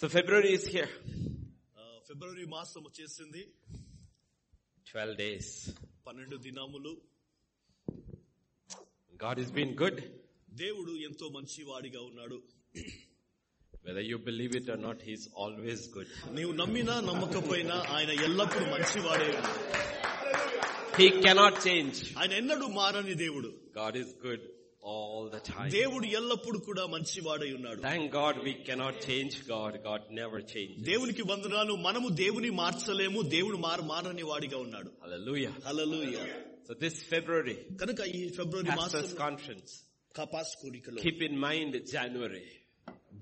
So February is here. ఆ, ఫిబ్రవరి మాసం వచ్చేసింది 12 days. పన్నెండు దినములు God has been good. దేవుడు ఎంతో మంచివాడిగా ఉన్నాడు Whether you believe it or not, He is always good. నీవు నమ్మినా నమ్మకపోయినా ఆయన ఎల్లప్పుడూ మంచివాడే ఉన్నాడు. He cannot change. ఆయన ఎన్నడూ మారని దేవుడు God is good all the time. దేవుడు ఎల్లప్పుడు కూడా మంచివాడై ఉన్నాడు Thank God we cannot change God. God never changes. దేవునికి వందనాలు మనము దేవుని మార్చలేము దేవుడు మారు మారని వాడిగా ఉన్నాడు Hallelujah. Hallelujah So this February, కనుక ఈ ఫిబ్రవరి Pastors మాసం Conference, Kapas కోరికలో keep in mind January.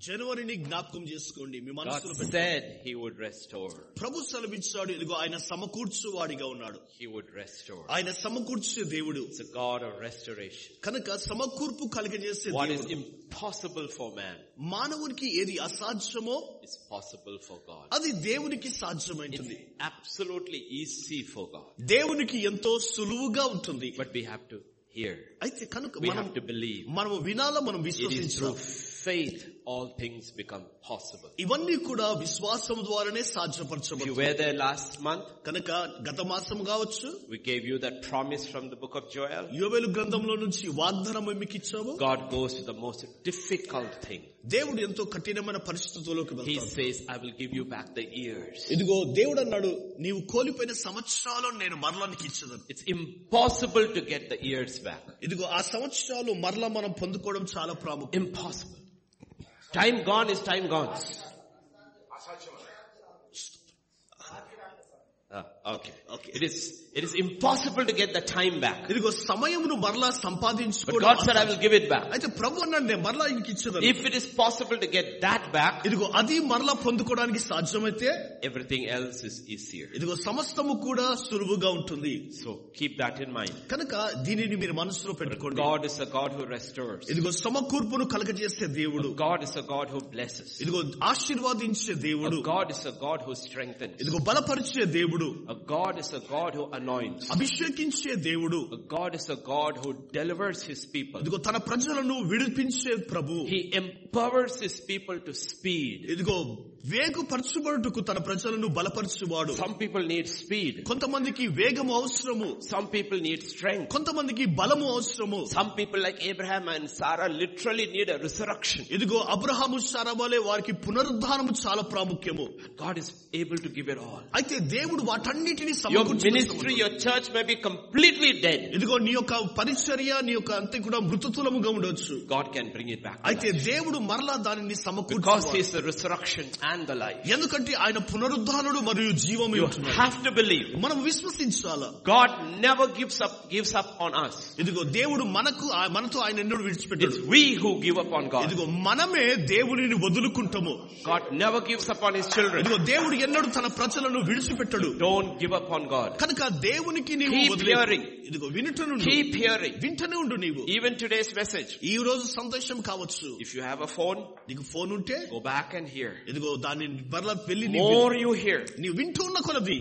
జనవరిని జ్ఞాపకం చేసుకోండి మీ God మనసులో పెట్టండి. said He would restore. ప్రభు సెలవిచ్చాడు ఇదిగో ఆయన సమకూర్చువాడిగా ఉన్నాడు He would restore. ఆయన సమకూర్చే దేవుడు It's a God of restoration. కనుక సమకూర్పు కలిగజేసే What is దేవుడు. impossible for man మానవునికి ఏది అసాధ్యమో is possible for God. అది దేవునికి It's సాధ్యమైంటుంది absolutely easy for God. దేవునికి ఎంతో సులువుగా ఉంటుంది But we have to hear. అయితే కనుక We మనం have to believe. మనము వినాలా మనం It is విశ్వసించాం through faith all things become possible. ఇవన్నీ కూడా విశ్వాసం ద్వారానే If you సాధ్యపరచబడు were there last month, కనుక గత మాసం కావచ్చు we gave you that promise from the book of Joel. యోవేలు గ్రంథంలో నుంచి వాగ్దానం మీకు ఇచ్చాము God goes to the most difficult thing. దేవుడు ఎంతో కఠినమైన పరిస్థితుల్లోకి He వెళ్తాడు says, I will give you back the years. ఇదిగో దేవుడు అన్నాడు నీవు కోల్పోయిన సంవత్సరాలు నేను మరలా నీకు ఇచ్చేదాను It's impossible to get the years back. ఇదిగో ఆ సంవత్సరాలు మరలా మనం పొందుకోవడం చాలా ప్రాముఖ్యం Impossible. Time gone is time gone. Ah, okay. Okay. It is, it is impossible to get the time back. ఇదిగో సమయమును మరలా But God సంపాదించుకోవడం said, I will give it back. అయితే ప్రభు అన్నాడు నేను మరలా ఇంక ఇచ్చేదాను If it is possible to get that back, ఇదిగో అది మరలా పొందుకోవడానికి సాధ్యమైతే everything else is easier. ఇదిగో సమస్తము కూడా సులువుగా ఉంటుంది So keep that in mind. కనుక దీనిని మీరు మనసులో పెట్టుకోండి God is a God who restores. ఇదిగో సమకూర్పును కలగజేసే దేవుడు God is a God who blesses. ఇదిగో ఆశీర్వాదించే దేవుడు A God is a God who strengthens. ఇదిగో బలపరిచే దేవుడు A God is a God who anoints. అభిషేకించే దేవుడు A God is a God who delivers his people. ఇదిగో తన ప్రజలను విడిపించే ప్రభు He empowers his people to speed. ఇదిగో వేగుపరచుబడుటకు తన ప్రజలను బలపరచువాడు Some people need speed. కొంతమందికి వేగము అవసరము Some people need strength. కొంతమందికి బలము అవసరము Some people like Abraham and Sarah literally need a resurrection. ఇదిగో అబ్రహాము శారవాలే వారికి పునరుద్ధానము చాలా ప్రాముఖ్యము God is able to give it all. అయితే దేవుడు వాటన్నిటిని Your సమకూర్చుకుని ministry, your church may be completely dead. ఇదిగో నీ యొక్క పరిచర్య నీ యొక్క అంతే కూడా మృతుతులముగా ఉండొచ్చు God can bring it back. అయితే దేవుడు మరలా దానిని Because He సమకూర్చు is the resurrection and the life. ఎందుకంటే ఆయన పునరుద్ధానుడు మరియు జీవమే You ఉంటున్నాడు have to believe. మనం విశ్వసించాలా God never gives up, gives up on us. ఇదిగో దేవుడు మనకు ఆ- మనతో ఆయన ఎన్నడూ It's విడిచిపెట్టాడు we who give up on God. ఇదిగో మనమే దేవుడిని వదులుకుంటాము God never gives up on His children. ఇదిగో దేవుడు ఎన్నడూ తన ప్రజలను విడిచిపెట్టడు Don't give up on God. కనుక దేవునికి నీవు Keep వదిలేదు. hearing. ఇదిగో వినుటను Keep hearing. వింటనే ఉండు నీవు Even today's message. ఈ రోజు సంతోషం కావచ్చు If you have a phone, నీకు ఫోన్ ఉంటే go back and hear. ఇదిగో దాన్ని మరలా వెళ్ళి నీవు More you hear, నీవు వింటూ ఉన్న కొలది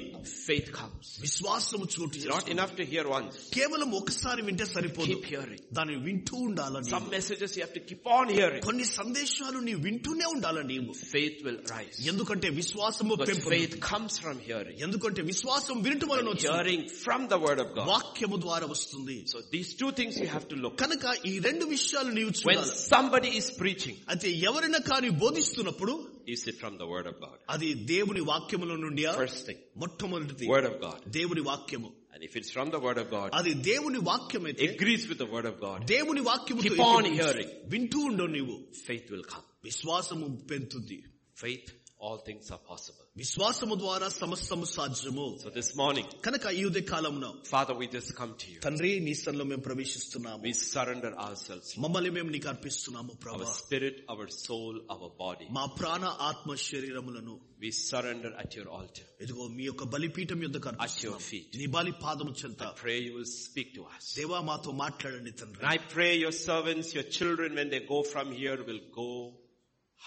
faith comes. విశ్వాసము చోటు It's not చేసుకుంటుంది. enough to hear once. కేవలం ఒకసారి వింటే సరిపోదు Keep hearing. దాన్ని వింటూ ఉండాలని Some messages you have to keep on hearing. కొన్ని సందేశాలు నీవు వింటూనే ఉండాలని నీవు Faith will rise. ఎందుకంటే విశ్వాసము Because పెంపును. faith comes from hearing. ఎందుకంటే విశ్వాసం వినటం వలన And వచ్చింది. Hearing from the word of God. వాక్యము ద్వారా వస్తుంది So these two things you have to look. కనుక ఈ రెండు విషయాలు నీవు When చూడాలి somebody is preaching, అయితే ఎవరైనా కానీ బోధిస్తున్నప్పుడు is it from the word of God? అది దేవుని వాక్యముల నుండి First thing, మొట్టమొదటిది word of God. దేవుని వాక్యము And if it's from the word of God, అది దేవుని వాక్యం అయితే agrees with the word of God, దేవుని వాక్యము Keep on hearing. వింటూ ఉండవు నీవు faith will come. విశ్వాసము పెంచుతుంది Faith, all things are possible. విశ్వాసము ద్వారా సమస్తము సాధ్యము So this morning, కనుక ఈ ఉదయ కాలంలో Father, we just come to you. తండ్రి నీ సన్నిధిలో మేము ప్రవేశిస్తున్నాము We surrender ourselves, మమ్మల్ని మేము నీకు అర్పిస్తున్నాము our ప్రభా spirit, our soul, our body. మా ప్రాణ ఆత్మ శరీరములను We surrender at your altar. ఇదిగో మీ యొక్క బలిపీఠం యొక్క At your feet. నీ బలి పాదము చెంత Pray you will speak to us. దేవా మాతో మాట్లాడండి తండ్రి And I pray your servants, your children, when they go from here, will go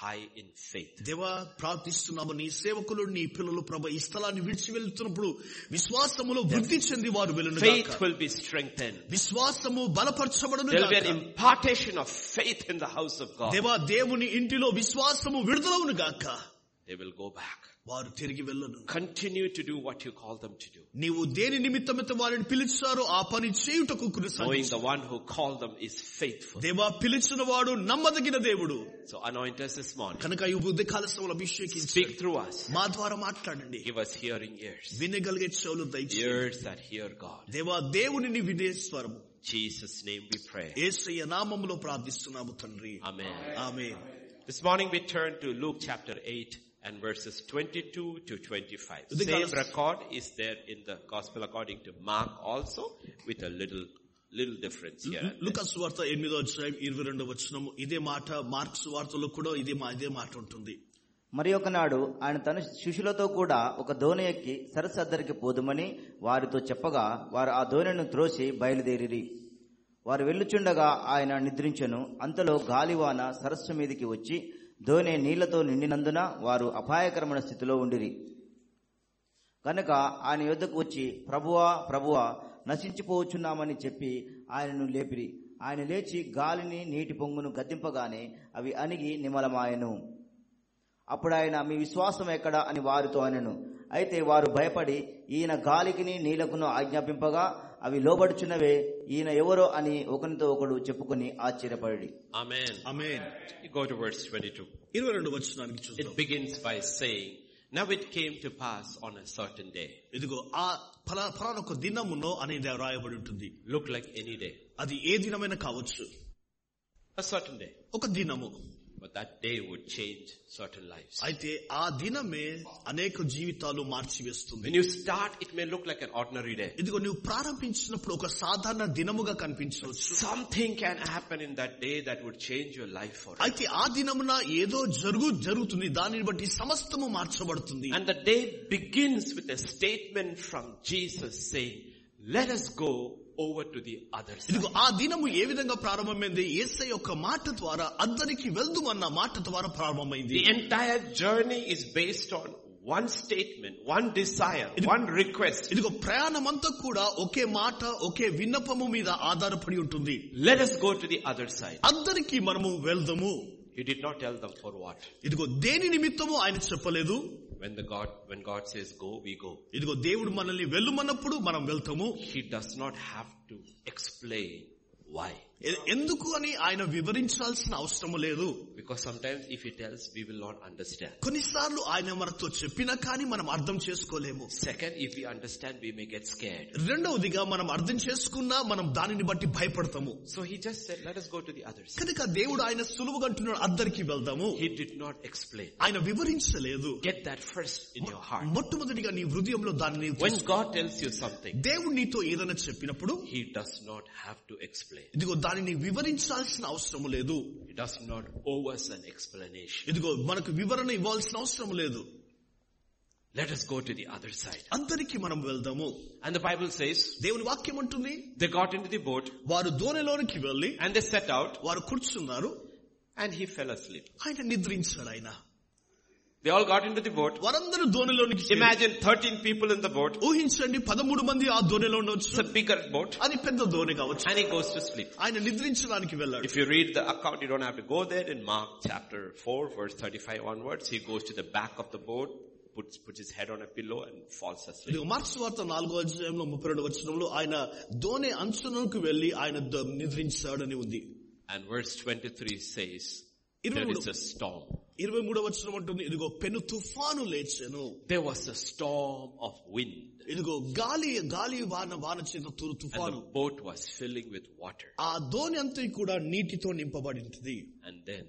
high in faith. దేవా ప్రార్థిస్తున్నాము నీ సేవకులు నీ పిల్లలు ప్రభ ఈ స్థలాన్ని విడిచి వెళ్తున్నప్పుడు విశ్వాసములో వృద్ధి చెంది వారు వెళ్ళును Faith గాక. will be strengthened. విశ్వాసము బలపరచబడును There will be గాక. an impartation of faith in the house of God. దేవా దేవుని ఇంటిలో విశ్వాసము విడుదలవును గాక they will go back. వారు తిరిగి వెళ్ళరు Continue to do what you call them to do. నీవు దేని నిమిత్తమైతే వారిని పిలిచారో ఆ పని చేయుటకు Knowing కొనసాగించు. the one who called them is faithful. దేవా పిలిచిన వాడు నమ్మదగిన దేవుడు So anoint us this morning. కనుక ఈ ఉదయకాల సమయంలో అభిషేకించి Speak through us. మా ద్వారా మాట్లాడండి Give us hearing ears. వినగలిగే చెవులు దయచేయండి Ears that hear God. దేవా దేవునిని వినే స్వరము In Jesus' name we pray. ఏసయ్య నామములో ప్రార్థిస్తున్నాము తండ్రి Amen. ఆమె This morning we turn to Luke chapter 8 and verses 22 to 25. The Same colours- record is there in the gospel according to Mark also with a little, little difference here. and there. Lukkas వార్త ఎనిమిదో అధ్యాయం ఇరవై రెండో వచనము ఇదే మాట marks వార్తలో కూడా ఇదే మా- ఇదే మాట ఉంటుంది మరి నాడు ఆయన తన శిష్యులతో కూడా ఒక దోణి ఎక్కి సరస్సు అద్దరికి పోదుమని వారితో చెప్పగా వారు ఆ దోణిను త్రోసి బయలుదేరిరి వారు వెళ్ళుచుండగా ఆయన నిద్రించెను అంతలో గాలివాన సరస్సు మీదికి వచ్చి దోణి నీళ్లతో నిండినందున వారు అపాయకరమైన స్థితిలో ఉండిరి కనుక ఆయన యొద్దకు వచ్చి ప్రభువా ప్రభువా నశించిపోవచ్చున్నామని చెప్పి ఆయనను లేపిరి ఆయన లేచి గాలిని నీటి పొంగును గద్దింపగానే అవి అణిగి నిమలమాయెను అప్పుడు ఆయన మీ విశ్వాసం ఎక్కడ అని వారితో అనెను అయితే వారు భయపడి ఈయన గాలికిని నీళ్లకును ఆజ్ఞాపింపగా అవి లోబడుచున్నవే ఈయన ఎవరో అని ఒకనితో ఒకడు చెప్పుకుని ఆశ్చర్యపడి Amen. ఆమె You Go to verse 22. ఇరవై రెండు వచనానికి చూద్దాం It begins by saying, Now it came to pass on a certain day. ఇదిగో ఆ ఫలా ఫలానొక దినమునో అనేది రాయబడి ఉంటుంది Look like any day. అది ఏ దినమైనా కావచ్చు A certain day. ఒక దినము But that day would change certain lives. అయితే ఆ దినమే అనేక జీవితాలు మార్చివేస్తుంది When you start, it may look like an ordinary day. ఇదిగో నువ్వు ప్రారంభించినప్పుడు ఒక సాధారణ దినముగా కనిపించవచ్చు Something can happen in that day that would change your life forever. అయితే ఆ దినమున ఏదో జరుగు జరుగుతుంది దానిని బట్టి సమస్తము మార్చబడుతుంది And the day begins with a statement from Jesus saying, let us go over to the other side. ఇదిగో ఆ దినము ఏ విధంగా ప్రారంభమైంది ఏసై యొక్క మాట ద్వారా అందరికి వెళ్దుమన్న మాట ద్వారా ప్రారంభమైంది The entire journey is based on one statement, one desire, one request. ఇదిగో ప్రయాణమంతా కూడా ఒకే మాట ఒకే విన్నపము మీద ఆధారపడి ఉంటుంది Let us go to the other side. అందరికీ మనము వెళ్దాము He did not tell them for what. ఇదిగో దేని నిమిత్తము ఆయన చెప్పలేదు When the God, when God says go, we go. ఇదిగో దేవుడు మనల్ని వెళ్ళుమన్నప్పుడు మనం వెళ్తాము He does not have to explain why. ఎ- ఎందుకు అని ఆయన వివరించాల్సిన అవసరం లేదు Because sometimes if he tells, we will not understand. కొన్నిసార్లు ఆయన మనతో చెప్పినా కానీ మనం అర్థం చేసుకోలేము Second, if we understand, we may get scared. రెండవదిగా మనం అర్థం చేసుకున్నా మనం దానిని బట్టి భయపడతాము So he just said, let us go to the other side. కనుక దేవుడు ఆయన సులువుగా అంటున్నాడు అందరికి వెళ్దాము He did not explain. ఆయన వివరించలేదు Get that first in your heart. మొట్టమొదటిగా నీ హృదయంలో దాన్ని When God tells you something, దేవుడు నీతో ఏదైనా చెప్పినప్పుడు he does not have to explain. ఇదిగో దానిని వివరించాల్సిన అవసరం లేదు He does not owe us an explanation. ఇదిగో మనకు వివరణ ఇవ్వాల్సిన అవసరం లేదు Let us go to the other side. అందరికి మనం వెళ్దాము And the Bible says, దేవుని వాక్యం అంటుంది they got into the boat వారు దోనెలోనికి వెళ్ళి and they set out వారు కూర్చున్నారు and he fell asleep. ఆయన నిద్రించాడు ఆయన They all got into the boat. వారందరూ దోనెలోనికి చేరి- Imagine 13 people in the boat. ఊహించండి పదమూడు మంది ఆ దోణిలో It's ఉండొచ్చు a bigger boat అది పెద్ద దోణి కావచ్చు and he goes to sleep. ఆయన నిద్రించడానికి వెళ్ళాడు If you read the account, you don't have to go there. In Mark chapter 4, verse 35 onwards, he goes to the back of the boat, puts, puts his head on a pillow and falls asleep. ఇదిగో Mark's వార్త నాలుగో అధ్యాయంలో ముప్పై రెండు వచనంలో ఆయన దోణి అంచునకు వెళ్లి ఆయన ద- నిద్రించాడని ఉంది And verse 23 says, ఇరవై there మూడు is a storm. ఇరవై మూడో వచనం అంటుంది ఇదిగో పెను తుఫాను లేచెను There was a storm of wind ఇదిగో గాలి గాలి వాన వాన చేత తూరు and తుఫాను the boat was filling with water. ఆ దోణి అంతా కూడా నీటితో నింపబడింది And then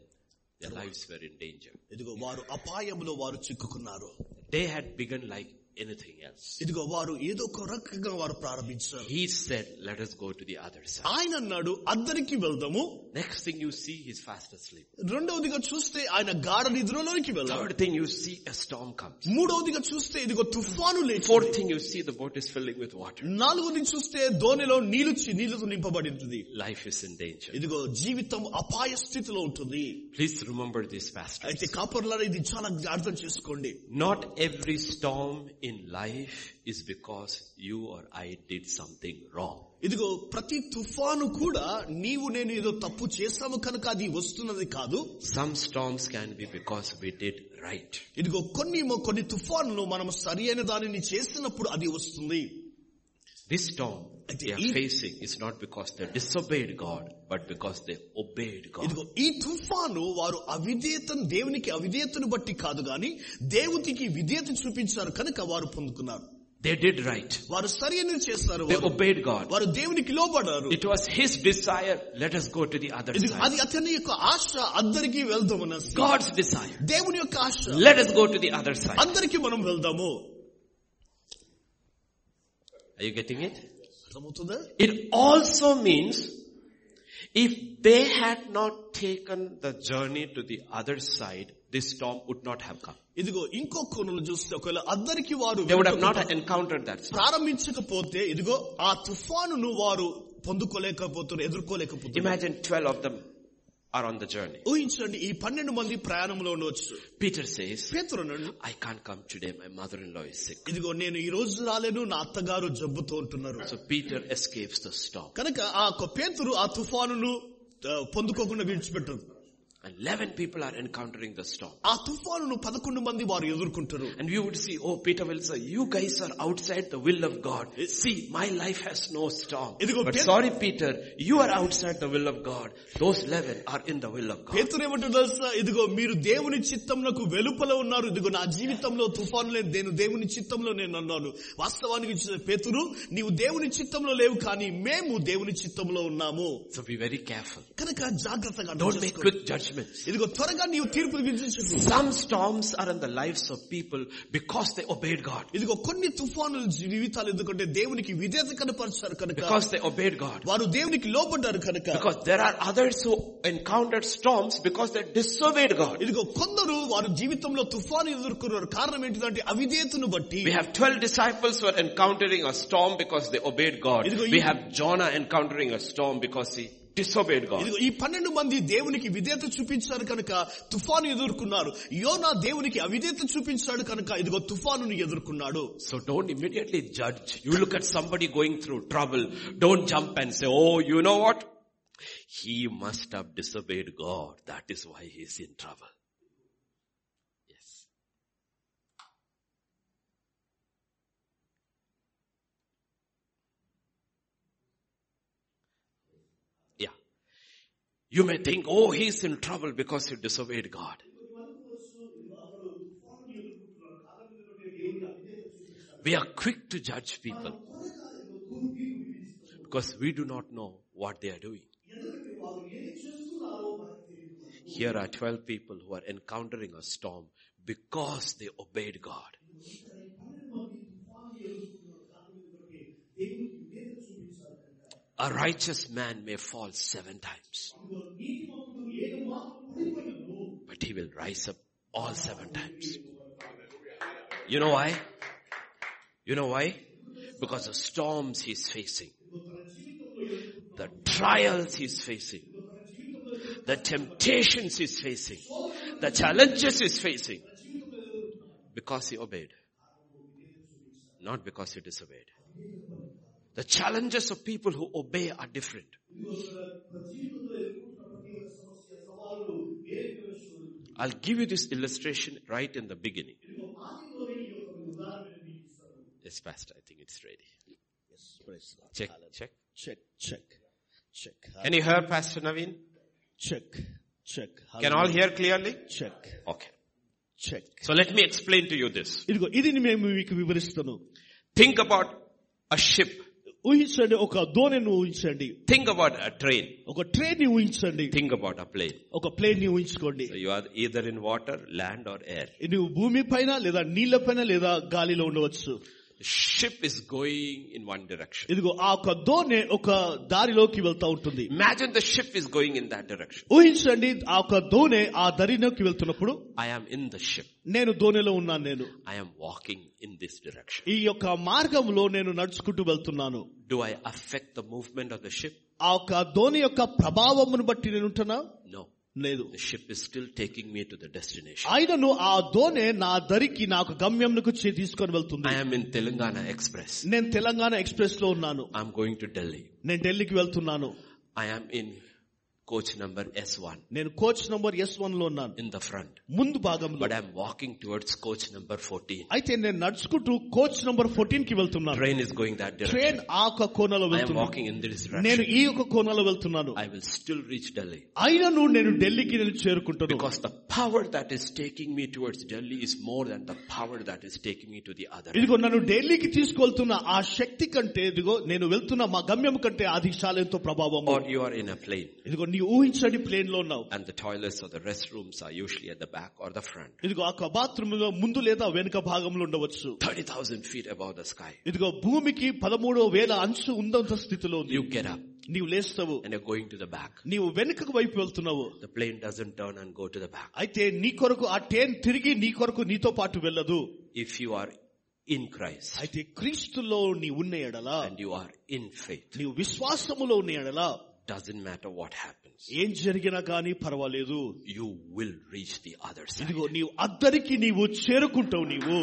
their lives were in danger. ఇదిగో వారు అపాయంలో వారు చిక్కుకున్నారు They had begun like anything else. ఇదిగో వారు ఏదో ఒక రకంగా వారు ప్రారంభించారు He said, let us go to the other side. ఆయన అన్నాడు అందరికి వెళ్దాము Next thing you see, he's fast asleep. రెండవదిగా చూస్తే ఆయన గాఢ నిద్రలోనికి వెళ్ళాడు Third thing you see, a storm comes. మూడవదిగా చూస్తే ఇదిగో తుఫాను లేచి Fourth thing you see, the boat is filling with water. నాలుగవది చూస్తే దోణిలో నీళ్లు చి- నీళ్లతో నింపబడింది Life is in danger. ఇదిగో జీవితం అపాయ స్థితిలో ఉంటుంది Please remember this, pastor. అయితే కాపర్లారా ఇది చాలా అర్థం చేసుకోండి Not every storm in life is because you or I did something wrong. ఇదిగో ప్రతి తుఫాను కూడా నీవు నేను ఏదో తప్పు చేశాము కనుక అది వస్తున్నది కాదు Some storms can be because we did right. ఇదిగో కొన్ని మొ- కొన్ని తుఫానులు మనం సరి అయిన దానిని చేసినప్పుడు అది వస్తుంది This storm they are Eat. facing is not because they disobeyed God, but because they obeyed God. ఇదిగో ఈ తుఫాను వారు అవిధేయతను దేవునికి అవిధేయతను బట్టి కాదు గాని దేవునికి విధేయత చూపించారు కనుక వారు పొందుకున్నారు They did right. వారు సరి అయినది చేస్తారు They వారు- obeyed God. వారు దేవునికి లోబడారు It was His desire, let us go to the other ఇది side. అది అతని యొక్క ఆశ అందరికీ వెళ్దామన్న God's desire, దేవుని యొక్క ఆశ let us go to the other side. అందరికీ మనం వెళ్దాము Are you getting it? అర్థమవుతుందా It also means if they had not taken the journey to the other side, this storm would not have come. ఇదిగో ఇంకో కోణంలో చూస్తే ఒకవేళ అందరికి వారు They would have not encountered that storm. ప్రారంభించకపోతే ఇదిగో ఆ తుఫానును వారు పొందుకోలేకపోతున్నారు ఎదుర్కోలేకపోతున్నారు Imagine 12 of them are on the journey. ఊహించండి ఈ పన్నెండు మంది ప్రయాణంలో ఉండవచ్చు Peter says, పేతురున్నాడు I can't come today, my mother-in-law is sick. ఇదిగో నేను ఈ రోజు రాలేను నా అత్తగారు జబ్బుతో ఉంటున్నారు So Peter escapes the storm. కనుక ఆ యొక్క పేతురు ఆ తుఫానును ఆ, పొందుకోకుండా విడిచిపెట్టరు And 11 people are encountering the storm. ఆ తుఫానును పదకొండు మంది వారు ఎదుర్కొంటారు And we would see, oh Peter will say, you guys are outside the will of God. See, my life has no storm. ఇదిగో But Peter- sorry Peter, you are outside the will of God. Those 11 are in the will of God. పేతురు ఏమంటాడు తెలుసా ఇదిగో మీరు దేవుని చిత్తంనకు వెలుపల ఉన్నారు ఇదిగో నా జీవితంలో తుఫాను లేదు నేను దేవుని చిత్తంలో నేను అన్నాను వాస్తవానికి ఇచ్చిన పేతురు నీవు దేవుని చిత్తంలో లేవు కానీ మేము దేవుని చిత్తంలో ఉన్నాము So be very careful. కనుక జాగ్రత్తగా అర్థం Don't make చేసుకో. quick judgments. ఇదిగో త్వరగా నీవు తీర్పు విధించకు Some storms are in the lives of people because they obeyed God. ఇదిగో కొన్ని తుఫానుల జీవితాలు ఎందుకంటే దేవునికి విధేత కనపరిచారు కనుక Because they obeyed God. వారు దేవునికి లోబడ్డారు కనుక Because there are others who encountered storms because they disobeyed God. ఇదిగో కొందరు వారు జీవితంలో తుఫాను ఎదుర్కొన్నారు కారణం ఏంటిదంటే అవిధేయతను బట్టి We have 12 disciples who are encountering a storm because they obeyed God. ఇదిగో ఈ- We have Jonah encountering a storm because he disobeyed God. ఇదిగో ఈ పన్నెండు మంది దేవునికి విధేయత చూపించారు కనుక తుఫాను ఎదుర్కొన్నారు యోనా దేవునికి అవిధేయత చూపించాడు కనుక ఇదిగో తుఫానుని ఎదుర్కొన్నాడు So don't immediately judge. You look at somebody going through trouble. Don't jump and say, oh, you know what? He must have disobeyed God. That is why he's in trouble. Yes. Yeah. You may think, oh, he's in trouble because he disobeyed God. We are quick to judge people because we do not know what they are doing. Here are 12 people who are encountering a storm because they obeyed God. A righteous man may fall seven times, but he will rise up all seven times. You know why? You know why? Because the storms he's facing, the trials he's facing, the temptations he's facing, the challenges he's facing, because he obeyed, not because he disobeyed. The challenges of people who obey are different. I'll give you this illustration right in the beginning. Yes, Pastor, I think it's ready. Check, check. Check check check Can you hear Pastor Naveen? Check check Can all hear clearly? Check Okay. Check So let me explain to you this. ఇదిగో ఇది మేము మీకు వివరిస్తాను Think about a ship. ఊహించండి ఒక దోణిని ఊహించండి Think about a train. ఒక train ని ఊహించండి Think about a plane. ఒక ప్లేన్ ని ఊహించుకోండి So you are either in water, land or air. నువ్వు భూమి పైన లేదా నీళ్ల పైన లేదా గాలిలో ఉండవచ్చు The ship is going in one direction. ఇదిగో ఆ ఒక దోణి ఒక దారిలోకి వెళ్తా ఉంటుంది Imagine the ship is going in that direction. ఊహించండి ఆ ఒక దోణి ఆ దరిలోకి వెళ్తున్నప్పుడు I am in the ship. నేను దోణిలో ఉన్నాను నేను I am walking in this direction. ఈ యొక్క మార్గంలో నేను నడుచుకుంటూ వెళ్తున్నాను Do I affect the movement of the ship? ఆ యొక్క దోణి యొక్క ప్రభావమును బట్టి నేను ఉంటున్నా No. లేదు The ship is still taking me to the destination. ఆయనను ఆ దోణి నా దరికి నాకు గమ్యంకు తీసుకొని I వెళ్తుంది am in Telangana Express. నేను తెలంగాణ ఎక్స్ప్రెస్ లో ఉన్నాను I'm going to Delhi. నేను ఢిల్లీకి వెళ్తున్నాను I am in coach number S1 నేను కోచ్ నంబర్ ఎస్ వన్ లో ఉన్నాను in the front. ముందు భాగంలో But I'm walking towards coach number 14. అయితే నేను నడుచుకుంటూ కోచ్ నంబర్ ఫోర్టీన్ కి వెళ్తున్నాను Train is going that direction. Train ఆ ఒక కోనలో I am వెళ్తున్నాను walking in this నేను direction. ఈ ఒక కోనలో వెళ్తున్నాను I will still reach Delhi. అయినను నేను ఢిల్లీకి నేను చేరుకుంటాను Because the power that is taking me towards Delhi is more than the power that is taking me to the other. end. ఇదిగో నన్ను ఢిల్లీకి తీసుకెళ్తున్న ఆ శక్తి కంటే ఇదిగో నేను వెళ్తున్న మా గమ్యం కంటే అది చాలా ఎంతో ప్రభావం Or you are in a plane ఇదిగో నీ ఊహించని ప్లేన్ లో ఉన్నావు and the toilets or the restrooms are usually at the back or the front. ఇదిగో ఆ బాత్రూమ్ లో ముందు లేదా వెనుక భాగంలో ఉండవచ్చు 30,000 feet above the sky. ఇదిగో భూమికి పదమూడు వేల అంచు ఉందంత స్థితిలో ఉంది You get up నీవు లేస్తావు and you're going to the back. నీవు వెనుకకు వైపు వెళ్తున్నావు The plane doesn't turn and go to the back. అయితే నీ కొరకు ఆ ట్రైన్ తిరిగి నీ కొరకు నీతో పాటు వెళ్ళదు If you are in Christ అయితే క్రీస్తులో నీ ఉన్న ఎడలా and you are in faith, నీవు విశ్వాసములో ఉన్న ఎడలా doesn't matter what happens. ఏం జరిగినా కానీ పర్వాలేదు You will reach the other side. ఇదిగో నీవు అద్దరికి నీవు చేరుకుంటావు నీవు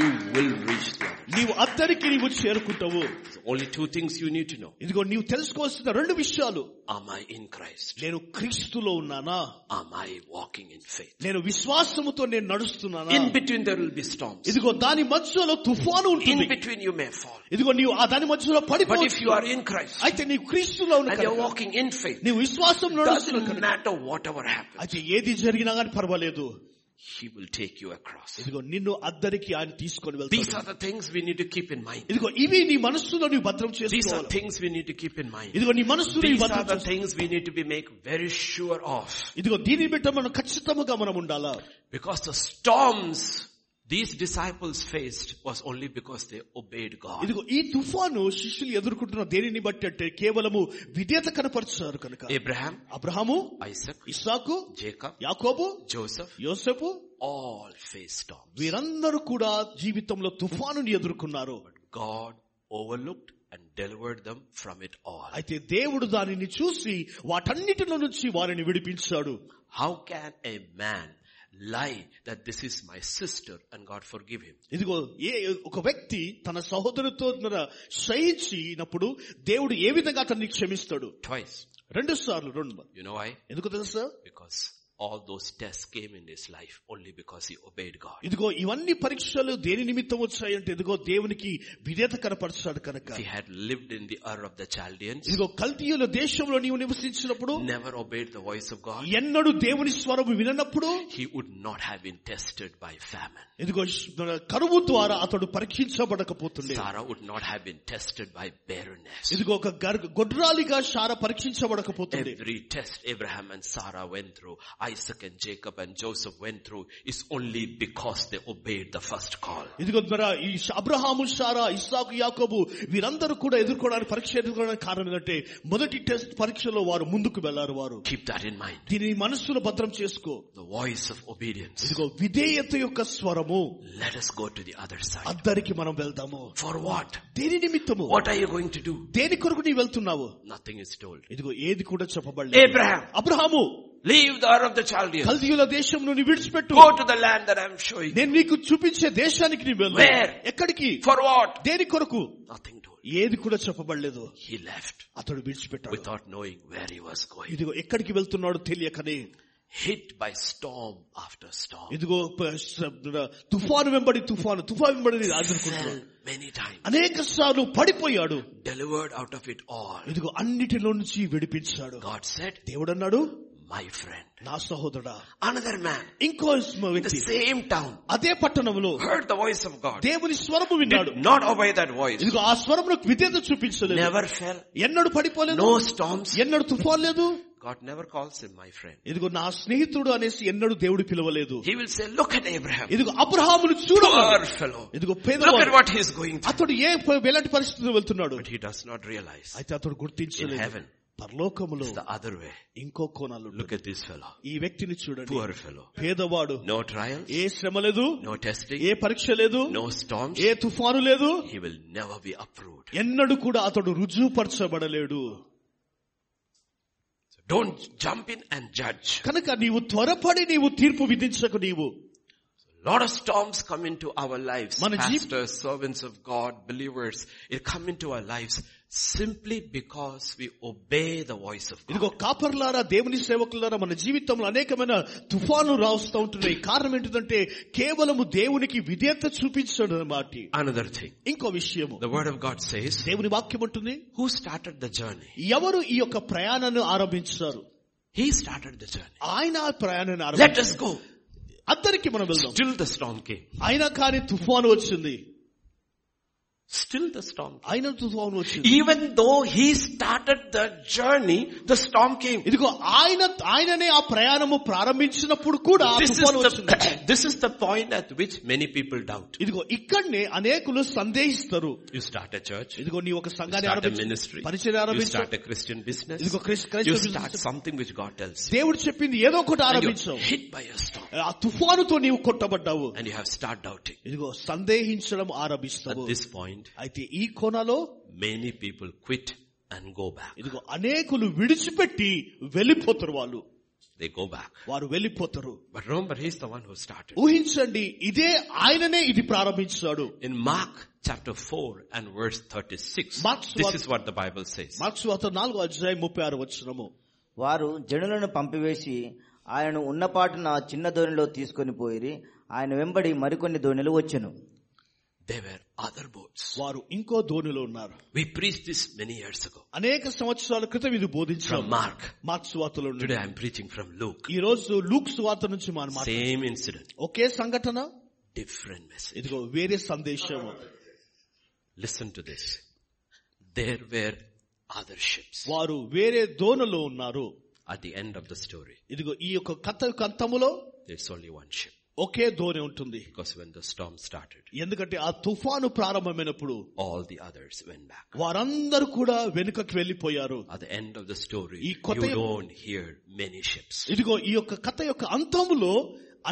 You will reach the other. నీవు అద్దరికి నీవు చేరుకుంటావు side. Only two things you need to know. ఇదిగో నీవు తెలుసుకోవాల్సిన రెండు విషయాలు Am I in Christ? నేను క్రీస్తులో ఉన్నానా Am I walking in faith? నేను విశ్వాసముతో నేను నడుస్తున్నానా In between there will be storms. ఇదిగో దాని మధ్యలో తుఫాను In ఉంటుంది between you may fall. ఇదిగో నీవు ఆ దాని మధ్యలో But if you పడిపోవచ్చు are in Christ అయితే నీవు క్రీస్తులో ఉన్న and you're కనుక, walking in faith, నీవు విశ్వాసంలో నడుస్తున్నావు doesn't కనుక, matter whatever happens, అయితే ఏది జరిగినా కానీ పర్వాలేదు He will take you across. ఇదిగో నిన్ను అద్దరికి ఆయన తీసుకొని These వెళ్తాడు are the things we need to keep in mind. ఇదిగో ఇవి నీ మనస్సులో నీవు భద్రం These are చేసుకోవాలి things we need to keep in mind. ఇదిగో నీ మనస్సులో నీవు These are భద్రం the చేసుకోవాలి. things we need to be make very sure of. ఇదిగో దీని బిడ్డ మనం ఖచ్చితంగా మనం ఉండాలా Because the storms these disciples faced was only because they obeyed God. ఇదిగో ఈ తుఫాను శిష్యులు ఎదుర్కొంటున్న దేనిని బట్టి అంటే కేవలము విధేయత కనపరుచున్నారు కనుక Abraham, అబ్రహాము Isaac, ఇస్సాకు Jacob, యాకోబు Joseph, యోసేపు all faced storms. వీరందరూ కూడా జీవితంలో తుఫానుని ఎదుర్కొన్నారు God overlooked and delivered them from it all. అయితే దేవుడు దానిని చూసి వాటన్నిటిలో నుంచి వారిని విడిపించాడు How can a man lie that this is my sister and God forgive him? ఇదిగో ఏ ఒక వ్యక్తి తన సహోదరుతో సహించినప్పుడు దేవుడు ఏ విధంగా అతన్ని క్షమిస్తాడు Twice. రెండు సార్లు రెండు You know why? ఎందుకు తెలుసా Because all those tests came in his life only because he obeyed God. ఇదిగో ఇవన్నీ పరీక్షలు దేని నిమిత్తం వచ్చాయంటే ఇదిగో దేవునికి విధేత కనపరిచాడు If కనుక he had lived in the Ur of the Chaldeans, ఇదిగో కల్తీయుల దేశంలో నీవు నివసించినప్పుడు never obeyed the voice of God, ఎన్నడూ దేవుని స్వరము విననప్పుడు he would not have been tested by famine. ఇదిగో శ్- మన కరువు ద్వారా అతడు పరీక్షించబడకపోతుండే Sarah would not have been tested by barrenness. ఇదిగో ఒక గర్- గొడ్రాలిగా షార పరీక్షించబడకపోతుండే Every test Abraham and Sarah went through, Isaac and Jacob and Joseph went through is only because they obeyed the first call. ఇదిగో మన ఈ ష- అబ్రహాము షారా ఇస్సాకు యాకోబు వీరందరూ కూడా ఎదుర్కోవడానికి పరీక్ష ఎదుర్కోవడానికి కారణం ఏంటంటే మొదటి టెస్ట్ పరీక్షలో వారు ముందుకు వెళ్లారు వారు Keep that in mind. దీనిని మనస్సులో భద్రం చేసుకో The voice of obedience. ఇదిగో విధేయత యొక్క స్వరము Let us go to the other side. అద్దరికి మనం వెళ్దాము For what? దేని నిమిత్తము What are you going to do? దేని కొరకు నీవు వెళ్తున్నావు Nothing is told. ఇదిగో ఏది కూడా చెప్పబడలేదు Abraham, Abraham leave the Ur of the Chaldeans. కల్దీయుల దేశం నువ్వు విడిచిపెట్టు Go to the land that I am showing. you. నేను నీకు చూపించే దేశానికి నీవు వెళ్ళు Where? ఎక్కడికి For what? దేని కొరకు Nothing told. ఏది కూడా చెప్పబడలేదు He left అతడు విడిచిపెట్టాడు without knowing where he was going. ఇదిగో ఎక్కడికి వెళ్తున్నాడో తెలియకనే Hit by storm after storm. ఇదిగో ప- స- తుఫాను వెంబడి తుఫాను తుఫాను వెంబడి Fell ఆదుకున్నాడు many times. అనేక సార్లు పడిపోయాడు Delivered out of it all. ఇదిగో అన్నిటిలో నుంచి విడిపించాడు God said, దేవుడు అన్నాడు my friend. నా సహోదరుడా Another man ఇంకో in the వ్యక్తి same town అదే పట్టణంలో heard the voice of God. దేవుని స్వరము విన్నాడు Did not obey that voice. ఇదిగో ఆ స్వరములకు విధేత చూపించలేదు Never fell. ఎన్నడు పడిపోలేదు No storms. ఎన్నడు తుఫాన్ లేదు God never calls him my friend. ఇదిగో నా స్నేహితుడు అనేసి ఎన్నడు దేవుడు పిలవలేదు He will say, look at Abraham. ఇదిగో అబ్రహామును చూడ Poor fellow. ఇదిగో Look at పేదవాడు what he's going through. అతడు ఏ ఎలాంటి పరిస్థితులు వెళ్తున్నాడు But he does not realize అయితే అతడు in గుర్తించలేదు heaven, పరలోకములో it's the other way. ఇంకో కోణాలు ఉన్నాయి. Look at this fellow. ఈ వ్యక్తిని చూడండి Poor fellow. పేదవాడు No trials, ఏ శ్రమ లేదు no ఏ testing, పరీక్ష లేదు no storms. ఏ తుఫాను లేదు He will never be approved. ఎన్నడూ కూడా అతడు రుజువుపరచబడలేడు So Don't jump in and judge. కనుక నీవు త్వరపడి నీవు తీర్పు విధించకు నీవు lot of storms come into our lives. మన జీ- Pastors, servants of God, believers, it come into our lives simply because we obey the voice of God. ఇదిగో కాపర్లారా దేవుని సేవకులారా మన జీవితంలో అనేకమైన తుఫాను రాస్తూ ఉంటున్నాయి కారణం ఏంటిదంటే కేవలము దేవునికి విధేయత చూపించడం అన్నమాట Another thing. ఇంకో విషయము The word of God says, దేవుని వాక్యం ఉంటుంది who started the journey? ఎవరు ఈ యొక్క ప్రయాణాన్ని ఆరంభించారు He started the journey. ఆయన ఆ ప్రయాణాన్ని Let ఆరంభించారు us go. అందరికి మనం వెళ్దాం Still the storm came. అయినా కానీ తుఫాను వచ్చింది Still the storm came. ఆయన తుఫాను వచ్చింది Even though he started the journey, the storm came. ఇదిగో ఆయన ఆయననే ఆ ప్రయాణము ప్రారంభించినప్పుడు కూడా ఆ This is తుఫాను వచ్చింది the, this is the point at which many people doubt. ఇదిగో ఇక్కడనే అనేకులు సందేహిస్తారు You start a church. ఇదిగో నీ ఒక You సంఘాన్ని start a ఆరంభించు ministry. పరిచయం You ఆరంభించు start a Christian business. ఇదిగో క్రైస్- You క్రైస్తవ start business. something which God tells. దేవుడు చెప్పింది ఏదో ఒకటి And ఆరంభించావు you're hit by a storm. ఆ తుఫానుతో నీవు కొట్టబడ్డావు And you have start doubting. ఇదిగో సందేహించడం At ఆరంభిస్తావు this point, అయితే ఈ కోణలో many people quit and go back. ఇదిగో అనేకులు విడిచిపెట్టి వెళ్ళిపోతారు వాళ్ళు They go back. వారు వెళ్ళిపోతారు But remember, he's the one who started. ఊహించండి ఇదే ఆయననే ఇది ప్రారంభించాడు In Mark chapter 4 and verse 36, Mark's this what- is what the Bible says. Mark's వార్త నాలుగో అధ్యాయం ముప్పై ఆరు వచ్చినము వారు జనులను పంపివేసి ఆయనను ఉన్నపాటున చిన్న దోణిలో తీసుకొని పోయి ఆయన వెంబడి మరికొన్ని దోణిలు వచ్చెను There were other boats. వారు ఇంకో ధోనిలో ఉన్నారు We preached this many years ago అనేక సంవత్సరాల క్రితం ఇది from బోధించాము Mark. మార్క్స్ వార్తలో నుండి Today I'm preaching from Luke. ఈ రోజు లూక్స్ వార్త నుంచి మనం మాట్లాడు- Same incident, ఒకే సంఘటన different message. ఇదిగో వేరే సందేశము Listen to this. There were other ships వారు వేరే దోనలో ఉన్నారు at the end of the story. ఇదిగో ఈ యొక్క కథ యొక్క అంతములో There's only one ship ఒకే దోణి ఉంటుంది because when the storm started, ఎందుకంటే ఆ తుఫాను ప్రారంభమైనప్పుడు all the others went back. వారందరూ కూడా వెనుకకు వెళ్లిపోయారు At the end of the story, ఈ you కొత్త- don't hear many ships, ఇదిగో ఈ యొక్క కథ యొక్క అంతములో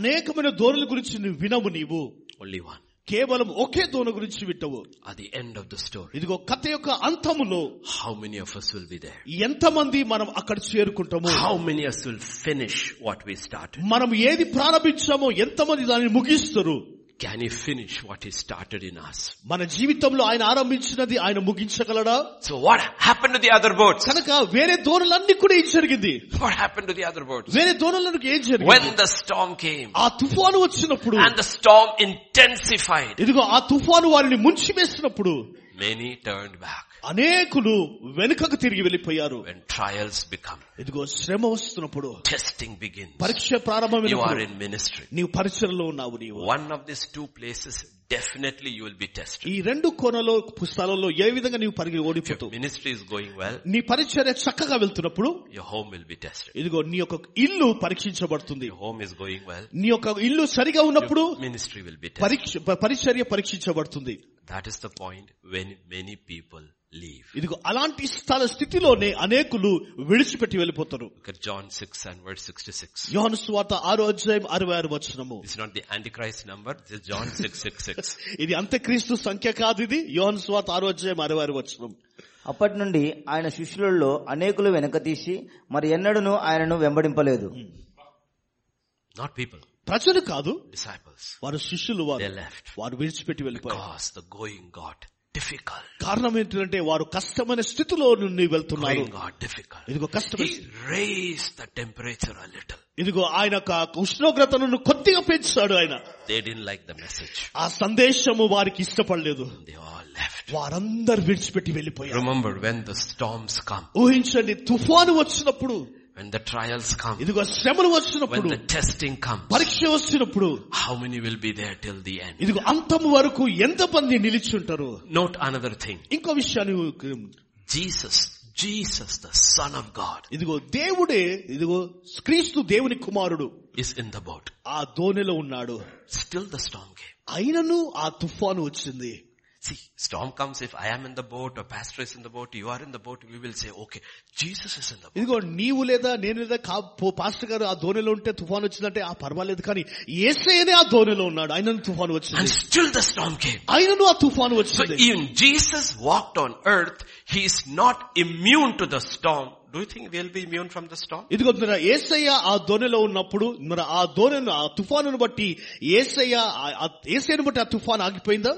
అనేకమైన ధోరణుల గురించి నువ్వు వినవు నీవు only one. కేవలం ఒకే దోణ గురించి వింటవు At the end of the story, ఇదిగో కథ యొక్క అంతములో how many of us will be there? ఎంతమంది మనం అక్కడ చేరుకుంటాము How many of us will finish what we started? మనం ఏది ప్రారంభించామో ఎంతమంది దానిని ముగిస్తారు Can he finish what he started in us? మన జీవితంలో ఆయన ఆరంభించినది ఆయన ముగించగలడా So what happened to the other boats? కనుక వేరే ధోరణులన్నీ కూడా ఏం జరిగింది What happened to the other boats? వేరే ధోరణులకు ఏం జరిగింది When the storm came ఆ తుఫాను వచ్చినప్పుడు and the storm intensified, ఇదిగో ఆ తుఫాను వారిని ముంచి వేసినప్పుడు many turned back. అనేకులు వెనుకకు తిరిగి వెళ్ళిపోయారు When trials become, ఇదిగో శ్రమ వస్తున్నప్పుడు testing begins. పరీక్ష You are ప్రారంభమైన in ministry. నీవు పరీక్షలో ఉన్నావు నీవు One of these two places, definitely you will be tested. ఈ రెండు కోణలో పుస్తకాలలో ఏ విధంగా నీవు Parigi If your ఓడిపోతావు ministry is going well, నీ పరిచర్య చక్కగా వెళ్తున్నప్పుడు your home will be tested. ఇదిగో నీ యొక్క ఇల్లు పరీక్షించబడుతుంది Your home is going well, నీ యొక్క ఇల్లు సరిగా ఉన్నప్పుడు your ministry will be tested. పరీక్ష ప- పరిచర్య పరీక్షించబడుతుంది That is the point when many people leave. ఇదిగో అలాంటి స్థల స్థితిలోనే అనేకులు విడిచిపెట్టి వెళ్ళిపోతారు Look at John 6 and verse 66. యోహన స్వాత ఆరో అధ్యాయం అరవై ఆరు వచనము This is not the Antichrist number, this is John 666. ఇది అంత్యక్రీస్తు సంఖ్య కాదు ఇది యోహన స్వాత ఆరో అధ్యాయం అరవై ఆరు వచనం అప్పటి నుండి ఆయన శిష్యులలో అనేకులు వెనక తీసి మరి ఎన్నడూనూ ఆయనను వెంబడింపలేదు Not people, ప్రజలు కాదు disciples. వారు శిష్యులు They వారు left వారు విడిచిపెట్టి వెళ్ళిపోయారు because the going got difficult. కారణం ఏంటంటే వారు కష్టమైన స్థితిలో నుండి వెళ్తున్నారు Going got difficult. ఇదిగో కష్టమైన He raised the temperature a little. ఇదిగో ఆయన యొక్క ఉష్ణోగ్రతను కొద్దిగా పెంచాడు ఆయన They didn't like the message. ఆ సందేశము వారికి ఇష్టపడలేదు They all left. వారందరు విడిచిపెట్టి వెళ్ళిపోయారు Remember when the storms come, ఊహించండి తుఫాను వచ్చినప్పుడు when the trials come, ఇదిగో శ్రమలు when వచ్చినప్పుడు the testing comes, పరీక్ష వచ్చినప్పుడు how many will be there till the end? ఇదిగో అంతం వరకు ఎంతమంది నిలిచుంటారు Note another thing. ఇంకో విషయాన్ని Jesus, Jesus, the Son of God, ఇదిగో దేవుడే ఇదిగో క్రీస్తు దేవుని కుమారుడు is in the boat. ఆ దోణిలో ఉన్నాడు Still the storm came. అయినను ఆ తుఫాను వచ్చింది See, storm comes if I am in the boat or pastor is in the boat, you are in the boat, we will say, okay, Jesus is in the boat. ఇదిగో నీవు లేదా నేను లేదా కా పో- పాస్టర్ గారు ఆ ధోనిలో ఉంటే తుఫాను వచ్చిందంటే ఆ పర్వాలేదు కానీ ఏసైనే ఆ ధోనిలో ఉన్నాడు ఆయనను తుఫాను And వచ్చింది still the storm came. ఆయనను ఆ తుఫాను So వచ్చింది even Jesus walked on earth, he is not immune to the storm Do you think we'll be immune from the storm? ఇదిగో మన ఏసయ్య ఆ దోణిలో ఉన్నప్పుడు మన ఆ దోణను ఆ తుఫానును బట్టి ఏసయ్య ఆ- ఆ- ఏసయ్యను బట్టి ఆ తుఫాను ఆగిపోయిందా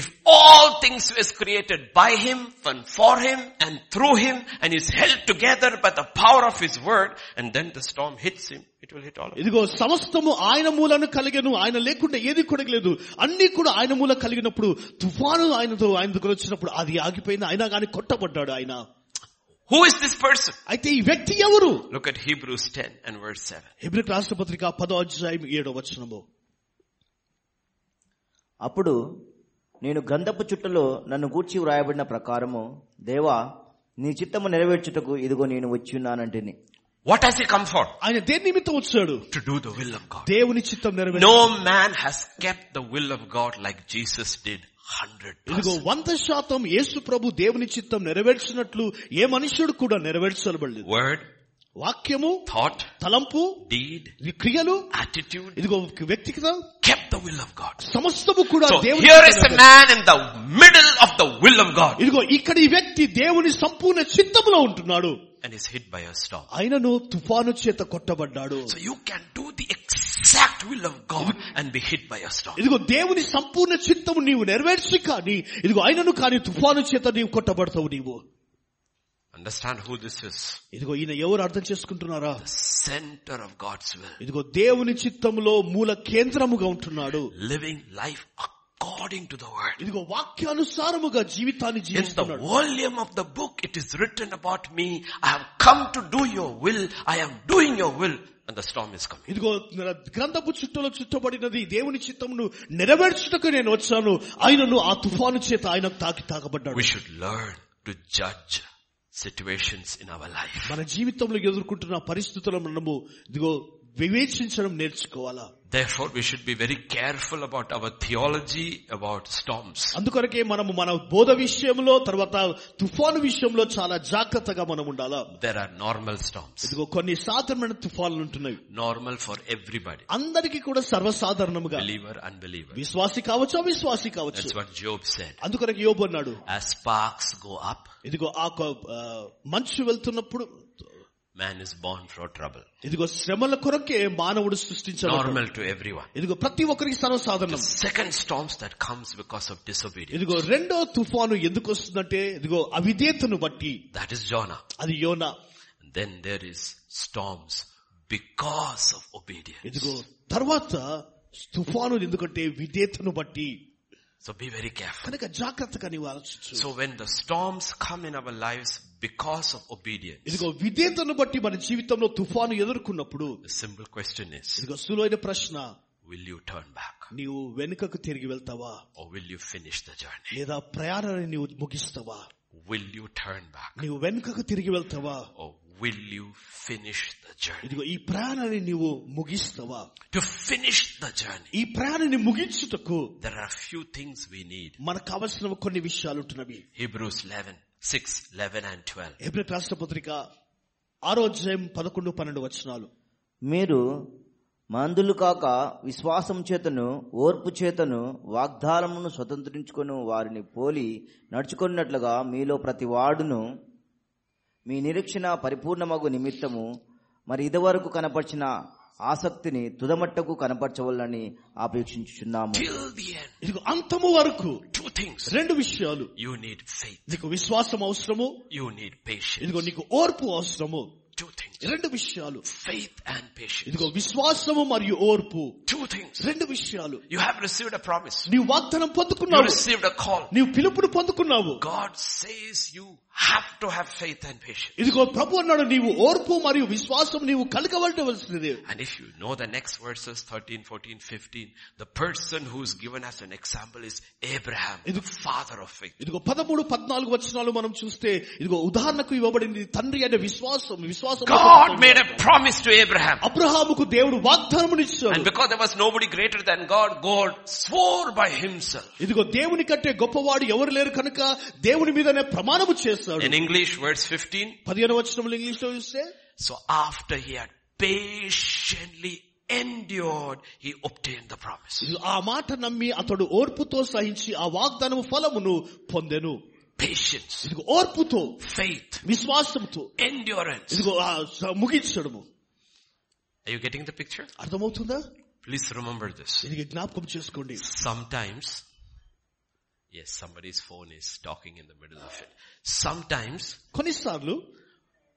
If all things was created by Him and for Him and through Him and is held together by the power of His word and then the storm hits Him, it will hit all of us. ఇదిగో సమస్తము ఆయన మూలను కలిగను ఆయన లేకుండా ఏది కొడగలేదు అన్ని కూడా ఆయన మూల కలిగినప్పుడు తుఫాను ఆయనతో ఆయన దగ్గర వచ్చినప్పుడు అది ఆగిపోయింది అయినా కానీ కొట్టబడ్డాడు ఆయన Who is this person? అయితే ఈ వ్యక్తి ఎవరు Look at Hebrews 10 and verse 7. హెబ్రిక్ రాష్ట్రపత్రిక పదో అధ్యాయం ఏడో వచనము అప్పుడు నేను గంధపు చుట్టలో నన్ను గూర్చి వ్రాయబడిన ప్రకారము దేవా నీ చిత్తము నెరవేర్చుటకు ఇదిగో నేను వచ్చున్నానంటిని What has He come for? ఆయన దేని నిమిత్తం వచ్చాడు To do the will of God. దేవుని చిత్తం నెరవేరు No man has kept the will of God like Jesus did 100 ఇదిగో వంద శాతం యేసు ప్రభు దేవుని చిత్తం నెరవేర్చినట్లు ఏ మనుషుడు కూడా నెరవేర్చబడలేదు Word, వాక్యము thought, తలంపు deed, ఇది క్రియలు attitude, ఇదిగో వ్యక్తిగత kept the will of God. సమస్తము కూడా So దేవుని here is చిత్తం a man in the middle of the will of God ఇదిగో ఇక్కడ ఈ వ్యక్తి దేవుని సంపూర్ణ చిత్తములో ఉంటున్నాడు and is hit by a storm. ఆయనను తుఫాను చేత కొట్టబడ్డాడు So you can do the exact will of God and be hit by a storm. ఇదిగో దేవుని సంపూర్ణ చిత్తము నీవు నెరవేర్చి కానీ ఇదిగో ఆయనను కానీ తుఫాను చేత నీవు కొట్టబడతావు నీవు Understand who this is? ఇదిగో ఈయన ఎవరు అర్థం చేసుకుంటున్నారా Center of God's will. ఇదిగో దేవుని చిత్తములో మూల కేంద్రముగా ఉంటున్నాడు Living life according to the word. ఇదిగో వాక్యానుసారముగా జీవితాన్ని In the జీవిస్తున్నాడు volume of the book it is written about me. I have come to do your will. I am doing your will. And the storm is coming. ఇదిగో నా గ్రంథపు చుట్టలో చుట్టబడినది దేవుని చిత్తమును నెరవేర్చుటకు నేను వచ్చాను ఆయనను ఆ తుఫాను చేత ఆయన తాకి తాకబడ్డాడు We should learn to judge situations in our life. మన జీవితంలో ఎదుర్కొంటున్న పరిస్థితులను మనము ఇదిగో వివేచించడం నేర్చుకోవాలా Therefore we should be very careful about our theology about storms. అందుకొరకే మనము మన బోధ విషయంలో తర్వాత తుఫాను విషయంలో చాలా జాగ్రత్తగా మనం ఉండాలా There are normal storms. ఇదిగో కొన్ని సాధారణమైన తుఫాన్లు ఉంటున్నాయి Normal for everybody. అందరికీ కూడా సర్వసాధారణముగా believer, unbeliever. విశ్వాసి కావచ్చు అవిశ్వాసి కావచ్చు That's what Job said. అందుకొరకు యోబు అన్నాడు As sparks go up, ఇదిగో ఆ కొ- ఆ, మంచు వెళ్తున్నప్పుడు man is born for trouble. ఇదిగో శ్రమల కొరకే మానవుడు సృష్టించబడ్డాడు Normal to everyone. ఇదిగో ప్రతి ఒక్కరికి సర్వసాధారణం Second storms that comes because of disobedience. ఇదిగో రెండో తుఫాను ఎందుకు వస్తుందంటే ఇదిగో అవిధేతను బట్టి That is Jonah. అది యోనా And then there is storms because of obedience. ఇదిగో తర్వాత తుఫాను ఎందుకంటే విధేతను బట్టి So be very careful. కనుక జాగ్రత్తగా నీవు ఆలోచించు So when the storms come in our lives because of obedience, ఇదిగో విధేతను బట్టి మన జీవితంలో తుఫాను ఎదుర్కొన్నప్పుడు the simple question is, ఇదిగో సులువైన ప్రశ్న will you turn back నీవు వెనుకకు తిరిగి వెళ్తావా or will you finish the journey? లేదా ప్రయాణాన్ని నీవు ముగిస్తావా Will you turn back నీవు వెనుకకు తిరిగి వెళ్తావా or will you finish the journey? ఇదిగో ఈ ప్రయాణాన్ని నీవు ముగిస్తావా To finish the journey. ఈ ప్రయాణాన్ని ముగించుటకు There are a few things we need. మనకు కావలసిన కొన్ని విషయాలు ఉంటున్నవి Hebrews 11, 6, 11 and 12. ఏప్రిల్ రాష్ట్ర పత్రిక ఆరో అధ్యాయం పదకొండు పన్నెండు వచనాలు మీరు మందులు కాక విశ్వాసం చేతను ఓర్పు చేతను వాగ్దానమును స్వతంత్రించుకొని వారిని పోలి నడుచుకున్నట్లుగా మీలో ప్రతి వాడును మీ నిరీక్షణ పరిపూర్ణమగు నిమిత్తము మరి ఇదివరకు కనపరిచిన ఆసక్తిని తుదమట్టకు కనపరచవలని ఆపేక్షించుచున్నాము Till the end. ఇదిగో అంతము వరకు Two things. రెండు విషయాలు You need faith. నీకు విశ్వాసం అవసరము You need patience. ఇదిగో నీకు ఓర్పు అవసరము Two things. రెండు విషయాలు Faith and patience. ఇదిగో విశ్వాసము మరియు ఓర్పు Two things. రెండు విషయాలు You have received a promise. నీవు వాగ్దానం You పొందుకున్నావు received a call. నీవు పిలుపును పొందుకున్నావు God says you have to have faith and patience. ఇదిగో ప్రభు అన్నాడు నీవు ఓర్పు మరియు విశ్వాసం నీవు కలగవలవలసినది And if you know the next verses 13, 14, 15, the person who is given as an example is Abraham, the father of faith. ఇదిగో పదమూడు పద్నాలుగు వచనాలు మనం చూస్తే ఇదిగో ఉదాహరణకు ఇవ్వబడింది తండ్రి అనే విశ్వాసం God విశ్వాసం made a promise to Abraham. అబ్రహాముకు దేవుడు వాగ్దానమునిచ్చాడు And because there was nobody greater than God, God swore by himself. ఇదిగో దేవుని కంటే గొప్పవాడు ఎవరు లేరు కనుక దేవుని మీదనే ప్రమాణము చేస్తాడు In English, verse 15, పదిహేను వచనములు ఇంగ్లీష్ లో చూస్తే so after he had patiently endured, he obtained the promise. ఇదిగో ఆ మాట నమ్మి అతడు ఓర్పుతో సహించి ఆ వాగ్దానము ఫలమును పొందెను patience, ఇదిగో ఓర్పుతో faith, విశ్వాసంతో endurance. ఇదిగో ఆ స- ముగించడము Are you getting the picture? అర్థమవుతుందా Please remember this. ఇది జ్ఞాపకం చేసుకోండి Sometimes, yes, somebody's phone is talking in the middle of it. Sometimes కొన్నిసార్లు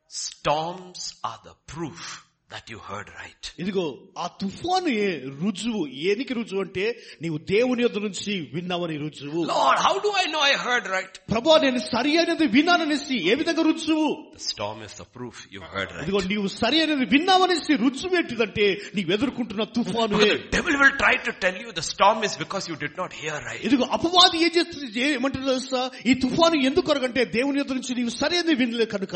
storms are the proof that you heard right. ఇదిగో ఆ తుఫాను ఏ రుజువు ఏనికి రుజువు అంటే నీవు దేవుని యొద్ద నుంచి విన్నావని రుజువు Lord, how do I know I heard right? ప్రభా నేను సరి అనేది విన్నాననేసి ఏ విధంగా రుజువు The storm is the proof you heard right. ఇదిగో నీవు సరి అనేది విన్నావనేసి రుజువు ఏంటిదంటే నీవు ఎదుర్కొంటున్న తుఫాను Because the devil will try to tell you the storm is because you did not hear right. ఇదిగో అపవాది ఏం చేస్తుంది ఏ- ఏమంటారు తెలుసా ఈ తుఫాను ఎందుకు కొరకంటే దేవుని యొద్ద నుంచి నీవు సరి అనేది వినలే కనుక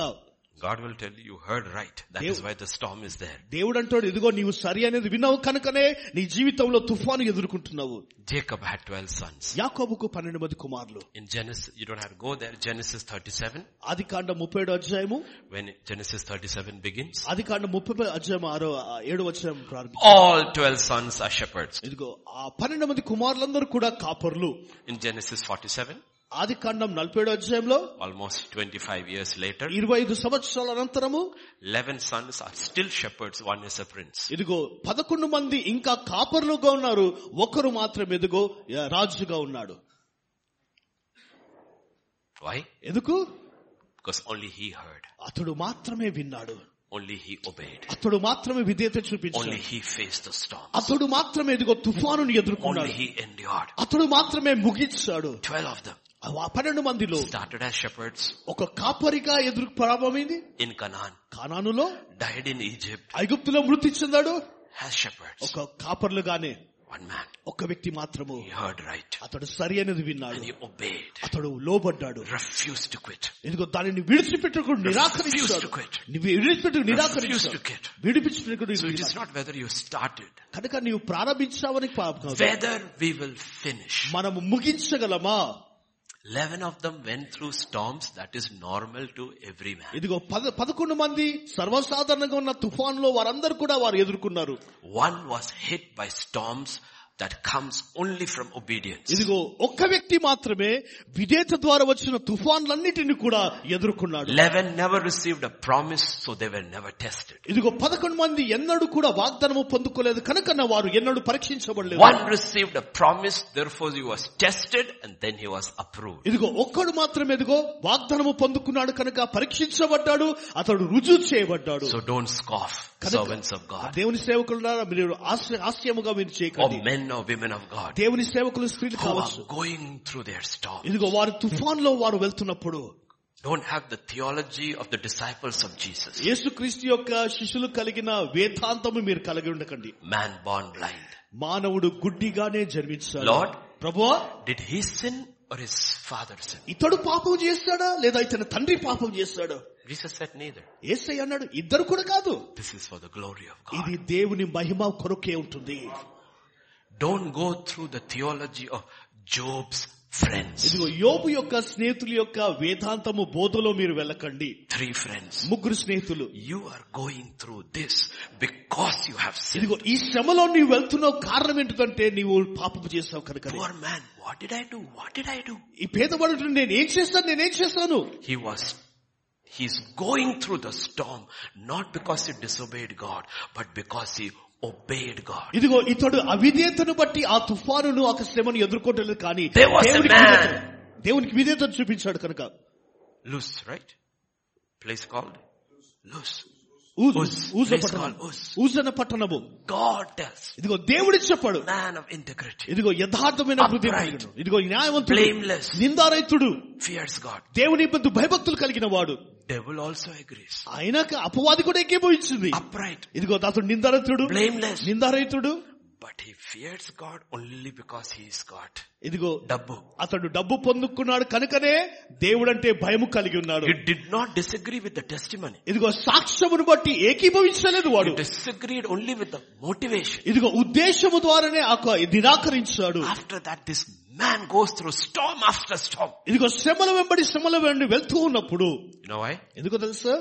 God will tell you you heard right. That is why the storm is there. దేవుడు అంటాడు ఇదిగో నీవు సరి అనేది విన్నావు కనుకనే నీ జీవితంలో తుఫాను ఎదుర్కొంటున్నావు Jacob had 12 sons. యాకోబుకు పన్నెండు మంది కుమారులు In Genesis, you don't have to go there, Genesis 37. ఆది కాండ ముప్పై ఏడు అధ్యాయము When Genesis 37 begins, ఆది కాండ ముప్పై అధ్యాయం ఆరో ఆ ఏడు అధ్యాయం ప్రారంభం all 12 sons are shepherds. ఇదిగో ఆ పన్నెండు మంది కుమారులందరూ కూడా కాపర్లు In Genesis 47, ఆది కాండం నలభై ఏడు అధ్యాయంలో almost 25 years later, ఇరవై ఐదు సంవత్సరాల అనంతరము 11 sons are still shepherds, one is a prince. ఇదిగో పదకొండు మంది ఇంకా కాపర్లుగా ఉన్నారు ఒకరు మాత్రం ఎదుగో రాజుగా ఉన్నాడు Why? ఎందుకు Because only he heard. అతడు మాత్రమే విన్నాడు Only he obeyed. అతడు మాత్రమే విధేయత Only చూపించాడు he faced the storm. అతడు మాత్రమే ఇదిగో తుఫానుని Only ఎదుర్కొన్నాడు he endured. అతడు మాత్రమే ముగించాడు 12 of them ఆ పన్నెండు మందిలో started as shepherds ఒక కాపరిగా ఎదురు ప్రారంభమైంది in Canaan, కానానులో died in Egypt ఐగుప్తులో మృతి చెందాడు as shepherds. ఒక కాపర్లుగానే One man. ఒక వ్యక్తి మాత్రము He heard right. అతడు సరి అనేది And విన్నాడు he obeyed. అతడు లోబడ్డాడు Refused to quit. ఇదిగో దానిని విడిచిపెట్టకుండా Refused నిరాకరించాడు to quit. నువ్వు విడిచిపెట్టుకు Refused నిరాకరించాడు to quit. So it is విడిపించుకుని not whether you started, కనుక నీవు ప్రారంభించావని పాపం కాదు. whether we will finish. మనము ముగించగలమా 11 of them went through storms that is normal to every man. ఇదిగో పద పదకొండు మంది సర్వసాధారణంగా ఉన్న తుఫాన్లో వారందరూ కూడా వారు ఎదుర్కొన్నారు One was hit by storms that comes only from obedience. ఇదిగో ఒక్క వ్యక్తి మాత్రమే విధేత ద్వారా వచ్చిన తుఫాన్లన్నిటిని కూడా ఎదుర్కొన్నాడు 11 never received a promise, so they were never tested. ఇదిగో పదకొండు మంది ఎన్నడూ కూడా వాగ్దానము పొందుకోలేదు కనుక నా వారు ఎన్నడూ పరీక్షించబడలేదు One received a promise, therefore he was tested and then he was approved. ఇదిగో ఒక్కడు మాత్రమే ఇదిగో వాగ్దానము పొందుకున్నాడు కనుక పరీక్షించబడ్డాడు అతడు రుజువు చేయబడ్డాడు So don't scoff, కనుక servants of ఆ God, Oh, దేవుని సేవకులున్నారా మీరు ఆశ్ర- ఆశ్రయముగా మీరు or చేయకండి men or women of God, దేవుని సేవకులు స్త్రీలు who are కావచ్చు going through their storm. ఇదిగో వారు తుఫాన్లో వారు వెళ్తున్నప్పుడు Don't have the theology of the disciples of Jesus. యేసుక్రీస్తు యొక్క శిష్యులు కలిగిన వేదాంతము మీరు కలిగి ఉండకండి Man born blind. మానవుడు గుడ్డిగానే జన్మించాడు Lord. ప్రభువా Did he sin or his father sin? ఇతడు పాపం చేస్తాడా లేదా ఇతని తండ్రి పాపం చేస్తాడా Jesus said neither. ఏసై అన్నాడు ఇద్దరు కూడా కాదు This is for the glory of God. ఇది దేవుని మహిమ కొరకే ఉంటుంది Don't go through the theology of Job's friends. ఇదిగో యోబు యొక్క స్నేహితుల యొక్క వేదాంతము బోధలో మీరు వెళ్ళకండి Three friends. ముగ్గురు స్నేహితులు You are going through this because you have sinned. ఇదిగో ఈ శ్రమలో నీవు వెళ్తున్నావు కారణం ఏంటంటే నీవు పాపము చేస్తావు కనుక Poor man, what did I do? What did I do? ఈ పేదవాడు నేను ఏం చేస్తాను నేనేం చేస్తాను He was, he's going through the storm, not because he disobeyed God, but because he obeyed God. ఇదిగో ఇతడు అవిధేతను బట్టి ఆ తుఫానును ఆ శ్రమను ఎదుర్కోవట్లేదు కానీ There was a దేవునికి man. విధేయత- దేవునికి విధేత చూపించాడు కనుక Loose, right? Place called? Loose. Uz- Uz. ఊజ Place పట్టణం. called Uz. ఊజన పట్టణము God tells. ఇదిగో దేవుడు చెప్పాడు Man of integrity. ఇదిగో యథార్థమైన హృదయం Upright. కలిగిన వాడు. ఇదిగో న్యాయవంతుడు Blameless. నిందారైతుడు Fears God. దేవుని బంధు భయభక్తులు కలిగిన వాడు Devil also agrees. ఆయన అపవాది కూడా ఎక్కిపోయించింది Upright. ఇదిగో అతడు నిందారైతుడు Blameless. నిందారైతుడు But he fears God only because he's got ఇదిగో double. అతడు డబ్బు పొందుకున్నాడు కనుకనే దేవుడంటే భయము కలిగి ఉన్నాడు He did not disagree with the testimony. ఇదిగో సాక్ష్యమును బట్టి ఏకీభవించలేదు వాడు He disagreed only with the motivation. ఇదిగో ఉద్దేశము ద్వారానే ఆ క- నిరాకరించాడు After that, this man goes through storm after storm. ఇదిగో శ్రమల వెంబడి శ్రమల వెంబడి వెళ్తూ ఉన్నప్పుడు You know why? ఎందుకో తెలుసా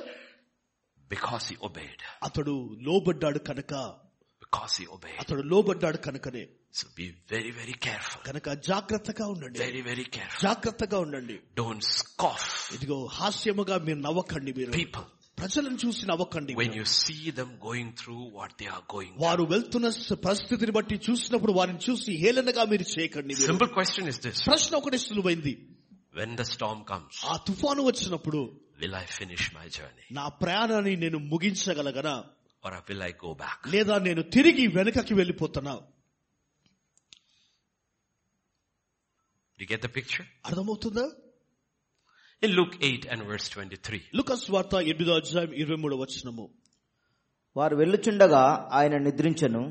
Because he obeyed. అతడు లోబడ్డాడు కనుక Because he obeyed. అతడు లోబడ్డాడు కనుకనే So be very, very careful. కనుక జాగ్రత్తగా ఉండండి Very, very careful. జాగ్రత్తగా ఉండండి Don't scoff ఇదిగో హాస్యముగా మీరు నవ్వకండి మీరు people ప్రజలను చూసి నవ్వకండి when you see them going through what they are going వారు వెళ్తున్న స- పరిస్థితిని బట్టి చూసినప్పుడు వారిని చూసి హేళనగా మీరు చేయకండి through. మీరు. Simple question is this. ప్రశ్న ఒకటి సులువైంది When the storm comes, ఆ తుఫాను వచ్చినప్పుడు will I finish my journey నా ప్రయాణాన్ని నేను ముగించగలగనా or will I go back? లేదా నేను తిరిగి వెనుకకి వెళ్ళిపోతున్నా Do you get the picture? అర్థమవుతుందా In Luke 8 and verse 23. Lukkas వార్త ఎనిమిదో అధ్యాయం ఇరవై మూడో వచనము వారు వెళ్ళుచుండగా ఆయన నిద్రించను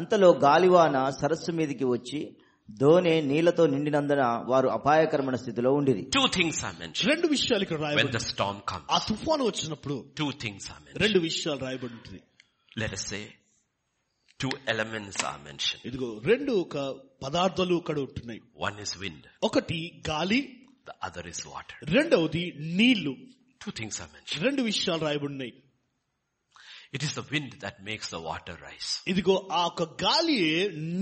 అంతలో గాలివాన సరస్సు మీదికి వచ్చి దోణి నీళ్లతో నిండినందున వారు అపాయకరమైన స్థితిలో ఉండిరి Two things are mentioned. రెండు విషయాలు ఇక్కడ When రాయబడి the storm comes, ఆ తుఫాను వచ్చినప్పుడు two things are mentioned. రెండు విషయాలు రాయబడి ఉంటుంది Let us say two elements are mentioned. ఇదిగో రెండు ఒక పదార్థాలు ఇక్కడ ఉంటున్నాయి One is wind. ఒకటి గాలి The other is water. రెండవది నీళ్లు Two things are mentioned. రెండు విషయాలు రాయబడినాయి It is the wind that makes the water rise. ఇదిగో ఆ ఒక గాలి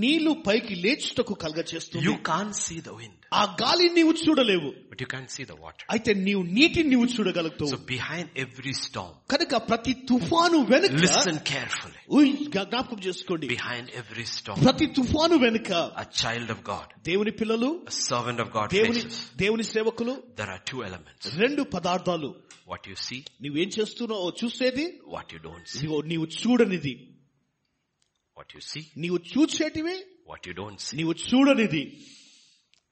నీళ్లు పైకి లేచుటకు కలగ చేస్తుంది You can't see the wind, ఆ గాలి నీవు చూడలేవు but you can't see the water. అయితే నీవు నీటిని నీవు చూడగలుగుతావు So behind every storm, కనుక ప్రతి తుఫాను వెనుక listen carefully. ఉయ్, జ్ఞాపకం చేసుకోండి Behind every storm, ప్రతి తుఫాను వెనుక a child of God, దేవుని పిల్లలు a servant of God దేవుని faces. దేవుని సేవకులు There are two elements. రెండు పదార్థాలు What you see, నువ్వేం చేస్తున్నావో చూసేది what you don't see. ఇదిగో నీవు చూడనిది What you see, నీవు చూసేటివి what you don't see. నీవు చూడనిది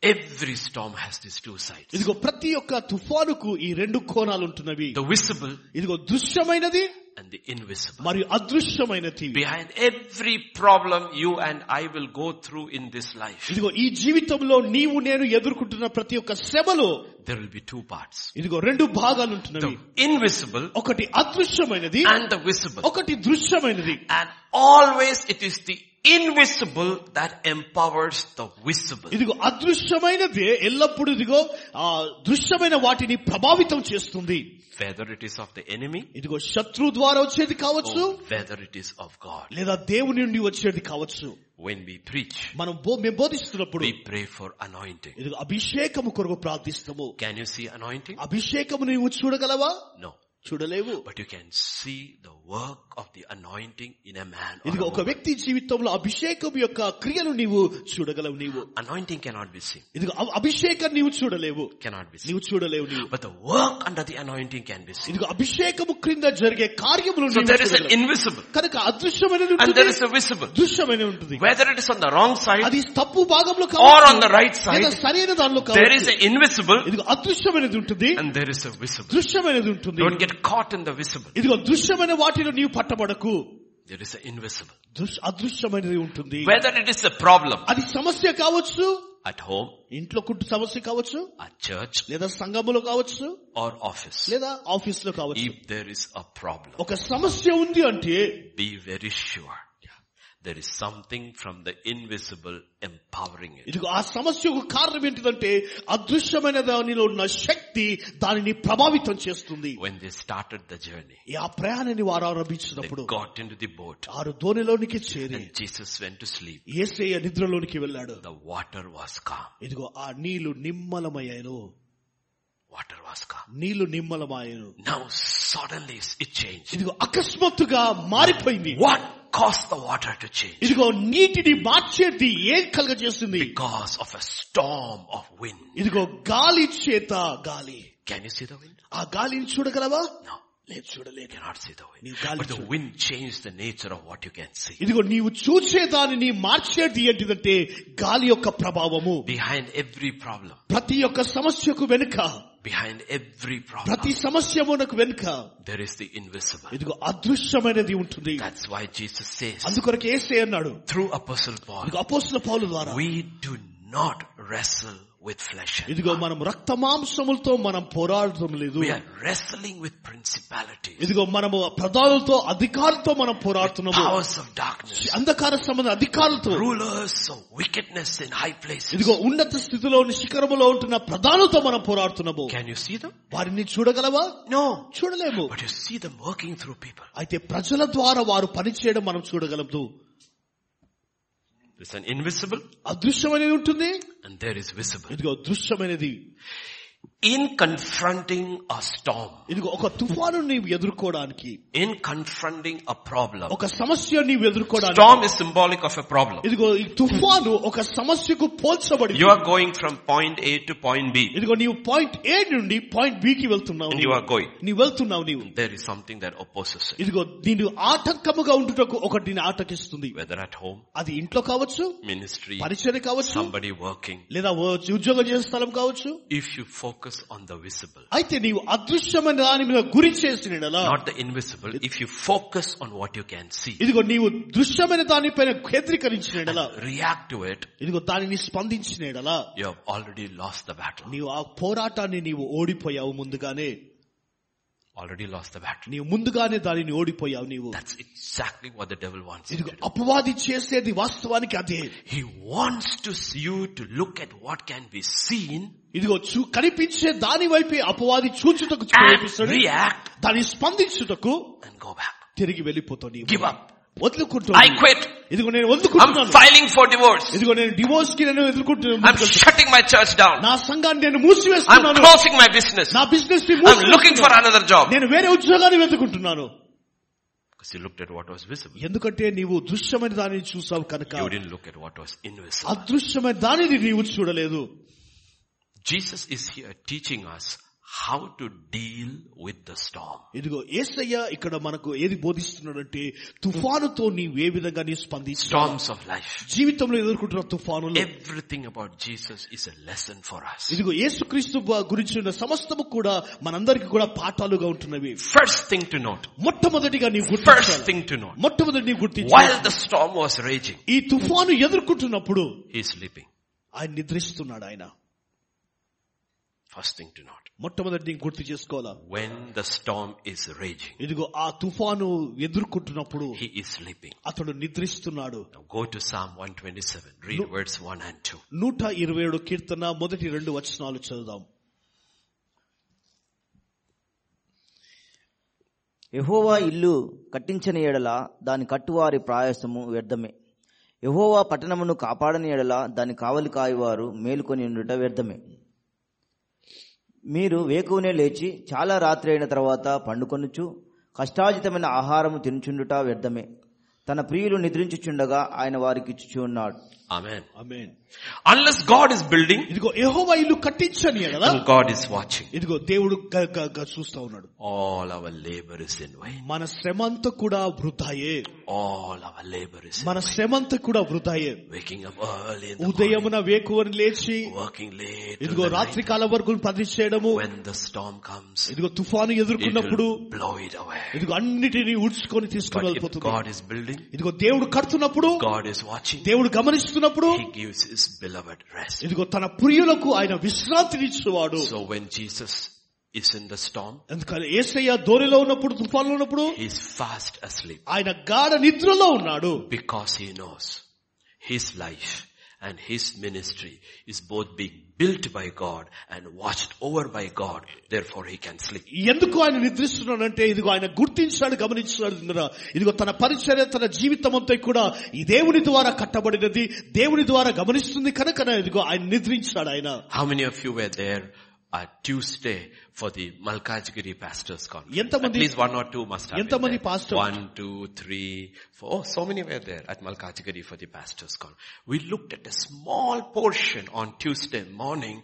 Every storm has these two sides. ఇదిగో ప్రతి ఒక్క తుఫానుకు ఈ రెండు కోణాలు ఉంటున్నవి The visible ఇదిగో దృశ్యమైనది and the invisible. మరియు అదృశ్యమైనది Behind every problem you and I will go through in this life, ఇదిగో ఈ జీవితంలో నీవు నేను ఎదుర్కొంటున్న ప్రతి ఒక్క శ్రమలో there will be two parts. ఇదిగో రెండు భాగాలు ఉంటున్నవి The invisible ఒకటి అదృశ్యమైనది and the visible. ఒకటి దృశ్యమైనది And always it is the invisible that empowers the visible. ఇదిగో అదృశ్యమైనది ఎల్లప్పుడూ ఇదిగో ఆ దృశ్యమైన వాటిని ప్రభావితం చేస్తుంది Whether it is of the enemy ఇదిగో శత్రు ద్వారా వచ్చేది కావచ్చు or whether it is of God. లేదా దేవుని నుండి వచ్చేది కావచ్చు When we preach, మనం బో- మేము బోధిస్తున్నప్పుడు we pray for anointing. ఇదిగో అభిషేకము కొరకు ప్రార్థిస్తాము Can you see anointing? అభిషేకము నీవు చూడగలవా No. చూడలేవు But you can see the work of the anointing in a man. Or a ఇదిగో ఒక woman. వ్యక్తి జీవితంలో అభిషేకం యొక్క క్రియలు నీవు చూడగలవు నీవు Anointing cannot be seen. ఇదిగో అ- అభిషేకం నీవు చూడలేవు Cannot be seen. నీవు చూడలేవు నీవు But the work under the anointing can be seen. ఇదిగో అభిషేకము క్రింద జరిగే కార్యములు So నీవు there is an చూడగలవు. invisible కనుక అదృశ్యమైనది and there ఉంటుంది is a visible. దృశ్యమైన ఉంటుంది Whether it is on the wrong side, అది తప్పు భాగంలో Or on the right side, లేదా సరైన దానిలో there is కావచ్చు an invisible ఇదిగో అదృశ్యమైనది ఉంటుంది and there is a visible. దృశ్యమైనది ఉంటుంది Don't get caught in the visible. ఇదిగో దృశ్యమైన వాటిలో నీవు పట్టబడకు There is an invisible. దృశ్- అదృశ్యమైనది ఉంటుంది Whether it is a problem అది సమస్య కావచ్చు at home, ఇంట్లో కుట్టు సమస్య కావచ్చు at church లేదా సంఘములో కావచ్చు or office, లేదా ఆఫీస్ లో కావచ్చు if there is a problem, ఒక సమస్య ఉంది అంటే be very sure there is something from the invisible empowering it. ఇదిగో ఆ సమస్యకు కారణం ఏంటిదంటే అదృశ్యమైన దానిలో ఉన్న శక్తి దానిని ప్రభావితం చేస్తుంది When they started the journey, ఈ ఆ ప్రయాణాన్ని వారు they ఆరంభించినప్పుడు got into the boat వారు దోనిలోనికి చేరి and Jesus went to sleep. ఏసయ్య నిద్రలోనికి వెళ్ళాడు The water was calm. ఇదిగో ఆ నీళ్లు నిమ్మలమయ్యాను Water was calm. నీళ్లు నిమ్మలమాయను Now suddenly it changed. ఇదిగో అకస్మాత్తుగా మారిపోయింది What caused the water to change? ఇదిగో నీటిని మార్చేది ఏం కలగజేసింది Because of a storm of wind. ఇదిగో గాలి చేత గాలి Can you see the wind? ఆ గాలిని చూడగలవా No. లేదు చూడలేదు You cannot see the wind. You can't But see. the wind changed the nature of what you can see. ఇదిగో నీవు చూసే దానిని మార్చేది ఏంటిదంటే గాలి యొక్క ప్రభావము Behind every problem, ప్రతి ఒక్క సమస్యకు వెనుక behind every problem, ప్రతి సమస్యమునకు వెనుక there is the invisible. ఇదిగో అదృశ్యమైనది ఉంటుంది That's why Jesus says, అందుకొరకు ఏసే అన్నాడు through Apostle Paul, ఇదిగో అపోస్తుల పౌలు ద్వారా we do not wrestle with flesh and ఇదిగో మనం రక్త మాంసములతో మనం పోరాడటం లేదు We are wrestling with principalities, ఇదిగో మనము ప్రధానులతో అధికారులతో మనం పోరాడుతున్నాము powers of darkness, అంధకార సంబంధ అధికారులతో rulers of wickedness in high places. ఇదిగో ఉన్నత స్థితిలో ఉన్న శిఖరములో ఉంటున్న ప్రధానులతో మనం పోరాడుతున్నాము Can you see them? వారిని చూడగలవా No. చూడలేము But you see them working through people. అయితే ప్రజల ద్వారా వారు పనిచేయడం మనం చూడగలదు There's an invisible అదృశ్యం అనేది ఉంటుంది and there is visible. ఇదిగో దృశ్యమైనది In confronting a storm, ఇదిగో ఒక తుఫాను నీవు ఎదుర్కోవడానికి in confronting a problem, ఒక సమస్య నీవు ఎదుర్కోవడానికి storm is symbolic of a problem. ఇదిగో ఈ తుఫాను ఒక సమస్యకు పోల్చబడి You are going from point A to point B ఇదిగో నీవు పాయింట్ ఏ నుండి పాయింట్ బి కి వెళ్తున్నావు and you are going. నీవు వెళ్తున్నావు నీవు There is something that opposes it. ఇదిగో దీని ఆటంకముగా ఉంటుటకు ఒకటి దీన్ని ఆటంకిస్తుంది Whether at home, అది ఇంట్లో కావచ్చు ministry, పరిచయం కావచ్చు somebody working. లేదా ఓ ఉద్యోగం చేసే స్థలం కావచ్చు If you focus on the visible, అయితే నీవు అదృశ్యమైన దాని మీద గురి చేసిన యెడల, not the invisible, if you focus on what you can see, ఇదిగో నీవు దృశ్యమైన దానిపైన కేంద్రీకరించిన యెడల, react to it, ఇదిగో దానిని స్పందించిన యెడల, you have already lost the battle. నీవు ఆ పోరాటాన్ని నీవు ఓడిపోయావు ముందుగానే Already lost the battle. నీవు ముందుగానే దానిని ఓడిపోయావు నీవు That's exactly what the devil wants. you to ఇదిగో do. అపవాది చేసేది వాస్తవానికి అదే He wants to see you to look at what can be seen ఇదిగో చూ కనిపించే దాని వైపే అపవాది చూచుటకు and ప్రయత్నిస్తాడు. react దాన్ని స్పందించుటకు and go back. తిరిగి వెళ్ళిపోతావు నీవు Give up. వదులుకుంటావు I నీవు. quit. ఇదిగో నేను I'm వదులుకుంటున్నాను filing for divorce. ఇదిగో నేను డివోర్స్ కి నేను ఎదుర్కొంటున్నాను I'm shutting my church down. నా సంఘాన్ని నేను I'm మూసివేస్తున్నాను closing my business. నా బిజినెస్ ని I'm looking for మూసివేస్తున్నాను. another job. నేను వేరే ఉద్యోగాన్ని వెతుకుంటున్నాను Because you looked at what was visible. ఎందుకంటే నీవు దృశ్యమైన దానిని చూసావు You కనుక didn't look at what was invisible. అదృశ్యమైన దానిని నీవు చూడలేదు Jesus is here teaching us how to deal with the storm. ఇదిగో ఏసయ్య ఇక్కడ మనకు ఏది బోధిస్తున్నాడంటే తుఫానుతో నీవు ఏ విధంగా నీవు స్పందించావు Storms of life. జీవితంలో ఎదుర్కొంటున్న తుఫానులు Everything about Jesus is a lesson for us. ఇదిగో యేసుక్రీస్తు బ- గురించి ఉన్న సమస్తము కూడా మనందరికి కూడా పాఠాలుగా ఉంటున్నవి First thing to note. మొట్టమొదటిగా నీవు First గుర్తించాలి thing to note. మొట్టమొదటి నీవు గుర్తించాలి While the storm was raging, ఈ తుఫాను ఎదుర్కొంటున్నప్పుడు he's sleeping. ఆయన నిద్రిస్తున్నాడు ఆయన First thing to note. మొట్టమొదటి నీకు గుర్తు చేసుకోవాలా When the storm is raging, ఇదిగో ఆ తుఫాను ఎదుర్కొంటున్నప్పుడు he is sleeping. అతడు నిద్రిస్తున్నాడు Now go to Psalm 127. Read words 1 and 2. నూట ఇరవై ఏడు కీర్తన మొదటి రెండు వచనాలు చదువుదాం యహోవా ఇల్లు కట్టించని ఎడల దాని కట్టువారి ప్రయాసము వ్యర్థమే యహోవా పట్టణమును కాపాడని ఎడల దాని కావలి కాయవారు మేలుకొని ఉండుట వ్యర్థమే మీరు వేకువనే లేచి చాలా రాత్రి అయిన తర్వాత పండుకొనుచు కష్టాజితమైన ఆహారము తినుచుండుట వ్యర్థమే తన ప్రియులు నిద్రించుచుండగా ఆయన వారికి ఇచ్చుచు ఉన్నాడు Amen. Amen Unless God is building, ఇదిగో యెహోవా ఇల్లు కట్టించని కదా and God is watching, ఇదిగో దేవుడు గ- గ- గ- చూస్తా ఉన్నాడు all our labor is in vain. మన శ్రమ అంతా కూడా వృధాయే All our labor is in మన శ్రమ అంతా కూడా వృధాయే waking up early in the ఉదయమున వేకువని లేచి morning, working late. till ఇదిగో the night. రాత్రి కాలం వరకు పని చేయడము When the storm comes, ఇదిగో తుఫాను it ఎదుర్కొన్నప్పుడు will blow it away. ఇదిగో అన్నిటినీ ఊడ్చుకొని But తీసుకుని if వెళ్ళిపోతుంది God is building, ఇదిగో దేవుడు కడుతున్నప్పుడు God is watching. దేవుడు గమనిస్తున్నప్పుడు He gives his beloved rest. ఇదిగో తన ప్రియులకు ఆయన విశ్రాంతినిచ్చేవాడు So when Jesus is in the storm, ఎందుకంటే ఏసయ్య దోరిలో ఉన్నప్పుడు తుఫాన్లో ఉన్నప్పుడు he is fast asleep. ఆయన గాఢ నిద్రలో ఉన్నాడు Because he knows his life and his ministry is both being built by God and watched over by God. Therefore he can sleep. ఎందుకు ఆయన నిద్రిస్తున్నాడంటే ఇదిగో ఆయన గుర్తించాడు గమనించాడు ఇందులో. ఇదిగో తన పరిచర్య తన జీవితం అంతా కూడా ఈ దేవుని ద్వారా కట్టబడినది దేవుని ద్వారా గమనిస్తుంది కనుక ఇదిగో ఆయన నిద్రించాడు ఆయన How many of you were there at Tuesday for the Malkajgiri Pastors Conference? ఎంతమంది- At least one or two must have been ఎంతమంది there. pastors? One, two, three, four. Oh, so many were there at Malkajgiri for the Pastors Conference. We looked at a small portion on Tuesday morning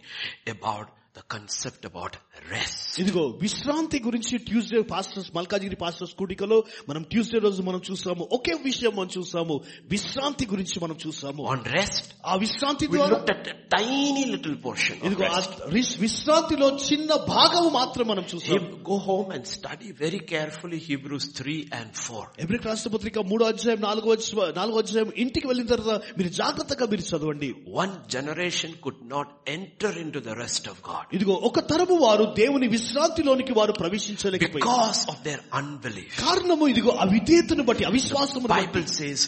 about the concept about rest. ఇదిగో విశ్రాంతి గురించి Tuesday pastors Malkajgiri pastors కూడికలో మనం Tuesday రోజు మనం చూసాము ఒకే విషయం మనం చూసాము విశ్రాంతి గురించి మనం చూసాము On rest, ఆ విశ్రాంతి we ద్వారా looked at a tiny little portion of ఇదిగో ఆ rest. రిస్- విశ్రాంతిలో చిన్న భాగం మాత్రం మనం He- చూసాం Go home and study very carefully Hebrews 3 and 4. ఎబ్రిక్ రాష్ట్రపత్రిక మూడో అధ్యాయం నాలుగో అధ్యాయం నాలుగో అధ్యాయం ఇంటికి వెళ్ళిన తర్వాత మీరు జాగ్రత్తగా మీరు చదవండి One generation could not enter into the rest of God. ఇదిగో ఒక తరము వారు దేవుని విశ్రాంతిలోనికి వారు ప్రవేశించలేకపోయారు because of their unbelief. కారణము ఇదిగో అవిధేతను బట్టి అవిశ్వాసమును బట్టి Bible says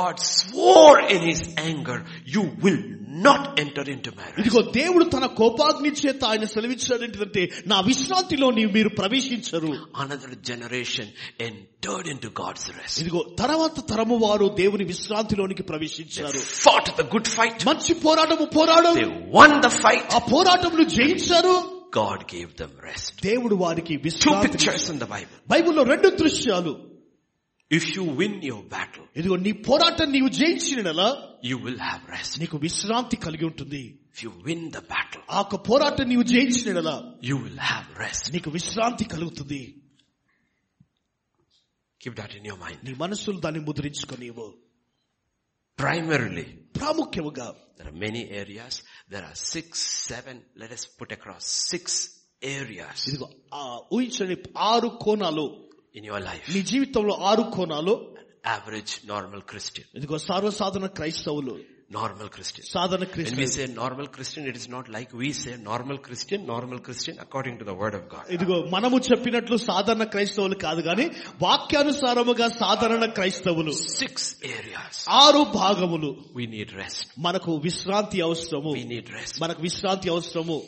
God swore in his anger, you will not enter into my rest. ఇదిగో దేవుడు తన కోపాగ్ని చేత ఆయన సెలవిచ్చాడు ఏంటంటే నా విశ్రాంతిలో నీవు మీరు ప్రవేశించరు Another generation entered into God's rest. ఇదిగో తర్వాత తరము వారు దేవుని విశ్రాంతిలోనికి They ప్రవేశించారు fought the good fight. మంచి పోరాటము పోరాడు They won the fight. ఆ పోరాటమును జయించారు God gave them rest. దేవుడు వారికి Two విశ్రాంతి pictures in the Bible. బైబిల్లో రెండు దృశ్యాలు If you win your battle, ఇదిగో నీ పోరాటం నీవు జయించిన you will have rest. నీకు విశ్రాంతి కలిగి ఉంటుంది If you win the battle, ఆ యొక్క పోరాటం నీవు జయించిన you will have rest. నీకు విశ్రాంతి కలుగుతుంది Keep that in your mind. నీ మనసులు దాన్ని ముద్రించుకునేవు Primarily, ప్రాముఖ్యముగా there are many areas. There are six, seven, let us put across six areas ఇదిగో ఆ ఊహించని ఆరు కోణాలు in your life. నీ జీవితంలో ఆరు కోణాలు Average, normal Christian. ఇదిగో సర్వసాధారణ క్రైస్తవులు Normal Christian. సాధారణ When we Christians say normal Christian, it is not like we say normal Christian, normal Christian according to the word of God. ఇదిగో మనము చెప్పినట్లు సాధారణ క్రైస్తవులు కాదు గాని వాక్యానుసారముగా సాధారణ క్రైస్తవులు Six areas. ఆరు భాగములు We need rest. మనకు విశ్రాంతి అవసరము We need rest. మనకు విశ్రాంతి అవసరము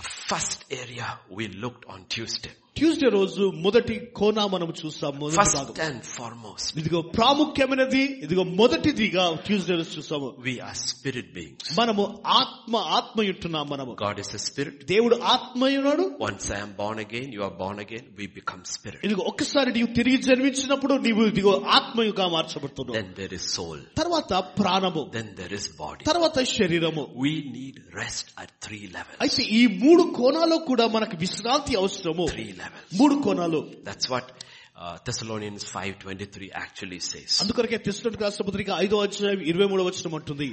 The first area we looked on Tuesday. Tuesday రోజు మొదటి కోణ మనం చూస్తాం మొదటి భాగం. First and foremost, ఇదిగో ప్రాముఖ్యమైనది ఇదిగో మొదటిదిగా ట్యూస్డే రోజు చూస్తాము we are spirit beings. మనము ఆత్మ ఆత్మయుంటున్నాం మనము God is a spirit. దేవుడు ఆత్మయున్నాడు Once I am born again, you are born again, we become spirit. ఇదిగో ఒక్కసారి నీవు తిరిగి జన్మించినప్పుడు నీవు ఇదిగో ఆత్మయుగా మార్చబడుతున్నావు Then there is soul. తర్వాత ప్రాణము Then there is body. తర్వాత శరీరము We need rest at three levels. అయితే ఈ మూడు కోణాలు కూడా మనకు విశ్రాంతి అవసరము Three levels. మూడు కోణాలు That's what uh, Thessalonians 5.23 actually says. అందుకొరకే తెస్తున్నట్టు రాష్ట్రపతిగా ఐదో అధ్యాయం ఇరవై మూడో వచనం అంటుంది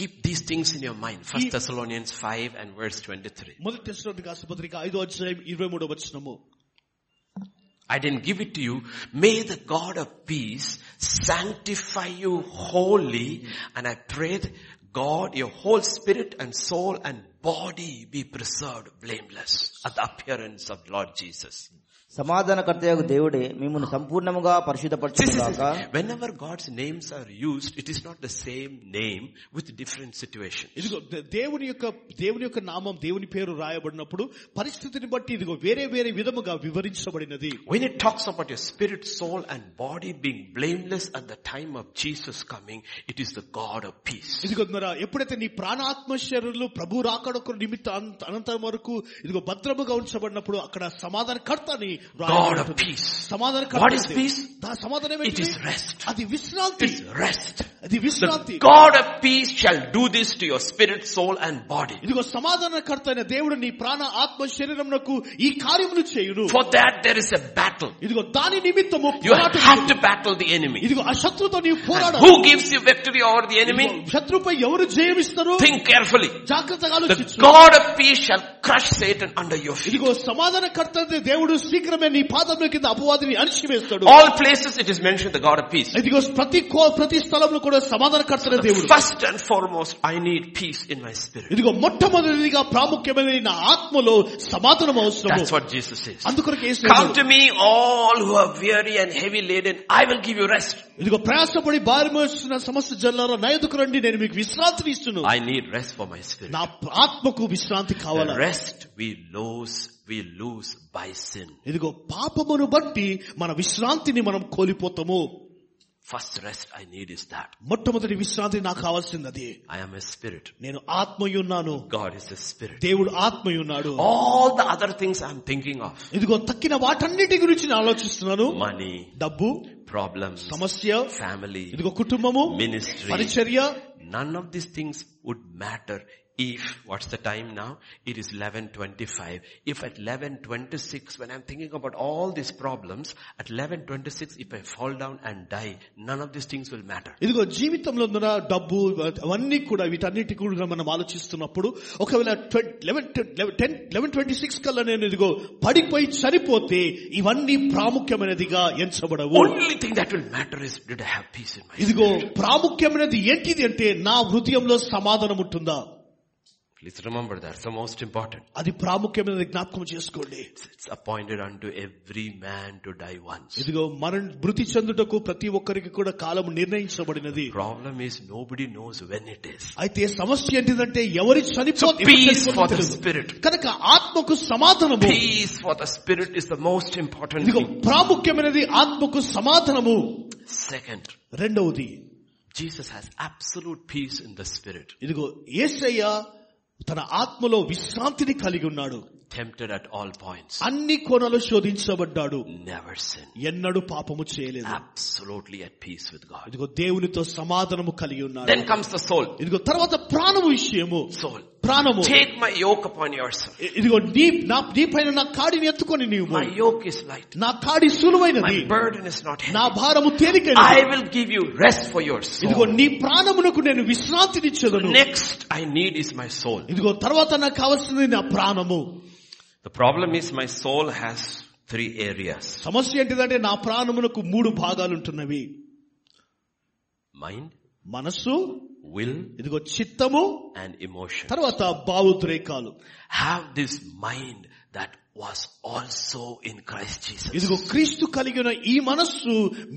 Keep these things in your mind. First Thessalonians 5 and verse 23. మొదటి తెస్తున్నట్టు రాష్ట్రపతిగా ఐదో అధ్యాయం ఇరవై మూడో వచనము I didn't give it to you. May the God of peace sanctify you wholly. And I pray that God, your whole spirit and soul and body be preserved blameless at the appearance of Lord Jesus. సమాధానకర్తయగు దేవుడే మిమ్మల్ని సంపూర్ణముగా See, see, see, పరిశుద్ధపరచుగాక see. Whenever God's names are used, it is not the same name with different situation. ఇదిగో ద- దేవుని యొక్క దేవుని యొక్క నామం దేవుని పేరు రాయబడినప్పుడు పరిస్థితిని బట్టి ఇదిగో వేరే వేరే విధముగా వివరించబడినది When it talks about your spirit, soul and body being blameless at the time of Jesus coming, it is the God of peace. ఇదిగో మరి ఎప్పుడైతే నీ ప్రాణాత్మ శరీరులు ప్రభు రాకడొక నిమిత్త అనంత- అనంతరం వరకు ఇదిగో భద్రముగా ఉంచబడినప్పుడు అక్కడ సమాధాన కర్త అని God of peace. సమాధాన What is peace? సమాధానం It ఏంటిది? is rest. అది విశ్రాంతి It's rest. అది విశ్రాంతి The God of peace shall do this to your spirit, soul and body. ఇదిగో సమాధాన కర్త అయిన దేవుడు నీ ప్రాణ ఆత్మ శరీరమునకు ఈ కార్యములు చేయును For that there is a battle. ఇదిగో దాని నిమిత్తము You పోరాటం have to battle the enemy. ఇదిగో ఆ శత్రుతో నీవు పోరాడాలి Who gives you victory over the enemy? శత్రుపై ఎవరు జయమిస్తారు Think carefully. జాగ్రత్తగా The ఆలోచించు God of peace shall crush Satan under your feet. ఇదిగో సమాధాన కర్త అయిన దేవుడు శీఘ్రమే నీ పాదముల కింద అపవాదిని అణిచివేస్తాడు All places it is mentioned the God of peace. ఇదిగో ప్రతి కో- ప్రతి స్థలంలో కూడా సమాధాన కర్త అయిన దేవుడు First and foremost, I need peace in my spirit. ఇదిగో మొట్టమొదటిగా ప్రాముఖ్యమైన నా ఆత్మలో సమాధానం అవసరము That's what Jesus says. అందుకొరకు యేసు Come అన్నాడు, to me all who are weary and heavy laden. I will give you rest. ఇదిగో ప్రయాసపడి భార్య మోస్తున్న సమస్త జల్లారా నా ఎదుకు రండి నేను మీకు విశ్రాంతిని ఇస్తున్నాను I need rest for my spirit. నా ఆత్మకు విశ్రాంతి The కావాలా rest we lose, we lose by sin. ఇదిగో పాపమును బట్టి మన విశ్రాంతిని మనం కోల్పోతాము First rest I need is that. మొట్టమొదటి విశ్రాంతి నాకు కావాల్సింది I am a spirit. నేను ఆత్మయున్నాను God is a spirit. దేవుడు ఆత్మయున్నాడు All the other things I'm thinking of. ఇదిగో తక్కిన వాటన్నిటి గురించి నేను ఆలోచిస్తున్నాను Money, డబ్బు problems, సమస్య family, ఇదిగో కుటుంబము ministry. పరిచర్య None of these things would matter if, what's the time now? It is 11.25. If at 11.26, when I'm thinking about all these problems, at 11.26, if I fall down and die, none of these things will matter. ఇదిగో జీవితంలో ఉన్న డబ్బు అవన్నీ కూడా వీటన్నిటి కూడా మనం ఆలోచిస్తున్నప్పుడు ఒకవేళ eleven ten eleven twenty six కల్లా నేను ఇదిగో పడిపోయి చనిపోతే ఇవన్నీ ప్రాముఖ్యమైనదిగా ఎంచబడవు Only thing that will matter is, did I have peace in my ఇదిగో ప్రాముఖ్యమైనది ఏంటిది అంటే నా హృదయంలో సమాధానం ఉంటుందా Please remember that's the most important. అది ప్రాముఖ్యమైనది జ్ఞాపకం చేసుకోండి It's appointed unto every man to die once. ఇదిగో మరణ మృతి చెందుటకు ప్రతి ఒక్కరికి కూడా కాలం నిర్ణయించబడినది Problem is nobody knows when it is. అయితే సమస్య ఏంటిదంటే ఎవరి చనిపో So peace ఎవరు for the చనిపోతారు? spirit. కనుక ఆత్మకు సమాధానము Peace for the spirit is the most important ఇదిగో thing. ప్రాముఖ్యమైనది ఆత్మకు సమాధానము Second, రెండవది Jesus has absolute peace in the spirit. ఇదిగో యేసయ్య తన ఆత్మలో విశ్రాంతిని కలిగి ఉన్నాడు Tempted at all points. అన్ని కోణాలు శోధించబడ్డాడు Never sin. ఎన్నడూ పాపము చేయలేదు Ah. Absolutely at peace with God. ఇదిగో దేవునితో సమాధానము కలిగి ఉన్నాడు Then comes the soul. ఇదిగో తర్వాత ప్రాణము విషయము Soul. ప్రాణము Take my yoke upon yourself. ఇ- ఇదిగో నీ నా నీ పైన నా కాడిని ఎత్తుకొని నీవు My yoke is light. నా కాడి సులువైనది My burden is not heavy. నా భారము తేలికైనది I will give you rest for your ఇదిగో soul. నీ ప్రాణమునకు నేను విశ్రాంతినిచ్చేదను Next I need is my soul. ఇదిగో తర్వాత నాకు కావలసింది నా ప్రాణము The problem is my soul has three areas. సమస్య ఏంటిదంటే నా ప్రాణమునకు మూడు భాగాలుంటున్నవి Mind, మనస్సు will, ఇదిగో చిత్తము and emotion. తర్వాత భావోద్రేకాలు Have this mind that was also in Christ Jesus. ఇదిగో క్రీస్తు కలిగిన ఈ మనస్సు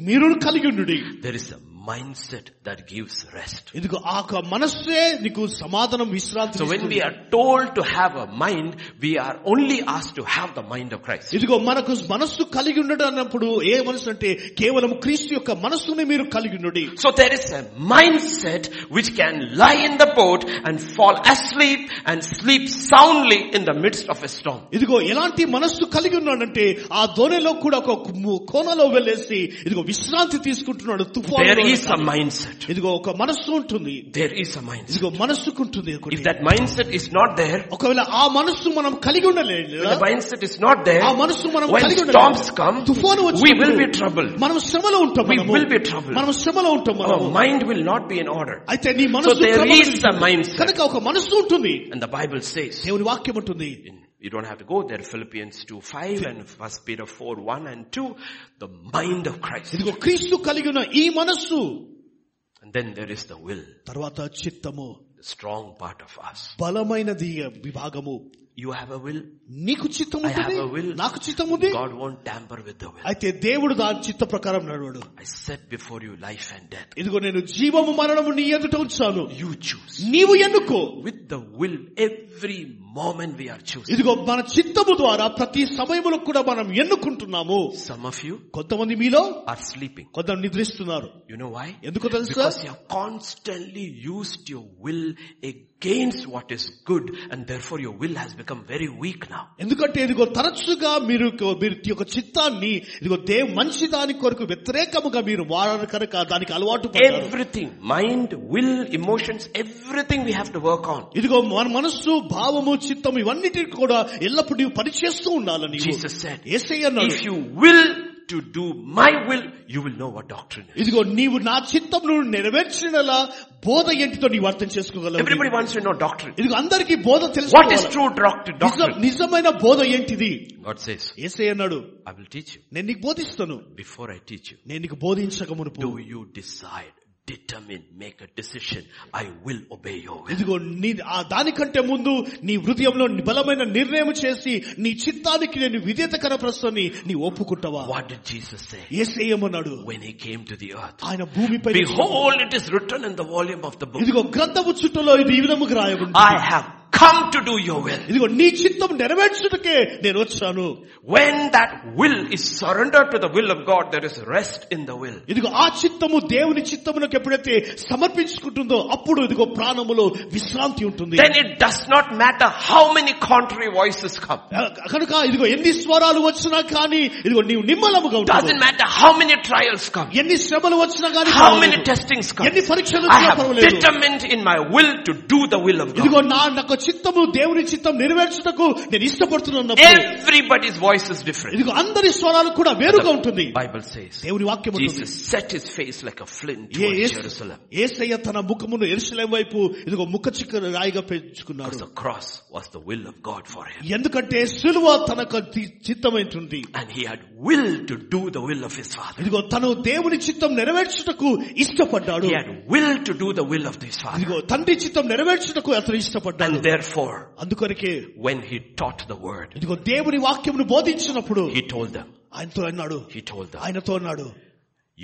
మీరు కలిగి ఉండుడి There is a mindset that gives rest. ఇదిగో ఆ యొక్క మనస్సే నీకు సమాధానం విశ్రాంతి So when ఇస్తుంది. we are told to have a mind, we are only asked to have the mind of Christ. ఇదిగో మనకు మనస్సు కలిగి ఉండడం అన్నప్పుడు ఏ మనస్సు అంటే కేవలం క్రీస్తు యొక్క మనస్సుని మీరు కలిగి ఉండుడి So there is a mindset which can lie in the boat and fall asleep and sleep soundly in the midst of a storm. ఇదిగో ఎలాంటి మనస్సు కలిగి ఉన్నాడంటే ఆ దోణిలో కూడా ఒక ము- కోనలో వెళ్ళేసి ఇదిగో విశ్రాంతి తీసుకుంటున్నాడు తుఫాను There is a mindset. ఇదిగో ఒక మనస్సు ఉంటుంది There is a mindset. ఇదిగో మనస్సుకుంటుంది ఒకటి. If that mindset is not there, ఒకవేళ ఆ మనస్సు మనం కలిగి ఉండలేదు if the mindset is not there, ఆ మనస్సు మనం when కలిగి storms ఉండలేదు come, తుఫాను we వచ్చినప్పుడు will be troubled. మనం శ్రమలో ఉంటాం We మనము. will be troubled. మనం శ్రమలో ఉంటాం మనము. Our mind will not be in order. అయితే నీ So మనస్సు there క్రమం is a mindset. కనుక ఒక మనస్సు ఉంటుంది And the Bible says, దేవుని వాక్యం ఉంటుంది in- you don't have to go there, Philippians 2, 5 and 1 Peter 4, 1 and 2, the mind of Christ. ఇదిగో క్రీస్తు కలిగిన ఈ మనస్సు And then there is the will, తర్వాత చిత్తము the strong part of us. బలమైనది విభాగము You have a will, నీకు చిత్తం I have ఉంటుంది a will. నాకు చిత్తం ఉంది God won't tamper with the will. అయితే దేవుడు దాని చిత్త ప్రకారం నడవడు I set before you life and death. ఇదిగో నేను జీవము మరణము నీ ఎదుట ఉంచాను You choose. నీవు ఎన్నుకో With the will, every moment we are choosing. ఇదిగో మన చిత్తము ద్వారా ప్రతి సమయంలో కూడా మనం ఎన్నుకుంటున్నాము Some of you కొంతమంది మీలో are sleeping. కొంత నిద్రిస్తున్నారు You know why? ఎందుకు తెలుసా Because you have constantly used your will against what is good and therefore your will has become very weak now. ఎందుకంటే ఇదిగో తరచుగా మీరు మీరు ఈ యొక్క చిత్తాన్ని ఇదిగో దే మంచి దాని కొరకు వ్యతిరేకముగా మీరు వాడారు కనుక దానికి అలవాటు పడ్డారు Everything, mind, will, emotions, everything we have to work on. ఇదిగో మన మనస్సు భావము చిత్తము ఇవన్నిటిని కూడా ఎల్లప్పుడు నీవు పనిచేస్తూ ఉండాలని Jesus said, ఏసై అన్నాడు if you will to do my will, you will know what doctrine is. ఇదిగో నీవు నా చిత్తమును నెరవేర్చినలా బోధ ఏంటితో నీవు అర్థం చేసుకోగలవు Everybody wants to know doctrine. ఇదిగో అందరికీ బోధ What is తెలుసుకోవాలి true doc- నిజం- doctrine? నిజమైన బోధ ఏంటిది God says, ఏసై అన్నాడు I will teach you. నేను నీకు బోధిస్తాను Before I teach you, నేను నీకు బోధించక మునుపు do you decide, determine, make a decision, I will obey your will. ఇదిగో నీ ఆ దానికంటే ముందు నీ హృదయంలో బలమైన నిర్ణయం చేసి నీ చిత్తానికి నేను విధేత కనపరుస్తాని నీ ఒప్పుకుంటావా What did Jesus say ఏసేయమన్నాడు when he came to the earth? ఆయన భూమిపై Behold, it is written in the volume of the book. ఇదిగో గ్రంథము చుట్టూలో ఇది ఈ విధముగా రాయబడి I have come to do your will. ఇదిగో నీ చిత్తం నెరవేర్చుటకే నేను వచ్చాను When that will is surrendered to the will of God, there is rest in the will. ఇదిగో ఆ చిత్తము దేవుని చిత్తమునకు ఎప్పుడైతే సమర్పించుకుంటుందో అప్పుడు ఇదిగో ప్రాణములో విశ్రాంతి ఉంటుంది Then it does not matter how many contrary voices come. కనుక ఇదిగో ఎన్ని స్వరాలు వచ్చినా కానీ ఇదిగో నీవు నిమ్మలముగా ఉంటావు Doesn't matter how many trials come. ఎన్ని శ్రమలు వచ్చినా కానీ How పర్వాలేదు. many testings come. ఎన్ని పరీక్షలు I వచ్చినా have పర్వాలేదు determined in my will to do the will of God. ఇదిగో నా నాకు చిత్తము దేవుని చిత్తం నెరవేర్చుటకు నేను ఇష్టపడుతున్నాను Everybody's voice is different. ఇదిగో అందరి స్వరాలు కూడా వేరుగా ఉంటుంది Bible says, దేవుని వాక్యం ఉంటుంది Jesus set his face like a flint A towards Yesu- Jerusalem. యేసయ్య తన ముఖమును ఎరుసలేం వైపు ఇదిగో ముఖ చిక్క రాయిగా పెంచుకున్నాడు Because the cross was the will of God for him. ఎందుకంటే సిలువ తనకు తి- చిత్తమైంటుంది And he had will to do the will of his father. ఇదిగో తను దేవుని చిత్తం నెరవేర్చుటకు ఇష్టపడ్డాడు He had will to do the will of his father. ఇదిగో తండ్రి చిత్తం నెరవేర్చుటకు అతను ఇష్టపడ్డాడు And therefore, అందుకొరకే when he taught the word, ఇదిగో దేవుని వాక్యమును బోధించినప్పుడు he told them, ఆయనతో అన్నాడు he told them, ఆయనతో అన్నాడు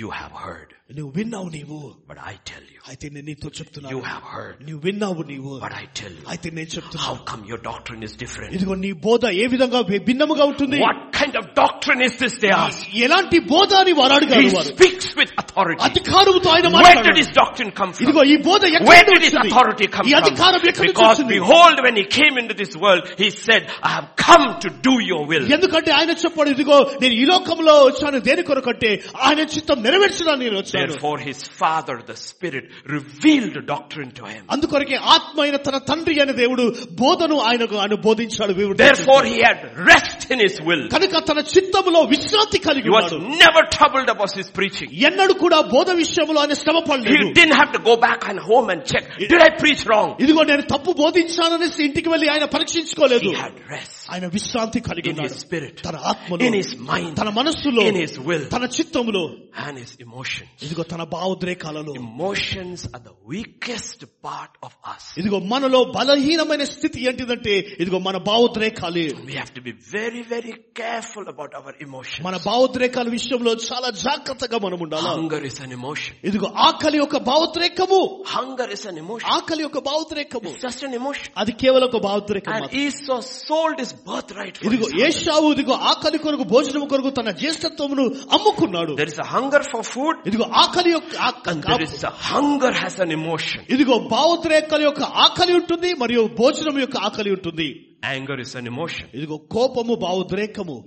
you have heard, నువ్వు విన్నావు నీవు but I tell you, అయితే నేను నీతో చెప్తున్నాను you have heard, నువ్వు విన్నావు నీవు but I tell you, అయితే నేను చెప్తున్నా how come your doctrine is different? ఇదిగో నీ బోధ ఏ విధంగా భి- భిన్నముగా ఉంటుంది What kind of doctrine is this they asked? ఎలాంటి బోధ అని వారు అడిగారు He వారు speaks with authority. అధికారంతో ఆయన Where did మాట్లాడాడు his doctrine come from? ఇదిగో ఈ బోధ ఎక్కడ Where నుండి did his వచ్చింది? authority come ఈ from? అధికారం ఎక్కడ నుంచి Because వచ్చింది? behold, when he came into this world, he said, I have come to do your will. ఎందుకంటే ఆయన చెప్పాడు ఇదిగో నేను ఈ లోకంలో వచ్చాను దేని కొరకంటే ఆయన చిత్తం నెరవేర్చడానికి నేను వచ్చాను Therefore his father, the spirit, revealed doctrine to him. అందుకొరకే ఆత్మ అయిన తన తండ్రి అయిన దేవుడు బోధను ఆయనకు ఆయన బోధించాడు Therefore he had rest in his will. కనుక తన చిత్తములో విశ్రాంతి కలిగి He was ఉన్నాడు never troubled about his preaching. ఎన్నడూ కూడా బోధ విషయంలో ఆయన శ్రమ పడలేదు He didn't have to go back and home and check, did I preach wrong? ఇదిగో నేను తప్పు బోధించాననేసి ఇంటికి వెళ్లి ఆయన పరీక్షించుకోలేదు He had rest ఆయన విశ్రాంతి కలిగి in his ఉన్నాడు spirit, తన ఆత్మలో in his mind, తన మనస్సులో in his will, తన చిత్తములో and his emotion. ఇదిగో తన భావోద్రేకాలలో Emotions are the weakest part of us. ఇదిగో మనలో బలహీనమైన స్థితి ఏంటిదంటే ఇదిగో మన భావోద్రేకాలే We have to be very, very careful about our emotions. మన భావోద్రేకాల విషయంలో చాలా జాగ్రత్తగా మనం ఉండాలి Hunger is an emotion. ఇదిగో ఆకలి యొక్క భావోద్రేకము Hunger is an emotion. ఆకలి యొక్క భావోద్రేకము It's just an emotion. అది కేవలం ఒక భావోద్రేకం And మాత్రమే. Esau sold his birthright for ఇదిగో his hunger. ఏషావు ఇదిగో ఆకలి కొరకు భోజనం కొరకు తన జ్యేష్ఠత్వమును అమ్ముకున్నాడు There is a hunger for food. ఇదిగో ఆకలి యొక్క ఆక- And there is a hunger has an emotion. ఇదిగో భావోద్రేకాల యొక్క ఆకలి ఉంటుంది మరియు భోజనం యొక్క ఆకలి ఉంటుంది Anger is an emotion. ఇదిగో కోపము భావోద్రేకము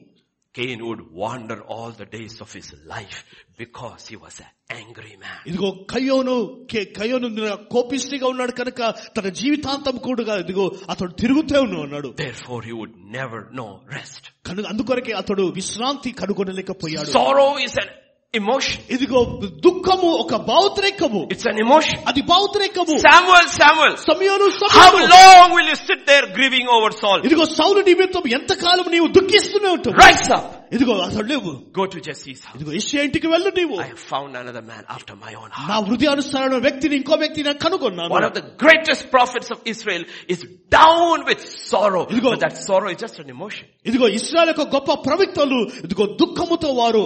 Cain would wander all the days of his life because he was an angry man. ఇదిగో కయ్యోను కే- కయ్యోను కోపిస్టిగా ఉన్నాడు కనుక తన జీవితాంతం కూడా ఇదిగో అతడు తిరుగుతూ ఉన్నాడు Therefore he would never know rest. కనుక అందుకొరకే అతడు విశ్రాంతి కనుగొనలేకపోయాడు Sorrow is an emotion. ఇదిగో దుఃఖము ఒక భావోద్రేకము It's an emotion. అది భావోద్రేకము Samuel, Samuel, సమయను how సమయము long will you sit there grieving over Saul? ఇదిగో సౌలు నిమిత్తం ఎంత కాలం నీవు దుఃఖిస్తూనే ఉంటావు Rise up. ఇదిగో అసలు లేవు Go to Jesse's house. ఇదిగో ఇష్య ఇంటికి వెళ్ళు నీవు I have found another man after my own heart. నా హృదయానుసారణ వ్యక్తిని ఇంకో వ్యక్తిని నేను One కనుగొన్నాను of the greatest prophets of Israel is down with sorrow. Idigo. But that sorrow is just an emotion. ఇదిగో ఇస్రాయల్ యొక్క గొప్ప ప్రవక్తలు ఇదిగో దుఃఖముతో వారు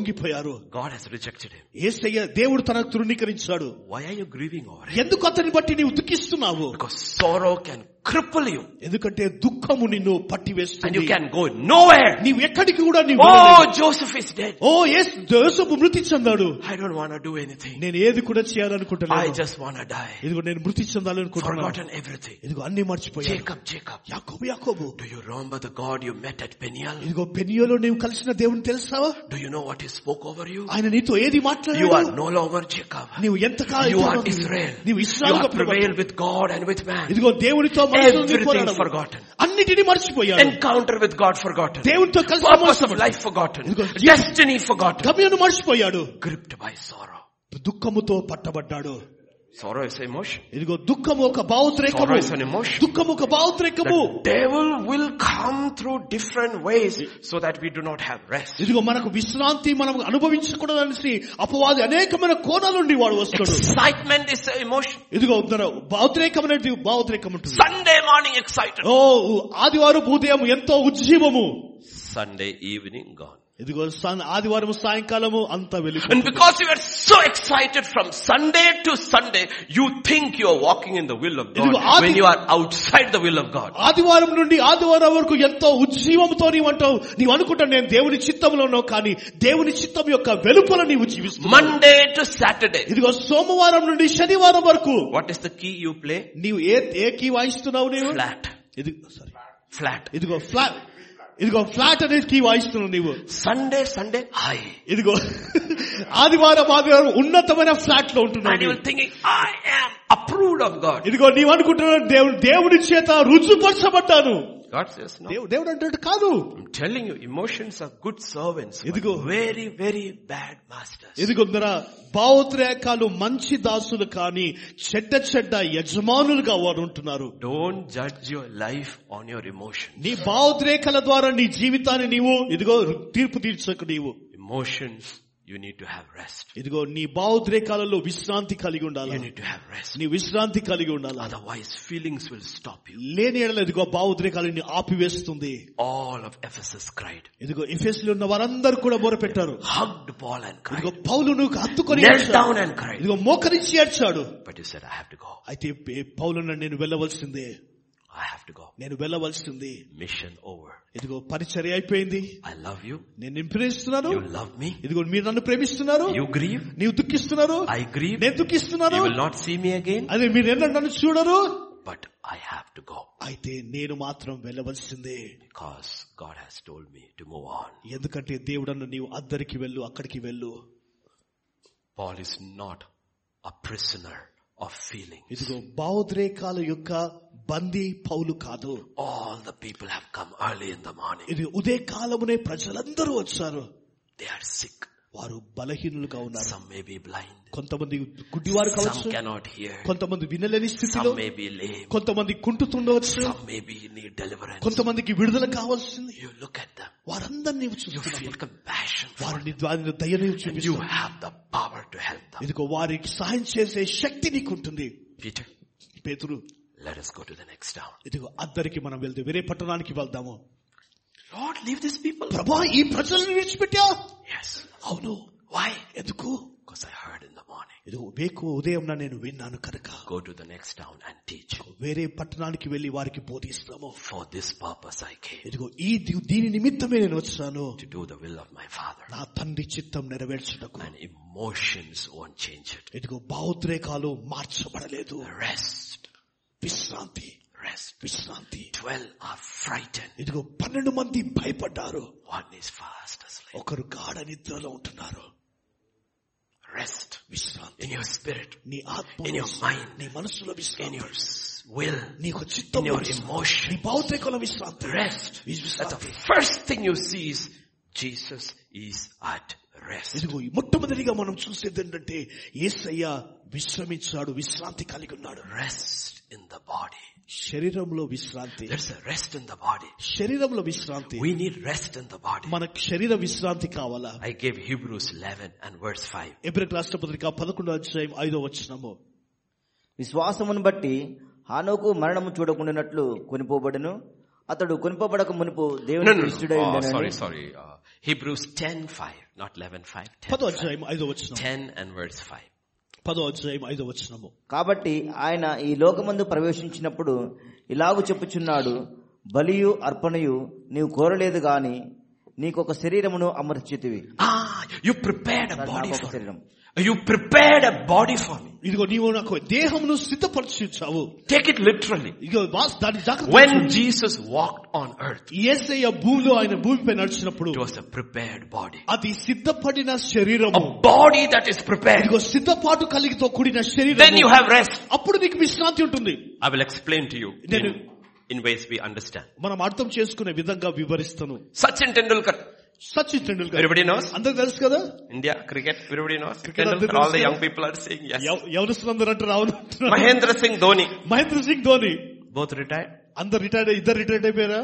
ఒంగిపోయారు God has rejected him. ఏసయ్య దేవుడు తనకు తృణీకరించాడు Why are you grieving over it? ఎందుకు అతని బట్టి నీవు దుఃఖిస్తున్నావు Because sorrow can cripple you ఎందుకంటే దుఃఖము నిన్ను and పట్టివేస్తుంది you can go nowhere. నీవు ఎక్కడికి కూడా నీవు వెళ్ళలేవు. Oh, Joseph is dead. ఓ ఏస్ యోసేపు మృతి చెందాడు I don't want to do anything. నేను ఏది కూడా I చేయాలనుకుంటలేదు just want to die. ఇదిగో నేను మృతి చెందాలనుకుంటున్నాను Forgotten everything. ఇదిగో అన్ని మర్చిపోయాను Jacob, Jacob. యాకోబు యాకోబు Do you remember the God you met at Peniel? ఇదిగో పెనియోలో నీవు కలిసిన దేవుని తెలుసావా Do you know what he spoke over you? ఆయన నీతో ఏది You are మాట్లాడాడు no longer Jacob. నీవు ఎంత You are Israel. నీవు You Israel have prevailed with God and with man. ఇదిగో దేవునితో మనసులో నీవు Everything పోరాడవు. forgotten. అన్నిటినీ మర్చిపోయాడు Encounter with God forgotten. దేవునితో కలిసి Purpose of మోసపడ్డాడు. life forgotten. Because- Destiny forgotten. గమ్యను మర్చిపోయాడు Gripped by sorrow. దుఃఖముతో పట్టబడ్డాడు Sorrow is emotion. ఇదిగో దుఃఖము ఒక Sorrow భావోద్రేకము is an emotion. దుఃఖము ఒక భావోద్రేకము The devil will come through different ways so that we do not have rest. ఇదిగో మనకు విశ్రాంతి మనం అనుభవించకూడదనేసి అపవాది అనేకమైన కోణాల నుండి వాడు వస్తాడు Excitement is an emotion. ఇదిగో తన భావోద్రేకం అనేది భావోద్రేకం ఉంటుంది Sunday morning excited. ఓ ఆదివారం ఉదయం ఎంతో ఉజ్జీవము Sunday evening gone. ఇదిగో సన్- ఆదివారం సాయంకాలము అంతా వెళ్ళిపోయింది And because you are so excited from Sunday to Sunday, you think you are walking in the will of ఇదిగో God ఆది- when you are outside the will of God. ఆదివారం నుండి ఆదివారం వరకు ఎంతో ఉజ్జీవంతో నీవంటావు నీవు అనుకుంటా నేను దేవుని చిత్తంలో ఉన్నావు కానీ దేవుని చిత్తం యొక్క వెలుపల నీవు జీవిస్తున్నావు Monday to Saturday. ఇదిగో సోమవారం నుండి శనివారం వరకు What is the key you play? నీవు ఏ ఏ కీ వాయిస్తున్నావు నీవు Flat. ఇదిగో sorry. Flat. ఇదిగో ఫ్లాట్ ఇదిగో ఫ్లాట్ అనేది కీ వాయిస్తున్నావు నీవు Sunday, Sunday, high. ఇదిగో ఆదివారం ఆదివారం ఉన్నతమైన ఫ్లాట్ లో ఉంటున్నావు And you నీవు. will thinking, I am approved of God. ఇదిగో నీవు అనుకుంటున్నావు దేవుడు దేవుని చేత రుజుపరచబడ్డాను God God says no. దేవు- దేవుడు అంటాడు కాదు I'm telling you, emotions are good servants. but Idigo. Very, very bad masters. ఎదుగుందరా భావోద్రేకాలు మంచి దాసులు కానీ చెడ్డ చెడ్డ యజమానులుగా వారు ఉంటున్నారు Don't judge your life on your emotions. నీ భావోద్రేకాల ద్వారా నీ జీవితాన్ని నీవు ఇదిగో తీర్పు తీర్చకు నీవు Emotions, you need to have rest. ఇదిగో నీ భావోద్రేకాలలో విశ్రాంతి కలిగి You ఉండాలి need to have rest. నీ విశ్రాంతి కలిగి ఉండాలి Otherwise, feelings will stop you. లేని ఎడల ఇదిగో భావోద్రేకాలని ఆపివేస్తుంది All of Ephesus cried. ఇదిగో ఎఫెస్లో ఉన్న వారందరూ కూడా మొరపెట్టారు Hugged Paul and ఇదిగో cried. పౌలును హత్తుకొని Knelt ఏడ్చాడు. down and cried. ఇదిగో మోకరించి ఏడ్చాడు But he said, I have to go. అయితే పే- పౌలును నేను వెళ్ళవలసిందే I have to go. నేను వెళ్ళవలసింది Mission over. ఇదిగో పరిచర్య అయిపోయింది I love you. నేను నిన్ను ప్రేమిస్తున్నాను You love me. ఇదిగో మీరు నన్ను ప్రేమిస్తున్నారు You grieve. నీవు దుఃఖిస్తున్నారు I grieve. నేను దుఃఖిస్తున్నాను You will not see me again. అదే మీరు ఎన్నో నన్ను చూడరు But I have to go. అయితే నేను మాత్రం వెళ్ళవలసిందే Because God has told me to move on. ఎందుకంటే దేవుడన్న నీవు అద్దరికి వెళ్ళు అక్కడికి వెళ్ళు Paul is not a prisoner of feeling. ఇదిగో భావోద్రేకాల యొక్క బందీ పౌలు కాదు All the people have come early in the morning. ఇది ఉదయ కాలమునే ప్రజలందరూ వచ్చారు They are sick. వారు బలహీనులుగా ఉన్నారు Some may be blind. కొంతమంది గుడ్డివారు కావచ్చు Some cannot hear. కొంతమంది వినలేని స్థితిలో Some may be lame. కొంతమంది కుంటుతుండవచ్చు Some may be need deliverance. కొంతమందికి విడుదల కావాల్సింది You look at them. వారందరినీ నీవు You feel చూస్తున్నావు compassion. for వారిని వారిని దయ నీవు them. You చూపిస్తున్నావు have the power to help them. ఇదిగో వారికి సహాయం చేసే శక్తి నీకుంటుంది Peter, పేతురు let us go to the next town. ఇదిగో అద్దరికి మనం వెళ్తే వేరే పట్టణానికి వెళ్దాము Lord, leave these people. ప్రభా ఈ ప్రజలను విడిచిపెట్టా Yes. అవును Why? ఎందుకు Because I heard in the morning. ఇది వేకు ఉదయం నేను విన్నాను కనుక Go to the next town and teach. వేరే పట్టణానికి వెళ్లి వారికి బోధిస్తాము For this purpose I came. ఇదిగో ఈ ది- దీని నిమిత్తమే నేను వచ్చాను To do the will of my Father. నా తండ్రి చిత్తం నెరవేర్చుటకు And emotions won't change it. ఇదిగో భావోద్రేకాలు మార్చబడలేదు Rest. విశ్రాంతి Rest. విశ్రాంతి Twelve are frightened. ఇదిగో పన్నెండు మంది భయపడ్డారు One is fast asleep. ఒకరు గాఢ నిద్రలో ఉంటున్నారు Rest. విశ్రాంతి In your spirit. నీ ఆత్మ In your mind. నీ మనసులో In విశ్రాంతి your s- will. నీకు In చిత్తంలో your విశ్రాంతి. నీ emotion. భావోద్రేకంలో విశ్రాంతి Rest. That's the విశ్రాంతి first thing you see is Jesus is at rest. ఇదిగో ఈ మొట్టమొదటిగా మనం చూసేది ఏంటంటే ఏసయ్య విశ్రమించాడు విశ్రాంతి కలిగి ఉన్నాడు Rest in the body. శరీరంలో విశ్రాంతి There's a rest in the body. శరీరంలో విశ్రాంతి We need rest in the body. మనకు శరీర విశ్రాంతి కావాలా I gave Hebrews 11 and verse 5. ఎబ్రిక్ రాష్ట్రపతిగా పదకొండో అధ్యాయం ఐదో వచ్చినము విశ్వాసమును బట్టి హానోకు మరణము చూడకుండానట్లు కొనిపోబడను అతడు కొనిపోబడక మునుపు దేవుని ఇష్టడై Oh, ఉండెనని. sorry, sorry. Uh, Hebrews 10, 5, not 11, 5. 10, పదో అధ్యాయం ఐదో వచ్చినం 10 and verse 5. పదో అధ్యాయం ఐదో వచ్చినము కాబట్టి ఆయన ఈ లోకమందు ప్రవేశించినప్పుడు ఇలాగు చెప్పుచున్నాడు బలియు అర్పణయు నీవు కోరలేదు గాని నీకొక శరీరమును అమర్చితివి Ah, you prepared a Sir, body నాకు ఒక for me. శరీరం You prepared a body for me. ఇదిగో నీవు నాకు దేహమును సిద్ధపరిచించావు Take it literally. ఇదిగో వాస్- దాని జాగ్రత్త When Jesus walked on earth, ఏసయ్య భూమిలో ఆయన భూమిపై నడిచినప్పుడు it was a prepared body. అది సిద్ధపడిన శరీరము A body that is prepared. ఇదిగో సిద్ధపాటు కలిగితో కూడిన Oh. Then you శరీరం have rest. అప్పుడు నీకు విశ్రాంతి ఉంటుంది I will explain to you Then in, in ways we understand. మనం అర్థం చేసుకునే విధంగా వివరిస్తాను Sachin Tendulkar. Sachin Tendulkar Everybody knows? అందరికి తెలుసు కదా India cricket, everybody knows. Cricket Tendulkar, అందరూ all the తెలుసు. young people are saying yes. ఎవ- ఎవరిస్తున్నారు అంటారు అవును అంటున్నారు. Mahendra Singh Dhoni. Mahendra Singh Dhoni Both retired. అందరు రిటైర్డ్ ఇద్దరు రిటైర్డ్ అయిపోయారా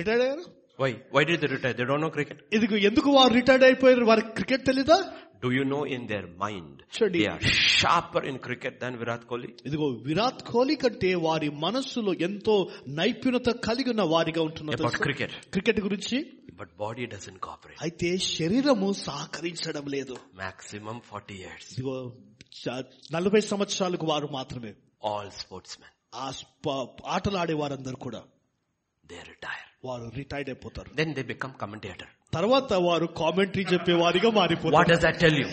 రిటైర్డ్ అయ్యారు Why? Why did they retire? They don't know cricket. ఇదిగో ఎందుకు వారు రిటైర్డ్ అయిపోయారు వారికి క్రికెట్ తెలీదా Do you know in their mind Chuddy. they are sharper in cricket than Virat Kohli? ఇదిగో విరాట్ కోహ్లీ కంటే వారి మనస్సులో ఎంతో నైపుణ్యత కలిగి ఉన్న వారిగా ఉంటున్నారు About తెలుసా? cricket. క్రికెట్ గురించి But body doesn't cooperate. అయితే శరీరము సహకరించడం లేదు Maximum 40 years. ఇదిగో చ- నలభై సంవత్సరాలకు వారు మాత్రమే All sportsmen, ఆ స్ప- ఆటలాడే వారందరూ కూడా they retire. వారు రిటైర్డ్ అయిపోతారు Then they become commentator. తర్వాత వారు కామెంటరీ చెప్పేవారిగా What మారిపోతారు does that tell you?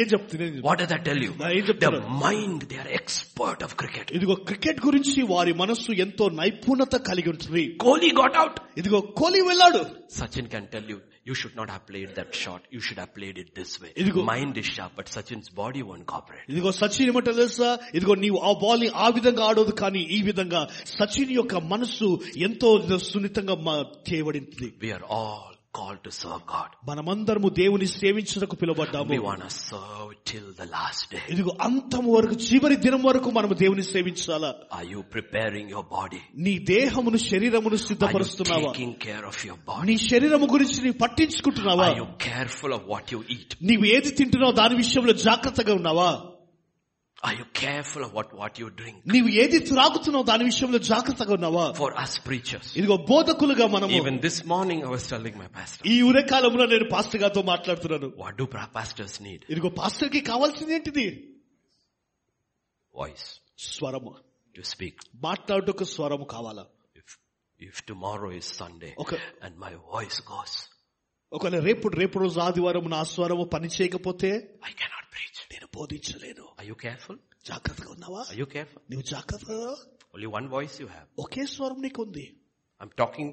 ఏం చెప్తుంది What does that tell you? ఏం Their చెప్తున్నారు mind, they are expert of cricket. ఇదిగో క్రికెట్ గురించి వారి మనస్సు ఎంతో నైపుణ్యత కలిగి ఉంటుంది Kohli got out. ఇదిగో కోహ్లీ వెళ్ళాడు Sachin can tell you, you should not have played that shot. You should have played it this way. ఇదిగో. Mind is sharp, but Sachin's body won't cooperate. ఇదిగో సచిన్ ఏమంటారు తెలుసా ఇదిగో నీవు ఆ బాల్ ని ఆ విధంగా ఆడదు కానీ ఈ విధంగా సచిన్ యొక్క మనస్సు ఎంతో సున్నితంగా మా- చేయబడింది We are all called to serve God. మనమందరము దేవుని సేవించుటకు We పిలువబడ్డాము want to serve till the last day. ఇదిగో అంతం వరకు చివరి దినం వరకు మనము దేవుని సేవించాలా Are you preparing your body? నీ దేహమును శరీరమును Are you సిద్ధపరుస్తున్నావా taking care of your నీ body? శరీరము గురించి నీవు పట్టించుకుంటున్నావా Are you careful of what you eat? నీవు ఏది తింటున్నావు దాని విషయంలో జాగ్రత్తగా ఉన్నావా Are you careful of what, what you drink? నీవు ఏది త్రాగుతున్నావు దాని విషయంలో జాగ్రత్తగా ఉన్నావా For us preachers. ఇదిగో బోధకులుగా మనము Even this morning I was telling my pastor, ఈ ఉదయకాలంలో నేను పాస్టర్ గారితో మాట్లాడుతున్నాను what do pra- pastors need? ఇదిగో పాస్టర్ కి కావాల్సింది ఏంటిది Voice స్వరము to speak. మాట్లాడుటకు స్వరము కావాలా If, if tomorrow is Sunday Okay. and my voice goes, ఒకవేళ రేపు రేపు రోజు ఆదివారం నా స్వరము పని చేయకపోతే I cannot preach. నేను బోధించలేను Are you careful? జాగ్రత్తగా ఉన్నావా Are you careful? నువ్వు జాగ్రత్తగా Only one voice you have. ఒకే స్వరం నీకు ఉంది I'm talking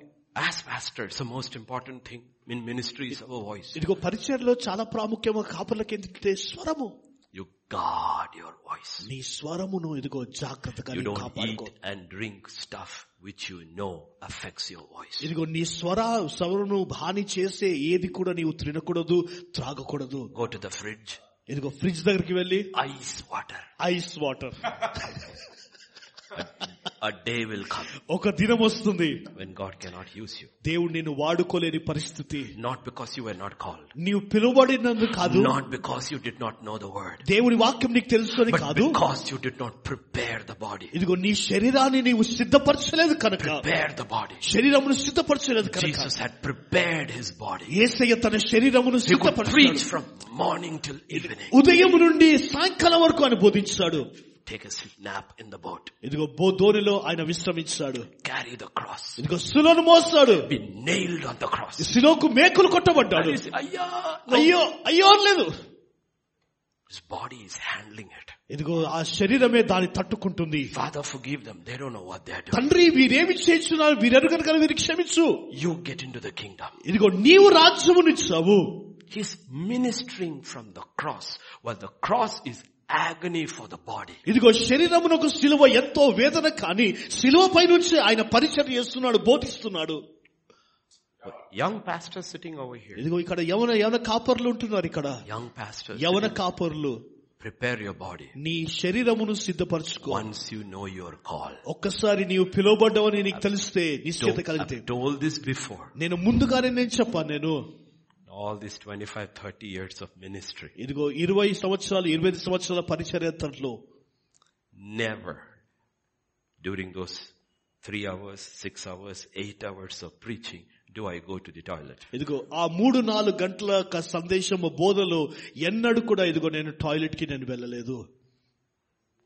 as pastor. It's the most important thing in ministry is our voice. ఇదిగో పరిచయంలో చాలా ప్రాముఖ్యము కాపర్లకి ఏంటంటే స్వరము You guard your voice. నీ స్వరమును ఇదిగో జాగ్రత్తగా You నీవు don't eat కాపాడుకో and drink stuff which you know affects your voice. ఇదిగో నీ స్వర స్వరను హాని చేసే ఏది కూడా నీవు తినకూడదు త్రాగకూడదు Go to the fridge, ఇదిగో ఫ్రిడ్జ్ దగ్గరికి వెళ్ళి ice water. Ice water A day will come ఒక దినం వస్తుంది when God cannot use you. దేవుడు నేను వాడుకోలేని పరిస్థితి Not because you were not called. నీవు పిలువబడినందు కాదు Not because you did not know the word. దేవుని వాక్యం నీకు తెలుసు అని But కాదు because you did not prepare the body. ఇదిగో నీ శరీరాన్ని నీవు సిద్ధపరచలేదు కనుక Prepare the body. శరీరమును సిద్ధపరచలేదు కనుక Jesus had prepared his body. ఏసయ్య తన శరీరమును He could preach సిద్ధపరచాడు from morning till evening. ఉదయం నుండి సాయంకాలం వరకు ఆయన బోధించాడు Take a s- nap in the boat. ఇదిగో బో ధోనిలో ఆయన విశ్రమించాడు Carry the cross. ఇదిగో సులను మోస్తాడు Be nailed on the cross. శిలోకు మేకులు కొట్టబడ్డాడు And you say, "Ayya, no." అయ్యో అయ్యో అనలేదు His body is handling it. ఇదిగో ఆ శరీరమే దాన్ని తట్టుకుంటుంది Father, forgive them. They don't know what they're doing. తండ్రి వీరేమి చేస్తున్నారు వీరెరు కనుక వీరు క్షమించు You get into the kingdom. ఇదిగో నీవు రాజ్యమునిచ్చావు He's ministering from the cross while the cross is agony for the body. ఇదిగో శరీరమునకు సిలువ ఎంతో వేదన కానీ సిలువపై నుంచి ఆయన పరిచయం చేస్తున్నాడు బోధిస్తున్నాడు But Young pastor sitting over here. ఇదిగో ఇక్కడ యవన యవన కాపర్లు ఉంటున్నారు ఇక్కడ Young pastor, యవన కాపర్లు prepare your body. నీ శరీరమును సిద్ధపరచుకో Once you know your call. ఒక్కసారి నీవు పిలువబడ్డావని నీకు తెలిస్తే నిశ్చిత Don't- కలిగితే I've told this before. నేను ముందుగానే నేను చెప్పాను నేను All these 25, 30 years of ministry. ఇదిగో ఇరవై సంవత్సరాలు ఇరవై ఐదు సంవత్సరాల పరిచర్యలో Never during those three hours, six hours, eight hours of preaching do I go to the toilet. ఇదిగో ఆ మూడు నాలుగు గంటల యొక్క సందేశము బోధలో ఎన్నడూ కూడా ఇదిగో నేను టాయిలెట్ కి నేను వెళ్ళలేదు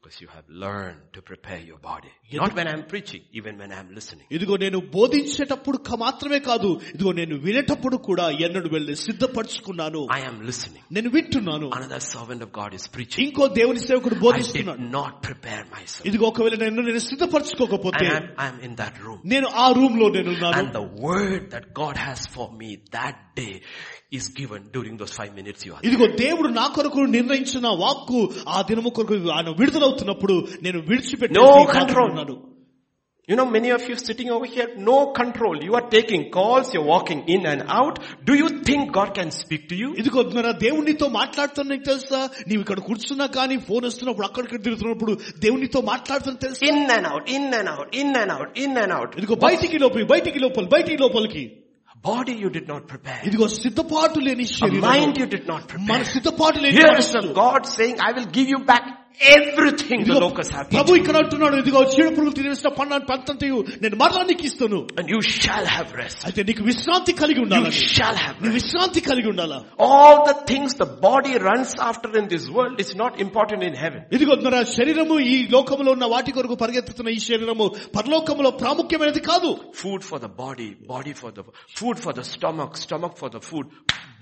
Because you have learned to prepare your body. Not when I'm preaching, even when I'm listening. ఇదిగో నేను బోధించేటప్పుడు క- మాత్రమే కాదు ఇదిగో నేను వినేటప్పుడు కూడా ఎన్నడు వెళ్ళి సిద్ధపరచుకున్నాను I am listening. నేను వింటున్నాను Another servant of God is preaching. ఇంకో దేవుని సేవకుడు I did బోధిస్తున్నాడు not prepare myself. ఇదిగో ఒకవేళ నేను నేను సిద్ధపరచుకోకపోతే And I'm, I'm in that room. నేను ఆ రూమ్ లో నేనున్నాను And the word that God has for me that day is given during those five minutes you are. ఇదిగో దేవుడు నా కొరకు నిర్ణయించిన వాక్కు ఆ దినము కొరకు ఆయన విడుదలవుతున్నప్పుడు నేను విడిచిపెట్టి No మీ control. మాటలు ఉన్నాను. You know, many of you sitting over here, no control. You are taking calls, you're walking in and out. Do you think God can speak to you? ఇదిగో మన దేవునితో మాట్లాడుతున్నా తెలుసా నీవు ఇక్కడ కూర్చున్నా కానీ ఫోన్ వస్తున్నప్పుడు అక్కడికి తిరుగుతున్నప్పుడు దేవునితో మాట్లాడుతున్న తెలుసా In and out, in and out, in and out, in and out. ఇదిగో బయటికి లోపలి బయటికి లోపలి బయటికి లోపలికి Body you did not prepare. ఇదిగో సిద్ధపాటు లేని A శరీరం mind you did not మన prepare. సిద్ధపాటు లేని Here is మనస్సు. the God saying, I will give you back everything the ఇదిగో locusts have eaten. ప్రభు ఇక్కడ అంటున్నాడు ఇదిగో చీడు పురుగులు తినేసిన పన్నాను పంతంతయు నేను మరలా నీకు ఇస్తాను And you shall have rest. అయితే నీకు విశ్రాంతి కలిగి You ఉండాలి shall have నువ్వు rest. విశ్రాంతి కలిగి ఉండాలా All the things the body runs after in this world is not important in heaven. ఇదిగో నా శరీరము ఈ లోకములో ఉన్న వాటి కొరకు పరిగెత్తుతున్న ఈ శరీరము పరలోకములో ప్రాముఖ్యమైనది కాదు Food for the body, body for the, food for the stomach, stomach for the food,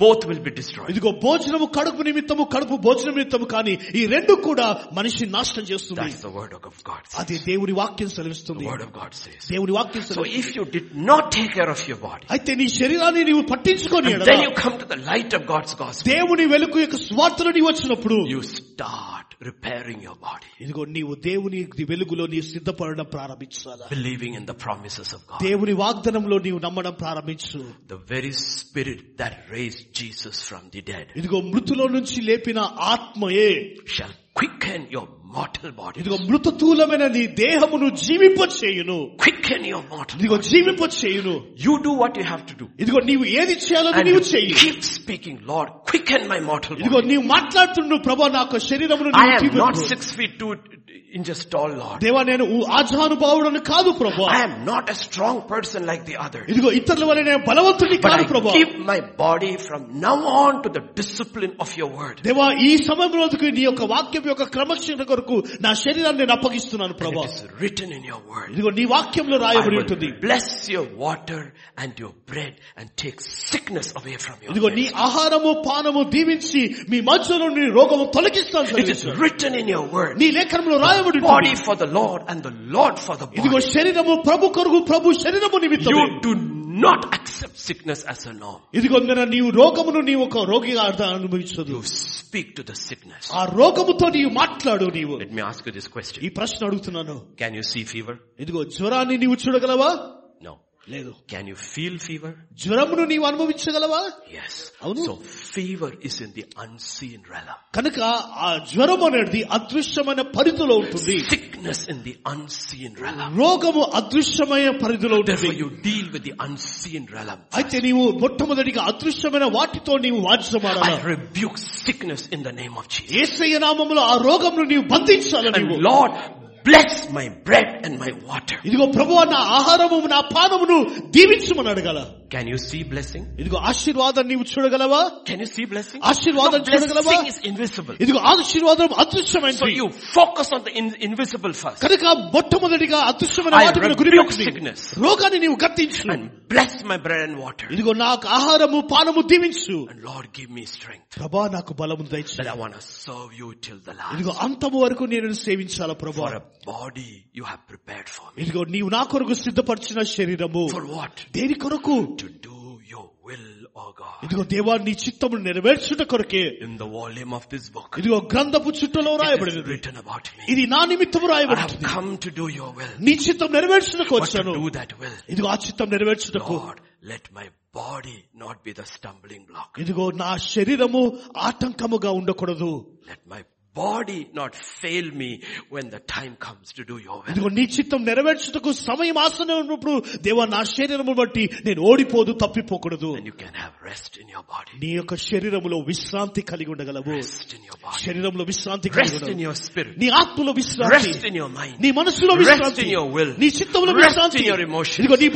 both will be destroyed. ఇదిగో భోజనము కడుపు నిమిత్తము కడుపు భోజనం నిమిత్తము కానీ ఈ రెండు కూడా మనిషి నాశనం చేస్తుంది That's the word of God. అది దేవుని వాక్యం The సెలవిస్తుంది word of God says. దేవుని వాక్యం So సెలవిస్తుంది. if you did not take care of your body, అయితే నీ శరీరాన్ని నీవు పట్టించుకొని and ఎడలా, then you come to the light of God's gospel, దేవుని వెలుగు యొక్క స్వార్థను నీవు వచ్చినప్పుడు you start repairing your body, ఇదిగో నీవు దేవుని వెలుగులో నీవు సిద్ధపడడం ప్రారంభించాలా believing in the promises of God. దేవుని వాగ్దానంలో నీవు నమ్మడం ప్రారంభించు The very spirit that raised Jesus from the dead ఇదిగో మృతులో నుంచి లేపిన ఆత్మయే shall quicken your mortal body. ఇదిగో మృతతూలమైన నీ దేహమును జీవింప చేయును Quicken your mortal. ఇదిగో జీవింప చేయును You do what you have to do. ఇదిగో నీవు ఏది చేయాలో And నీవు you చేయి keep speaking, Lord, quicken my mortal body. ఇదిగో నీవు మాట్లాడుతున్నావు ప్రభా నాకు శరీరమును నీవు I am జీవింపు. not six feet two inches tall, Lord. దేవా నేను ఊ- ఆజానుభావుడను కాదు ప్రభా I am not a strong person like the others. ఇదిగో ఇతరుల వల్ల నేను బలవంతుడి But కాదు I ప్రభా keep my body from now on to the discipline of your word. దేవా ఈ సమయంలో నీ యొక్క వాక్యం యొక్క క్రమశిక్షణ కొరకు నా శరీరాన్ని నేను అప్పగిస్తున్నాను And ప్రభా it is written in your word. ఇదిగో నీ వాక్యంలో I రాయబడి will ఉంటుంది bless your water and your bread and take sickness away from your ఇదిగో నీ midst. ఆహారము పానము దీవించి మీ మధ్యలో నీ రోగము తొలగిస్తాను It is సెలవిస్తున్నాను. written in your word. నీ లేఖనంలో రాయబడి ఉంటుంది Body for the Lord and the Lord for the ఇదిగో body. శరీరము ప్రభు కొరకు ప్రభు శరీరము నిమిత్తం You do not accept sickness as a norm. ఇదిగో నేను నీవు రోగమును నీవు ఒక రోగిగా అర్థం అనుభవించదు You speak to the sickness. ఆ రోగముతో నీవు మాట్లాడు నీవు Let me ask you this ఈ question. ప్రశ్న అడుగుతున్నాను Can you see fever? ఇదిగో జ్వరాన్ని నీవు చూడగలవా No. లేదు Can you feel fever? జ్వరమును నీవు అనుభవించగలవా Yes. అవును. So fever is in the unseen realm. కనుక ఆ జ్వరం అనేది అదృశ్యమైన పరిధిలో ఉంటుంది Sickness in the unseen realm. రోగము అదృశ్యమైన పరిధిలో Therefore ఉంటుంది you deal with the unseen realm. అయితే నీవు మొట్టమొదటిగా అదృశ్యమైన వాటితో నీవు వాదిసమాడాలి I rebuke sickness in the name of Jesus. ఏసయ్య నామములో ఆ రోగమును నీవు బంధించాలి And నీవు Lord, bless my bread and my water. ఇదిగో ప్రభు నా ఆహారము నా పానమును దీవించమని అడగల Can you see blessing? ఇదిగో ఆశీర్వాదం నీవు చూడగలవా Can you see blessing? ఆశీర్వాదం చూడగలవా Blessing is invisible. ఇదిగో ఆశీర్వాదం So అదృశ్యమైనది you focus on the in- invisible first. కనుక మొట్టమొదటిగా అదృశ్యమైన I వాటి మీద rebuke గురి పెట్టి sickness. రోగాన్ని నీవు గర్తించు And bless my bread and water. ఇదిగో నాకు ఆహారము పానము దీవించు And Lord, give me strength. ప్రభా నాకు బలము దయచు That I want to serve you till the last. ఇదిగో అంతము వరకు నేను సేవించాల ప్రభా For a body you have prepared for me. ఇదిగో నీవు నా కొరకు సిద్ధపరిచిన శరీరము For what? దేని కొరకు To do your will, O God. ఇదిగో దేవా నీ చిత్తము నెరవేర్చుట కొరకే In the volume of this book, it ఇదిగో గ్రంథపు చుట్టలో is రాయబడినది written about me. ఇది నా నిమిత్తము I have రాయబడింది come to do your will. నీ చిత్తం నెరవేర్చుటకు But to వచ్చాను do that will, ఇదిగో ఆ చిత్తం నెరవేర్చుటకు Lord, let my body not be the stumbling block. ఇదిగో నా శరీరము ఆటంకముగా ఉండకూడదు Let my body not fail me when the time comes to do your will. ఇదిగో నీ చిత్తం నెరవేర్చుటకు సమయం ఆసనం ఉన్నప్పుడు దేవా నా శరీరము బట్టి నేను ఓడిపోదు తప్పిపోకూడదు Then you can have rest in your body. నీ యొక్క శరీరములో విశ్రాంతి కలిగి ఉండగలవు Rest in your body. శరీరంలో విశ్రాంతి కలిగి Rest in ఉండగలవు your spirit. నీ ఆత్మలో విశ్రాంతి Rest in your mind. నీ మనసులో Rest విశ్రాంతి in your will. నీ చిత్తంలో Rest విశ్రాంతి in your emotions. ఇదిగో నీ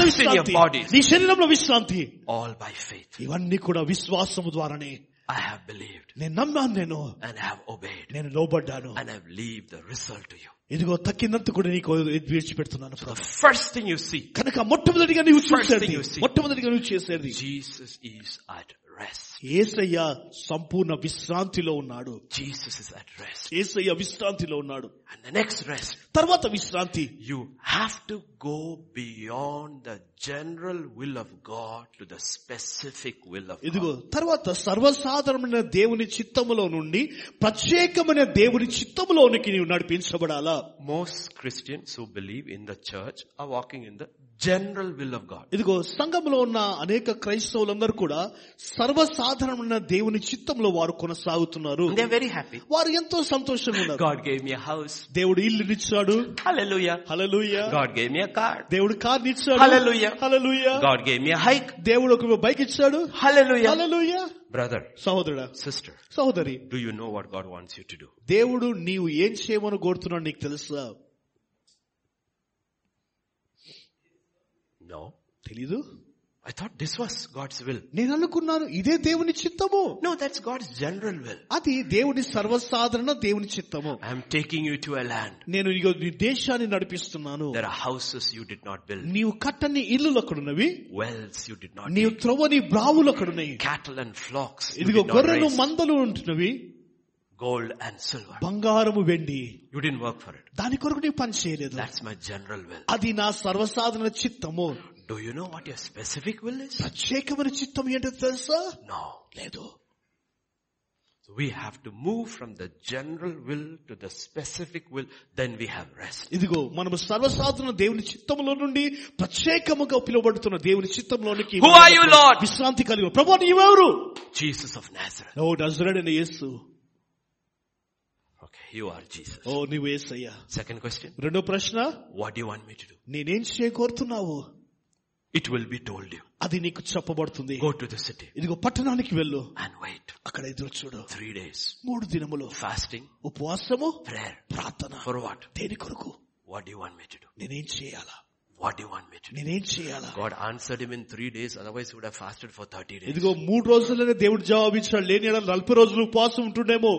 Rest in your విశ్రాంతి bodies. నీ శరీరంలో విశ్రాంతి All by faith. ఇవన్నీ కూడా విశ్వాసము ద్వారానే I have believed నేను నమ్మాను నేను and I have obeyed నేను లోబడ్డాను and I have leave the result to you. ఇదిగో తక్కినంత కూడా నీకు విడిచిపెడుతున్నాను The Prabhu first thing you see, కనుక మొట్టమొదటిగా నీవు First చూసేది thing you see. మొట్టమొదటిగా నువ్వు చేసేది Jesus is at rest. ఏసయ్య సంపూర్ణ విశ్రాంతిలో ఉన్నాడు Jesus is at rest. ఏసయ్య విశ్రాంతిలో ఉన్నాడు And the next rest, తర్వాత విశ్రాంతి you have to go beyond the general will of God to the specific will of ఇదిగో God. తర్వాత సర్వసాధారణమైన దేవుని చిత్తములో నుండి ప్రత్యేకమైన దేవుని చిత్తములోనికి నీవు నడిపించబడాలా Most Christians who believe in the church are walking in the general will of God. ఇదిగో సంఘములో ఉన్న అనేక క్రైస్తవులందరూ కూడా సర్వసాధారణమైన దేవుని చిత్తంలో వారు కొనసాగుతున్నారు And they're very happy. వారు ఎంతో సంతోషంగా ఉన్నారు God gave me a house. దేవుడు ఇల్లునిచ్చాడు Hallelujah. Hallelujah God gave me a car. దేవుడు కార్ ఇచ్చాడు Hallelujah. Hallelujah God gave me a hike. దేవుడు ఒక బైక్ ఇచ్చాడు Hallelujah. హలలుయ Brother, సహోదరుడా sister, సహోదరి do you know what God wants you to do? దేవుడు నీవు ఏం చేయమని కోరుతున్నావు నీకు తెలుసా No. తెలీదు I thought this was God's will. నేను అనుకున్నాను ఇదే దేవుని చిత్తము No, that's God's general will. అది దేవుని సర్వసాధారణ దేవుని చిత్తము I am taking you to a land. నేను ఇదిగో నీ దేశాన్ని నడిపిస్తున్నాను There are houses you did not build, నీవు కట్టని ఇల్లులు అక్కడున్నవి wells you did not నీవు dig, త్రవ్వని బ్రావులు అక్కడున్నాయి cattle and flocks you ఇదిగో did not గొర్రెలు raise, మందలు ఉంటున్నవి gold and silver. బంగారము వెండి You didn't work for it. దాని కొరకు నీవు పని చేయలేదు That's my general will. అది నా సర్వసాధారణ చిత్తము Do you know what your specific will is? ప్రత్యేకమైన చిత్తం ఏంటో తెలుసా No. లేదు So we have to move from the general will to the specific will, then we have rest. ఇదిగో మనము సర్వసాధారణ దేవుని చిత్తంలో నుండి ప్రత్యేకముగా పిలువబడుతున్న దేవుని చిత్తంలోనికి Who are you, Lord? విశ్రాంతి కలిగి ప్రభు నీవెవరు Jesus of Nazareth. Oh నజరుడైన Yesu Okay, you are Jesus. ఓ నీవు యేసయ్యా Second question. రెండో ప్రశ్న What do you want me to do? నేనేం చేయకోరుతున్నావు It will be told you. అది నీకు చెప్పబడుతుంది Go to the city ఇదిగో పట్టణానికి వెళ్ళు and wait. అక్కడ ఎదురు చూడు Three days. మూడు దినములు Fasting, ఉపవాసము prayer. ప్రార్థన For what? దేని కొరకు What do you want me to do? నేనేం చేయాలా What do you want me to do? నేనేం చేయాలా God answered him in three days, otherwise he would have fasted for 30 days. ఇదిగో మూడు రోజులనే దేవుడు జవాబు ఇచ్చాడు లేని యెడల నలభై రోజులు ఉపవాసం ఉంటుండేమో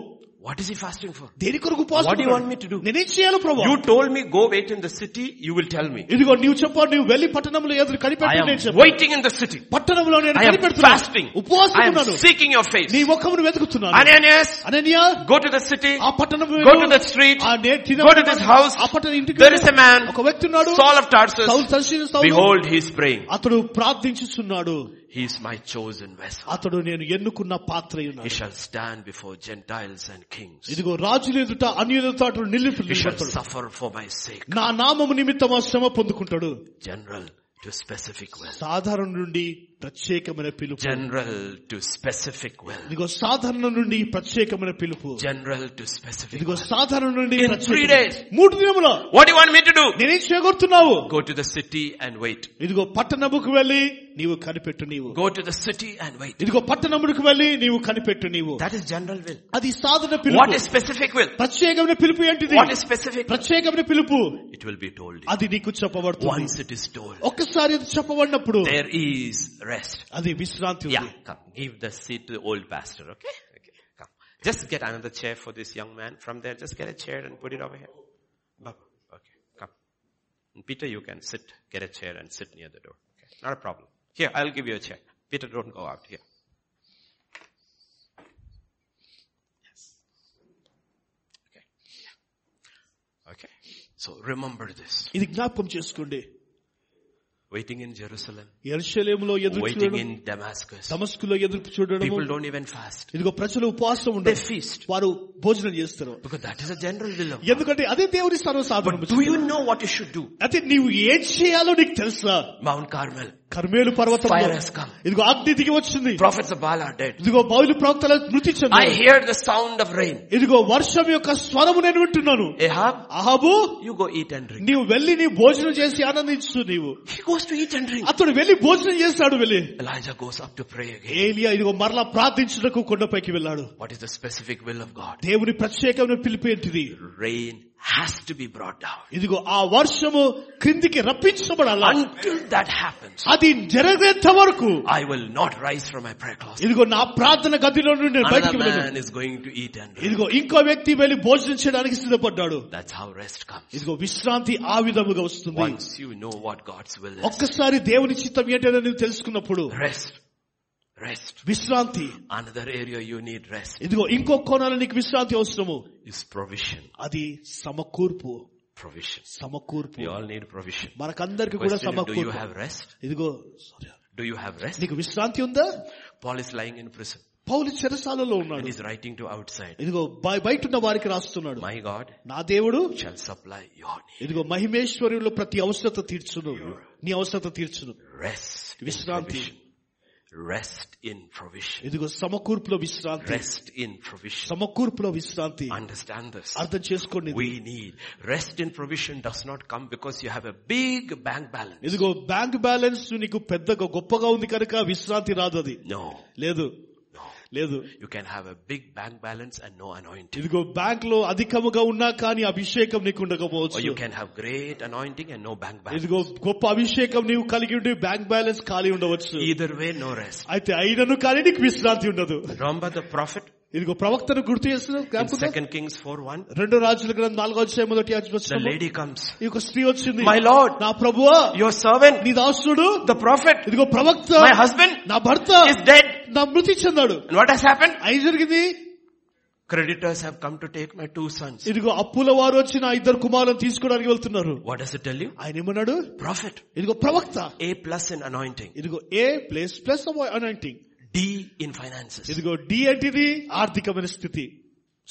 What is he fasting for? దేని కొరకు ఉపవాసం What do you ఉన్నాడు? want me to do? నేనేం చేయాలి ప్రభు You told me go wait in the city, you will tell me. ఇదిగో నీవు చెప్పు నువ్వు వెళ్ళి పట్టణంలో ఎదురు I కనిపెట్టు am నేను చెప్పు waiting in the city. పట్టణంలో నేను I am fasting. కనిపెడుతున్నాను ఉపవాసం I am ఉన్నాను seeking your face. నీ ముఖమును వెతుకుతున్నాను Ananias, Ananya go to the city. ఆ పట్టణం Go to the street. ఆ నే- తిన- Go to this house. ఆ పట్టణ ఇంటికి There is వెళ్ళు. a man, ఒక వ్యక్తి ఉన్నాడు Saul of సౌలు Tarsus. దర్శించిన సౌలు. Behold, he is praying. అతడు ప్రార్థించుచున్నాడు He is my chosen vessel. అతడు నేను ఎన్నుకున్న పాత్ర He ఉన్నాడు shall stand before Gentiles and kings. ఇదిగో రాజులు ఎదుట అన్యులతో అతడు He shall నిలిపి suffer for my sake. నా నామము నిమిత్తం ఆ శ్రమ పొందుకుంటాడు General to specific will. సాధారణ నుండి ప్రత్యేకమైన పిలుపు General to specific will. ఇదిగో సాధారణ నుండి ప్రత్యేకమైన పిలుపు General to specific ఇదిగో will. సాధారణ నుండి In ప్రత్యేకమైన- three days. మూడు దినములో What do you want me to do? నేనేం చేయగొడుతున్నావు Go to the city and wait. ఇదిగో పట్టణముకు వెళ్ళి నీవు కనిపెట్టు నీవు Go to the city and wait. ఇదిగో పట్టణముకు వెళ్ళి నీవు కనిపెట్టు నీవు That is general will. అది సాధన What పిలుపు is specific will? ప్రత్యేకమైన పిలుపు ఏంటిది What is specific? ప్రత్యేకమైన పిలుపు It will be told. you. అది నీకు చెప్పబడుతుంది Once it is told, ఒక్కసారి అది చెప్పబడినప్పుడు there is rest. అది విశ్రాంతి ఉంది. Yeah, come. Give the seat to the old pastor, okay? Okay, come. Just get another chair for this young man. From there, just get a chair and put it over here. Babu, okay, come. And Peter, you can sit. Get a chair and sit near the door. Okay, not a problem. Here, I'll give you a chair. Peter, don't go out here. Yes. Okay. Okay. So remember this. ఇది జ్ఞాపకం చేసుకోండి Waiting in Jerusalem. ఎరుషలేములో ఎదురు Waiting చూడడం in Damascus. దమస్కులో ఎదురు చూడడం People don't even fast. ఇదిగో ప్రజలు ఉపవాసం They ఉండరు feast. వారు భోజనం చేస్తారు Because that is a general will of ఎందుకంటే అదే దేవుని సర్వసాధారణ But do you know what you should do? అయితే నీవు ఏం చేయాలో నీకు తెలుసా Mount Carmel. కర్మేలు పర్వతం Fire has come. ఇదిగో అగ్ని దిగి వచ్చింది Prophets of Baal are dead. ఇదిగో బౌలు ప్రాంతాల మృతి I చెందారు hear the sound of rain. ఇదిగో వర్షం యొక్క స్వరము నేను వింటున్నాను Ahab, Ahab you go eat and drink. నీవు వెళ్ళి నీ భోజనం చేసి ఆనందించు నీవు He goes to eat and drink. అతడు వెళ్ళి భోజనం చేస్తాడు వెళ్ళి Elijah goes up to pray again. ఏలియా ఇదిగో మరలా ప్రార్థించుటకు కొండపైకి వెళ్ళాడు What is the specific will of God? దేవుని ప్రత్యేకమైన పిలుపు ఏంటిది Rain has to be brought down. ఇదిగో ఆ వర్షము క్రిందికి రప్పించబడాలా Until that happens, అది జరగేంత వరకు I will not rise from my prayer closet. ఇదిగో నా ప్రార్థన గదిలో నుండి నేను బయటికి Another వెళ్ళను man is going to eat and drink. ఇదిగో ఇంకో వ్యక్తి వెళ్ళి భోజనం చేయడానికి సిద్ధపడ్డాడు That's how rest comes. ఇదిగో విశ్రాంతి ఆ విధముగా వస్తుంది Once you know what God's will is. ఒక్కసారి దేవుని చిత్తం ఏంటో నువ్వు తెలుసుకున్నప్పుడు Rest. Rest. విశ్రాంతి Another area you need rest ఇదిగో ఇంకో కోణాలు నీకు విశ్రాంతి అవసరము is provision. అది సమకూర్పు Provision. సమకూర్పు We all need provision. మనకందరికి కూడా Question, is, do you సమకూర్పు have rest? ఇదిగో sorry. Do you have rest? నీకు విశ్రాంతి ఉందా Paul is lying in prison పౌలు చెరసాలలో and ఉన్నాడు he's writing to outside. ఇదిగో బయ- బయట ఉన్న వారికి రాస్తున్నాడు My God నా దేవుడు shall supply your need. ఇదిగో మహిమేశ్వరులు ప్రతి అవసరత తీర్చును నీ అవసరత తీర్చును Rest in Visranti. provision. Rest in provision. ఇదిగో సమకూర్పులో విశ్రాంతి Rest in provision. సమకూర్పులో విశ్రాంతి Understand this. అర్థం చేసుకోండి ఇది. We need rest in provision does not come because you have a big bank balance. ఇదిగో బ్యాంక్ బ్యాలెన్స్ నీకు పెద్దగా గొప్పగా ఉంది కనుక విశ్రాంతి రాదు అది No, లేదు లేదు You can have a big bank balance and no anointing. ఇదిగో బ్యాంక్ లో అధికముగా ఉన్నా కానీ అభిషేకం నీకు Or you ఉండకపోవచ్చు can have great anointing and no bank balance. ఇదిగో గొప్ప అభిషేకం నీవు కలిగి ఉండి బ్యాంక్ బ్యాలెన్స్ ఖాళీ ఉండవచ్చు Either way, no rest. అయితే అయినను కానీ నీకు విశ్రాంతి ఉండదు Remember the prophet ఇదిగో ప్రవక్తను గుర్తు చేసిన in జ్ఞాపకం ఉందా? 2 Kings 4 1? రెండో రాజుల గ్రంథం నాలుగో అధ్యాయం మొదటి The అధ్యాయం lady comes. ఈ ఒక స్త్రీ వచ్చింది My lord, నా ప్రభువా your servant, నీ దాసుడు the prophet, ఇదిగో ప్రవక్త my husband నా భర్త is dead. నా మృతి చెందాడు And what has happened? అయి జరిగింది Creditors have come to take my two sons. ఇదిగో అప్పుల వారు వచ్చి నా ఇద్దరు కుమారులను తీసుకోవడానికి వెళ్తున్నారు What does it tell you? ఆయన ఏమన్నాడు Prophet. ఇదిగో ప్రవక్త A plus in anointing. ఇదిగో A place plus anointing D in finances. ఇదిగో డి అంటేది ఆర్థికమైన స్థితి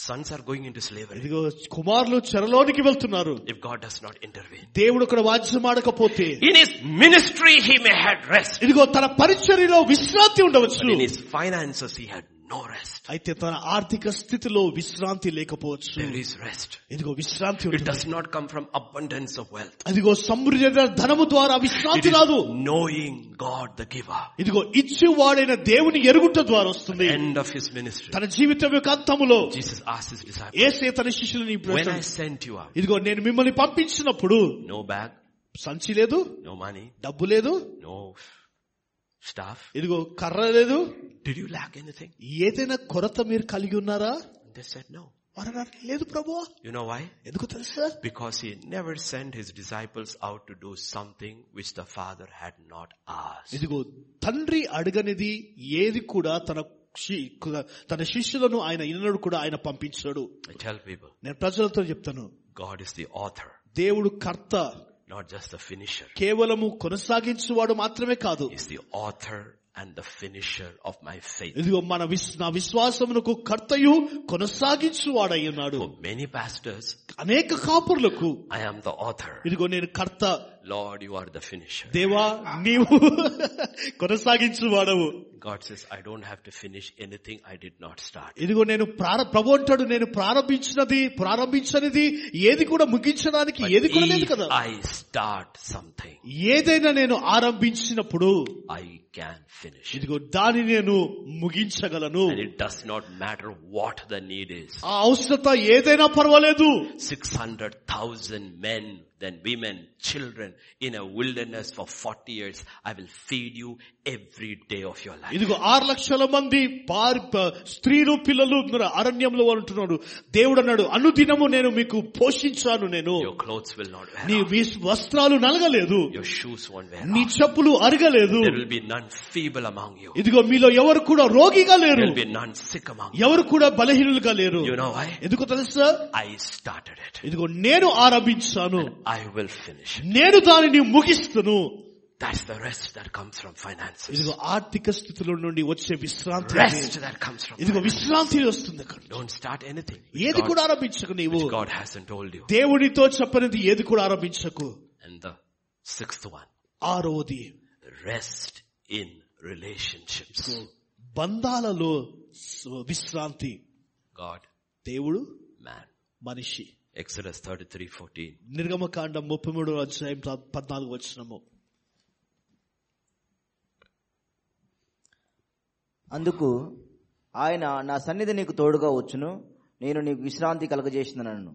Sons are going into slavery ఇదిగో కుమారులు చెరలోనికి వెళ్తున్నారు if God does not intervene. దేవుడు అక్కడ వాద్యం ఆడకపోతే In his ministry, he may have rest. ఇదిగో తన పరిచర్యలో విశ్రాంతి ఉండవచ్చు But in his finances, he had no rest. అయితే తన ఆర్థిక స్థితిలో విశ్రాంతి లేకపోవచ్చు There is rest. ఇదిగో విశ్రాంతి It ఉంటుంది does not come from abundance of wealth. అదిగో సమృద్ధి అయిన ధనము ద్వారా It విశ్రాంతి is రాదు knowing God the giver. ఇదిగో ఇచ్చేవాడైన దేవుని ఎరుగుట ద్వారా వస్తుంది End of his ministry. తన జీవితం యొక్క అంతములో Jesus asked his disciples, ఏసే తన శిష్యులని when I sent you out, ఇదిగో నేను మిమ్మల్ని పంపించినప్పుడు no bag, సంచి లేదు no money, డబ్బు లేదు no staff. ఇదిగో కర్ర లేదు Did you lack anything? ఏదైనా కొరత మీరు కలిగి ఉన్నారా They said no. వారు అన్నారు, లేదు ప్రభు You know why? ఎందుకు తెలుసా Because he never sent his disciples out to do something which the Father had not asked. ఇదిగో తండ్రి అడగనిది ఏది కూడా తన శి- తన శిష్యులను ఆయన ఇన్నడు కూడా ఆయన పంపించాడు I tell people, నేను ప్రజలతో చెప్తాను God is the author, దేవుడు కర్త not just the finisher. కేవలము కొనసాగించేవాడు మాత్రమే కాదు He's the author and the finisher of my faith. ఇదిగో మన విశ్- నా విశ్వాసమునకు కర్తయు కొనసాగించువాడై ఉన్నాడు For many pastors, అనేక కాపుర్లకు I am the author. ఇదిగో నేను కర్త Lord, you are the finisher. దేవా నీవు కొనసాగించువాడవు God says, I don't have to finish anything I did not start. ఇదిగో నేను ప్రార- ప్రభు అంటాడు నేను ప్రారంభించినది ప్రారంభించనిది ఏది కూడా ముగించడానికి But ఏది కూడా లేదు if కదా I start something, ఏదైనా నేను ఆరంభించినప్పుడు I can finish. ఇదిగో దాన్ని నేను ముగించగలను And it does not matter what the need is. ఆ అవసరత ఏదైనా పర్వాలేదు 600,000 men, then women, children in a wilderness for 40 years. I will feed you every day of your life. ఇదిగో ఆరు లక్షల మంది పారి- ప- స్త్రీలు పిల్లలు మరి అరణ్యంలో వారు ఉంటున్నాడు దేవుడు అన్నాడు అనుదినము నేను మీకు పోషించాను నేను Your clothes will not నీ wear off. వి- వస్త్రాలు నలగలేదు Your shoes won't wear నీ off. చెప్పులు అరగలేదు There will be none feeble among you. ఇదిగో మీలో ఎవరు కూడా రోగిగా There లేరు will be none sick among you. ఎవరు కూడా బలహీనులుగా లేరు You know why? ఎందుకు తెలుసా I started it. ఇదిగో నేను ఆరంభించాను I will finish it. నేను దానిని ముగిస్తును That's the rest that comes from finances. ఇదిగో ఆర్థిక స్థితిలో నుండి వచ్చే విశ్రాంతి అది. Rest that comes from ఇదిగో finances. విశ్రాంతి వస్తుంది అక్కడ Don't start anything. ఏది which కూడా God, ఆరంభించకు నీవు which God hasn't told you. దేవునితో చెప్పనిది ఏది కూడా ఆరంభించకు And the sixth one, ఆరోది rest in relationships. బంధాలలో స- విశ్రాంతి God, దేవుడు man. మనిషి Exodus 33, 14. నిర్గమకాండం ముప్పై మూడో అధ్యాయం పద్- పద్నాలుగు వచ్చినము అందుకు ఆయన నా సన్నిధి నీకు తోడుగా వచ్చును నేను నీకు విశ్రాంతి కలగజేసినను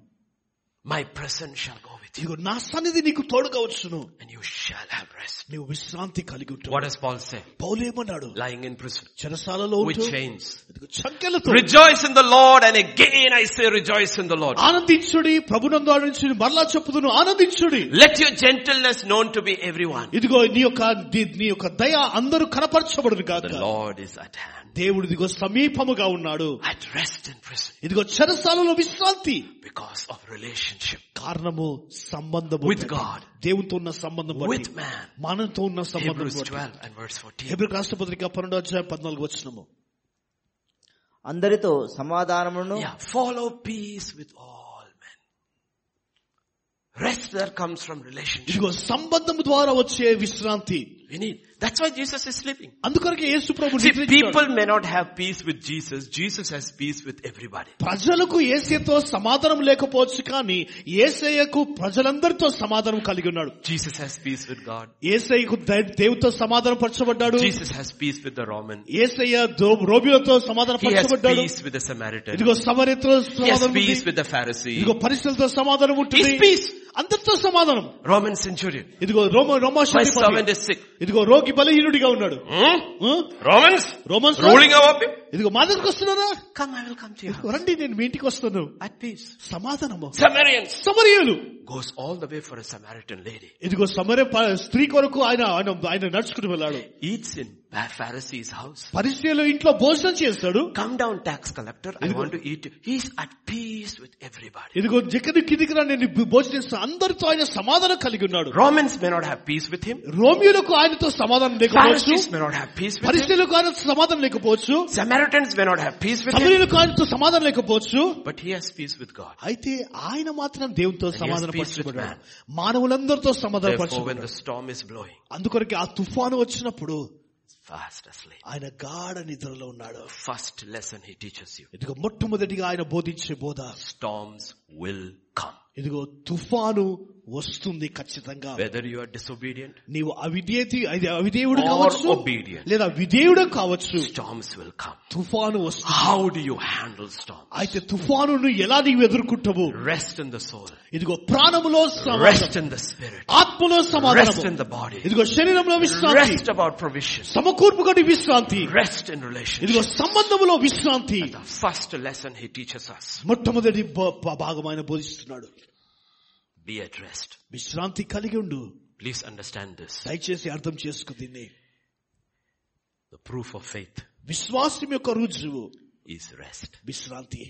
My presence shall go with you ఇదిగో నా సన్నిధి నీకు తోడుగా వచ్చును and you shall have rest. నీవు విశ్రాంతి కలిగి ఉంటావు What does Paul say? పౌలేమన్నాడు Lying in prison చెరసాలలో with ఉంటూ chains. ఇదిగో చంకెలతో Rejoice in the Lord and again I say rejoice in the Lord. Ah. ఆనందించుడి ప్రభునందు ఆనందించుడి మరలా చెప్పుదును ఆనందించుడి Let your gentleness known to be everyone. ఇదిగో నీ యొక్క నీ- నీ యొక్క దయ అందరూ కనపరచబడును The కాక Lord is at hand. దేవుడు ఇదిగో సమీపముగా ఉన్నాడు At rest in prison ఇదిగో చెరసాలలో విశ్రాంతి because of relationship కారణము సంబంధం With God. దేవునితో ఉన్న సంబంధం బట్టి. with man. మానవుతో ఉన్న సంబంధం Hebrews బట్టి. 12 and verse 14. హెబ్రీ రాష్ట్రపత్రిక పన్నెండో అధ్యాయం పద్నాలుగు వచ్చినము అందరితో సమాధానమును Yeah, follow peace with all men. Rest that comes from relationship. ఇదిగో సంబంధం ద్వారా వచ్చే విశ్రాంతి We need That's why Jesus is sleeping. అందుకొరకే యేసు ప్రభు See, నిద్రించాడు. people may not have peace with Jesus. Jesus has peace with everybody. ప్రజలకు ఏసేతో సమాధానం లేకపోవచ్చు కానీ ఏసయ్యకు ప్రజలందరితో సమాధానం కలిగి ఉన్నాడు Jesus has peace with God. ఏసయ్యకు దేవుతో సమాధానం పరచబడ్డాడు Jesus has peace with the Roman. ఏసయ్య దో- రోమిలతో సమాధానం He has పరచబడ్డాడు peace with the Samaritan. ఇదిగో సమరితో He has సమాధానం ఉంది. peace with the ఇదిగో Pharisee. పరిస్థితులతో సమాధానం ఉంటుంది His peace. అందరితో సమాధానం Roman centurion. ఇదిగో రోమ My రోమాశ్వరి servant is sick. ఇదిగో రోగి బలహీనుడిగా ఉన్నాడు Hmm? ఆ? Romans? రోమన్స్ లో- Ruling above him? ఇదిగో మా దగ్గరకు వస్తున్నారా Come, I will come to you. ఇదిగో రండి నేను మీ ఇంటికి వస్తాను At peace. సమాధానము Samaritans. సమరియలు Goes all the way for a Samaritan lady. ఇదిగో సమరే ప- స్త్రీ కొరకు ఆయన ఆయన ఆయన నడుచుకుని వెళ్ళాడు Eats in Pha- Pharisee's house. పరిచయలు ఇంట్లో భోజనం చేస్తాడు Come down tax collector. I want to eat. He's at peace with everybody. ఇదిగో జిక్కడి కిదికిరా నేను భోజనం చేస్తాను అందరితో ఆయన సమాధానం కలిగి ఉన్నాడు Romans may not have peace with him. రోమియోలకు ఆయనతో సమాధానం లేకపోవచ్చు Pharisees may not have peace with him. పరిస్థితులకు ఆయనతో సమాధానం లేకపోవచ్చు Samaritans may not have peace with him. సమరీయులకు ఆయనతో సమాధానం లేకపోవచ్చు But he has peace with God. అయితే ఆయన మాత్రం దేవునితో has సమాధానం peace with పరచబడ్డాడు మానవులందరితో సమాధానం Therefore, when పరచబడ్డాడు the storm is blowing, అందుకొరకే ఆ తుఫాను వచ్చినప్పుడు fast asleep. ఆయన గాఢ నిద్రలో ఉన్నాడు First lesson he teaches you. ఇదిగో మొట్టమొదటిగా ఆయన బోధించే బోధ Storms will come. ఇదిగో తుఫాను వస్తుంది ఖచ్చితంగా Whether you are disobedient, నీవు అవిధేయతి అది అవిధేయుడు Or కావచ్చు obedient. లేదా విధేయుడు కావచ్చు storms will come. తుఫాను వస్తుంది How do you handle storm? అయితే తుఫానును ఎలా నీవు ఎదుర్కొంటావు Rest in the soul. ఇదిగో ప్రాణములో సమాధానం Rest in the spirit. ఆత్మలో Rest in సమాధానం the body. ఇదిగో శరీరంలో విశ్రాంతి Rest about provisions. సమకూర్పు గడి విశ్రాంతి Rest in ఇదిగో relationships. సంబంధములో విశ్రాంతి The first lesson he teaches us. మొట్టమొదటి బ- బ- భాగం ఆయన బోధిస్తున్నాడు Be at rest. విశ్రాంతి కలిగి ఉండు Please understand this. దయచేసి అర్థం చేసుకు దీన్ని The proof of faith విశ్వాసం యొక్క రుజువు is rest. విశ్రాంతి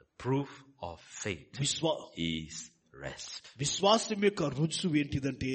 The proof of faith Vishwa is rest. విశ్వాసం యొక్క రుజువు ఏంటిదంటే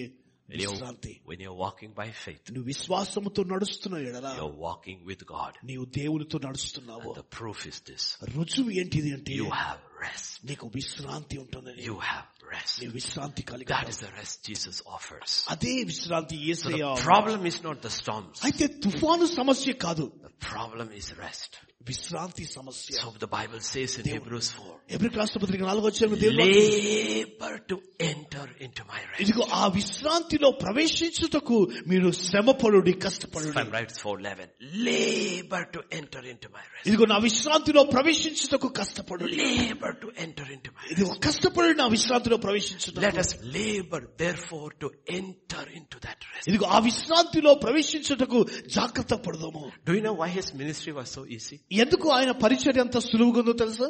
When you're, విశ్రాంతి when you're walking by faith, నువ్వు విశ్వాసముతో నడుస్తున్నావు ఎడలా you're walking with God. నీవు దేవునితో నడుస్తున్నావు And the proof is this. రుజువు ఏంటిది అంటే You have rest. నీకు విశ్రాంతి ఉంటుందని You have rest. నీవు విశ్రాంతి కలిగి That is the rest Jesus offers. అదే విశ్రాంతి So the Yesayya problem is not the storms. అయితే తుఫాను సమస్య కాదు The problem is rest. విశ్రాంతి సమస్య So the Bible says in Hebrews 4, ఎవరికి రాష్ట్రపతికి నాలుగు వచ్చారు labor to enter into my rest. ఇదిగో ఆ విశ్రాంతిలో ప్రవేశించుటకు మీరు శ్రమపడుడి If కష్టపడుడి I'm right, it's 411. Labor to enter into my rest. ఇదిగో నా విశ్రాంతిలో ప్రవేశించుటకు కష్టపడుడి Labor to enter into my rest. ఇదిగో కష్టపడి నా విశ్రాంతిలో ప్రవేశించుట Let us labor therefore to enter into that rest. ఇదిగో ఆ విశ్రాంతిలో ప్రవేశించుటకు జాగ్రత్త పడదాము Do you know why his ministry was so easy? ఎందుకు ఆయన పరిచర్య అంత సులువుగా ఉందో తెలుసా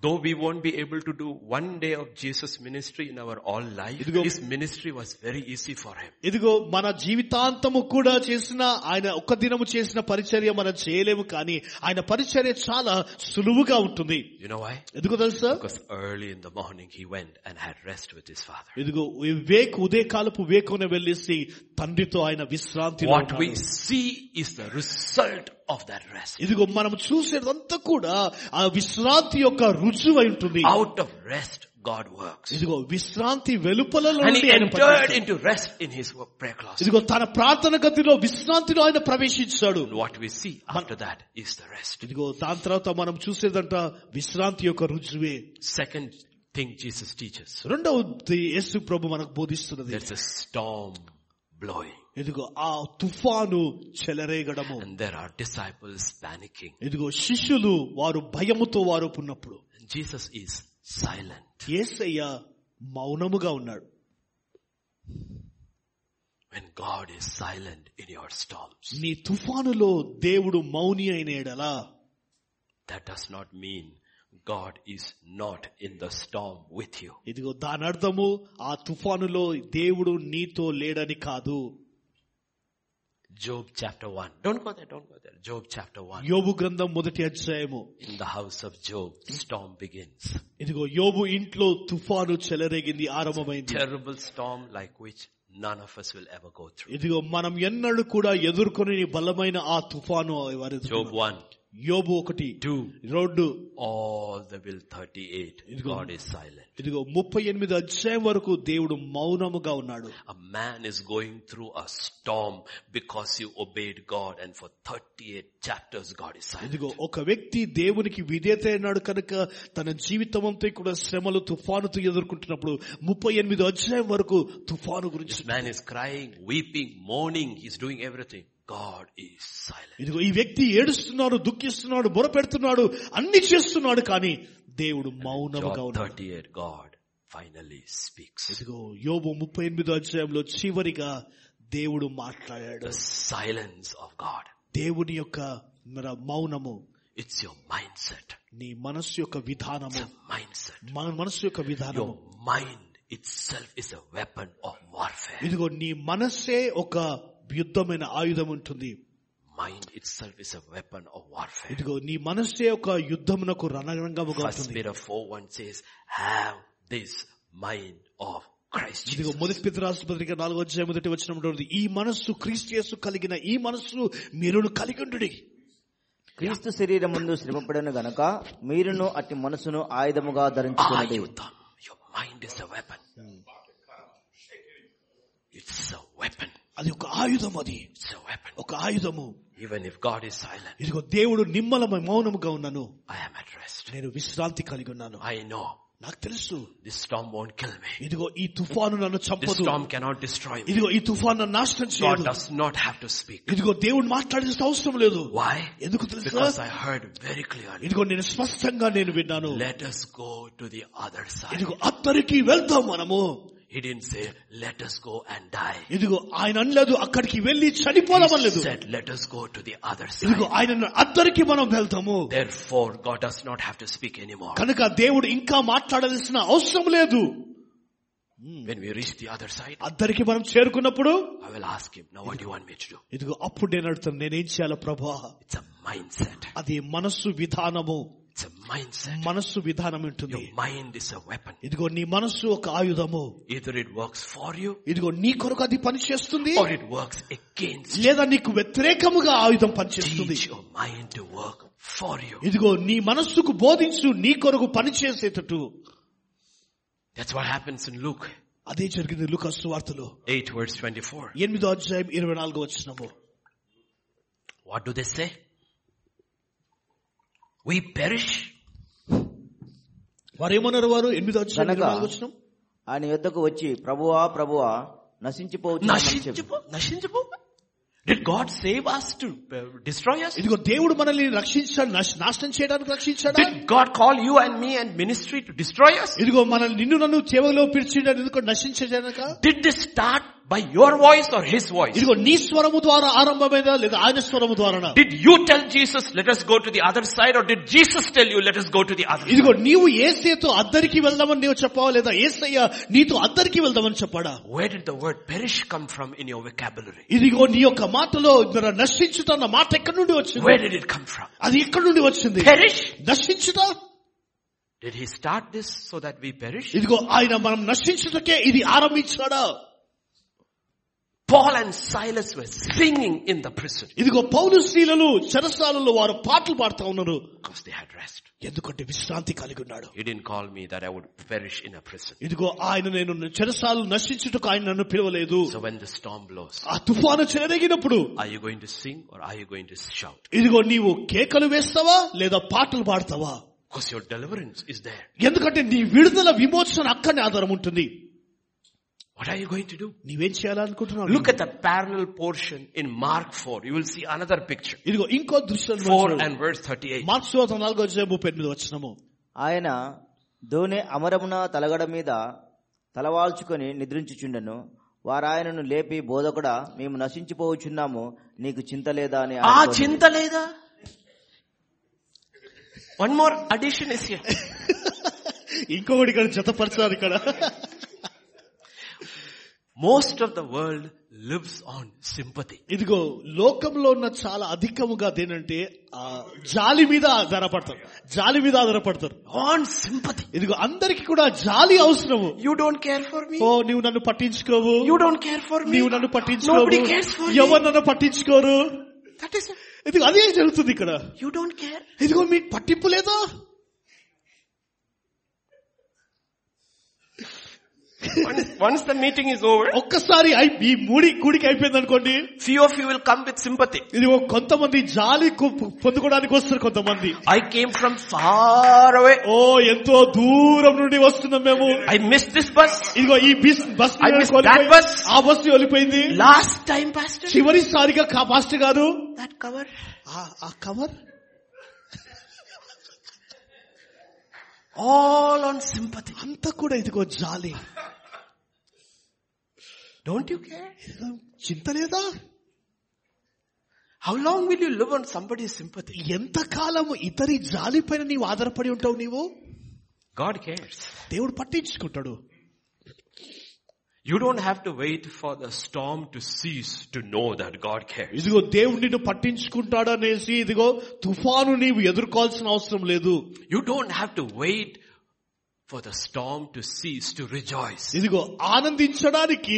Though we won't be able to do one day of Jesus' ministry in our all life, Idigo. his ministry was very easy for him. ఇదిగో మన జీవితాంతము కూడా చేసిన ఆయన ఒక్క దినము చేసిన పరిచర్య మనం చేయలేము కానీ ఆయన పరిచర్య చాలా సులువుగా ఉంటుంది You know why? ఎందుకు తెలుసా Because early in the morning he went and had rest with his father. ఇదిగో వివేక్ ఉదయకాలపు వివేకున వెళ్ళేసి తండ్రితో ఆయన విశ్రాంతి What we see is the result of that rest. ఇదిగో మనం చూసేదంతా కూడా ఆ విశ్రాంతి యొక్క రుజువు అయి ఉంటుంది Out of rest, God works. ఇదిగో విశ్రాంతి వెలుపల And he entered into rest in his work- prayer closet. ఇదిగో తన ప్రార్థన గదిలో విశ్రాంతిలో ఆయన ప్రవేశించాడు And what we see after that is the rest. ఇదిగో దాని తర్వాత మనం చూసేదంట విశ్రాంతి యొక్క రుజువే Second thing Jesus teaches. రెండవది యేసు ప్రభు మనకు బోధిస్తున్నది There's a storm blowing. ఇదిగో ఆ తుఫాను చెలరేగడము And there are disciples panicking. ఇదిగో శిష్యులు వారు భయముతో వారు ఉన్నప్పుడు And Jesus is silent. యేసయ్య మౌనముగా ఉన్నాడు When God is silent in your storms, నీ తుఫానులో దేవుడు మౌని అయిన ఎడలా that does not mean God is not in the storm with you. ఇదిగో దాని అర్థము ఆ తుఫానులో దేవుడు నీతో లేడని కాదు Job chapter 1. Don't go there, don't go there. Job chapter 1. యోబు గ్రంథం మొదటి అధ్యాయము In the house of Job, storm begins. ఇదిగో యోబు ఇంట్లో తుఫాను చెలరేగింది ఆరంభమైంది Terrible storm like which none of us will ever go through. ఇదిగో మనం ఎన్నడూ కూడా ఎదుర్కొని బలమైన ఆ తుఫాను వారు Job 1. యోబు ఒకటి Do road all the will 38. God is silent. ఇదిగో ముప్పై ఎనిమిది అధ్యాయం వరకు దేవుడు మౌనముగా ఉన్నాడు A man is going through a storm because he obeyed God and for 38 chapters God is silent. ఇదిగో ఒక వ్యక్తి దేవునికి విధేత అయినాడు కనుక తన జీవితం అంతా కూడా శ్రమలు తుఫానుతో ఎదుర్కొంటున్నప్పుడు ముప్పై ఎనిమిది అధ్యాయం వరకు తుఫాను గురించి This man is crying, weeping, mourning, he's doing everything. God is silent. ఇదిగో ఈ వ్యక్తి ఏడుస్తున్నాడు దుఃఖిస్తున్నాడు బొరపెడుతున్నాడు అన్ని చేస్తున్నాడు కానీ దేవుడు మౌనముగా Job ఉన్నాడు 38, God finally speaks. ఇదిగో యోబు ముప్పై ఎనిమిదో అధ్యాయంలో చివరిగా దేవుడు మాట్లాడాడు The silence of God. దేవుని యొక్క మరి ఆ మౌనము It's your mindset. నీ మనస్సు యొక్క విధానము Mindset. మన మనస్సు యొక్క విధానము Your mind itself is a weapon of warfare. ఇదిగో నీ మనస్సే ఒక యుద్ధమైన ఆయుధం ఉంటుంది Mind itself is a weapon of warfare. ఇదిగో నీ మనస్సే ఒక యుద్ధమునకు రణరంగముగా First ఉంటుంది Peter 4 1 says, have this mind of Christ ఇదిగో Jesus. మొదటి పిత రాష్ట్రపతికి నాలుగో అధ్యాయం మొదటి వచ్చిన ఈ మనస్సు క్రీస్తు యేసు కలిగిన ఈ మనస్సు మీరును కలిగి ఉండుడి క్రీస్తు శరీరం ముందు శ్రమపడను గనక మీరును అట్టి మనసును ఆయుధముగా ధరించుకున్నది Ayudham. Your mind is a weapon. It's a weapon. అది ఒక ఆయుధం అది It's a weapon. ఒక ఆయుధము Even if God is silent, ఇదిగో దేవుడు నిమ్మలమై మౌనముగా ఉన్నాను I am at rest. నేను విశ్రాంతి కలిగి ఉన్నాను I know నాకు తెలుసు this storm won't kill me. ఇదిగో ఈ తుఫాను నన్ను This చంపదు storm cannot destroy me. ఇదిగో ఈ తుఫాను నన్ను నాశనం God చేయదు does not have to speak. ఇదిగో దేవుడు మాట్లాడాల్సిన అవసరం లేదు Why? ఎందుకు తెలుసా Because I heard very clearly. ఇదిగో నేను స్పష్టంగా నేను విన్నాను Let us go to the other side. ఇదిగో అత్తరికి వెళ్దాం మనము He didn't say, let us go and die. ఇదిగో ఆయన అనలేదు అక్కడికి వెళ్ళి చనిపోదామనలేదు Said, let us go to the other ఇదిగో side. ఆయన అన్నాడు, అత్తరికి మనం వెళ్తాము Therefore, God does not have to speak anymore. కనుక దేవుడు ఇంకా మాట్లాడాల్సిన అవసరం లేదు When we reach the other side, అద్దరికి మనం చేరుకున్నప్పుడు I will ask him, now what do you want me to do? ఇదిగో అప్పుడు నేను అడుగుతాను నేనేం చేయాలి ప్రభా It's a mindset. అది మనస్సు విధానము It's a mindset. మనస్సు విధానం ఉంటుంది Your mind is a weapon. ఇదిగో నీ మనస్సు ఒక ఆయుధము Either it works for you ఇదిగో నీ కొరకు అది పనిచేస్తుంది or it works against లేదా నీకు వ్యతిరేకముగా ఆయుధం you. పనిచేస్తుంది Teach your mind to work for you. ఇదిగో నీ మనస్సుకు బోధించు నీ కొరకు పనిచేసేటట్టు That's what happens in Luke అదే జరిగింది లుకస్సు వార్తలో 8 verse 24. ఎనిమిదో అధ్యాయం ఇరవై నాలుగో వచ్చినము What do they say? We perish. వారు ఏమన్నారు వారు ఎనిమిదో అధ్యాయం గనక ఇరవై నాలుగు వచ్చిన ఆయన యొద్దకు వచ్చి ప్రభువా ప్రభువా నశించిపోవచ్చు Nashinjipo, nashinjipo. Did God save us to uh, destroy us? ఇదిగో దేవుడు మనల్ని రక్షించాడు నాశ- నాశనం చేయడానికి రక్షించాడా Did God call you and me and ministry to destroy us? ఇదిగో మనల్ని నిన్ను నన్ను చెవలో పిలిచిండని ఎందుకు నశించడానిక Did this start by your voice or his voice? ఇదిగో నీ స్వరము ద్వారా ఆరంభమైందా లేదా ఆయన స్వరము ద్వారా Did you tell Jesus, let us go to the other side or did Jesus tell you, let us go to the other side? ఇదిగో నీవు ఏసయ్యతో అద్దరికి వెళ్దామని నీవు చెప్పావా లేదా ఏసయ్య నీతో అద్దరికి వెళ్దామని చెప్పాడా Where did the word perish come from in your vocabulary? ఇదిగో నీ యొక్క మాటలో మరి నశించుతున్న మాట ఎక్కడి నుండి వచ్చింది Where did it come from? అది ఎక్కడి నుండి వచ్చింది Perish? నశించుట Did he start this so that we perish? ఇదిగో ఆయన మనం నశించుటకే ఇది ఆరంభించాడా Paul and Silas were singing in the prison ఇదిగో పౌలు స్త్రీలను చెరసాలలో వారు పాటలు పాడుతా ఉన్నారు because they had rest. ఎందుకంటే విశ్రాంతి కలిగి ఉన్నాడు He didn't call me that I would perish in a prison. ఇదిగో ఆయన నేను చెరసాలు నశించుటకు ఆయన నన్ను పిలవలేదు So when the storm blows, ఆ తుఫాను చెలరేగినప్పుడు are you going to sing or are you going to shout? ఇదిగో నీవు కేకలు వేస్తావా లేదా పాటలు పాడతావా Because your deliverance is there. ఎందుకంటే నీ విడుదల విమోచన అక్కడనే ఆధారం ఉంటుంది What are you going to do? నీవేం చేయాలనుకుంటున్నావు Look at the parallel portion in Mark 4. You will see another picture. ఇదిగో ఇంకో దృశ్యం 4 and verse 38. మార్క్స్ వార్త నాలుగో అధ్యాయం ముప్పై ఎనిమిది వచ్చినము ఆయన దోనె అమరమున తలగడ మీద తలవాల్చుకొని నిద్రించుచుండెను వారాయనను లేపి బోధకుడా మేము నశించిపోవచ్చున్నాము నీకు చింత లేదా అని ఆ ఆయన బోధకుడు. చింత లేదా one more addition is here ఇంకొకటి ఇక్కడ జతపరచారు ఇక్కడ most of the world lives on sympathy ఇదిగో లోకంలో ఉన్న చాలా అధికముగా దేనంటే ఆ జాలి మీద ఆధారపడతారు జాలి మీద ఆధారపడతారు ఆన్ సింపతి ఇదిగో అందరికి కూడా జాలి అవసరము you don't care for me ఓ నీవు నన్ను పట్టించుకోవు you don't care for me నీవు నన్ను నోబడి కేర్స్ పట్టించుకోవు ఫర్ ఎవరు నన్ను పట్టించుకోరు దట్ ఇస్ ఇది అదే జరుగుతుంది ఇక్కడ You don't care. ఇదిగో మీకు పట్టింపు లేదా Once, once the meeting is over, ఒక్కసారి అయి- ఈ మూడి కూడికి అయిపోయింది అనుకోండి few of you will come with sympathy. ఇది ఒక కొంతమంది జాలి కు- పొందుకోవడానికి వస్తారు కొంతమంది I came from far away. ఓ ఎంతో దూరం నుండి వస్తున్నాం మేము I missed this bus. ఇదిగో ఈ బిస్ bus I missed that bus. ఆ బస్సు ఒలిపోయింది Last time, pastor. చివరిసారిగా కా- పాస్టర్ గారు That cover. ఆ- ఆ కవర్ All on sympathy. అంతా కూడా ఇదిగో జాలి Don't you care? ఇదిగో చింత లేదా How long will you live on somebody's sympathy? ఎంత కాలం ఇతరి జాలి పైన నీవు ఆధారపడి ఉంటావు నీవు God cares. దేవుడు పట్టించుకుంటాడు You don't have to wait for the storm to cease to know that God cares. ఇదిగో దేవుడు నిన్ను పట్టించుకుంటాడనేసి ఇదిగో తుఫాను నీవు ఎదుర్కోవాల్సిన అవసరం లేదు You don't have to wait for the storm to cease to rejoice. ఇదిగో ఆనందించడానికి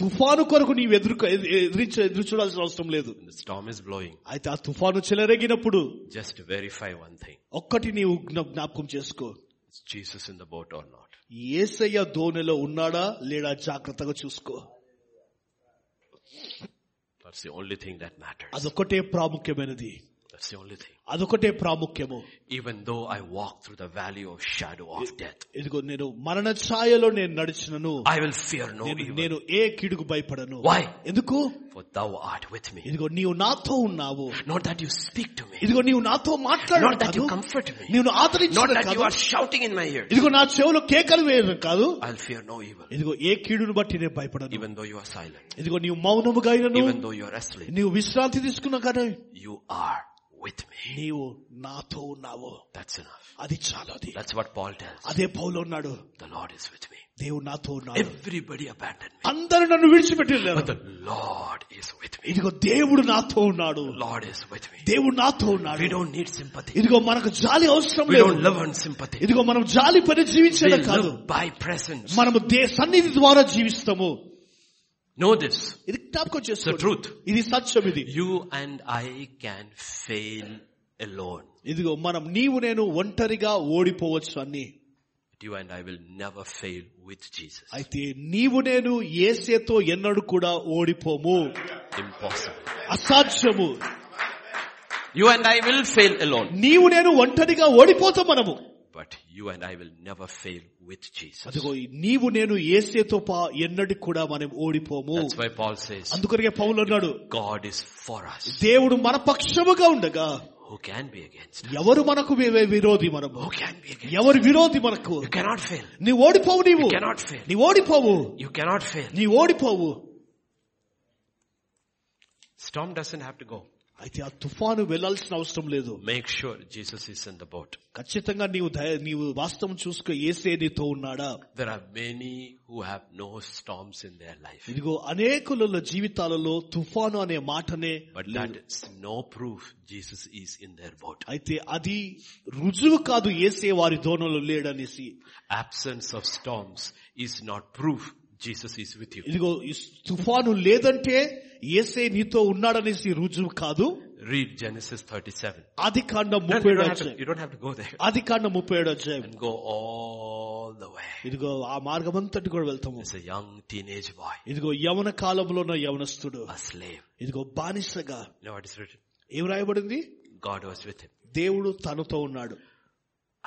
తుఫాను కొరకు నీవు ఎదుర్కొ ఎదు- ఎదురించ ఎదురు చూడాల్సిన అవసరం లేదు When the storm is blowing, అయితే ఆ తుఫాను చెలరేగినప్పుడు just verify one thing. ఒక్కటి నీవు జ్ఞా- జ్ఞాపకం చేసుకో Is Jesus in the boat or not? ఏసయ్య దోణిలో ఉన్నాడా లేడా జాగ్రత్తగా చూసుకో That's the only thing that matters. అదొకటే ప్రాముఖ్యమైనది That's the only thing. అదొకటే ప్రాముఖ్యము Even though I walk through the valley of shadow of death, ఇదిగో నేను మరణ ఛాయలో నేను నడిచినను I will fear no నేను- evil. నేను ఏ కీడుకు భయపడను Why? ఎందుకు For thou art with me. ఇదిగో నీవు నాతో ఉన్నావు Not that you speak to me. ఇదిగో నీవు నాతో మాట్లాడు Not that you comfort me. నేను Not ఆదరించడం that you కాదు are shouting in my ear. ఇదిగో నా చెవులో కేకలు వేయడం కాదు I'll fear no evil. ఇదిగో ఏ కీడును బట్టి నేను భయపడను Even though you are silent. ఇదిగో నీవు మౌనముగా అయినను Even though you are asleep. నీవు విశ్రాంతి తీసుకున్నా కానీ You are with me. నీవు నాతో ఉన్నావు That's enough. అది చాలు అది That's what Paul tells. అదే పౌలు ఉన్నాడు The Lord is with me. దేవుడు నాతో ఉన్నాడు Everybody abandoned me. అందరూ నన్ను విడిచిపెట్టలేరు But the Lord is with me. ఇదిగో దేవుడు నాతో ఉన్నాడు The Lord is with me. దేవుడు నాతో ఉన్నాడు We don't need sympathy. ఇదిగో మనకు జాలి అవసరం We లేదు don't live on sympathy. ఇదిగో మనం జాలి పని We జీవించడం కాదు live by presence. మనము దే సన్నిధి ద్వారా జీవిస్తాము Know this. ఇది జ్ఞాపకం The చేసుకోండి truth. ఇది సత్యం ఇది You and I can fail alone. ఇదిగో మనం నీవు నేను ఒంటరిగా ఓడిపోవచ్చు అన్ని But you and I will never fail with Jesus. అయితే నీవు నేను ఏసేతో ఎన్నడూ కూడా ఓడిపోము Impossible. అసాధ్యము You and I will fail alone. నీవు నేను ఒంటరిగా ఓడిపోతాం మనము But you and I will never fail with Jesus. అదిగో ఈ నీవు నేను ఏసేతో పా ఎన్నటికి కూడా మనం ఓడిపోము That's why Paul says, అందుకొరకే పౌలు అన్నాడు God is for us. దేవుడు మన పక్షముగా ఉండగా Who can be against? us? ఎవరు మనకు వి- వి- విరోధి మనము Who can be against? ఎవరు విరోధి మనకు You cannot fail. నీవు ఓడిపోవు నీవు You cannot fail. నీవు ఓడిపోవు You cannot fail. నీవు ఓడిపోవు Storm doesn't have to go. అయితే ఆ తుఫాను వెళ్లాల్సిన అవసరం లేదు Make sure Jesus is in the boat. ఖచ్చితంగా నీవు దయ- నీవు వాస్తవం చూసుకో ఏసే నీతో ఉన్నాడా There are many who have no storms in their life. ఇదిగో అనేకుల జీవితాలలో తుఫాను అనే మాటనే But that is no proof Jesus is in their boat. అయితే అది రుజువు కాదు ఏసే వారి దోణలో లేడనేసి Absence of storms is not proof Jesus is with you. ఇదిగో ఈ తుఫాను లేదంటే ఏసే నీతో ఉన్నాడనేసి రుజువు కాదు Read Genesis 37. అది కాండ No, ముప్పై you, ఏడు don't have to, అధ్యాయం you don't have to go there. అది కాండ ముప్పై ఏడు అధ్యాయం And go all the way. ఇదిగో ఆ మార్గం అంతటి కూడా వెళ్తాము It's a young teenage boy, ఇదిగో యవన కాలంలో ఉన్న యవనస్తుడు a slave. ఇదిగో బానిసగా You know what is written? ఏం రాయబడింది God was with him. దేవుడు తనతో ఉన్నాడు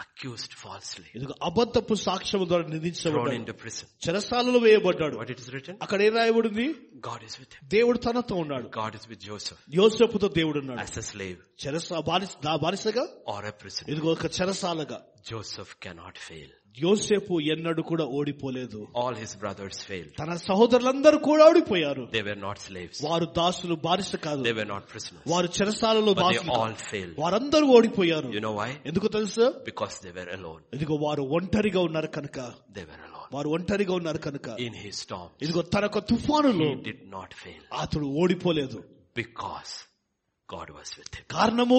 Accused falsely. ఇదిగో అబద్ధపు సాక్ష్యం ద్వారా Thrown నిందించబడ్డాడు into prison. చెరసాలలో వేయబడ్డాడు What it is written? అక్కడ ఏం రాయబడింది God is with him. దేవుడు తనతో ఉన్నాడు God is with Joseph యోసేపుతో దేవుడు ఉన్నాడు as a slave చెరస బానిస నా బానిసగా or a prisoner. ఇదిగో ఒక చెరసాలగా Joseph cannot fail. యోసేపు ఎన్నడూ కూడా ఓడిపోలేదు All his brothers failed. తన సహోదరులందరూ కూడా ఓడిపోయారు They were not slaves. వారు దాసులు బానిస కాదు They were not prisoners. వారు చెరసాలలో But they దాసులు all కాదు. failed. వారందరూ ఓడిపోయారు You know why? ఎందుకు తెలుసా Because they were alone. ఇదిగో వారు ఒంటరిగా ఉన్నారు కనుక They were alone. వారు ఒంటరిగా ఉన్నారు కనుక In his storm, ఇదిగో తన యొక్క తుఫానులో he did not fail అతడు ఓడిపోలేదు because God was with him. కారణము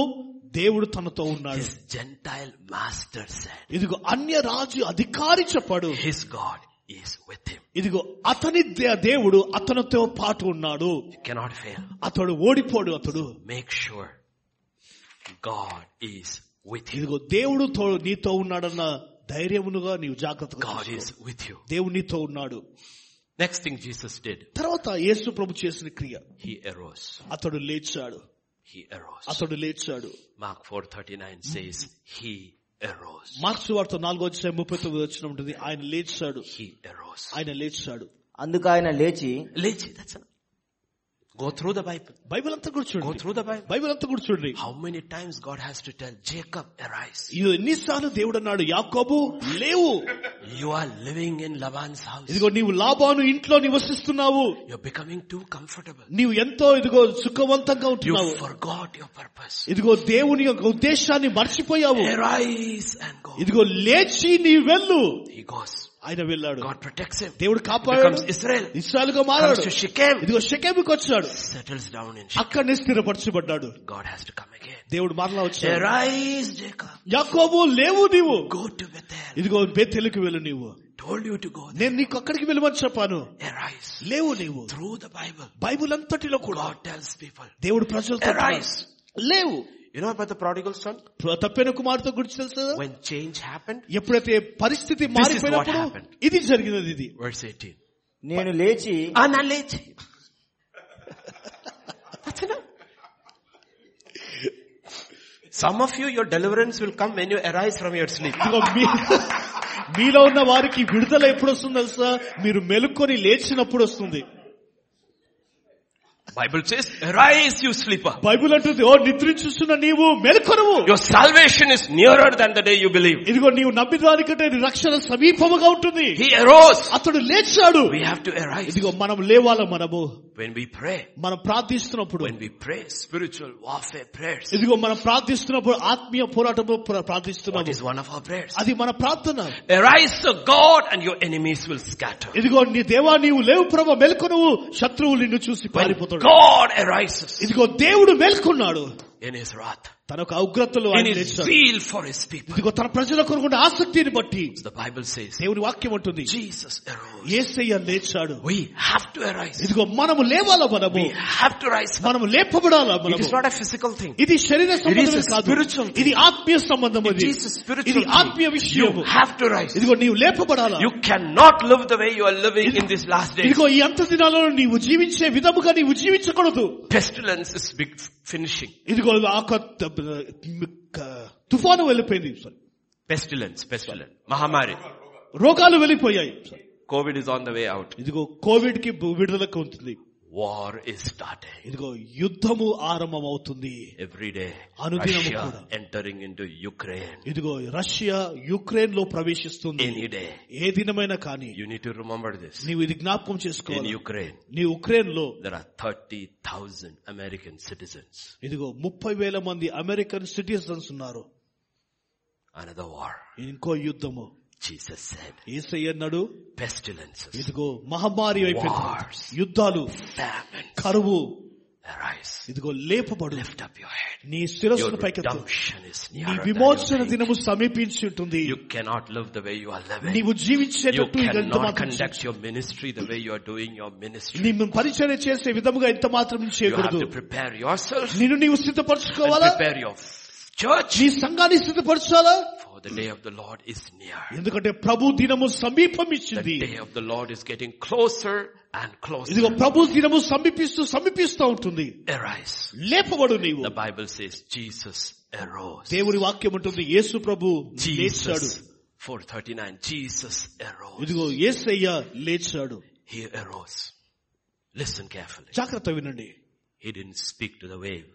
దేవుడు తనతో ఉన్నాడు His Gentile master said, ఇదిగో అన్య రాజు అధికారి చెప్పాడు his God is with him. ఇదిగో అతని దే- దేవుడు అతనితో పాటు ఉన్నాడు You cannot fail. అతడు ఓడిపోడు అతడు Make sure God is with you. ఇదిగో దేవుడు తో- నీతో ఉన్నాడన్న ధైర్యమునుగా నీవు జాగ్రత్తగా God చూసుకో. is with you. దేవుడు నీతో ఉన్నాడు Next thing Jesus did, తర్వాత యేసు ప్రభు చేసిన క్రియ He arose. అతడు లేచాడు He arose. అతడు లేచాడు Mark 4.39 says, He arose. Mark's వార్త నాలుగో అధ్యాయం ముప్పై తొమ్మిది వచ్చిన ఉంటుంది ఆయన లేచాడు He arose. ఆయన లేచాడు అందుకు ఆయన లేచి Lechi, that's enough. Go through the Bible. Bible అంతా కూడా Go చూడండి through the Bible. బైబిల్ అంతా కూడా చూడండి How many times God has to tell Jacob, arise. ఇది ఎన్నిసార్లు దేవుడు అన్నాడు యాకోబు లేవు You are living in Laban's house. ఇదిగో నీవు లాభాను ఇంట్లో నివసిస్తున్నావు You're becoming too comfortable. నీవు ఎంతో ఇదిగో సుఖవంతంగా ఉంటున్నావు You forgot your purpose. ఇదిగో దేవుని యొక్క ఉద్దేశాన్ని మర్చిపోయావు Arise and go. ఇదిగో లేచి నీ వెళ్ళు He goes. ఆయన వెళ్ళాడు God protects him. దేవుడు కాపాడాడు Becomes Israel. ఇస్రాయలుగా Comes మారాడు to Shechem. ఇదిగో షకేమికి వచ్చాడు Settles down in Shechem. అక్కడనే స్థిరపరచబడ్డాడు God has to come again. దేవుడు మరలా వచ్చాడు Arise, Jacob. యాకోబు లేవు నీవు Go to Bethel. ఇదిగో బేతెలకు వెళ్ళు నీవు Told you to go there. నేను నీకు అక్కడికి వెళ్ళమని చెప్పాను Arise. లేవు నీవు Through the Bible. బైబుల్ అంతటిలో కూడా God tells people. దేవుడు ప్రజలతో Arise. అంటున్నాడు, లేవు You know about the prodigal son? ప్ర- తప్పిన కుమార్తె గురించి తెలుసు When change happened? ఎప్పుడైతే పరిస్థితి what మారిపోయినప్పుడు happened. ఇది జరిగినది ఇది Verse 18. నేను లేచి Analyze. That's enough. Some of you, your deliverance will come when you arise from your sleep. ఇదిగో మీ- మీలో ఉన్న వారికి విడుదల ఎప్పుడు వస్తుంది తెలుసా మీరు మెలుకొని లేచినప్పుడు వస్తుంది Bible says, arise you sleeper. Bible అంటుంది ఓ నిద్రించుస్తున్న నీవు మెలుకొనువు Your salvation is nearer than the day you believe. ఇదిగో నీవు నమ్మిదానికంటే నీ రక్షణ సమీపముగా ఉంటుంది He arose. అతడు లేచాడు We have to arise. ఇదిగో మనం లేవాల మనము When we pray, మనం ప్రార్థిస్తున్నప్పుడు when we pray spiritual warfare prayers, ఇదిగో మనం ప్రార్థిస్తున్నప్పుడు ఆత్మీయ పోరాటము ప్ర- what ప్రార్థిస్తున్నాము is one of our prayers? అది మన ప్రార్థన Arise O God and your enemies will scatter. ఇదిగో నీ దేవా నీవు లేవు ప్రభ మెల్కొనువు శత్రువు నిన్ను చూసి When పారిపోతాడు God arises ఇదిగో దేవుడు మేల్కొన్నాడు in his wrath, తన యొక్క ఉగ్రతలో in ఆయన his లేచాడు. zeal for his people. ఇదిగో తన ప్రజల కొనుకున్న ఆసక్తిని బట్టి The Bible says, దేవుని వాక్యం ఉంటుంది Jesus arose. ఏసయ్య లేచాడు We have to arise. ఇదిగో మనము లేవాల మనము We have to rise. మనము లేపబడాల It మనము is not a physical thing. ఇది శరీర సంబంధం a కాదు spiritual thing. ఇది ఆత్మీయ సంబంధం It అది is a spiritual ఇది ఆత్మీయ thing. You విషయము have to rise. ఇదిగో నీవు లేపబడాలా You cannot live the way you are living in these last days. ఇదిగో ఈ అంత దినాలలో నీవు జీవించే విధముగా నీవు జీవించకూడదు Pestilence is big finishing. ఇదిగో ఆ కొత్త, ఆ, తుఫాను వెళ్ళిపోయింది Sorry. Pestilence, pestilence. Mahamari. రోగాలు వెళ్ళిపోయాయి Sorry. COVID is on the way out. ఇదిగో కోవిడ్ కి విడుదలకు ఉంటుంది War is starting. ఇదిగో యుద్ధము ఆరంభం అవుతుంది Every day, Anudinam Russia kuda. entering into Ukraine. ఇదిగో రష్యా యుక్రెయిన్ లో ప్రవేశిస్తుంది Any day. ఏ దినమైనా కానీ You need to remember this. నీవు ఇది జ్ఞాపకం In చేసుకోవాలి Ukraine, నీ ఉక్రెయిన్ లో there are 30,000 American citizens. ఇదిగో ముప్పై వేల మంది అమెరికన్ సిటిజన్స్ ఉన్నారు Another war. ఇంకో యుద్ధము Jesus said, ఏసై అన్నాడు pestilences, ఇదిగో మహమ్మారి Wars. అయిపోయింది యుద్ధాలు famine, కరువు arise. ఇదిగో లేపబడు Lift up your head. నీ Your శిరస్సును పైకెత్తు redemption is నీ nearer than your విమోచన faith. దినము సమీపించి ఉంటుంది You cannot live the way you are living. నీవు You జీవించేటట్టు ఇదంత cannot మాత్రం conduct your ministry the way you are doing your ministry. నిన్ను పరిచయం చేసే విధముగా ఇంత మాత్రం You have చేయకూడదు to prepare yourself నిన్ను నీవు and సిద్ధపరచుకోవాలా prepare your church నీ సంఘాన్ని సిద్ధపరచాలా for the day of the Lord is near. ఎందుకంటే ప్రభు దినము సమీపం The ఇచ్చింది day of the Lord is getting closer and ఇదిగో closer. ప్రభు దినము సమీపిస్తూ సమీపిస్తూ ఉంటుంది Arise. లేపబడు నీవు The Bible says Jesus arose. దేవుని వాక్యం ఉంటుంది యేసు ప్రభు లేచాడు Jesus. 439. Jesus arose. ఇదిగో యేసయ్య లేచాడు He arose. Listen carefully. జాగ్రత్త వినండి He didn't speak to the wave.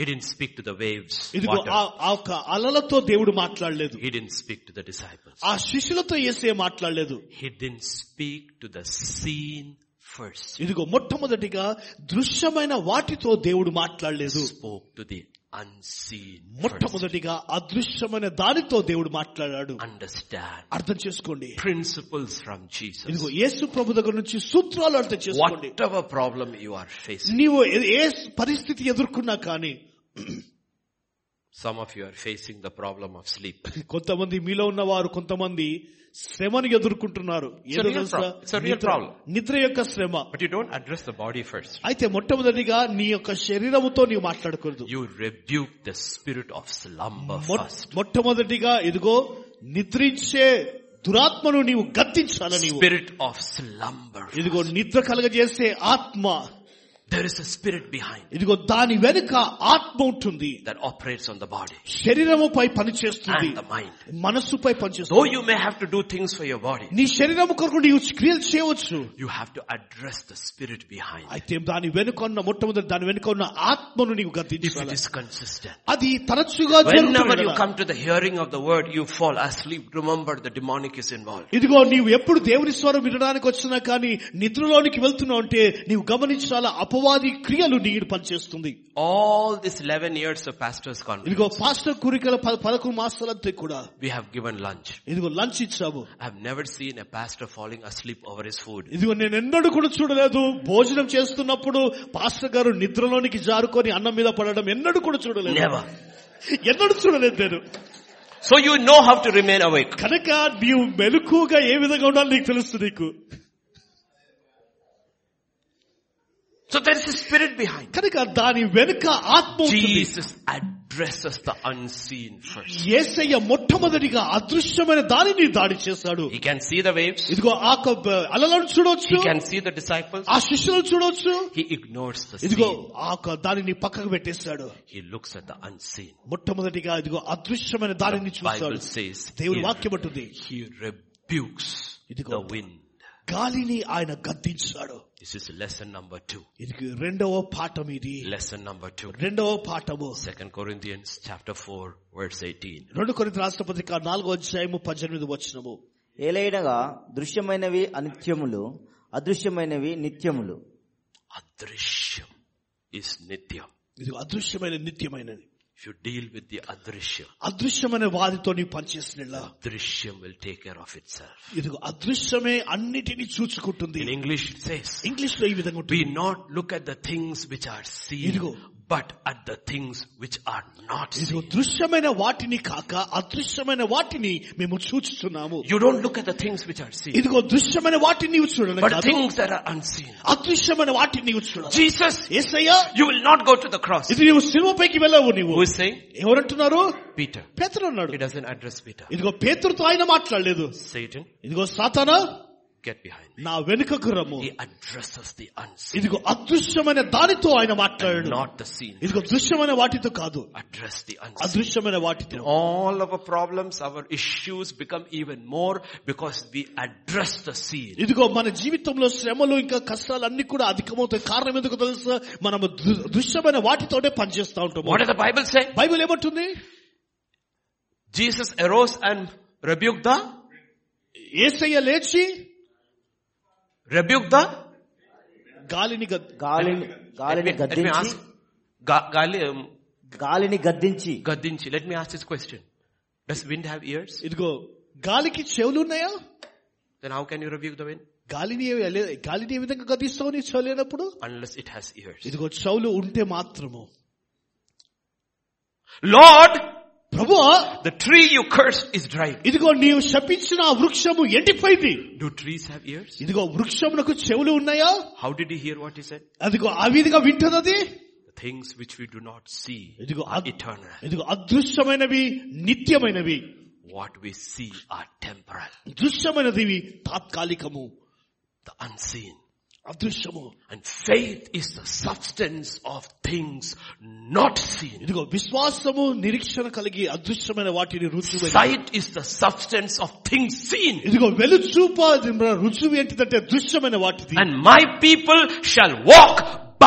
He didn't speak to the waves. ఇదిగో Water. ఆ ఆ ఒక అలలతో దేవుడు మాట్లాడలేదు He didn't speak to the disciples. ఆ శిష్యులతో ఏసే మాట్లాడలేదు He didn't speak to the scene first. ఇదిగో మొట్టమొదటిగా దృశ్యమైన వాటితో దేవుడు మాట్లాడలేదు Spoke to the unseen first. మొట్టమొదటిగా అదృశ్యమైన దానితో దేవుడు మాట్లాడాడు Understand అర్థం చేసుకోండి principles from Jesus. ఇదిగో యేసు ప్రభు దగ్గర నుంచి సూత్రాలు అర్థం చేసుకోండి Whatever problem you are facing, నీవు ఏ- ఏ పరిస్థితి ఎదుర్కొన్నా కానీ Some of you are facing the problem of sleep. కొంతమంది మీలో ఉన్న వారు కొంతమంది శ్రమను ఎదుర్కొంటున్నారు It's a ఏదో real తెలుసా? problem. It's a real నిద్ర- problem. నిద్ర యొక్క శ్రమ But you don't address the body first. అయితే మొట్టమొదటిగా నీ యొక్క శరీరముతో నీవు మాట్లాడకూడదు You rebuke the spirit of slumber మొ- first. మొట్టమొదటిగా ఇదిగో నిద్రించే దురాత్మను నీవు గద్దించాల నీవు Spirit of slumber. ఇదిగో నిద్ర కలగజేసే ఆత్మ There is a spirit behind ఇదిగో దాని వెనుక ఆత్మ ఉంటుంది that operates on the body శరీరముపై పనిచేస్తుంది and the mind. మనస్సుపై Though పనిచేస్తుంది you may have to do things for your body, నీ శరీరము కొరకు నీవు క్రియలు చేయవచ్చు you have to address the spirit behind. అయితే దాని వెనుక ఉన్న మొట్టమొదటి దాని వెనుక ఉన్న ఆత్మను నీవు If it గద్దించాలి is consistent. అది తరచుగా Whenever జరుగుతుంది you కదా. come to the hearing of the word, you fall asleep. Remember the demonic is involved. ఇదిగో నీవు ఎప్పుడు దేవుని స్వరం వినడానికి వచ్చినా కానీ నిద్రలోనికి వెళ్తున్నావు అంటే నీవు గమనించాల అపవాది క్రియలు నీడు పనిచేస్తుంది All these 11 years of pastor's conference, ఇదిగో పాస్టర్ కోరికల ప- పదకొండు మాసాలంతే కూడా we have given lunch. ఇదిగో లంచ్ ఇచ్చాము I've never seen a pastor falling asleep over his food. ఇదిగో నేను ఎన్నడూ కూడా చూడలేదు భోజనం చేస్తున్నప్పుడు పాస్టర్ గారు నిద్రలోనికి జారుకొని అన్నం మీద పడడం ఎన్నడూ కూడా చూడలేదు Never. ఎన్నడూ చూడలేదు నేను So you know how to remain awake. కనుక నీవు మెలకుగా ఏ విధంగా ఉండాలో నీకు తెలుసు నీకు So there's a spirit behind. కనుక దాని వెనుక ఆత్మ ఉంటుంది. Jesus addresses the unseen first. ఏసయ్య మొట్టమొదటిగా అదృశ్యమైన దానిని దాడి చేశాడు He can see the waves. ఇదిగో ఆ కొబ్బ- అలలను చూడవచ్చు He can see the disciples. ఆ శిష్యులను చూడవచ్చు He ignores the ఇదిగో scene. ఆ కొ- దానిని పక్కకు పెట్టేశాడు He looks at the unseen. మొట్టమొదటిగా ఇదిగో అదృశ్యమైన దానిని చూశాడు Bible says దేవుని he, వాక్యం అంటుంది he rebukes the wind. గాలిని ఆయన గద్దించాడు This is lesson number two. ఇది రెండవ పాఠం ఇది Lesson number two. రెండవ పాఠము Second Corinthians chapter four verse 18. రెండు కొరింత రాష్ట్రపతిక నాలుగో అధ్యాయము పద్దెనిమిది వచనము ఏలైనగా దృశ్యమైనవి అనిత్యములు అదృశ్యమైనవి నిత్యములు Adrishyam is nityam. ఇది అదృశ్యమైన నిత్యమైనది If you deal with the adrishyam, అదృశ్యమైన వారితో నీవు పనిచేసినలా adrishyam will take care of itself. ఇదిగో అదృశ్యమే అన్నిటినీ చూసుకుంటుంది In English it says, English లో ఈ విధంగా We ఉంటుంది not look at the things which are seen, Idigo. but at the things which are not ఇదిగో seen. దృశ్యమైన వాటిని కాక అదృశ్యమైన వాటిని మేము చూచుచున్నాము You don't look at the things which are seen, ఇదిగో దృశ్యమైన వాటిని నీవు చూడాలి but కాదు, things that are unseen. అదృశ్యమైన వాటిని నీవు చూడాలి Jesus, Yesayya you will not go to the cross. ఇది నువ్వు సిల్వపైకి వెళ్ళవు నీవు Who is saying? ఎవరంటున్నారు Peter. పేతురు అన్నాడు He doesn't address Peter. ఇదిగో పేతురుతో ఆయన మాట్లాడలేదు Satan, ఇదిగో సాతానా get behind me. నా వెనుకకు రమ్ము He addresses the unseen, ఇదిగో అదృశ్యమైన దానితో ఆయన మాట్లాడాడు not the seen. ఇదిగో దృశ్యమైన వాటితో కాదు Address the unseen. అదృశ్యమైన వాటితో All our problems, our issues become even more because we address the seen. ఇదిగో మన జీవితంలో శ్రమలు ఇంకా కష్టాలు అన్ని కూడా అధికమవుతాయి కారణం ఎందుకు తెలుసా మనము దృ- దృశ్యమైన వాటితోనే పనిచేస్తా What ఉంటాము does the Bible say? Bible ఏమంటుంది Jesus arose and rebuked the, Yesayya లేచి rebuked the, గాలిని గద్- గాలిని let గాలిని me, let me గద్దించి ask, Ga- Gali, um, గాలిని గద్దించి Gadinchi, let me ask this question. Does wind have ears? ఇదిగో గాలికి చెవులు ఉన్నాయా Then how can you rebuke the wind? గాలిని ఏ- లే- గాలిని ఏ విధంగా గదిస్తావు నీ చెవులు లేనప్పుడు Unless it has ears. ఇదిగో చెవులు ఉంటే మాత్రము Lord, Prabhu the tree you cursed is dried. ఇదిగో నీవు శపించిన ఆ వృక్షము ఎండిపోయింది Do trees have ears? ఇదిగో వృక్షమునకు చెవులు ఉన్నాయా How did he hear what he said? అదిగో ఆ విధిగా వింటదది The things which we do not see ఇదిగో are అద్- eternal. ఇదిగో అదృశ్యమైనవి నిత్యమైనవి What we see are temporal. దృశ్యమైనది తాత్కాలికము The unseen. అదృశ్యము And faith is the substance of things not seen. ఇదిగో విశ్వాసము నిరీక్షణ కలిగి అదృశ్యమైన వాటిని రుజువు Sight is the substance of things seen. ఇదిగో వెలుచూప రుజువు ఏంటిదంటే దృశ్యమైన వాటిది And my people shall walk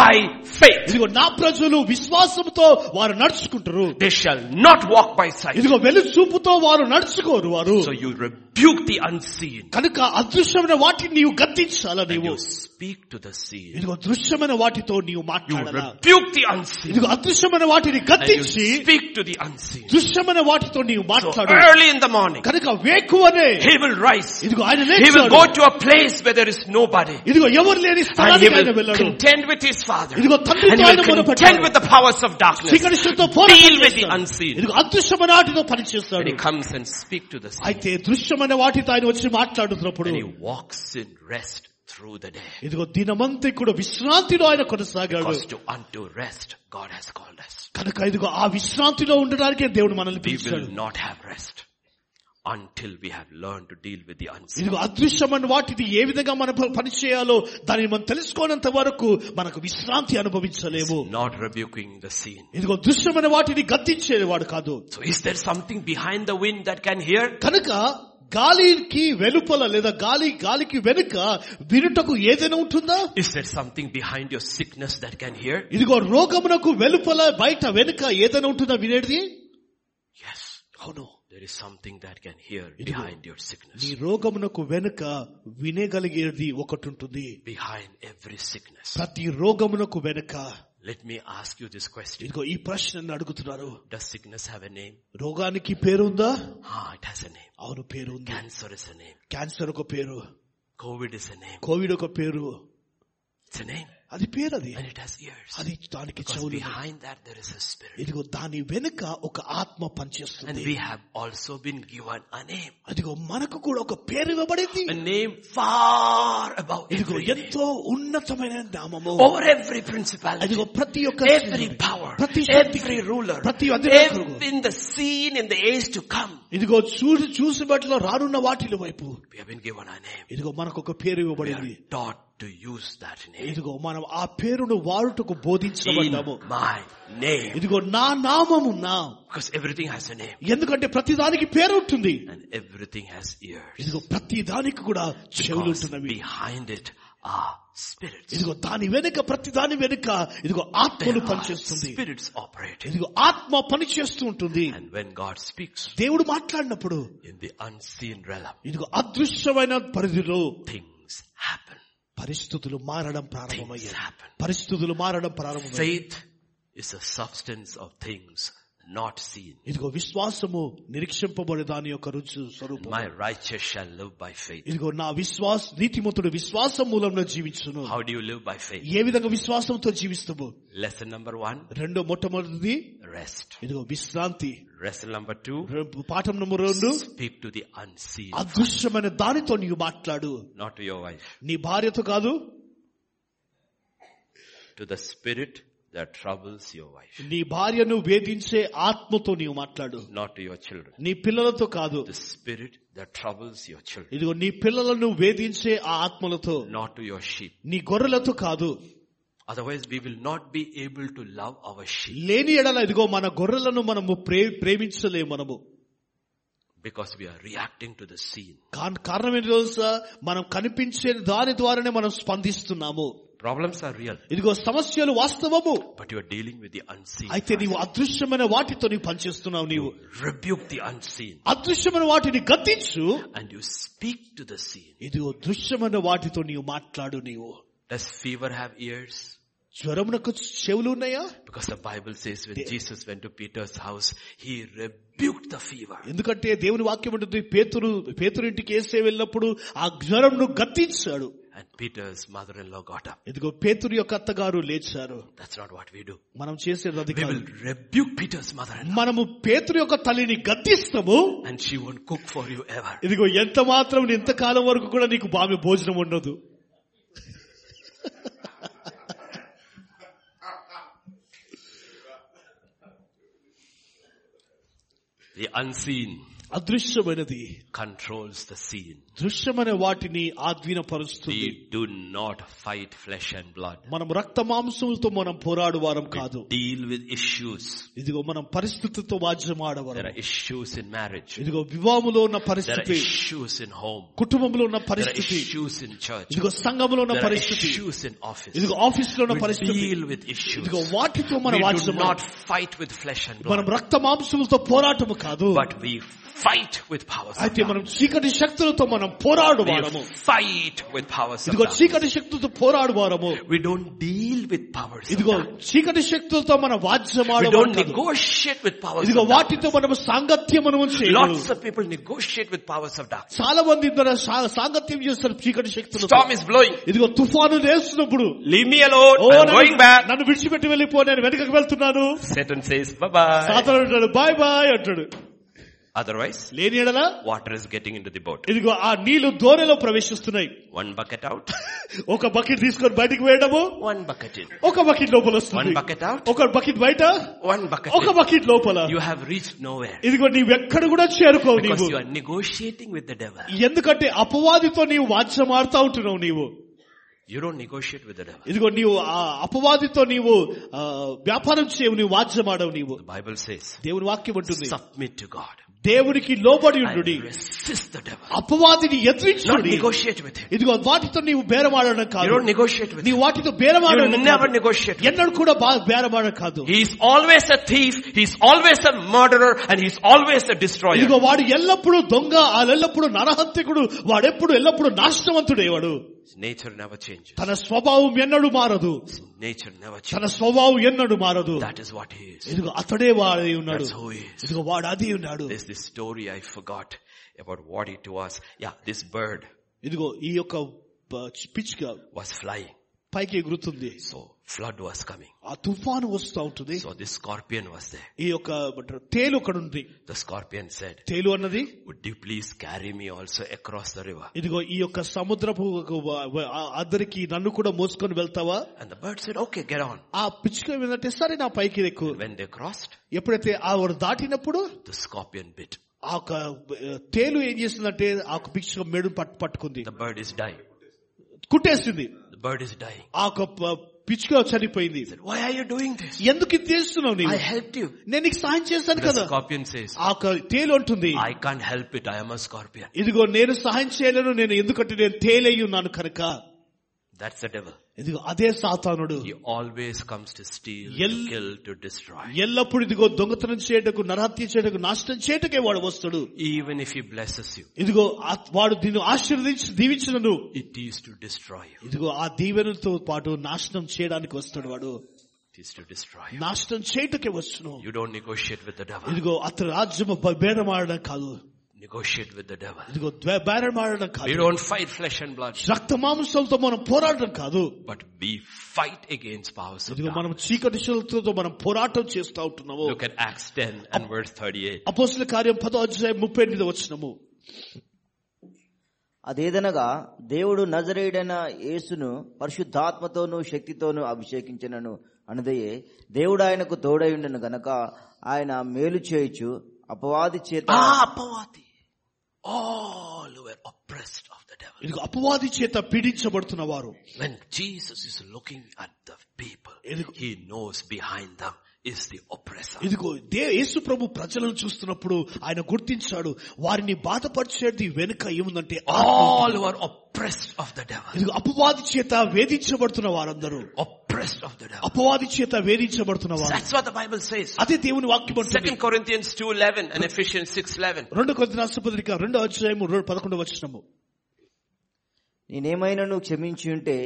by faith. ఇదిగో నా ప్రజలు విశ్వాసముతో వారు నడుచుకుంటారు They shall not walk by sight. ఇదిగో వెలుచూపుతో వారు నడుచుకోరు వారు So you rebuke the unseen. కనుక అదృశ్యమైన వాటిని నీవు గద్దించాల And నీవు you speak to the seen. ఇదిగో దృశ్యమైన వాటితో నీవు You మాట్లాడాలా rebuke the unseen. ఇదిగో అదృశ్యమైన వాటిని And you గద్దించి speak to the unseen. దృశ్యమైన వాటితో నీవు So మాట్లాడు early in the morning, కనుక వేకువనే he will rise. ఇదిగో ఆయన He will లేచాడు go to a place where there is nobody. ఇదిగో ఎవరు లేని And he స్థలానికి ఆయన will వెళ్ళాడు contend with his Father. ఇదిగో తండ్రి And ఆయన you will contend మొరపెట్టాడు. with the powers of darkness. చీకటితో పోరాటం Deal with the చేస్తాడు. unseen. ఇదిగో అదృశ్యమనాటితో And పనిచేస్తాడు he comes and speak to the sea. అయితే దృశ్యమైన వాటితో ఆయన వచ్చి మాట్లాడుతున్నప్పుడు And he walks in rest through the day. ఇదిగో దినమంతా కూడా విశ్రాంతిలో ఆయన కొనసాగాడు Because to unto rest, God has called us. కనుక ఇదిగో ఆ విశ్రాంతిలో ఉండడానికే దేవుడు మనల్ని We will పిలిచాడు not have rest until we have learned to deal with the unseen. ఇదిగో అదృశ్యమైన వాటిని ఏ విధంగా మనం ప- పని చేయాలో దానిని మనం తెలుసుకోనంత వరకు మనకు విశ్రాంతి అనుభవించలేము Not rebuking the seen. ఇదిగో దృశ్యమైన వాటిని గద్దించేవాడు కాదు So is there something behind the wind that can hear? కనుక గాలికి వెలుపల లేదా గాలి గాలికి వెనుక వినుటకు ఏదైనా ఉంటుందా Is there something behind your sickness that can hear? ఇదిగో రోగమునకు వెలుపల బయట వెనుక ఏదైనా ఉంటుందా వినేది Yes. Oh, అవును There is something that can hear behind your నీ sickness. రోగమునకు వెనుక వినేగలిగేది ఒకటి ఉంటుంది Behind every sickness. ప్రతి రోగమునకు వెనుక Let me ask you this question. ఇదిగో ఈ ప్రశ్నను అడుగుతున్నారు Does sickness have a name? రోగానికి పేరుందా Ah, it has a name. అవును పేరు ఉంది Cancer is a name. Cancer ఒక పేరు COVID is a name. COVID ఒక పేరు It's a name. అది పేరు అది And it has ears. అది దానికి Because చెవులు ఉన్నాయి. behind that there is a spirit. ఇదిగో దాని వెనుక ఒక ఆత్మ And పనిచేస్తుంది we have also been given a name. అదిగో మనకు కూడా ఒక పేరు ఇవ్వబడింది A name far above ఇదిగో every name. ఎంతో ఉన్నతమైన నామము Over every principality. అదిగో ప్రతి ఒక్క Oh, Every power. ప్రతి శక్తి Every ruler. ప్రతి అధికారులు ev- In the scene in the age to come. ఇదిగో చూసి చూసి బట్ల రానున్న వాటిల వైపు We have been given a name. ఇదిగో మనకు ఒక పేరు We are ఇవ్వబడింది taught to use that name. ఇదిగో మనం ఆ పేరును వారుటకు బోధించబడ్డాము In my name. ఇదిగో నా నామము నా Because everything has a name. ఎందుకంటే ప్రతి దానికి పేరు ఉంటుంది And everything has ears. ఇదిగో ప్రతి దానికి కూడా చెవులు Because ఉంటున్నవి behind it are spirits. ఇదిగో దాని వెనుక ప్రతి దాని వెనుక ఇదిగో ఆత్మలు There are పనిచేస్తుంది spirits operating. ఇదిగో ఆత్మ పనిచేస్తూ ఉంటుంది And when God speaks దేవుడు మాట్లాడినప్పుడు in the unseen realm, ఇదిగో అదృశ్యమైన పరిధిలో things happen. పరిస్థితులు మారడం Things ప్రారంభమయ్యాయి happen. పరిస్థితులు మారడం ప్రారంభమయ్యాయి Faith is a substance of things not seen. ఇదిగో విశ్వాసము నిరీక్షింపబడే దాని యొక్క రుచి స్వరూపం My righteous shall live by faith. ఇదిగో నా విశ్వాస నీతిమంతుడు విశ్వాసం మూలంలో జీవించును How do you live by faith? ఏ విధంగా విశ్వాసంతో జీవిస్తాము Lesson number one, రెండో మొట్టమొదటిది rest. ఇదిగో విశ్రాంతి Lesson number two, రెండు- పాఠం నెంబర్ రెండు speak to the unseen, అదృశ్యమైన దానితో నీవు మాట్లాడు not to your wife, నీ భార్యతో కాదు to the spirit that troubles your wife, నీ భార్యను వేధించే ఆత్మతో నీవు మాట్లాడు not to your children. నీ పిల్లలతో కాదు The spirit that troubles your children, ఇదిగో నీ పిల్లలను వేధించే ఆ ఆత్మలతో not to your sheep. నీ గొర్రెలతో కాదు Otherwise we will not be able to love our sheep లేని ఎడల ఇదిగో మన గొర్రెలను మనము ప్రే ప్రేమించలేము మనము because we are reacting to the scene. కాన్- కారణం ఏంటి తెలుసా మనం కనిపించే దాని ద్వారానే మనం స్పందిస్తున్నాము Problems are real, ఇదిగో సమస్యలు వాస్తవము but you are dealing with the unseen. అయితే నీవు అదృశ్యమైన వాటితో నీవు పనిచేస్తున్నావు నీవు Rebuke the unseen అదృశ్యమైన వాటిని గద్దించు and you speak to the scene. ఇదిగో దృశ్యమైన వాటితో నీవు మాట్లాడు నీవు Does fever have ears? జ్వరమునకు చెవులు ఉన్నాయా Because the Bible says when Jesus went to Peter's house, he rebuked the fever. ఎందుకంటే దేవుని వాక్యం ఉంటుంది పేతురు పేతురింటికి వేసే వెళ్ళినప్పుడు ఆ జ్వరంను గద్దించాడు And Peter's mother-in-law got up. ఇదిగో పేతురు యొక్క అత్తగారు లేచారు That's not what we do. మనం చేసేది అది We కాదు. will rebuke Peter's mother-in-law మనము పేతురు యొక్క తల్లిని గద్దిస్తాము and she won't cook for you ever. ఇదిగో ఎంత మాత్రం ఇంతకాలం వరకు కూడా నీకు బావి భోజనం ఉండదు The unseen అదృశ్యమైనది controls the scene. దృశ్యమైన వాటిని ఆద్వీనపరుస్తుంది We do not fight flesh and blood. మనం రక్త మాంసములతో మనం పోరాడు వారం కాదు Deal with issues. ఇదిగో మనం పరిస్థితితో There are వాద్యమాడవారం issues in marriage. ఇదిగో వివాహములో ఉన్న There are పరిస్థితి issues in home. కుటుంబంలో ఉన్న There are పరిస్థితి issues in church. ఇదిగో సంఘంలో ఉన్న There are పరిస్థితి issues in office. ఇదిగో ఆఫీస్ లో ఉన్న We పరిస్థితి deal with issues. ఇదిగో వాటితో మనం We do వాద్యమాడ not fight with flesh and మనం blood, రక్త మాంసములతో పోరాటము కాదు but we fight with powers of అయితే darkness. మనం చీకటి శక్తులతో మనం పోరాడు వారము We fight with powers of ఇదిగో darkness. చీకటి శక్తులతో పోరాడు వారము We don't deal with powers of ఇదిగో darkness. చీకటి శక్తులతో మన We don't వాద్యమాడము negotiate with powers ఇదిగో of darkness. వాటితో మనం సాంగత్యం మనము చేయలేదు Lots of people negotiate with powers of darkness. చాలా మంది ఇద్దరు సా- సాంగత్యం చేస్తారు చీకటి శక్తులతో Storm is blowing. ఇదిగో తుఫాను లేస్తున్నప్పుడు Leave me alone. Oh I'm నన్ను- going back. నన్ను విడిచిపెట్టి వెళ్ళిపో నేను వెనకకు వెళ్తున్నాను Satan says bye bye. సాతాను అంటాడు బాయ్ బాయ్ అంటాడు Otherwise, లేని ఎడలా water is getting into the boat. ఇదిగో ఆ నీళ్లు దోణిలో ప్రవేశిస్తున్నాయి One bucket out, ఒక బకెట్ తీసుకొని బయటికి వేయడము one bucket in. ఒక బకెట్ లోపల One వస్తుంది bucket out, ఒక బకెట్ బయట one bucket ఒక in. బకెట్ లోపల You have reached nowhere ఇదిగో నీవెక్కడ కూడా చేరుకోవు because నీవు you are negotiating with the devil. ఎందుకంటే అపవాదితో నీవు వాద్యం ఆడుతా ఉంటున్నావు నీవు You don't negotiate with the devil. ఇదిగో నీవు ఆ అపవాదితో నీవు ఆ, వ్యాపారం చేయవు నీవు వాద్యం ఆడవు నీవు The Bible says, దేవుని వాక్యం ఉంటుంది submit to God దేవునికి లోబడి and ఉండు resist the devil. అపవాదిని Not ఎదిరించుడి negotiate with him. ఇదిగో వాటితో నీవు బేరమాడడం You కాదు don't negotiate with him. నీవు వాటితో బేరమాడడం You never కాదు. negotiate with him. ఎన్నడూ కూడా బా- బేరమాడ కాదు He is always a thief, he is always a murderer, and he is always a destroyer. ఇదిగో వాడు ఎల్లప్పుడూ దొంగ వాళ్ళెల్లప్పుడూ నరహంతకుడు వాడెప్పుడు ఎల్లప్పుడూ నాశనవంతుడే వాడు His nature never changes. తన స్వభావం ఎన్నడూ మారదు His nature never changes. తన స్వభావం ఎన్నడూ మారదు That is what he is. ఇదిగో అతడే వాడై ఉన్నాడు That's who he is. ఇదిగో వాడు అది ఉన్నాడు There's this story I forgot about what it was. Yeah, this bird ఇదిగో ఈ యొక్క ప- పిచ్చుక was flying. పైకి ఎగురుతుంది So flood was coming. ఆ తుఫాను వస్తూ ఉంటుంది So this scorpion was there. ఈ యొక్క ఏమంటారు, తేలు ఒకడు ఉంది The scorpion said, తేలు అన్నది would you please carry me also across the river? ఇదిగో ఈ యొక్క సముద్రపు అందరికి నన్ను కూడా మోసుకొని వెళ్తావా And the bird said, okay, get on. ఆ పిచ్చుక ఏంటంటే సరే నా పైకి ఎక్కు When they crossed, ఎప్పుడైతే ఆవిడ దాటినప్పుడు the scorpion bit. ఆ ఒక ఆ, తేలు ఏం చేసిందంటే ఆ ఒక పిచ్చుక మెడు పట్టు పట్టుకుంది The bird is dying. కుట్టేసింది The bird is dying. ఆ ఒక ప- పిచ్చుక చనిపోయింది Why are you doing this? ఎందుకు ఇది చేస్తున్నావు I నీవు helped you. నేను నీకు సహాయం చేశాను The కదా scorpion says, ఆ ఒక తేలు అంటుంది I can't help it. I am a scorpion. ఇదిగో నేను సహాయం చేయలేను నేను ఎందుకంటే నేను తేలై ఉన్నాను కనుక That's the devil. ఇదిగో అదే సాతానుడు He always comes to steal, Yell- to kill, to destroy. ఎల్లప్పుడు ఇదిగో దొంగతనం చేయటకు నరహత్య చేయటకు నాశనం చేయటకే వాడు వస్తాడు Even if he blesses you, ఇదిగో ఆ- వాడు నిన్ను ఆశీర్వదించి దీవించినను it is to destroy you. ఇదిగో ఆ దీవెనతో పాటు నాశనం చేయడానికి వస్తాడు వాడు It is to destroy you. నాశనం చేయటకే వచ్చును You don't negotiate with the devil. ఇదిగో అతను రాజ్యం బేరమాడడం కాదు Negotiate with the devil. ఇదిగో ద్వే- బేరమాడడం You కాదు don't fight flesh and blood, రక్త మాంసంతో మనం పోరాడడం కాదు but we fight against powers of ఇదిగో darkness. మనం చీకటి శక్తులతో మనం పోరాటం చేస్తా ఉంటున్నాము Look at Acts 10 and verse 38. అపోస్తుల కార్యం పదో అధ్యాయం ముప్పై ఎనిమిది వచ్చినము అదేదనగా దేవుడు నజరేయుడైన యేసును పరిశుద్ధాత్మతోనూ శక్తితోనూ అభిషేకించినను అనదయే దేవుడు ఆయనకు తోడైండను గనక ఆయన మేలు చేయుచు అపవాది చేత Ah, Pavati. All who were oppressed of the devil. ఇదిగో అపవాది చేత పీడించబడుతున్న వారు When Jesus is looking at the people, Idigo- he knows behind them is the oppressor. ఇదిగో దే యేసు ప్రభు ప్రజలను చూస్తున్నప్పుడు ఆయన గుర్తించాడు వారిని బాధపరిచేది వెనుక ఏముందంటే All who are oppressed of the devil. ఇదిగో అపవాది చేత వేధించబడుతున్న వారందరూ Oppressed of the devil. అపవాది చేత వేధించబడుతున్న వారు That's what the Bible says. అదే దేవుని వాక్యం అంటుంది 2 Corinthians 2.11 and Ephesians 6.11. రెండు కొద్ది రాష్ట్రపత్రిక రెండో అధ్యాయము రెండు పదకొండు వచ్చినము నేనేమైనాను క్షమించి ఉంటే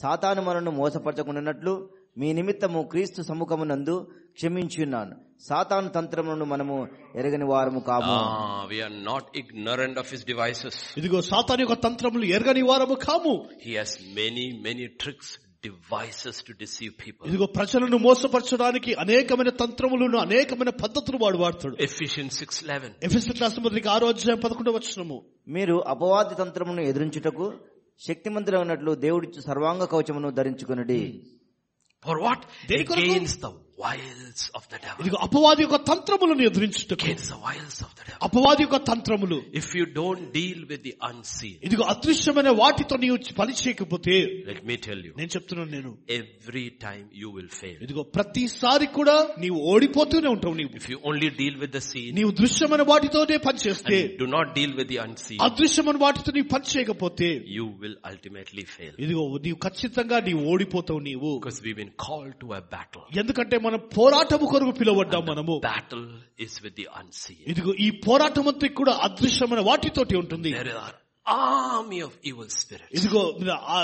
సాతాను మనను మోసపరచకుండానట్లు మీ నిమిత్తము క్రీస్తు సముఖమునందు క్షమించున్నాను సాతాను తంత్రములను మనము ఎరగని వారము కాము Ah, we are not ignorant of his devices. ఇదిగో సాతాను యొక్క తంత్రములు ఎరగని వారము కాము He has many, many tricks, devices to deceive people. ఇదిగో ప్రజలను మోసపరచడానికి అనేకమైన తంత్రములను అనేకమైన పద్ధతులు వాడు వాడతాడు Ephesians 6.11. ఎఫ్ఎస్ఎల్ రాష్ట్రపత్రిక ఆరో అధ్యాయం పదకొండు వచ్చినము మీరు అపవాది తంత్రమును ఎదిరించుటకు శక్తిమంతులైనట్లు దేవుడిచ్చు సర్వాంగ కవచమును ధరించుకునుడి For what? దేని కొరకు? Against the wiles of the devil. ఇదిగో అపవాది యొక్క తంత్రములను ఎదిరించుటకు Against the wiles of the devil. అపవాది యొక్క తంత్రములు If you don't deal with the unseen, ఇదిగో అదృశ్యమైన వాటితో నీవు పని చేయకపోతే let me tell you, నేను చెప్తున్నాను నేను every time you will fail. ఇదిగో ప్రతిసారి కూడా నీవు ఓడిపోతూనే ఉంటావు నీవు If you only deal with the seen నీవు దృశ్యమైన వాటితోనే పని and చేస్తే you do not deal with the unseen, అదృశ్యమైన వాటితో నీవు పని చేయకపోతే you will ultimately fail. ఇదిగో నీవు ఖచ్చితంగా నీవు ఓడిపోతావు నీవు Because we've been called to a battle. ఎందుకంటే మన పోరాటము కొరకు పిలువడ్డాం మనము Battle is with the unseen. ఇదిగో ఈ పోరాటం అంతా కూడా అదృశ్యమైన వాటితోటి ఉంటుంది There are army of evil spirits. ఇదిగో ఆ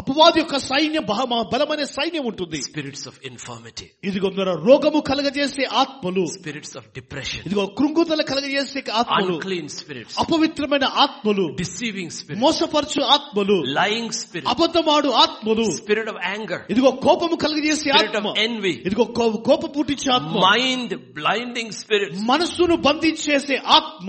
అపవాది యొక్క సైన్యం బహ- మహా బలమైన సైన్యం ఉంటుంది Spirits of infirmity. ఇదిగో మన రోగము కలగజేసే ఆత్మలు Spirits of depression. ఇదిగో కృంగుదల కలగజేసే ఆత్మలు Unclean spirits. అపవిత్రమైన ఆత్మలు Deceiving spirits. మోసపరచు ఆత్మలు Lying spirits. అబద్ధమాడు ఆత్మలు Spirit of anger. ఇదిగో కోపము కలగజేసే Spirit ఆత్మ of envy. ఇదిగో కో- కోపం పుట్టించే ఆత్మ Mind blinding spirits. మనస్సును బంధించేసే ఆత్మ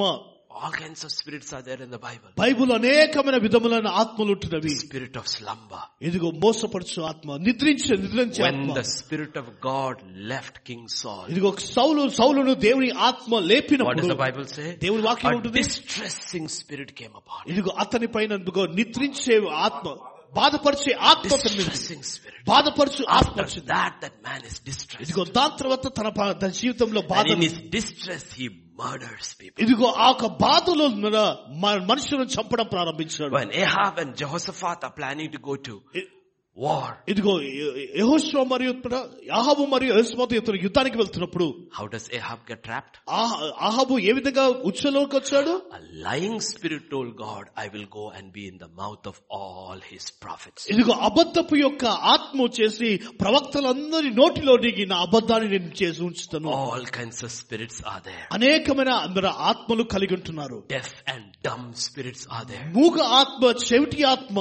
All kinds of spirits are there in the Bible. Bible అనేకమైన విధములైన ఆత్మలు ఉంటున్నవి Spirit of slumber. ఇదిగో మోసపరచు ఆత్మ నిద్రించే నిద్రించే When ఆత్మ the Spirit of God left King Saul, ఇదిగో సౌలు సౌలును దేవుని ఆత్మ what does లేపినప్పుడు the Bible say? దేవుని వాక్యం A ఉంటుంది distressing spirit came upon him. ఇదిగో అతని పైన ఇదిగో నిద్రించే ఆత్మ బాధపరిచే ఆత్మ అతని మీద ఉంది. Distressing spirit. బాధపరచు ఆత్మ After వచ్చింది. that, that man is distressed. ఇదిగో దాని తర్వాత తన పా- తన జీవితంలో బాధ And in his distress, he murders people. ఇదిగో ఆ యొక్క బాధలో ఉన్న మ- మనుషులను చంపడం ప్రారంభించాడు When Ahab and Jehoshaphat are planning to go to E- war, ఇదిగో యహోశ్వ మరియు ప్ర- ఆహాబు మరియు యహోశ్వతో ఇతను యుద్ధానికి వెళ్తున్నప్పుడు how does Ahab get trapped? ఆహా- ఆహాబు ఏ విధంగా ఉచ్చలోకి వచ్చాడు A lying spirit told God, I will go and be in the mouth of all his prophets. ఇదిగో అబద్ధపు యొక్క ఆత్మ చేసి ప్రవక్తలందరి నోటిలో దిగి నా అబద్ధాన్ని నేను చేసి ఉంచుతాను All kinds of spirits are there. అనేకమైన అందరు ఆత్మలు కలిగి ఉంటున్నారు Deaf and dumb spirits are there. మూగ ఆత్మ చెవిటి ఆత్మ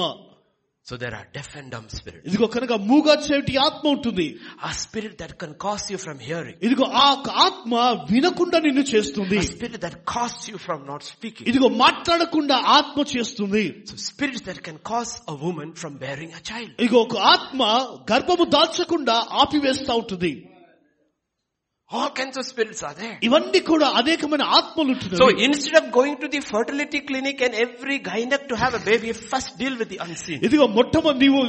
So there are deaf and dumb spirits. ఇదిగో కనుక మూగ చెవిటి ఆత్మ ఉంటుంది A spirit that can cause you from hearing. ఇదిగో ఆ యొక్క ఆత్మ వినకుండా నిన్ను చేస్తుంది A spirit that costs you from not speaking. ఇదిగో మాట్లాడకుండా ఆత్మ చేస్తుంది So spirits that can cause a woman from bearing a child. ఇదిగో ఒక ఆత్మ గర్భము దాల్చకుండా ఆపివేస్తా ఉంటుంది All kinds of spirits are there. ఇవన్నీ కూడా అనేకమైన ఆత్మలు So ఉంటున్నాయి instead of going to the fertility clinic and every gynec to have a baby, first deal with the unseen. ఇదిగో మొట్టమొదటి నీవు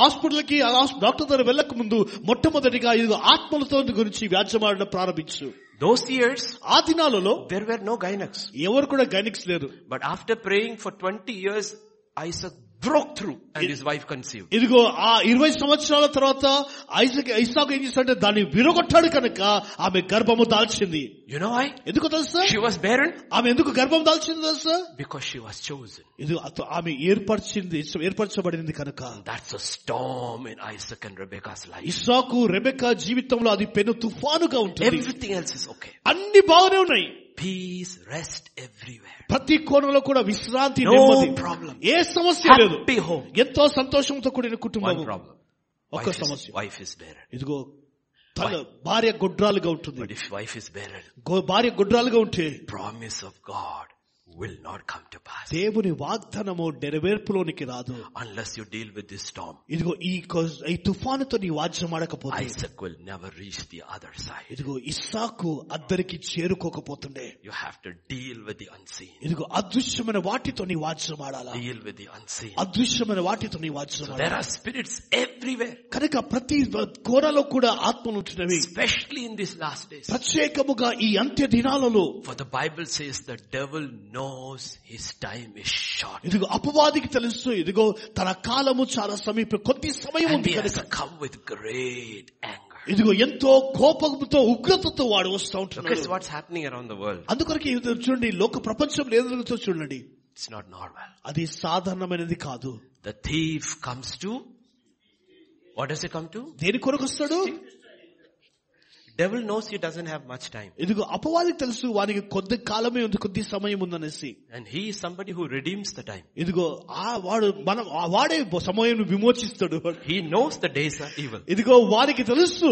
హాస్పిటల్ కి డాక్టర్ దగ్గర వెళ్ళక ముందు మొట్టమొదటిగా ఇదిగో ఆత్మలతో గురించి వ్యాజ్యమాడడం ప్రారంభించు Those years, ఆ దినాలలో there were no gynecs. ఎవరు కూడా గైనిక్స్ లేరు But after praying for 20 years, Isaac broke through and his wife conceived. ఇదిగో ఆ ఇరవై సంవత్సరాల తర్వాత ఐసాక్ ఐసాకు ఏం చేశాడంటే దాన్ని విరగొట్టాడు కనుక ఆమె గర్భము దాల్చింది You know why? ఎందుకు తెలుసా She was barren ఆమె ఎందుకు గర్భం దాల్చింది తెలుసా because she was chosen. ఇది అత- ఆమె ఏర్పరిచింది ఏర్పరచబడింది కనుక That's a storm in Isaac and Rebecca's life. ఇస్సాకు రెబెక్క జీవితంలో అది పెను తుఫానుగా ఉంటుంది Everything else is okay. అన్ని బాగానే ఉన్నాయి Peace, rest everywhere. ప్రతి కోణంలో కూడా విశ్రాంతి No నెమ్మది. problem. ఏ సమస్య లేదు Happy home. ఎంతో సంతోషంతో కూడిన కుటుంబం One problem. ఒక్క Wife is, సమస్య wife is barren. ఇదిగో తన భార్య గొడ్రాలుగా But ఉంటుంది if wife is barren, గో- భార్య గొడ్రాలుగా ఉంటే promise of God will not come to pass. దేవుని వాగ్దానము నెరవేర్పులోనికి రాదు Unless you deal with this storm, ఇదిగో ఈ కొ- ఈ తుఫానుతో నీ వాద్యం ఆడకపోతే Isaac will never reach the other side. ఇదిగో ఇస్సాకు అద్దరికి చేరుకోకపోతుండే You have to deal with the unseen. ఇదిగో అదృశ్యమైన వాటితో నీ వాద్యం ఆడాలా Deal with the unseen. అదృశ్యమైన వాటితో నీ వాద్యం There ఆడాలా are spirits everywhere, కనుక ప్రతి కోరలో కూడా ఆత్మలు ఉంటున్నవి especially in these last days. ప్రత్యేకముగా ఈ అంత్య దినాలలో For the Bible says the devil knows his time is short. ఇదిగో అపవాదికి తెలుసు ఇదిగో తన కాలము చాలా సమీప కొద్ది సమయం And ఉంది he has కనుక come with great anger. ఇదిగో ఎంతో కోపంతో ఉగ్రతతో వాడు వస్తూ Look at ఉంటున్నాడు what's happening around the world. అందుకొరకే ఇది చూడండి లోక ప్రపంచం లేదో చూడండి It's not normal. అది సాధారణమైనది కాదు The thief comes to, what does he come to? దేని కొరకు వస్తాడు Devil knows he doesn't have much time. ఇదిగో అపవాదికి తెలుసు వానికి కొద్ది కాలమే ఉంది కొద్ది సమయం ఉందనేసి And he is somebody who redeems the time. ఇదిగో ఆ వాడు మనం ఆ వాడే సమయం విమోచిస్తాడు He knows the days are evil. ఇదిగో వారికి తెలుసు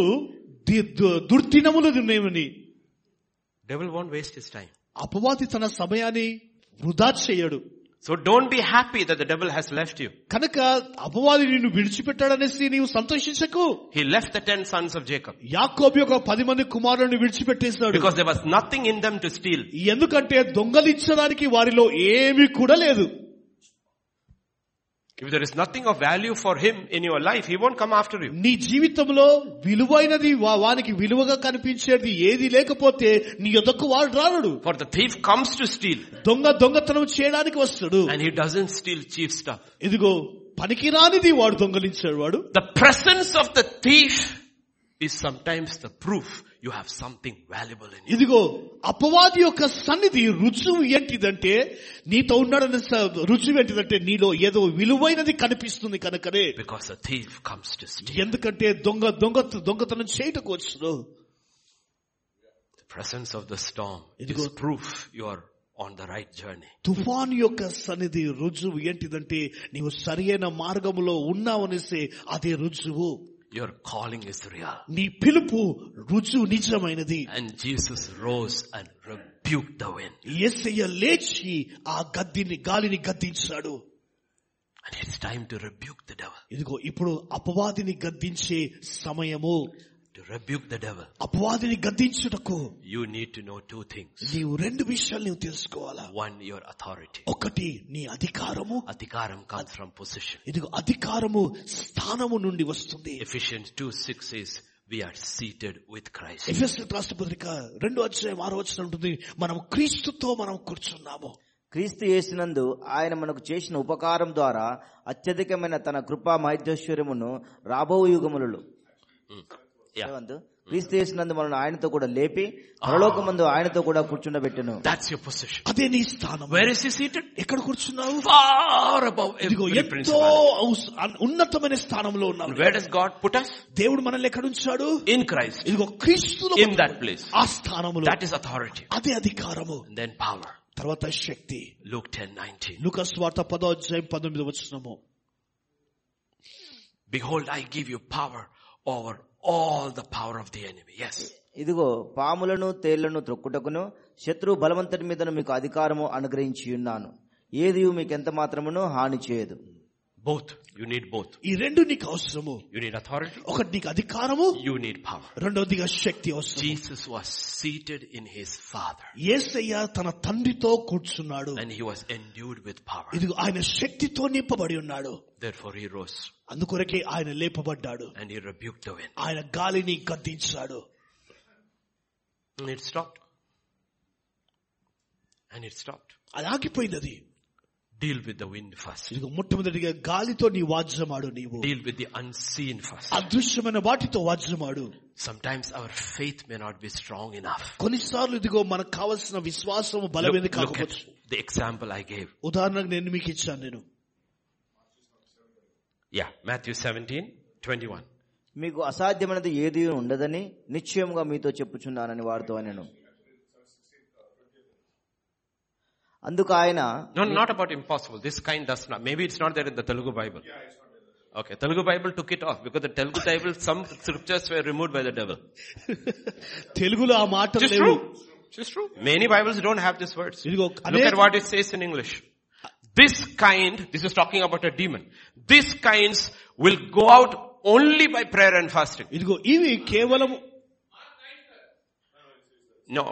ది- దు- దుర్దినములు ఉన్నాయని Devil won't waste his time. అపవాది తన సమయాన్ని వృధా చేయడు So don't be happy that the devil has left you. కనుక అపవాది నిన్ను విడిచిపెట్టాడనేసి నీవు సంతోషించకు He left the ten sons of Jacob. యాకోబు యొక్క పది మంది కుమారులను విడిచిపెట్టేశాడు Because there was nothing in them to steal. ఎందుకంటే దొంగలించడానికి వారిలో ఏమీ కూడా లేదు If there is nothing of value for him in your life, he won't come after you. నీ జీవితంలో విలువైనది వా- వానికి విలువగా కనిపించేది ఏది లేకపోతే నీ యొద్దకు వాడు రానడు For the thief comes to steal. దొంగ దొంగతనం చేయడానికి వస్తాడు And he doesn't steal cheap stuff. ఇదిగో పనికిరానిది వాడు దొంగలించాడు వాడు The presence of the thief is sometimes the proof you have something valuable in you. ఇదిగో అపవాది యొక్క సన్నిధి రుజువు ఏంటిదంటే నీతో ఉన్నాడన్న స- రుజువు ఏంటిదంటే నీలో ఏదో విలువైనది కనిపిస్తుంది కనుకనే Because a thief comes to steal. ఎందుకంటే దొంగ దొంగ దొంగతనం చేయటకు వచ్చును The presence of the storm It is go- proof you are on the right journey. తుఫాన్ యొక్క సన్నిధి రుజువు ఏంటిదంటే నీవు సరియైన మార్గములో ఉన్నావనేసి అదే రుజువు Your calling is real. నీ పిలుపు రుజువు నిజమైనది And Jesus rose and rebuked the wind. యేసయ్య లేచి ఆ గద్దిని గాలిని గద్దించాడు And it's time to rebuke the devil. ఇదిగో ఇప్పుడు అపవాదిని గద్దించే సమయము To rebuke the devil, అపవాదిని గద్దించుటకు you need to know two things. నీవు రెండు విషయాలు నీవు తెలుసుకోవాలా One, your authority. ఒకటి నీ అధికారము Adhikaram comes from position. ఇదిగో అధికారము స్థానము నుండి వస్తుంది Ephesians 2 6 says, we are seated with Christ. Ephesians రాష్ట్ర పత్రిక రెండో అధ్యాయం ఆరో వచ్చిన ఉంటుంది మనం క్రీస్తుతో మనం కూర్చున్నాము క్రీస్తు యేసునందు ఆయన మనకు చేసిన ఉపకారం ద్వారా అత్యధికమైన తన కృపా మహైశ్వర్యమును రాబో యుగములలో Hmm. Yeah. ఏమందు? క్రీస్తు యేసునందు మనల్ని ఆయనతో కూడా లేపి పరలోకమందు ఆయనతో కూడా కూర్చుండబెట్టెను That's your position. అదే నీ స్థానం Where is he seated? ఎక్కడ కూర్చున్నావు Far above ఇదిగో every ఎంతో principality. ఔస్- అన్- ఉన్నతమైన స్థానంలో And ఉన్నావు where does God put us? దేవుడు మనల్ని ఎక్కడ ఉంచాడు In Christ. ఇదిగో క్రీస్తులో In that place. ఆ స్థానములో That is authority. అదే అధికారము And then power. తర్వాత శక్తి Luke ten nineteen. లూకస్ వార్త పదో అధ్యాయం పంతొమ్మిది వచ్చినము Behold, I give you power over all the power of the enemy. Yes. ఇదిగో పాములను తేళ్లను త్రొక్కుటకును శత్రు బలవంతుడి మీదను మీకు అధికారము అనుగ్రహించి ఉన్నాను ఏది మీకు ఎంత మాత్రమును హాని చేయదు Both. You need both. ఈ రెండు నీకు అవసరము You need authority. ఒకటి నీకు అధికారము You need power. రెండోదిగా శక్తి అవసరం Jesus was seated in his father ఏసయ్య తన తండ్రితో కూర్చున్నాడు and he was endued with power. ఇదిగో ఆయన శక్తితో నింపబడి ఉన్నాడు Therefore he rose అందుకొరకే ఆయన లేపబడ్డాడు and he rebuked the wind. ఆయన గాలిని గద్దించాడు And it stopped. And it stopped. అది ఆగిపోయినది Deal with the wind first. ఇదిగో మొట్టమొదటిగా గాలితో నీ వాద్యమాడు నీవు Deal with the unseen first. అదృశ్యమైన వాటితో వాద్యమాడు Sometimes our faith may not be strong enough. కొన్నిసార్లు ఇదిగో మనకు కావలసిన విశ్వాసము బలమైనది Look, look at కాకపోవచ్చు the example I gave. ఉదాహరణకు నేను మీకు ఇచ్చాను నేను Yeah, Matthew 17, 21. మీకు అసాధ్యమైనది ఏది ఉండదని నిశ్చయముగా మీతో చెప్పుచున్నానని వారితో అనెను అందుకు ఆయన No, not about impossible. This kind does not. Maybe it's not there in the Telugu Bible. Okay, Telugu Bible took it off because the Telugu Bible, some scriptures were removed by the devil. తెలుగులో ఆ మాట It's లేవు true. It's true. Many Bibles don't have these words. ఇదిగో Look అనేక at what it says in English. This kind, this is talking about a demon. These kinds will go out only by prayer and fasting. ఇదిగో ఇవి కేవలం No.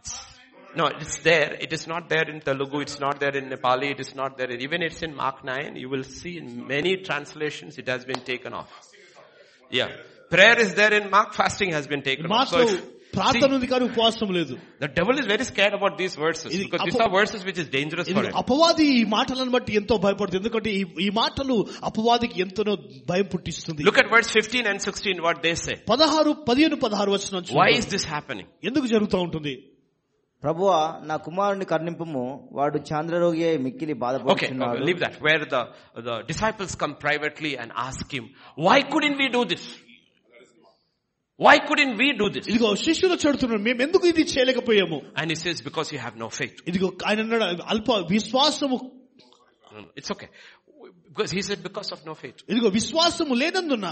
It's, no, it's there. It is not there in Telugu. It's not there in Nepali. It is not there. Even it's in Mark 9. You will see in many translations it has been taken off. Yeah. Prayer is there in Mark. Fasting has been taken off. So మాటలో if- ప్రార్థన ఉంది కానీ ఉపవాసం లేదు the devil is very scared about these verses ఇది because these అపో- are verses which is dangerous for ఇదిగో him. అపవాది ఈ మాటలను బట్టి ఎంతో భయపడుతుంది ఎందుకంటే ఈ- ఈ మాటలు అపవాదికి ఎంతనో భయం పుట్టిస్తుంది Look at verse 15 and 16 what they say. పదహారు పదిహేను పదహారు వచ్చిన Why is this happening? ఎందుకు జరుగుతూ ఉంటుంది ప్రభువ నా కుమారుని కర్ణింపము వాడు చాంద్రరోగి అయి మిక్కిలి Okay, okay, బాధపడుచున్నాడు leave that. Where the, the disciples come privately and ask him, why couldn't we do this? Why couldn't we do this? ఇదిగో శిష్యులు చెడుతున్నారు మేము ఎందుకు ఇది చేయలేకపోయాము And he says, because you have no faith. ఇదిగో ఆయన అన్నాడు, అల్ప విశ్వాసము No, no, It's okay. Because he said, because of no faith. ఇదిగో విశ్వాసము లేనందున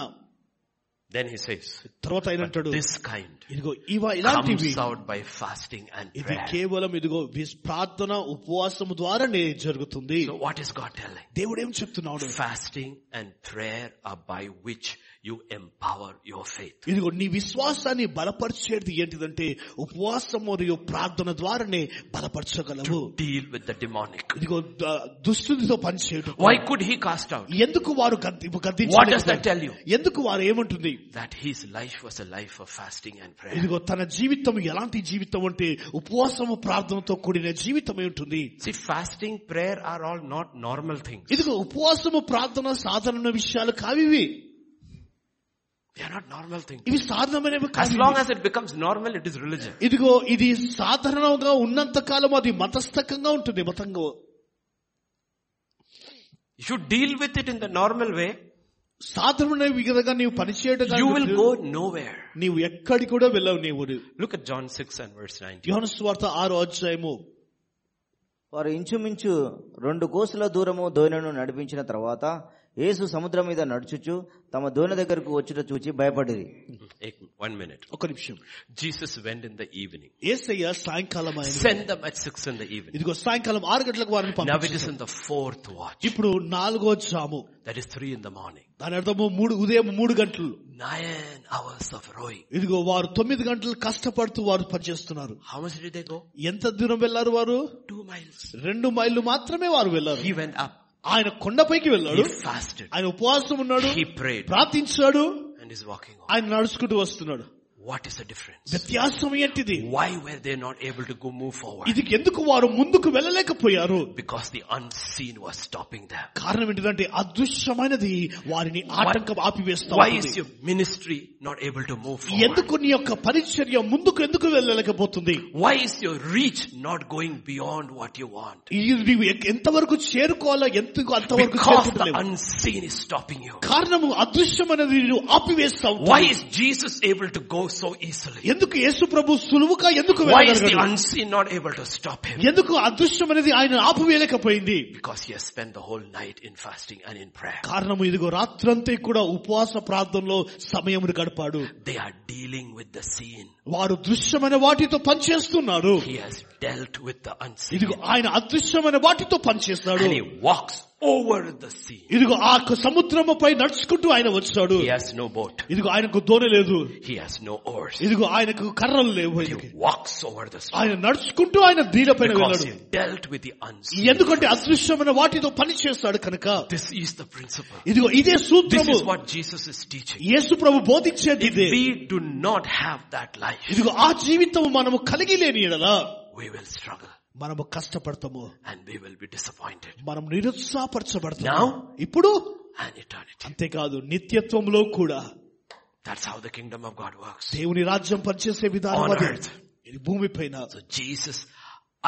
Then he says, తర్వాత ఆయన అంటాడు this kind ఇదిగో ఇవ ఇలాంటివి comes out by fasting and ఇది prayer. కేవలం ఇదిగో విస్- ప్రార్థన ఉపవాసము ద్వారానే జరుగుతుంది So what is God telling? దేవుడు ఏం చెప్తున్నాడు Fasting and prayer are by which you empower your faith. ఇదిగో నీ విశ్వాసాన్ని బలపరిచేది ఏంటిదంటే ఉపవాసం మరియు ప్రార్థన ద్వారానే బలపరచగలవు Deal with the demonic. ఇదిగో ద- దుష్టునితో పనిచేయడం Why could he cast out? ఎందుకు వారు గద్ది- What does that గద్దించలేకపోయారు? tell you? ఎందుకు వారు ఏమంటుంది That his life was a life of fasting and prayer. ఇదిగో తన జీవితం ఎలాంటి జీవితం అంటే ఉపవాసము ప్రార్థనతో కూడిన జీవితమే ఉంటుంది See, fasting, prayer are all not normal things. ఇదిగో ఉపవాసము ప్రార్థన సాధారణ విషయాలు కావివి They are not normal things. ఇవి సాధారణమైనవి As long కాదు as it becomes normal, it is religion. ఇదిగో ఇది సాధారణంగా ఉన్నంత కాలం అది మతస్థకంగా ఉంటుంది మతంగా If you deal with it in the normal way, సాధారణమైన విధంగా నీవు పనిచేయడం you will go nowhere. నీవు ఎక్కడికి కూడా వెళ్ళవు నీవు Look at John 6 and verse 19. యోహన స్వార్థ ఆరో అధ్యాయము వారు ఇంచుమించు రెండు కోసుల దూరము దోణిను నడిపించిన తర్వాత యేసు సముద్రం మీద నడుచుచు తమ దోణి దగ్గరకు వచ్చుట చూచి భయపడింది Ek- One minute. ఒక నిమిషం Jesus went in the evening. ఏసయ్య సాయంకాలం ఆయన Send them at 6 in the evening. ఇదిగో సాయంకాలం ఆరు గంటలకు వారిని Now it is పంపించారు in the fourth watch. ఇప్పుడు నాలుగో జాము That is 3 in the morning. దాని అర్థము మూడు ఉదయం మూడు గంటలు Nine hours of rowing. ఇదిగో వారు తొమ్మిది గంటలు కష్టపడుతూ వారు పనిచేస్తున్నారు How much did they go? ఎంత దూరం వెళ్లారు వారు Two miles. రెండు మైళ్ళు మాత్రమే వారు వెళ్లారు He went up. ఆయన కొండపైకి He వెళ్ళాడు fasted. ఆయన ఉపవాసం ఉన్నాడు He prayed. ప్రార్థించాడు And is walking on. ఆయన నడుచుకుంటూ వస్తున్నాడు What is the difference? వ్యత్యాసం ఏంటిది Why were they not able to go move forward? ఇది ఎందుకు వారు ముందుకు వెళ్ళలేకపోయారు Because the unseen was stopping them. కారణం ఏంటంటే అదృశ్యమైనది వారిని ఆటంకం ఆపివేస్తా Why ఉంది. is your ministry not able to move ఎందుకు forward? నీ యొక్క పరిచర్య ముందుకు ఎందుకు వెళ్ళలేకపోతుంది Why is your reach not going beyond what you want? ఇది నీవు ఎక్- ఎంతవరకు చేరుకోవాలో ఎంతకు అంతవరకు Because the చేరుకోలేవు. unseen is stopping you. కారణము అదృశ్యమైనది నేను ఆపివేస్తావు Why is Jesus able to go so easily? ఎందుకు యేసు ప్రభు సులువుగా ఎందుకు Why is the వెళ్ళగలిగాడు? unseen not able to stop him? ఎందుకు అదృశ్యమైనది ఆయన ఆపివేయలేకపోయింది Because he has spent the whole night in fasting and in prayer. కారణము ఇదిగో రాత్రంతా కూడా ఉపవాస ప్రాంతంలో సమయమును గడిపాడు They are dealing with the seen. వారు దృశ్యమైన వాటితో పనిచేస్తున్నారు He has dealt with the unseen. ఇదిగో ఆయన అదృశ్యమైన వాటితో పనిచేస్తాడు And he walks over the sea. ఇదిగో ఆ సముద్రము పై నడుచుకుంటూ ఆయన వచ్చాడు He has no boat. ఇదిగో ఆయనకు దోణి లేదు He has no oars. ఇదిగో ఆయనకు కర్రలు లేవు He walks over the sea. ఆయన నడుచుకుంటూ ఆయన దీడపైన Because వెళ్ళాడు he dealt with the unseen. ఎందుకంటే అదృశ్యమైన వాటితో పని చేస్తాడు కనుక This is the principle. ఇదిగో ఇదే This సూత్రము is what Jesus is teaching. Yesu Prabhu బోధించేది If ఇదే we do not have that life, ఇదిగో ఆ జీవితం మనము కలిగి లేని ఎడల we will struggle మనము కష్టపడతాము and we will be disappointed. మనం నిరుత్సాహపరచబడతాము Now? ఇప్పుడు And eternity. అంతేకాదు నిత్యత్వంలో కూడా That's how the kingdom of God works. దేవుని రాజ్యం పనిచేసే విధానం On అదే. earth. ఇది భూమి పైన So Jesus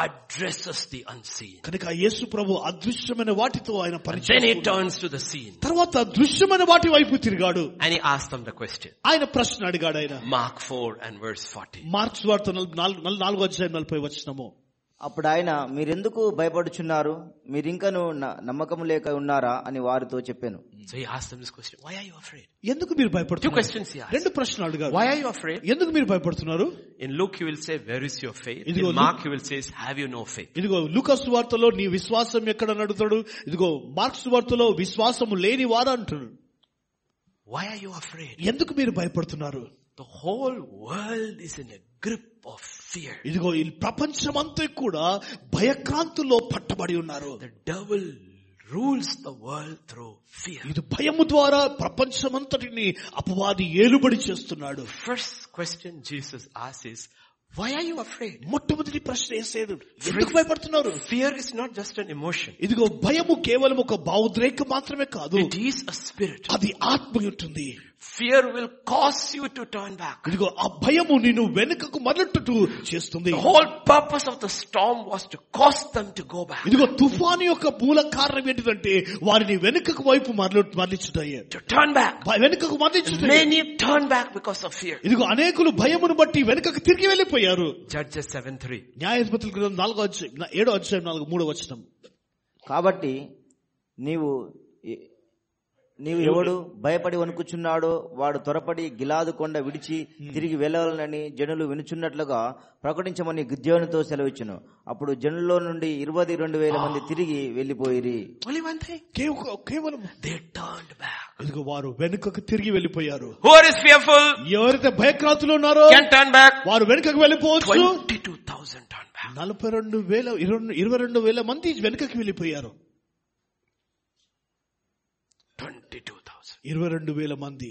addresses the unseen. కనుక యేసు ప్రభు అదృశ్యమైన వాటితో ఆయన Then పరిచయం he turns to the seen తర్వాత దృశ్యమైన వాటి వైపు తిరిగాడు and he asks them the question. ఆయన ప్రశ్న అడిగాడు ఆయన Mark 4 and verse 40. మార్క్స్ వార్త నల్- నాలుగు నల్- నాలుగో అధ్యాయం నలభై వచ్చినము అప్పుడు ఆయన మీరెందుకు భయపడుచున్నారు మీరింకను న- నమ్మకం లేక ఉన్నారా అని వారితో చెప్పాను So he asks them this question. Why are you afraid? ఎందుకు మీరు Two భయపడుతున్నారు questions he asks. రెండు ప్రశ్నలు అడిగారు Hmm. Why are you afraid? ఎందుకు మీరు భయపడుతున్నారు In Luke he will say, where is your faith? Idigo, In Luke- Mark he will say, have you no faith? ఇదిగో లూకాసు వార్తలో నీ విశ్వాసం ఎక్కడ నడుతాడు ఇదిగో మార్క్స్ వార్తలో విశ్వాసము లేని వారు అంటున్నాడు Why are you afraid? ఎందుకు మీరు భయపడుతున్నారు The whole world is in a grip of fear. ఇదిగో ఈ ప్రపంచమంతా కూడా భయక్రాంతుల్లో పట్టబడి ఉన్నారు The devil rules the world through fear. ఇది భయము ద్వారా ప్రపంచమంతటిని అపవాది ఏలుబడి చేస్తున్నాడు First question Jesus asks is, why are you afraid? మొట్టమొదటి ప్రశ్న వేసేది ఎందుకు భయపడుతున్నారు Fear is not just an emotion. ఇదిగో భయము కేవలం ఒక భావోద్రేకం మాత్రమే కాదు It is a spirit. అది ఆత్మ ఉంటుంది Fear will cause you to turn back. ఇదిగో ఆ భయము నిన్ను వెనుకకు మరలట్టు చేస్తుంది The whole purpose of the storm was to cause them to go back. ఇదిగో తుఫాను యొక్క మూల కారణం ఏంటిదంటే వారిని వెనుకకు వైపు మరలు మరలించుటయ్యే To turn back. భ- వెనుకకు మరలించుటయ్యే Many turn back because of fear. ఇదిగో అనేకులు భయమును బట్టి వెనుకకు తిరిగి వెళ్ళిపోయారు Judges 7-3. న్యాయాధిపతుల గ్రంథం నాలుగో అధ్యాయం నా- ఏడో అధ్యాయం నాలుగు మూడో వచనం కాబట్టి నీవు ఎ- నీవు ఎవడు భయపడి వణుకుచున్నాడో వాడు త్వరపడి గిలాదు కొండ విడిచి తిరిగి వెళ్ళాలని జనులు వినుచున్నట్లుగా ప్రకటించమని గిద్యోనుతో సెలవిచ్చును అప్పుడు జనుల్లో నుండి ఇరవై రెండు వేల మంది తిరిగి వెళ్లిపోయిరి Only one thing. కేవ- కేవలం They turned back. ఇదిగో వారు వెనుకకు తిరిగి వెళ్ళిపోయారు Whoever is fearful ఎవరైతే భయక్రాంతులు ఉన్నారో can turn back. వారు వెనుకకు వెళ్ళిపోవచ్చు 22,000 turn back. నలభై రెండు వేల ఇరవై- ఇరవై రెండు వేల మంది వెనుకకి వెళ్ళిపోయారు 22,000. ఇరవై రెండు వేల మంది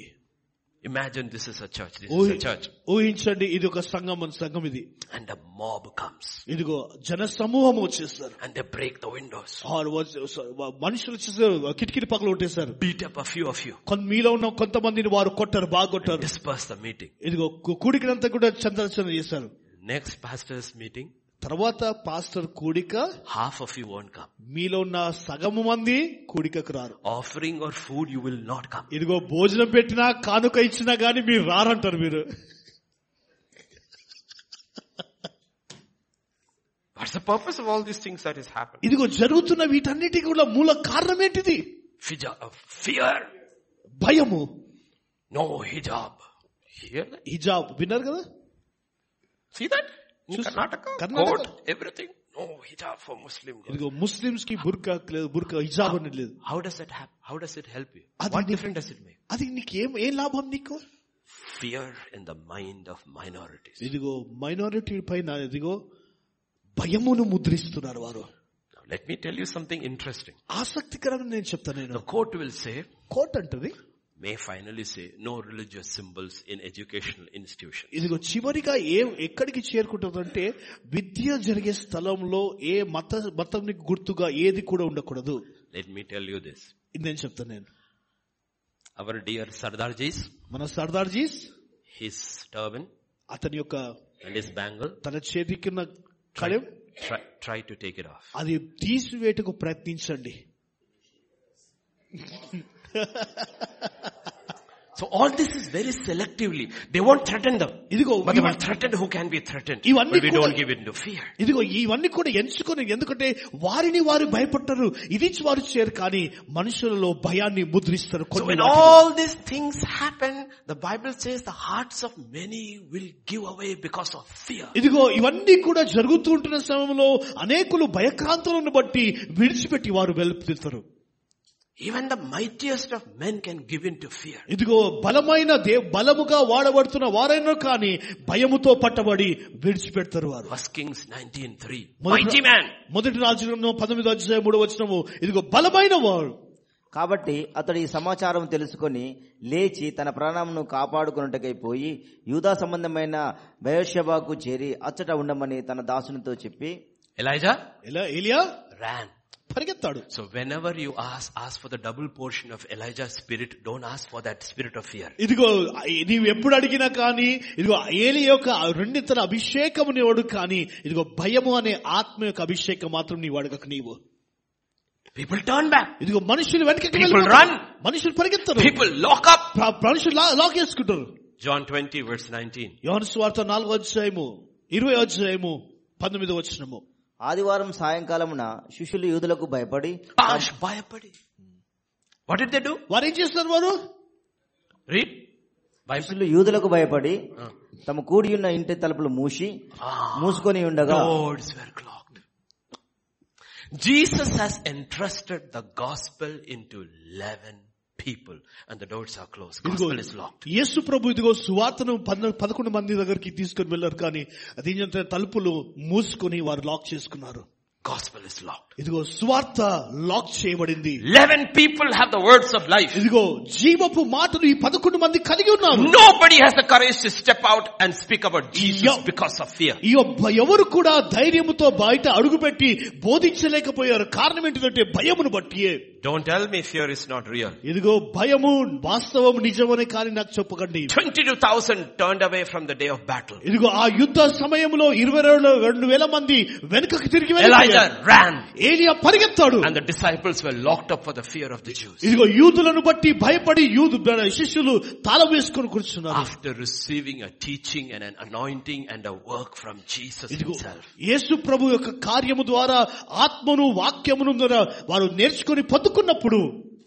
Imagine this is a church. This is a church. ఊహి- ఊహించండి ఇది ఒక సంఘం మన సంఘం ఇది And a mob comes. ఇదిగో జన సమూహం వచ్చేస్తారు And they break the windows. ఆరు వచ్చ- స- వ- మనుషులు వచ్చేసారు కిటికీ పక్కలు కొట్టేశారు Beat up a few of you. కొంత మీలో ఉన్న కొంతమందిని వారు కొట్టారు బాగా And కొట్టారు disperse the meeting. ఇదిగో కు- కూడికనంతా కూడా చందరచంద్ర చేశారు Next pastor's meeting. తర్వాత పాస్టర్ కూడిక Half of you won't come. మీలో ఉన్న సగము మంది కూడికకు రారు Offering or food, you will not come. ఇదిగో భోజనం పెట్టినా కానుక ఇచ్చినా గానీ మీరు రారంటారు మీరు What's the purpose of all these things that has happened? ఇదిగో జరుగుతున్న వీటన్నిటి కూడా మూల కారణం ఏంటిది Fija- uh, fear. భయము No hijab. Hear that? హిజాబ్ విన్నారు కదా See that? In Choose- Karnataka, Karnataka. court, everything. No hijab for Muslim girls. ఇదిగో ముస్లిమ్స్ కి బుర్కా లేదు బుర్కా హిజాబ్ అనేది లేదు How does that happen? How does it help you? Adi- What difference does it make? అది నీకు ఏం ఏం లాభం నీకు Fear in the mind of minorities. ఇదిగో మైనారిటీ పైన ఇదిగో భయమును ముద్రిస్తున్నారు వారు Now, let me tell you something interesting. ఆసక్తికరమైన నేను చెప్తాను The నేను court will say, కోర్ట్ అంటది may finally say, no religious symbols in educational institutions. ఇదిగో చివరిగా ఏ ఎక్కడికి చేరుకుంటుందంటే విద్య జరిగే స్థలంలో ఏ మత మతం గుర్తుగా ఏది కూడా ఉండకూడదు Let me tell you this. ఇది నేను చెప్తాను నేను Our dear Sardarjis, మన సర్దార్జీస్ his turban అతని యొక్క and his bangle, తన చేతికిన్న try, కళం try, try to take it off. అది తీసివేటకు ప్రయత్నించండి So all this is very selectively. They won't threaten them. ఇదిగో But they will threaten who can be threatened. But ఇవన్నీ we కూడా- don't give in to fear. ఇదిగో ఇవన్నీ కూడా ఎంచుకొని ఎందుకంటే వారిని వారు భయపడతారు ఇది వారు చేయరు కానీ మనుషులలో భయాన్ని ముద్రిస్తారు So కొన్ని when వాటిలో. all these things happen, the Bible says the hearts of many will give away because of fear. ఇదిగో ఇవన్నీ కూడా జరుగుతూ ఉంటున్న సమయంలో అనేకులు భయక్రాంతులను బట్టి విడిచిపెట్టి వారు వెళ్తారు Even the mightiest of men can give in to fear. ఇదిగో బలమైన దే బలముగా వాడబడుతున్న వారైనా కానీ భయముతో పట్టబడి విడిచిపెడతారు వారు First Kings 19.3. మొదటి- Mighty man! మొదటి రాజు పంతొమ్మిది అధ్యాయం మూడు వచ్చినము ఇదిగో బలమైన వాడు కాబట్టి అతడు ఈ సమాచారం తెలుసుకొని లేచి తన ప్రాణమును కాపాడుకున్నట్టుకై పోయి యూదా సంబంధమైన బయోషబాకు చేరి అచ్చట ఉండమని తన దాసునితో చెప్పి Elijah ఎలా ఏలియా ran. పరిగెత్తాడు So whenever you ask, ask for the double portion of Elijah's spirit. Don't ask for that spirit of fear. ఇదిగో నీవు ఎప్పుడు అడిగినా కానీ ఇదిగో ఏలి యొక్క రెండింతల అభిషేకము నీవడు కానీ ఇదిగో భయము అనే ఆత్మ యొక్క అభిషేకం మాత్రం నీవు అడగక నీవు People turn back. ఇదిగో మనుషులు వెనకకి People వెళ్ళిపోతారు. run. మనుషులు పరిగెత్తరు People lock up. ప్ర- మనుషులు లా- లాగేసుకుంటారు John 20 verse 19. యోహన్ స్వార్థ నాలుగో అధ్యాయము ఇరవై అధ్యాయము పంతొమ్మిది వచ్చినము ఆదివారం సాయంకాలమున శిష్యులు యూదులకు భయపడి Bash, భయపడి. What did they do? వారు ఏం చేస్తారు వారు Read. భయపడి. శిష్యులు యూదులకు భయపడి Ah. తమ కూడి ఉన్న ఇంటి తలుపులు మూసి Ah. మూసుకొని ఉండగా Doors were clogged. Jesus has entrusted the gospel into 11 people and the doors are closed. Gospel is locked. యేసు ప్రభు ఇదిగో సువార్తను పన్న- పదకొండు మంది దగ్గరికి తీసుకొని వెళ్ళారు కానీ అది ఏంటంటే తలుపులు మూసుకొని వారు లాక్ చేసుకున్నారు Gospel is locked. ఇదిగో సువార్త లాక్ చేయబడింది 11 people have the words of life. ఇదిగో జీవపు మాటలు ఈ పదకొండు మంది కలిగి ఉన్నారు Nobody has the courage to step out and speak about Jesus Yeah. because of fear. ఈ ఒబ్బ- ఎవరు కూడా ధైర్యముతో బయట అడుగుపెట్టి బోధించలేకపోయారు కారణం ఏంటిదంటే భయమును బట్టియే Don't tell me fear is not real. ఇదిగో భయము వాస్తవం నిజమని కానీ నాకు చెప్పకండి 22,000 turned away from the day of battle. ఇదిగో ఆ యుద్ధ సమయంలో ఇరవై రెండు రెండు వేల మంది వెనుకకు తిరిగి వెళ్ళిపోయారు. Elijah ran ఏలియా పరిగెత్తాడు and the disciples were locked up for the fear of the Jews. ఇదిగో యూదులను బట్టి భయపడి యూదు శిష్యులు తాళం వేసుకొని కూర్చున్నారు after receiving a teaching and an anointing and a work from Jesus ఇదిగో himself. యేసు ప్రభు యొక్క కార్యము ద్వారా ఆత్మను వాక్యమును ద్వారా వారు నేర్చుకొని పొందుకున్నప్పుడు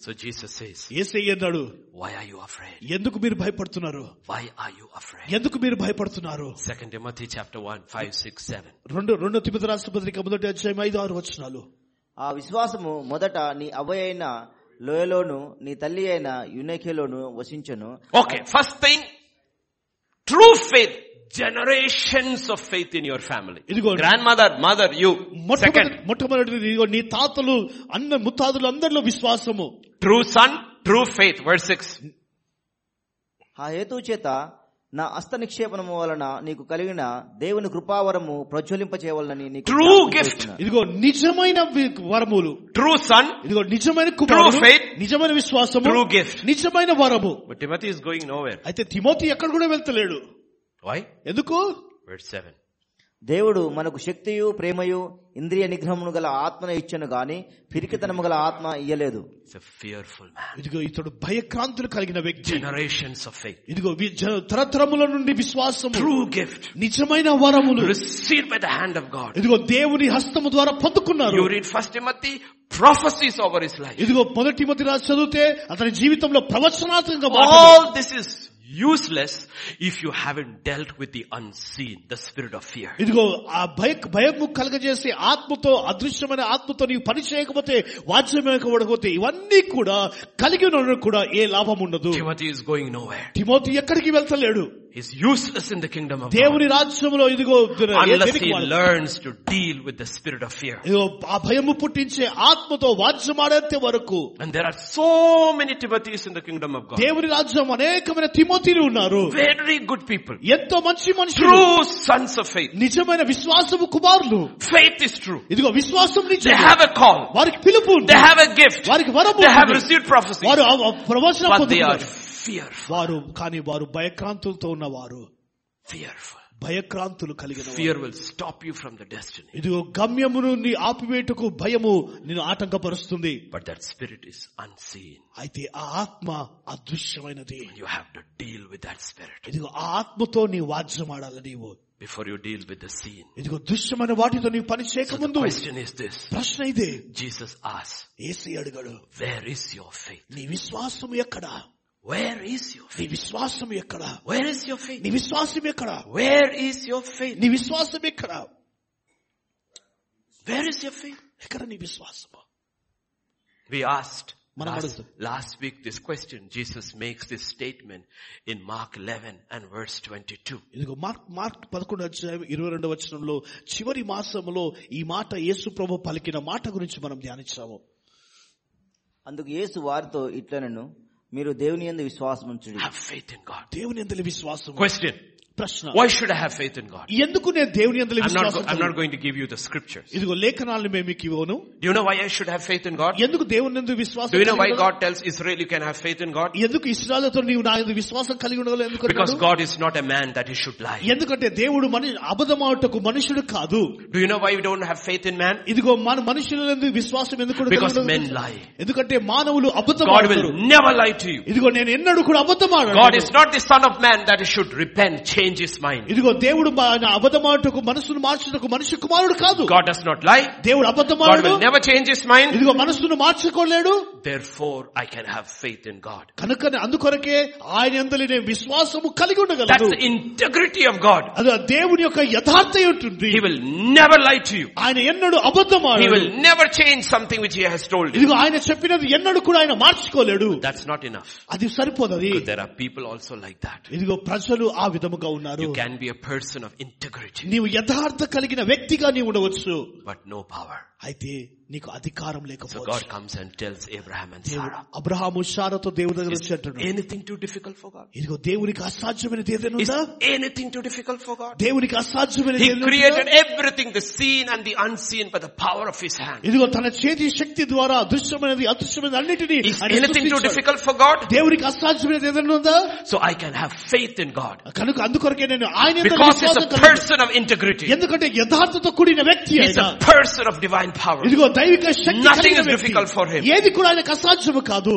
So Jesus says, ఏసయ్య అన్నాడు why are you afraid? ఎందుకు మీరు భయపడుతున్నారు Why are you afraid? ఎందుకు మీరు భయపడుతున్నారు Second Timothy chapter 1, 5, 6, 7. రెండు రెండో తిమ్మతి రాష్ట్ర పత్రిక మొదటి అధ్యాయం ఐదు ఆరు వచనాలు ఆ విశ్వాసము మొదట నీ అవ్వ అయిన లోయలోను నీ తల్లి అయిన యునేకేలోను వసించను Okay, first thing, true faith, generations of faith in your family. ఇదిగో Grandmother, mother, you. మొట్టమొదటి Second, మొట్టమొదటిది ఇదిగో నీ తాతలు అన్న ముత్తాతలు అందరిలో విశ్వాసము true son, true faith, verse 6. ఆ హేతువు చేత నా హస్త నిక్షేపణము వలన నీకు కలిగిన దేవుని కృపావరము ప్రజ్వలింప చేయవలనని నీకు True జ్ఞాపకం gift. చేస్తున్నాను. ఇదిగో నిజమైన వి- వరములు True son, ఇదిగో నిజమైన కుమారుడు True faith. నిజమైన విశ్వాసము True gift. నిజమైన వరము but Timothy is going nowhere. అయితే తిమోతి ఎక్కడ కూడా వెళ్తలేడు Why? ఎందుకు Verse 7. దేవుడు మనకు శక్తియు ప్రేమయు ఇంద్రియ నిగ్రహమును గల ఆత్మను ఇచ్చను గాని పిరికితనము గల ఆత్మ ఇయ్యలేదు It's a fearful man. ఇదిగో ఇతడు భయక్రాంతులు కలిగిన వ్యక్తి Generations of faith. ఇదిగో వి- జ- తరతరముల నుండి విశ్వాసము True gift. నిజమైన వరములు Received by the hand of God. ఇదిగో దేవుని హస్తము ద్వారా పొందుకున్నారు You read first Timothy, prophecies over his life. ఇదిగో మొదటి మొదటి రాజు చదివితే అతని జీవితంలో ప్రవచనాత్మకంగా మాట్లాడు. All this is useless if you haven't dealt with the unseen, the spirit of fear. ఇదిగో ఆ భయ భయము కలగజేసే ఆత్మతో అదృశ్యమైన ఆత్మతో నీవు పని చేయకపోతే వాచ్యమైకపోతే ఇవన్నీ కూడా కలిగి ఉన్న కూడా ఏ లాభం ఉండదు Timothy is going nowhere. Timothy ఎక్కడికి వెళ్తలేడు He's useless in the kingdom of God. దేవుని రాజ్యంలో ఇదిగో ఏ Unless దేనికి he వాడు? learns to deal with the spirit of fear. ఇదిగో ఆ భయము పుట్టించే ఆత్మతో వాద్యమాడేంత వరకు And there are so many Timothys in the kingdom of God. దేవుని రాజ్యం అనేకమైన తిమోతిలు ఉన్నారు Very good people. ఎంతో మంచి మనుషులు True sons of faith. నిజమైన విశ్వాసము కుమారులు Faith is true. ఇదిగో విశ్వాసం They నిజం have a call. వారికి పిలుపు ఉంది. They have a gift. వారికి వరము They have ఉంది. received prophecy. వారు ఆ- ఆ ప్రవచనం But they are పొందుతున్నారు fearful. వారు కానీ వారు భయక్రాంతులతో ఉన్నవారు Fearful. భయక్రాంతులు కలిగిన వారు. Fear will stop you from the destiny. ఇదిగో గమ్యమును నీ ఆపివేటకు భయము నిన్ను ఆటంకపరుస్తుంది But that spirit is unseen. అయితే ఆ ఆత్మ అదృశ్యమైనది You have to deal with that spirit ఇదిగో ఆ ఆత్మతో నీ వాద్యమాడాలి నీవు before you deal with the seen. ఇదిగో దృశ్యమైన వాటితో నీవు పని The చేయకముందు question is this. ప్రశ్న ఇదే Jesus asks, AC అడుగడు where is your faith? నీ విశ్వాసం ఎక్కడ Where is your నీ faith? విశ్వాసం ఎక్కడ Where is your faith? నీ విశ్వాసం ఎక్కడ Where is your faith? నీ విశ్వాసం ఎక్కడ Where is your faith? ఎక్కడ నీ విశ్వాసము We asked Manam last, adugutam. last week this question. Jesus makes this statement in Mark 11 and verse 22. ఇదిగో మార్క్ మార్క్ పదకొండు అధ్యాయం ఇరవై రెండవ వచనంలో చివరి మాసములో ఈ మాట యేసు ప్రభు పలికిన మాట గురించి మనం ధ్యానించాము అందుకు యేసు వారితో ఇట్లనను మీరు దేవుని యందు విశ్వాసముంచుడి Have faith in God. దేవుని అందలి విశ్వాసం Question. ప్రశ్న Why should I have faith in God? ఎందుకు నేను దేవుని అందలి I'm not, విశ్వాసం go- I'm not కలిగి- going to give you the scriptures. ఇదిగో లేఖనాలను మేము మీకు ఇవ్వను Do you know why I should have faith in God? ఎందుకు దేవుని ఎందు విశ్వాసం Do you know why కలిగి ఉండగలను? God tells Israel you can have faith in God? ఎందుకు ఇస్రాయలతో నీవు నా ఎందు విశ్వాసం కలిగి ఉండగలవు ఎందుకు Because అన్నాడు? God is not a man that he should lie. ఎందుకంటే దేవుడు మనిషి అబద్ధమాటకు మనుషుడు కాదు Do you know why we don't have faith in man? ఇదిగో మన మనుషుల ఎందు విశ్వాసం ఎందుకు ఉండగలదు? Because men lie. ఎందుకంటే మానవులు God అబద్ధమాడతారు will never lie to you. ఇదిగో నేను ఎన్నడూ కూడా అబద్ధమాడను God is not the son of man that he should repent, change his mind. ఇదిగో దేవుడు మన అబద్ధమాటకు మనసును మార్చుటకు మనిషి కుమారుడు కాదు God does not lie. దేవుడు God అబద్ధమాడు will never change his mind. ఇదిగో మనసును మార్చుకోలేడు Therefore, I can have faith in God. కనుక అందుకొరకే ఆయన యందలి నేను విశ్వాసము కలిగి That's ఉండగలను the integrity of God. అది ఆ దేవుని యొక్క యథార్థం ఉంటుంది He will never lie to you. ఆయన ఎన్నడూ అబద్ధమాడు He will never change something which he has told you. ఇదిగో ఆయన చెప్పినది ఎన్నడూ కూడా ఆయన మార్చుకోలేడు That's not enough. అది సరిపోదది Because there are people also like that. ఇదిగో ప్రజలు ఆ విధముగా ఉన్నారు You can be a person of integrity, నీవు యథార్థ కలిగిన వ్యక్తిగా నీవు ఉండవచ్చు but no power. అయితే నీకు అధికారం So God లేకపోవచ్చు comes and tells Abraham and దేవుడు Sarah, అబ్రహాము షారతో దేవుడి దగ్గర వచ్చి అంటున్నాడు anything too difficult for God? ఇదిగో దేవునికి అసాధ్యమైన ఏదైనా Is ఉందా anything too difficult for God? దేవునికి అసాధ్యమైన He ఏదైనా created ఉందా? everything, the seen and the unseen, by the power of His hand. ఇదిగో తన చేతి శక్తి ద్వారా అదృశ్యమైనది అదృశ్యమైనది అన్నిటినీ Is ఆయన anything too సృష్టించాడు. difficult for God? దేవునికి అసాధ్యమైనది ఏదైనా ఉందా So I can have faith in God. కనుక అందుకొరకే నేను ఆయన ఎందు Because He's విశ్వాసం a కలిగి- person of integrity. ఎందుకంటే యథార్థతో కూడిన వ్యక్తి He's ఆయన a person of divine power. ఇదిగో దైవిక శక్తి Nothing కలిగిన is వ్యక్తి. difficult for him. ఏది కూడా ఆయనకు అసాధ్యము కాదు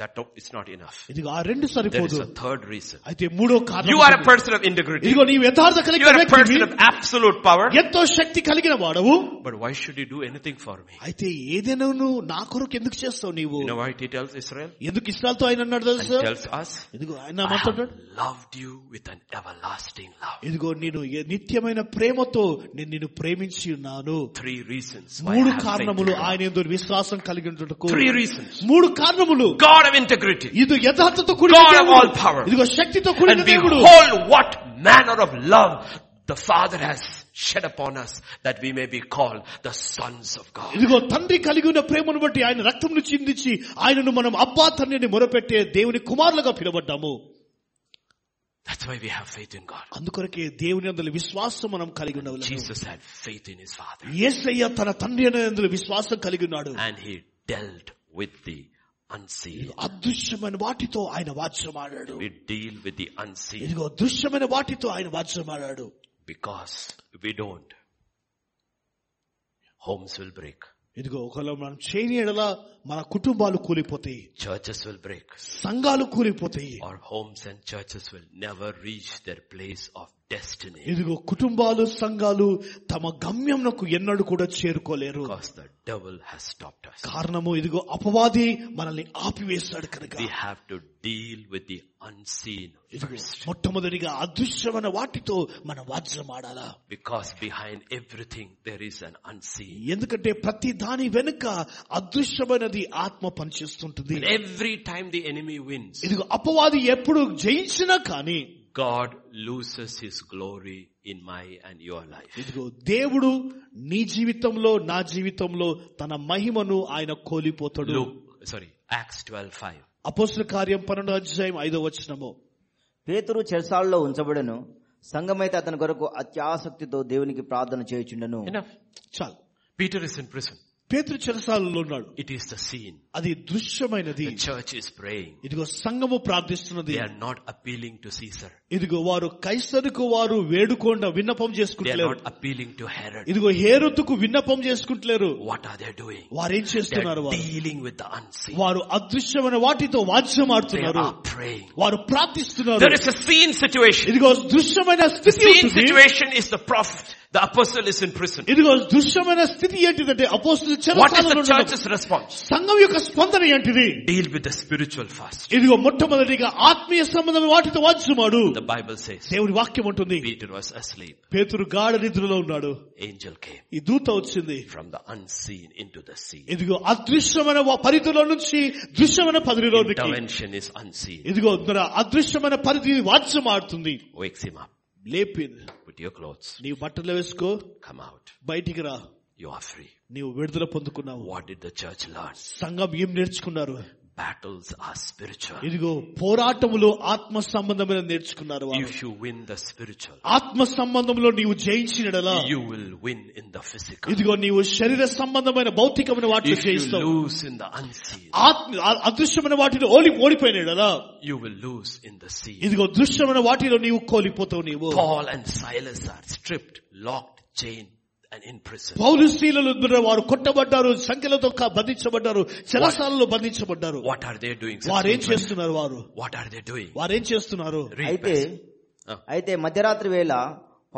That no- it's not enough. ఇదిగో ఆ రెండు There is సరిపోదు a third reason. అయితే మూడో కారణం You are a ఉంది. person of integrity. ఇదిగో నీవు యథార్థ You కలిగిన are a person of వ్యక్తి absolute power. ఎంతో శక్తి కలిగిన వాడవు But why should you do anything for me? అయితే ఏదైనా నువ్వు నా కొరకు ఎందుకు చేస్తావు నీవు You know why he tells Israel? ఎందుకు ఇష్టాలతో ఆయన అన్నాడు And తెలుసా tells us, ఇదిగో ఆయన I have మాట్లాడాడు loved you with an everlasting love. ఇదిగో నేను ఏ నిత్యమైన ప్రేమతో నేను నిన్ను ప్రేమించి ఉన్నాను Three reasons why I మూడు have faith in కారణములు God. ఆయన యందు విశ్వాసం కలిగి ఉండుటకు Three reasons. మూడు కారణములు God of integrity. ఇది యథార్థతో కూడిన God of దేవుడు. all power. ఇదిగో శక్తితో కూడిన And దేవుడు behold what manner of love the Father has shed upon us that we may be called the sons of God. ఇదిగో తండ్రి కలిగి ఉన్న ప్రేమను బట్టి ఆయన రక్తమును చిందించి ఆయనను మనం అబ్బా తండ్రిని మొరపెట్టే దేవుని కుమారులుగా పిలవడ్డాము That's why we have faith in God. అందుకొరకే దేవుని అందులో విశ్వాసం మనం కలిగి ఉండవలెను Jesus had faith in his father యేసయ్య తన తండ్రి అనే అందులో విశ్వాసం కలిగి ఉన్నాడు and he dealt with the unseen. అదృశ్యమైన వాటితో ఆయన వాచ్యమాడాడు We deal with the unseen ఇదిగో దృశ్యమైన వాటితో ఆయన వాచ్యమాడాడు because we don't. Homes will break. ఇదిగో ఒకవేళ మనం చేయని ఎడల మన కుటుంబాలు కూలిపోతాయి Churches will break. సంఘాలు కూలిపోతాయి Our homes and churches will never reach their place of destiny ఇదిగో కుటుంబాలు సంఘాలు తమ గమ్యంకు ఎన్నడూ కూడా చేరుకోలేరు because the devil has stopped us. కారణము ఇదిగో అపవాది మనల్ని ఆపివేశాడు కనుక We have to deal with the unseen ఇదిగో మొట్టమొదటిగా అదృశ్యమైన వాటితో మనం వాజ్రమాడాలా because behind everything there is an unseen. ఎందుకంటే ప్రతి దాని వెనుక అదృశ్యమైనది ఆత్మ పనిచేస్తుంటుంది And every time the enemy wins, ఇదిగో అపవాది ఎప్పుడు జయించినా కానీ God loses his glory in my and your life. ఇదిగో దేవుడు నీ జీవితంలో నా జీవితంలో తన మహిమను ఆయన కోల్పోతాడు Luke, sorry, Acts twelve five. అపోస్తుల కార్యం పన్నెండు అధ్యాయం ఐదో వచనము పేతురు చెరసాలలో ఉంచబడను సంఘమైతే అతని కొరకు అత్యాసక్తితో దేవునికి ప్రార్థన చేయుచుండెను Enough. చాలు Peter is in prison. పేతురు చెరసాలలో ఉన్నాడు It is the scene. అది దృశ్యమైనది The church is praying. ఇదిగో సంఘము ప్రార్థిస్తున్నది They are not appealing to Caesar. ఇదిగో వారు కైసరుకు వారు వేడుకోండ విన్నపం They are చేసుకుంటలేరు not appealing to Herod. ఇదిగో హేరుతుకు విన్నపం చేసుకుంటలేరు What are they doing? వారు ఏం They చేస్తున్నారు are వారు dealing with the unseen. వారు అదృశ్యమైన వాటితో వాద్యం They ఆడుతున్నారు are praying. వారు ప్రార్థిస్తున్నారు There is a scene situation. ఇదిగో దృశ్యమైన స్థితి Scene ఉంటుంది. situation is the prophet. The apostle is in prison. ఇదిగో దృశ్యమైన స్థితి ఏంటిదంటే అపోస్తులు What is చెరసాలలో the ఉండడం. church's response? సంఘం యొక్క స్పందన ఏంటిది Deal with the spiritual first. ఇదిగో మొట్టమొదటిగా ఆత్మీయ సంబంధం వాటితో వాద్యమాడు The Bible says దేవుడి వాక్యం ఉంటుంది Peter was asleep. పేతురు గాఢ నిద్రలో ఉన్నాడు Angel came ఈ దూత వచ్చింది from the unseen into the seen. ఇదిగో అదృశ్యమైన వా- పరిధిలో నుంచి దృశ్యమైన పరిధిలోనికి Intervention is unseen. ఇదిగో మన అదృశ్యమైన పరిధి వాద్యం ఆడుతుంది Wakes him up. లేపింది Put your clothes. నీ బట్టలు వేసుకో Come out. బయటికి రా You are free. నీవు విడుదల పొందుకున్నావు What did the church learn? సంఘం ఏం నేర్చుకున్నారు Battles are spiritual. ఇదిగో పోరాటములో ఆత్మ సంబంధమైన నేర్చుకున్నారు వారు. If you win the spiritual, ఆత్మ సంబంధంలో నీవు జయించినడలా you will win Ah. in the physical. ఇదిగో నీవు శరీర సంబంధమైన భౌతికమైన వాటిని If you జయిస్తావు lose in the unseen, ఆత్మ ఆ- అదృశ్యమైన వాటిని ఓడి ఓడిపోయినడలా you will lose in the seen. ఇదిగో దృశ్యమైన వాటిలో నీవు కోల్పోతావు నీవు Paul and Silas are stripped, locked, chained, and in prison. పౌలు స్త్రీలలో వారు కొట్టబడ్డారు సంఖ్యలతో కా- బంధించబడ్డారు చెలసాలలో బంధించబడ్డారు What are they doing? వారేం 16? చేస్తున్నారు వారు What are they doing? వారేం చేస్తున్నారు Read అయితే passage. Ah. అయితే మధ్యరాత్రి వేళ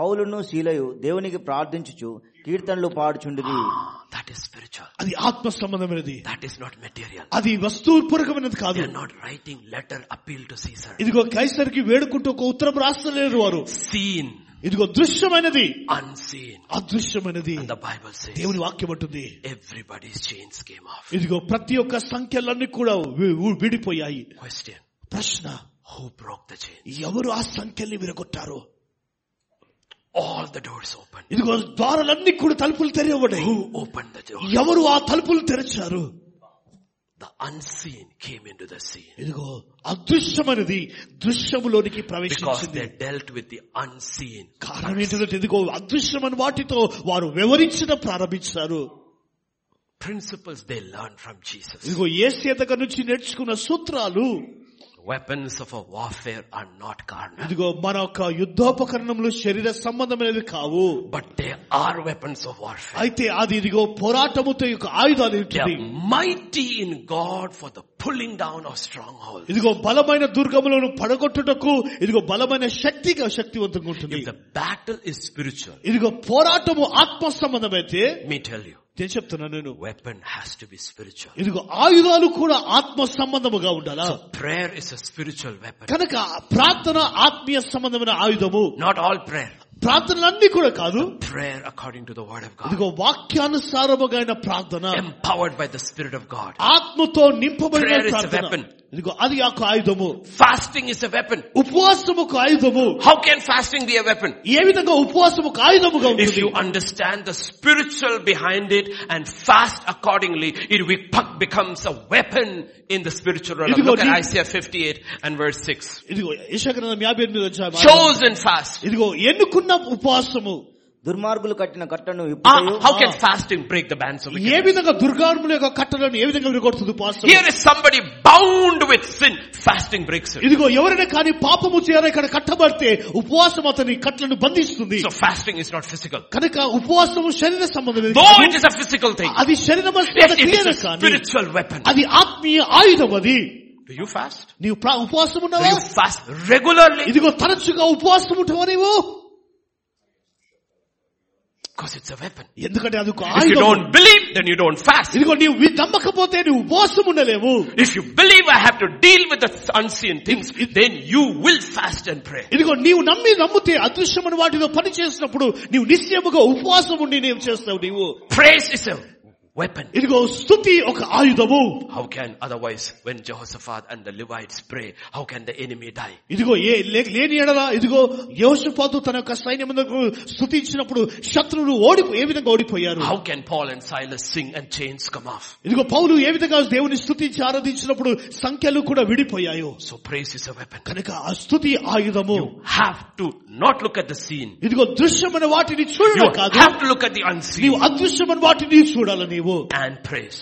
పౌలును శీలయు దేవునికి ప్రార్థించుచు కీర్తనలు పాడుచుండిరి Ah, that is spiritual. అది ఆత్మ సంబంధమైనది That is not material. అది వస్తువుపూర్వకమైనది కాదు They are not writing letter appeal to Caesar. ఇదిగో కైసరికి వేడుకుంటూ ఒక ఉత్తరం రాస్తలేరు వారు Seen, ఇదిగో దృశ్యమైనది unseen. అదృశ్యమైనది And the Bible says దేవుని వాక్యం ఉంటుంది everybody's chains came off. ఇదిగో ప్రతి ఒక్క సంఖ్యలన్నీ కూడా వి- వి- విడిపోయాయి Question, ప్రశ్న who broke the chain? ఎవరు ఆ సంఖ్యల్ని విరగొట్టారు All the doors open. ఇదిగో ద్వారాలన్నీ కూడా తలుపులు తెరవబడ్డాయి Who opened the door? ఎవరు ఆ తలుపులు తెరిచారు The unseen came into the scene. ఇదిగో అదృశ్యమైనది దృశ్యములోనికి Because ప్రవేశించింది they dealt with the unseen. కారణం ఏంటంటే ఇదిగో అదృశ్యమైన వాటితో వారు వివరించడం ప్రారంభించారు Principles they learned from Jesus. ఇదిగో ఏ సీతక నుంచి నేర్చుకున్న సూత్రాలు Weapons of a warfare are not carnal. ఇదిగో మన యొక్క యుద్ధోపకరణములు శరీర సంబంధమైనవి కావు But they are weapons of warfare. అయితే అది ఇదిగో పోరాటముతో యొక్క ఆయుధాలు They ఏంటిది are mighty in God for the pulling down of strongholds. ఇదిగో బలమైన దుర్గములను పడగొట్టుటకు ఇదిగో బలమైన శక్తిగా శక్తివంతంగా ఉంటుంది If the battle is spiritual, ఇదిగో పోరాటము ఆత్మ సంబంధమైతే let me tell you, నేను చెప్తున్నా నేను weapon has to be spiritual. ఇదిగో ఆయుధాలు కూడా ఆత్మ సంబంధముగా ఉండాలా Prayer is a spiritual weapon. కనుక ప్రార్థన ఆత్మీయ సంబంధమైన ఆయుధము Not all prayer. ప్రార్థనలన్నీ కూడా కాదు Prayer according to the word of God. ఇదిగో వాక్యానుసారముగా ప్రార్థన Empowered by the Spirit of God. ఆత్మతో నింపబడిన Prayer is a ప్రార్థన weapon. ఇదిగో అది యొక్క ఆయుధము Fasting is a weapon. ఉపవాసము ఒక ఆయుధము How can fasting be a weapon? ఏ విధంగా ఉపవాసము ఒక ఆయుధముగా If ఉంటుంది you understand the spiritual behind it and fast accordingly, it be- becomes a weapon in the spiritual realm. ఇదిగో Look at నీ- Isaiah 58 and verse 6. ఇదిగో యశగ్రంథం యాభై ఎనిమిది వచ్చా Chosen fast. ఇదిగో ఎన్నుకున్న ఉపవాసము దుర్మార్గులు కట్టిన కట్టను Ah, ఇప్పుడు how can Ah. fasting break the bands of A wickedness? విధంగా దుర్గారుముల యొక్క కట్టలను ఏ విధంగా విడగొడుతుంది ఉపవాసం Here is somebody bound with sin. Fasting breaks it. ఇదిగో ఎవరైనా కానీ పాపము చేయాలి ఇక్కడ కట్టబడితే ఉపవాసం అతని కట్లను బంధిస్తుంది So fasting is not physical. కనుక ఉపవాసము శరీర సంబంధం Though it is a physical thing, అది శరీరం it is క్రియలు a కానీ spiritual weapon. అది ఆత్మీయ ఆయుధం అది Do you fast? నీవు ప్రా- ఉపవాసం Do ఉన్నావా you fast regularly? ఇదిగో తరచుగా ఉపవాసం ఉంటావా నీవు Because it's a weapon. ఎందుకంటే అది ఒక If you ఆయుధం don't believe, then you don't fast. ఇదిగో నీవు వి- నమ్మకపోతే నువ్వు ఉపవాసం ఉండలేవు If you believe I have to deal with the unseen things, then you will fast and pray. ఇదిగో నీవు నమ్మి నమ్మితే అదృశ్యమైన వాటితో పని చేసినప్పుడు నీవు నిశ్చయముగా ఉపవాసం ఉండి నీవు చేస్తావు నీవు Praise is a weapon. ఇదిగో స్థుతి ఒక ఆయుధము How can otherwise when Jehoshaphat and the Levites pray, how can the enemy die? ఇదిగో ఏ లే- లేని ఎడలా ఇదిగో యోషపాతు తన యొక్క సైన్యమునకు స్థుతించినప్పుడు శత్రువులు ఓడి ఏ విధంగా ఓడిపోయారు How can Paul and Silas sing and chains come off? ఇదిగో పౌలు ఏ విధంగా దేవుని స్థుతించి ఆరాధించినప్పుడు సంఖ్యలు కూడా విడిపోయాయో So praise is a weapon. కనుక ఆ స్థుతి ఆయుధము Have to not look at the seen. ఇదిగో దృశ్యమైన వాటిని చూడడం You కాదు have to look at the నీవు unseen అదృశ్యమైన వాటిని చూడాలి నీవు and praise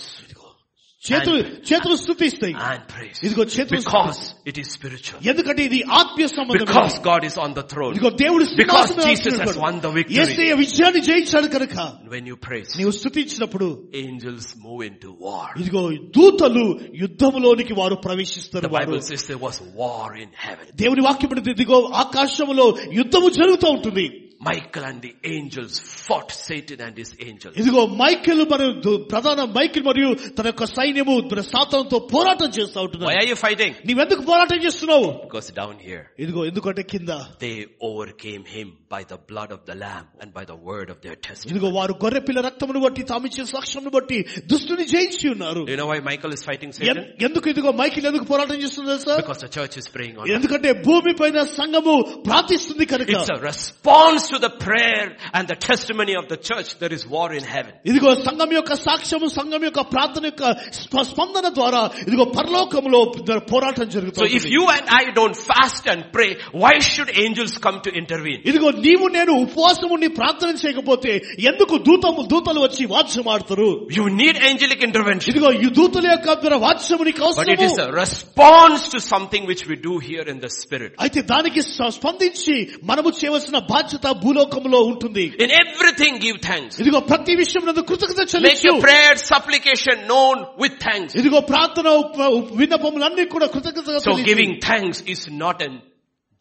చేతులు చేతులు స్థుతిస్తాయి and praise ఇదిగో చేతులు Ah. because it is spiritual. ఎందుకంటే ఇది ఆత్మీయ సంబంధం Because God is on the throne. ఇదిగో దేవుడు Because సింహాసనం Jesus మీద has కూర్చున్నాడు. won the victory. యేసయ్య విజయాన్ని జయించాడు కనుక When you praise, నీవు స్థుతించినప్పుడు angels move into war. ఇదిగో దూతలు యుద్ధములోనికి వారు ప్రవేశిస్తారు The వారు Bible says there was war in heaven. దేవుని వాక్యం పడింది, ఇదిగో ఆకాశములో యుద్ధము జరుగుతూ ఉంటుంది Michael and the angels fought Satan and his angels. ఇదిగో మైకిల్ మరియు దు- ప్రధాన మైకిల్ మరియు తన యొక్క సైన్యము మన సాతానుతో పోరాటం చేస్తూ Why ఉంటున్నాయి are you fighting? నీవెందుకు పోరాటం చేస్తున్నావు Because down here, ఇదిగో ఎందుకంటే కింద they overcame him by the blood of the lamb and by the word of their testimony. ఇదిగో వారు గొర్రె పిల్ల రక్తమును బట్టి తామిచ్చే సాక్ష్యమును బట్టి దుష్టుని జయించి ఉన్నారు Do you know why Michael is fighting N- Satan? ఎందుకు ఇదిగో మైకిల్ ఎందుకు పోరాటం చేస్తున్నారు sir Because the church is praying on. it. ఎందుకంటే భూమి పైన సంఘము ప్రార్థిస్తుంది కనుక It's a response to the prayer and the testimony of the church. There is war in heaven. ఇదిగో సంఘం యొక్క సాక్ష్యము సంఘం యొక్క ప్రార్థన యొక్క స్ప- స్పందన ద్వారా ఇదిగో పరలోకములో ఇద్దరు పోరాటం So జరుగుతుంది if you and I don't fast and pray, why should angels come to intervene? ఇదిగో నీవు నేను ఉపవాసం ఉండి ప్రార్థన చేయకపోతే ఎందుకు దూతము దూతలు వచ్చి వాద్యం ఆడతారు You need angelic intervention. ఇదిగో ఈ దూతల యొక్క ద్వారా వాద్యము నీకు But it is అవసరము a response to something which we do here in the spirit. అయితే దానికి స- స్పందించి మనము చేయవలసిన బాధ్యత భూలోకములో ఉంటుంది In everything give thanks. ఇదిగో ప్రతి విషయం నందు కృతజ్ఞత Make చెల్లించు your prayer, supplication known with thanks. ఇదిగో ప్రార్థన ఉప- విన్నపములన్నీ కూడా కృతజ్ఞతగా So చెల్లించు. giving thanks is not an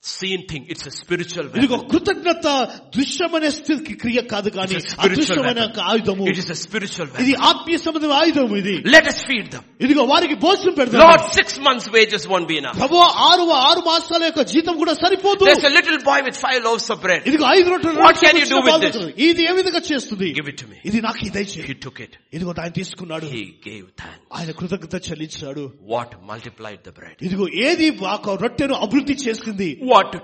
seen thing, it's a spiritual ఇదిగో weapon. కృతజ్ఞత దృశ్యమనే స్థితికి క్రియ కాదు కానీ It's a spiritual అదృశ్యమైన weapon. ఒక ఆయుధము It is a spiritual ఇది weapon. ఆత్మీయ సంబంధం ఆయుధం ఇది Let us feed them. ఇదిగో వారికి భోజనం పెడదాం Lord, six months wages won't be enough. ప్రభు ఆరు ఆరు మాసాల యొక్క జీతం కూడా సరిపోదు There's a little boy with five loaves of bread. ఇదిగో ఐదు రొట్టెలు What రెండు can you చిన్న do with పాలు this? మాత్రమే. ఇది ఏ విధంగా చేస్తుంది Give it to me. ఇది నాకు ఇదే He took it. ఇదిగో ఆయన తీసుకున్నాడు He gave thanks. ఆయన కృతజ్ఞత చెల్లించాడు What multiplied the bread? ఇదిగో ఏది ఆ యొక్క రొట్టెను అభివృద్ధి చేసింది What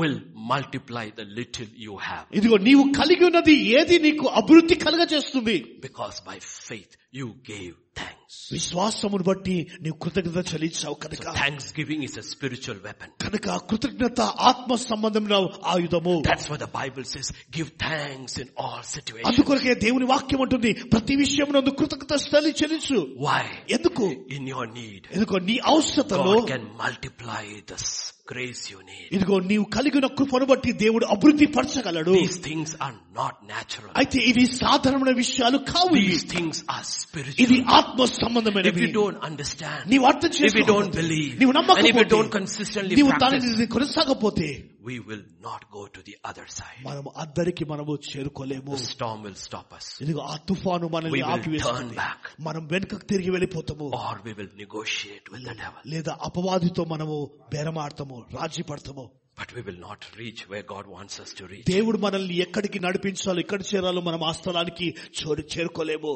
will multiply the little you have? ఇదిగో నీవు కలిగి ఉన్నది ఏది నీకు అభివృద్ధి కలగజేస్తుంది Because by faith you gave thanks. విశ్వాసమును బట్టి నీవు కృతజ్ఞత చెల్లించావు కనుక Thanksgiving is a spiritual weapon. కనుక కృతజ్ఞత ఆత్మ సంబంధమైన ఆయుధము That's what the Bible says. Give thanks in all situations. అందుకొరకే దేవుని వాక్యం ఉంటుంది ప్రతి విషయం కృతజ్ఞత స్థలి చెల్లించు Why? ఎందుకు In your need, ఎందుకో నీ అవసరతలో God can multiply the s- grace you need. ఇదిగో నీవు కలిగిన కృపను బట్టి దేవుడు అభివృద్ధి పరచగలడు These things are not natural. అయితే ఇవి సాధారణమైన విషయాలు కావు ఇవి. These things are ఇది spiritual. ఆత్మ సంబంధమైన If you don't understand, నీవు అర్థం if you don't చేసుకోకపోతే, believe, and if నీవు you don't నమ్మకపోతే consistently నీవు practice, దానిని కొనసాగపోతే we will not go to the other side. మనము అందరికి మనము చేరుకోలేము The storm will stop us. ఇదిగో ఆ తుఫాను We మనల్ని will ఆపివేస్తుంది turn back. Oh, మనం వెనుకకు తిరిగి వెళ్ళిపోతాము Or we will negotiate with the devil. లేదా అపవాదితో మనము బేరమాడతాము రాజీ పడతాము But we will not reach where God wants us to reach. దేవుడు మనల్ని ఎక్కడికి నడిపించాలో ఎక్కడ చేరాలో మనం ఆ స్థలానికి చోరు చేరుకోలేము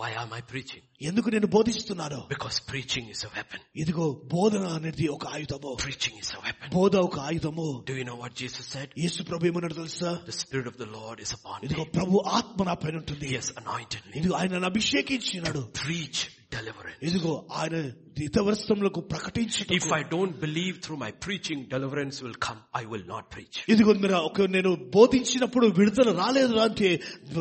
Why am I preaching? ఎందుకు నేను బోధిస్తున్నాను Because preaching is a weapon. ఇదిగో బోధన అనేది ఒక ఆయుధము Preaching is a weapon. బోధ ఒక ఆయుధము Do you know what Jesus said? యేసు ప్రభు ఏమన్నాడు తెలుసా The Spirit of the Lord is upon ఇదిగో me. ప్రభు ఆత్మ నా పైన ఉంటుంది He has anointed me. ఇదిగో ఆయన అభిషేకించినాడు Preach deliverance. ఇదిగో ఆయన దితవర్స్తములకు ప్రకటించటకు If I don't believe through my preaching, deliverance will come. I will not preach. ఇదిగో మీరు ఒక నేను బోధించినప్పుడు విడుదల రాలేదు రా అంటే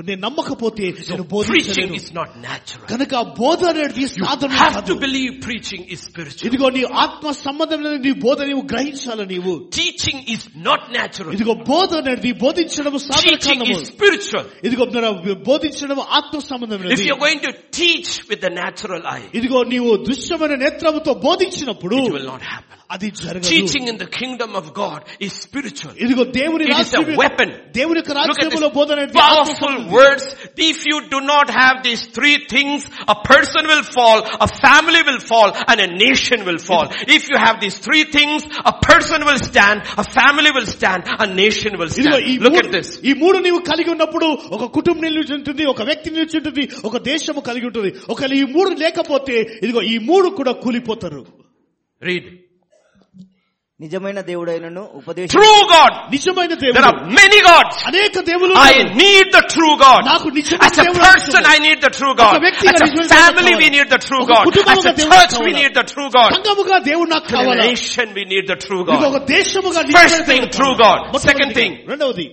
నేను నమ్మకపోతే నేను Preaching బోధించలేను is not natural. కనుక ఆ బోధ అనేది సాధన Have కాదు. to believe preaching is spiritual. ఇదిగో నీ ఆత్మ సంబంధం అనేది నీ బోధ నీవు గ్రహించాలి నీవు Teaching is not natural. ఇదిగో బోధ అనేది బోధించడం సాధన Teaching కాలము is spiritual. ఇదిగో మీరు బోధించడం ఆత్మ If సంబంధమైనది you're going to teach with the natural eye, ఇదిగో నీవు దృశ్యమైన నేత్రముతో బోధించినప్పుడు it will not happen. అది జరగదు Teaching in the kingdom of God is spiritual. ఇదిగో దేవుని It is a రాజ్యం- weapon. దేవుని యొక్క Look at రాజ్యంలో బోధన these అనేది ఆత్మ powerful సంబంధం. words. If you do not have these three things, a person will fall, a family will fall, and a nation will fall. If you have these three things, a person will stand, a family will stand, a nation will ఇదిగో ఈ stand. Look at మూడు- this. ఈ మూడు నీవు కలిగి ఉన్నప్పుడు ఒక కుటుంబం నిలిచి ఉంటుంది ఒక వ్యక్తి నిలిచి ఉంటుంది ఒక దేశము కలిగి ఉంటుంది ఒకవేళ ఈ మూడు లేకపోతే ఇదిగో ఈ మూడు కూడా కూలిపోతారు Read. నిజమైన దేవుడైనను ఉపదేశం True God. నిజమైన There దేవుడు are many gods. అనేక దేవులు I need the true God. నాకు నిజమైన As a దేవుడు person, అవసరం. I need the true God. ఒక వ్యక్తిగా As a నిజమైన family, దేవుడు we కావాలి. need the true ఒక God. As కుటుంబంగా a దేవుడు church, we కావాలి. need the true God. సంఘముగా దేవుడు నాకు As a కావాలా nation, we need the true ఇదిగో God. ఒక దేశముగా First నిజమైన thing, దేవుడు true కావాలా? God. మొట్టమొదటిది. Second thing. రెండవది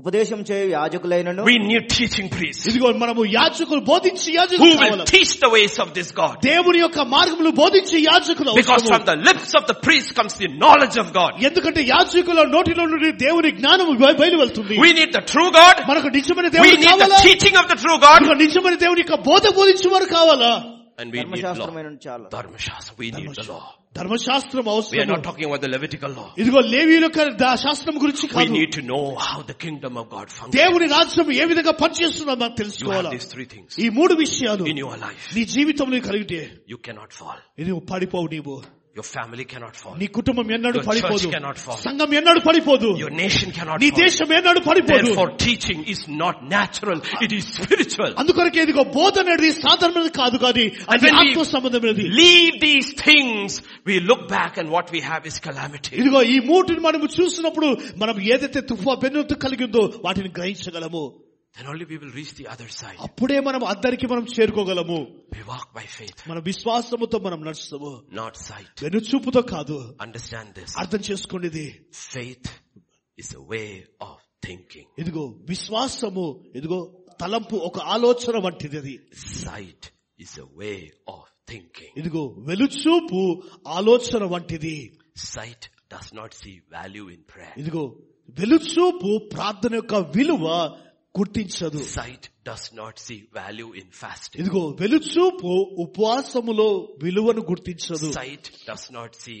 ఉపదేశం చేయు యాజకులైనను We need teaching priests ఇదిగో మనము యాజకులు బోధించి యాజకులు who will కావాలా? teach the ways of this God. దేవుని యొక్క మార్గములు బోధించి యాజకులు Because అవసరము. from the lips of the priest comes the knowledge of God. ఎందుకంటే యాజకుల నోటిలో నుండి దేవుని జ్ఞానము బయ- బయలు వెళ్తుంది We need the true God. మనకు నిజమైన We దేవుడు need the కావాలా teaching of the true God. మనకు నిజమైన దేవుని యొక్క బోధ బోధించేవారు కావాలా And we need law. ధర్మశాస్త్రమైన చాలా Dharmashastra. We need the law. ధర్మశాస్త్రం We are not అవసరం talking about the Levitical law. ఇదిగో లేవీయుల యొక్క దా- శాస్త్రం గురించి We కాదు need to know how the kingdom of God functions. దేవుని రాజ్యం ఏ విధంగా పనిచేస్తుందో మనం You have తెలుసుకోవాలా these three things ఈ మూడు విషయాలు in your life. నీ జీవితంలో కలిగితే You cannot fall. ఇది నువ్వు పడిపోవు నీవు Your family cannot fall. నీ కుటుంబం ఎన్నడూ Your పడిపోదు church cannot fall. సంఘం ఎన్నడూ పడిపోదు Your nation cannot నీ fall. దేశం ఎన్నడూ పడిపోదు Therefore teaching is not natural, it is spiritual. అందుకొరకే ఇదిగో బోధ అనేది సాధారణమైనది కాదు కానీ అది when we- ఆత్మ సంబంధమైనది Leave these things, we look back and what we have is calamity. ఇదిగో ఈ మూటిని మనము చూసినప్పుడు మనం ఏదైతే తుఫా బెన్నుతు కలిగిందో వాటిని గ్రహించగలము Then only we will reach the other side. అప్పుడే మనం అందరికి మనం చేరుకోగలము We walk by faith, మన విశ్వాసముతో మనం నడుస్తాము not sight. వెనుచూపుతో కాదు Understand this. అర్థం చేసుకోండిది Faith is a way of thinking. ఇదిగో విశ్వాసము ఇదిగో తలంపు ఒక ఆలోచన వంటిది అది Sight is a way of thinking. ఇదిగో వెలుచూపు ఆలోచన వంటిది Sight does not see value in prayer. ఇదిగో వెలుచూపు ప్రార్థన యొక్క విలువ గుర్తించదు Sight does not see value in fasting. ఇదిగో వెలుచూపు ఉపవాసములో విలువను గుర్తించదు Sight does not see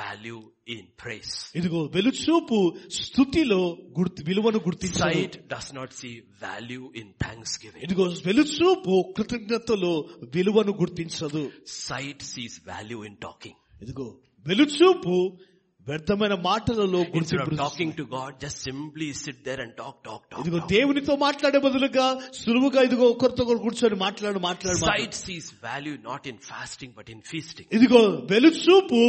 value in praise. ఇదిగో వెలుచూపు స్థుతిలో గుర్తు విలువను గుర్తించదు Sight does not see value in thanksgiving. ఇదిగో వెలుచూపు కృతజ్ఞతలో విలువను గుర్తించదు Sight sees value in talking. ఇదిగో వెలుచూపు వ్యర్థమైన మాటలలో Instead of గుర్తింపు talking to God, just simply sit there and talk, talk, talk. ఇదిగో talk. దేవునితో మాట్లాడే బదులుగా సులువుగా ఇదిగో ఒకరితో ఒకరు కూర్చొని మాట్లాడు మాట్లాడు Sight మాట్లాడు. sees value not in fasting but in feasting. ఇదిగో వెలుచూపు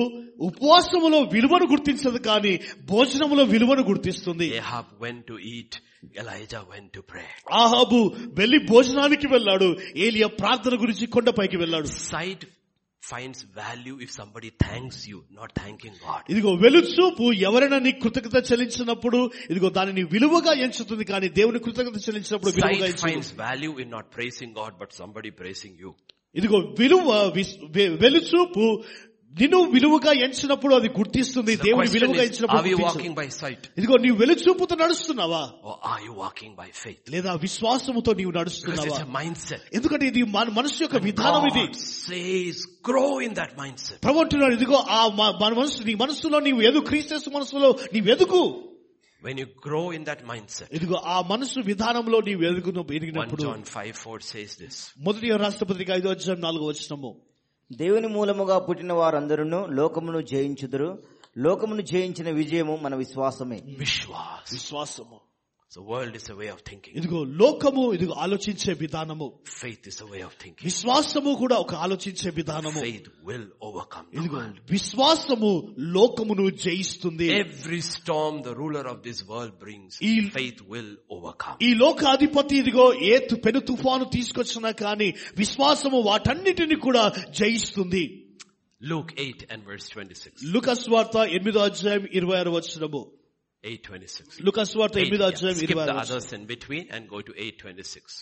ఉపవాసములో విలువను గుర్తించదు కానీ భోజనములో విలువను గుర్తిస్తుంది Ahab went to eat, Elijah went to pray. ఆహాబు వెళ్లి భోజనానికి వెళ్ళాడు ఏలియా ప్రార్థన గురించి కొండపైకి వెళ్ళాడు Sight finds value if somebody thanks you, not thanking God. ఇదిగో వెలుచూపు ఎవరైనా నీ కృతజ్ఞత చెల్లించినప్పుడు ఇదిగో దానిని విలువగా ఎంచుతుంది కానీ దేవుని కృతజ్ఞత చెల్లించినప్పుడు విలువగా Sight ఎంచదు. finds value in not praising God but somebody praising you. ఇదిగో విలువ విస్- వె- వెలుచూపు నిన్ను విలువగా ఎంచినప్పుడు అది గుర్తిస్తుంది The దేవుని question విలువగా is, ఎంచినప్పుడు are we గుర్తించదు. walking by sight ఇదిగో నీవు వెలుచూపుతో నడుస్తున్నావా or are you walking by faith? లేదా విశ్వాసముతో నీవు Because నడుస్తున్నావా it's a mindset. ఎందుకంటే ఇది మన మనసు యొక్క విధానం ఇది God says, grow in that mindset. ప్రభు అంటున్నాడు ఇదిగో ఆ మ- మన మనసు నీ మనసులో నీవు ఎదు క్రీస్తు మనసులో నీవు ఎదుగు When you grow in that mindset, ఇదిగో ఆ మనసు విధానంలో నీవు ఎదుగున 1 ఎదిగినప్పుడు John 5 4 says this. మొదటి రాష్ట్రపతికి ఐదో అధ్యాయం నాలుగో వచనము దేవుని మూలముగా పుట్టిన వారందరూ లోకమును జయించుదురు లోకమును జయించిన విజయము మన విశ్వాసమే Vishwas. విశ్వాసము So world is a way of thinking. ఇదిగో లోకము ఇదిగో ఆలోచించే విధానము Faith is a way of thinking. విశ్వాసము కూడా ఒక ఆలోచించే విధానము Faith will overcome the ఇదిగో world. విశ్వాసము లోకమును జయిస్తుంది Every storm the ruler of this world brings, Il- faith will overcome. ఈ లోకాధిపతి ఇదిగో ఏ తు- పెను తుఫాను తీసుకొచ్చినా కానీ విశ్వాసము వాటన్నిటిని కూడా జయిస్తుంది Luke 8 and verse 26. లుకస్ వార్త ఎనిమిదో అధ్యాయం ఇరవై ఆరు వచ్చినము 826. లుకస్ వార్త Eight, ఎనిమిదో yeah. అధ్యాయం Skip ఇరవై the ఆరు వచనం. others in between and go to 826.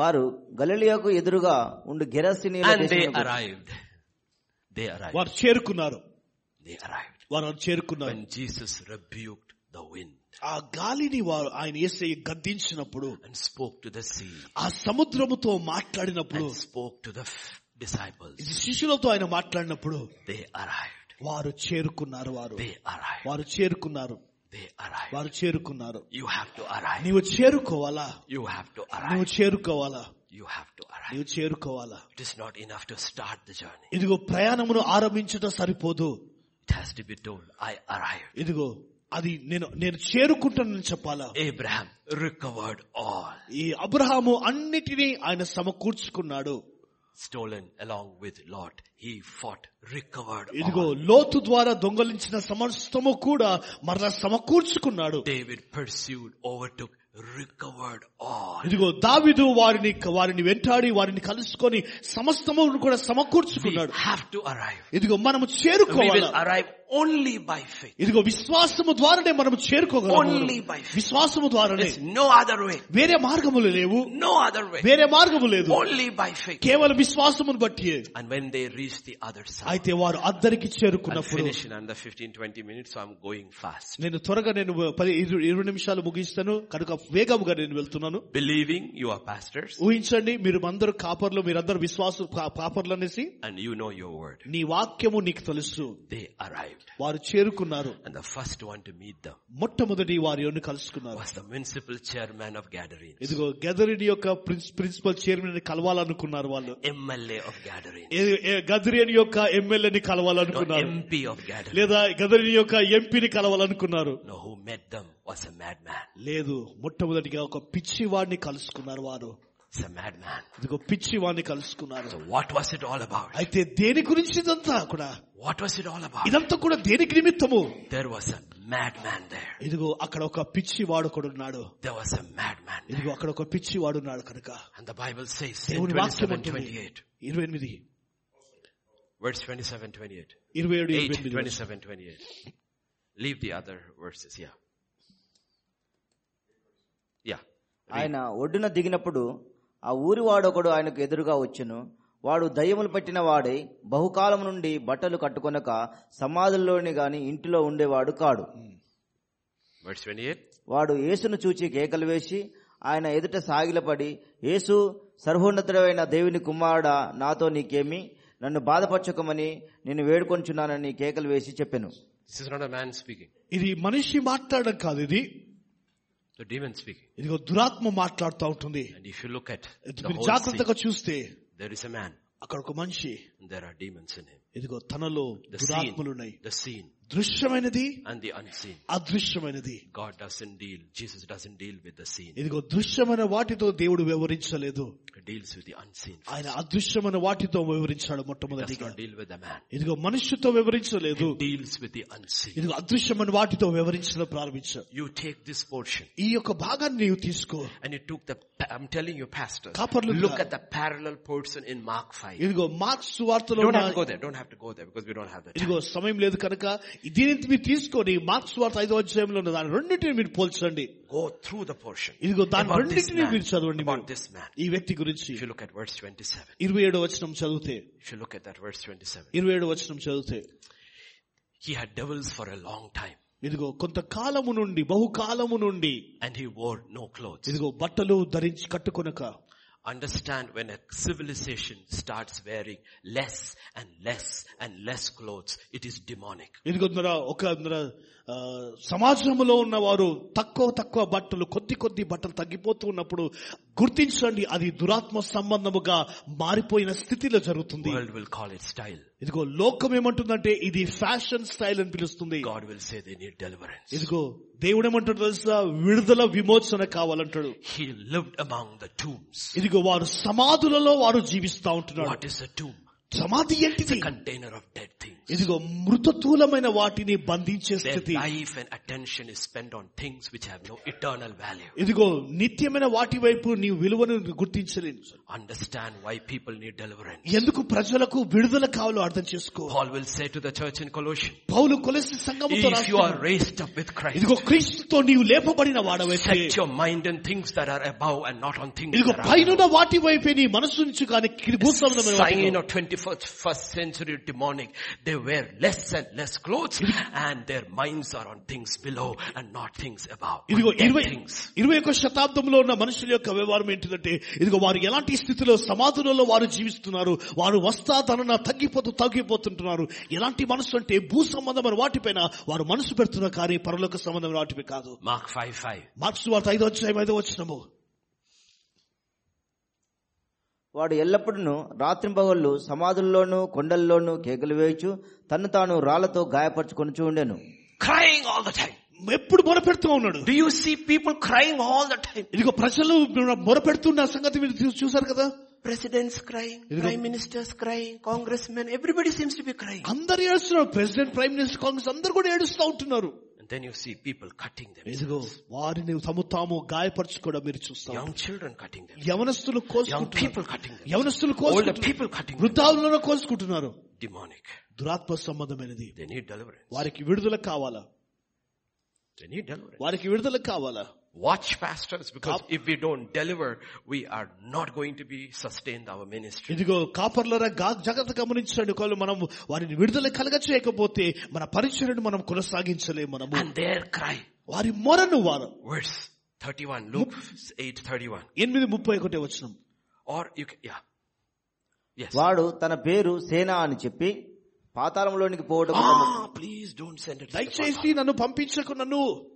వారు గలిలియాకు ఎదురుగా ఉండు గెరసిని And they arrived. They arrived. వారు చేరుకున్నారు They arrived. వారు చేరుకున్నారు When Jesus rebuked the wind ఆ గాలిని వారు ఆయన ఏసై గద్దించినప్పుడు and spoke to the sea ఆ సముద్రముతో మాట్లాడినప్పుడు and spoke to the f- disciples, ఇది శిష్యులతో ఆయన మాట్లాడినప్పుడు they arrived. వారు చేరుకున్నారు వారు They arrived. వారు చేరుకున్నారు They arrived. వారు చేరుకున్నారు You have to arrive. నీవు చేరుకోవాలా You have to నువ్వు arrive. చేరుకోవాలా You have to arrive. నీవు చేరుకోవాలా It is not enough to start the journey. ఇదిగో ప్రయాణమును ఆరంభించడం సరిపోదు It has to be told, I arrived. ఇదిగో అది నేను నేను చేరుకుంటానని చెప్పాలా Abraham recovered all ఈ అబ్రహాము అన్నిటినీ ఆయన సమకూర్చుకున్నాడు stolen along with Lot. He fought, recovered ఇదిగో all. లోతు ద్వారా దొంగలించిన సమస్తము కూడా మరలా సమకూర్చుకున్నాడు David pursued, overtook, recovered all. ఇదిగో దావిదు వారిని వారిని వెంటాడి వారిని కలుసుకొని సమస్తమును కూడా We సమకూర్చుకున్నాడు have to arrive. ఇదిగో మనము We చేరుకోవాలి will arrive only by faith. ఇదిగో విశ్వాసము ద్వారానే మనము చేరుకోగలము Only by faith. విశ్వాసము ద్వారానే There's no other way. వేరే మార్గములు లేవు No other way. వేరే మార్గము లేదు Only by faith. కేవలం విశ్వాసమును బట్టి And when they reached the other side, అయితే వారు అద్దరికి I'll చేరుకున్నప్పుడు finish in under 15, 20 minutes, so I'm going fast. నేను త్వరగా నేను పది ఇరు- ఇరవై నిమిషాలు ముగిస్తాను కనుక వేగముగా నేను వెళ్తున్నాను Believing you are pastors ఊహించండి మీరు అందరూ కాపర్లు మీరందరూ విశ్వాసు కా- కాపర్లు అనేసి and you know your word. నీ వాక్యము నీకు తెలుసు They arrived. వారు చేరుకున్నారు And the first one to meet them మొట్టమొదటి వారి ఎవరిని కలుసుకున్నారు was the municipal chairman of Gadarenes, ఇదిగో గదరిని యొక్క ప్రిన్స్- ప్రిన్సిపల్ చైర్మన్ ని కలవాలనుకున్నారు వాళ్ళు MLA of Gadarenes, ఏ- ఏ- గదరియన్ యొక్క ఎమ్మెల్యేని no, కలవాలనుకున్నారు MP of Gadarenes. లేదా గదరిని యొక్క ఎంపీని కలవాలనుకున్నారు No, who met them was a madman. లేదు మొట్టమొదటిగా ఒక పిచ్చివాడిని కలుసుకున్నారు వారు It's a madman. ఇదిగో పిచ్చివాడిని కలుసుకున్నారు So what was it all about? అయితే దేని గురించి ఇదంతా కూడా What was it all about? ఇదంతా కూడా దేనికి నిమిత్తము There was a madman there. ఇదిగో అక్కడ ఒక పిచ్చివాడు కూడా ఉన్నాడు There was a madman there. ఇదిగో అక్కడ ఒక పిచ్చివాడు ఉన్నాడు కనుక And the Bible says in దేవుని వాక్యం 27, ఉంటుంది 28, ఇరవై ఎనిమిది verse 27, 28, ఇరవై ఏడు ఇరవై 8, ఎనిమిది 27, 28. Leave the other verses, yeah. Yeah. ఆయన ఒడ్డున దిగినప్పుడు ఆ ఊరి వాడొకడు ఆయనకు ఎదురుగా వచ్చును వాడు దయ్యములు పట్టిన వాడే బహుకాలం నుండి బట్టలు కట్టుకొనక సమాధుల్లోని గాని ఇంటిలో ఉండేవాడు కాడు Verse 28. వాడు యేసును చూచి కేకలు వేసి ఆయన ఎదుట సాగిలపడి యేసు సర్వోన్నతుడైన దేవుని కుమారుడా నాతో నీకేమి నన్ను బాధపరచకమని నేను వేడుకొంచున్నానని కేకలు వేసి చెప్పాను This is not a man speaking. ఇది మనిషి మాట్లాడడం కాదు ఇది The demon speaking. ఇదిగో దురాత్మ మాట్లాడుతూ ఉంటుంది And if you look at the మీరు whole scene, జాగ్రత్తగా చూస్తే there is a man అక్కడ ఒక మనిషి and there are demons in him. ఇదిగో తనలో The దురాత్మలు ఉన్నాయి seen, the seen దృశ్యమైనది and the unseen. అదృశ్యమైనది God doesn't deal, Jesus doesn't deal with the seen. ఇదిగో దృశ్యమైన వాటితో దేవుడు వివరించలేదు He deals with the unseen. ఆయన అదృశ్యమైన వాటితో వివరించాడు He does మొట్టమొదటిగా not deal with the man. ఇదిగో మనుష్యతో వివరించలేదు He deals with the unseen. ఇదిగో అదృశ్యమైన వాటితో వివరించడం ప్రారంభించాడు You take this portion ఈ యొక్క భాగాన్ని నీవు తీసుకో and you took the, I'm telling you pastor, కాపర్లు look కూడా. at the parallel portion in Mark 5. ఇదిగో మార్క్స్ వార్తలో Don't ఉన్న- have to go there, don't have to go there because we don't have the time. ఇదిగో సమయం లేదు కనుక దీనిని మీరు తీసుకొని మార్క్స్ వార్త ఐదో అధ్యాయంలో ఉన్న దాని రెండింటిని మీరు పోల్చండి Go through the portion. ఇదిగో దాని About this రెండింటిని మీరు man. చదవండి About మీరు. this man. ఈ వ్యక్తి గురించి If you look at verse 27, ఇరవై ఏడో వచనం చదివితే if you look at that verse 27, ఇరవై ఏడో వచనం చదివితే he had devils for a long time ఇదిగో కొంతకాలము నుండి బహుకాలము నుండి and he wore no clothes. ఇదిగో బట్టలు ధరించి కట్టుకొనక Understand when a civilization starts wearing less and less and less clothes, it is demonic. ఇదిగో నర ఒక నర ఆ, సమాజంలో ఉన్నవారు తక్కువ తక్కువ బట్టలు కొద్ది కొద్ది బట్టలు తగ్గిపోతూ ఉన్నప్పుడు గుర్తించండి అది దురాత్మ సంబంధముగా మారిపోయిన స్థితిలో జరుగుతుంది World will call it style. ఇదిగో లోకం ఏమంటుందంటే ఇది ఫ్యాషన్ స్టైల్ అని పిలుస్తుంది God will say they need deliverance. ఇదిగో దేవుడు ఏమంటాడు తెలుసా విడుదల విమోచన కావాలంటాడు He lived among the tombs. ఇదిగో వారు సమాధులలో వారు జీవిస్తా ఉంటున్నారు What is a tomb? సమాధి ఏంటిది Container of dead things. ఇదిగో మృతతూలమైన వాటిని బంధించే Their స్థితి life and attention is spent on things which have no eternal value. ఇదిగో నిత్యమైన వాటి వైపు నీ విలువను గుర్తించలేదు Understand why people need deliverance. ఎందుకు ప్రజలకు విడుదల కావాలో అర్థం చేసుకో Paul will say to the church in Colossians, పౌలు కొలసి సంఘముతో if you రాస్తున్నాడు. are raised up with Christ, ఇదిగో క్రీస్తుతో నీవు లేపబడిన వాడవైతే set your mind on things that are above and not on things ఇదిగో that are పైన వాటి వైపే నీ మనసు నుంచి కానీ కిరి- భూసంబంధమైన వాటిలో. sign of 21st first century demonic. They wear less and less clothes and their minds are on things below and not things above. on ఇదిగో dead ఇరవై things. ఇరవై ఒక శతాబ్దంలో ఉన్న మనుషుల యొక్క వ్యవహారం ఏంటిదంటే ఇదిగో వారు ఎలాంటి స్థితిలో సమాధులలో వారు జీవిస్తున్నారు వారు వస్తాదన తగ్గిపోతూ తగ్గిపోతుంటున్నారు ఎలాంటి మనసు అంటే భూ సంబంధమైన వాటిపైన వారు మనసు పెడుతున్న కానీ పరలోక సంబంధమైన వాటిపై కాదు Mark 5 5. మార్క్స్ వార్త ఐదో అధ్యాయం ఐదో వచ్చినము వాడు ఎల్లప్పుడూ రాత్రింపగళ్ళు సమాధుల్లోనూ కొండల్లోనూ కేకలు వేయచ్చు తను తాను రాళ్లతో గాయపరచుకొనుచూ ఉండెను Crying all the time. ఎప్పుడు మొరపెడుతూ ఉన్నాడు Do you see people crying all the time? ఇదిగో ప్రజలు మొరపెడుతున్న సంగతి మీరు చూ- చూశారు కదా Presidents crying, Idigo- prime ministers crying, congressmen, everybody seems to be crying. అందరు ఏడుస్తున్నారు ప్రెసిడెంట్ ప్రైమ్ మినిస్టర్ కాంగ్రెస్ అందరు కూడా ఏడుస్తూ ఉంటున్నారు And then you see people cutting them. ఇదిగో వారిని తమ తాము గాయపరచుకోవడం మీరు చూస్తాం Young children cutting them. యవనస్తులు Young కోసుకుంటున్నారు people cutting them. యవనస్తులు Older కోసుకుంటున్నారు people cutting them. వృద్ధావులను కోసుకుంటున్నారు Demonic. దురాత్మ సంబంధమైనది They need deliverance. వారికి విడుదల కావాలా They need deliverance. వారికి విడుదల కావాలా Watch pastors because Kap- if we don't deliver, we are not going to be sustained our ministry. ఇదిగో కాపర్లరా గా జాగ్రత్త గమనించండి ఒకవేళ మనం వారిని విడుదల కలగ చేయకపోతే మన పరిచయను మనం కొనసాగించలేము మనము And their cry. వారి మొరను వారు Verse 31, Luke 8, 31. ఎనిమిది ముప్పై ఒకటే వచ్చినాం Or you can, yeah. Yes. వాడు తన పేరు సేన అని చెప్పి పాతాళంలోనికి పోవడం Ah, please don't send it. to the దయచేసి నన్ను పంపించకు నన్ను Father.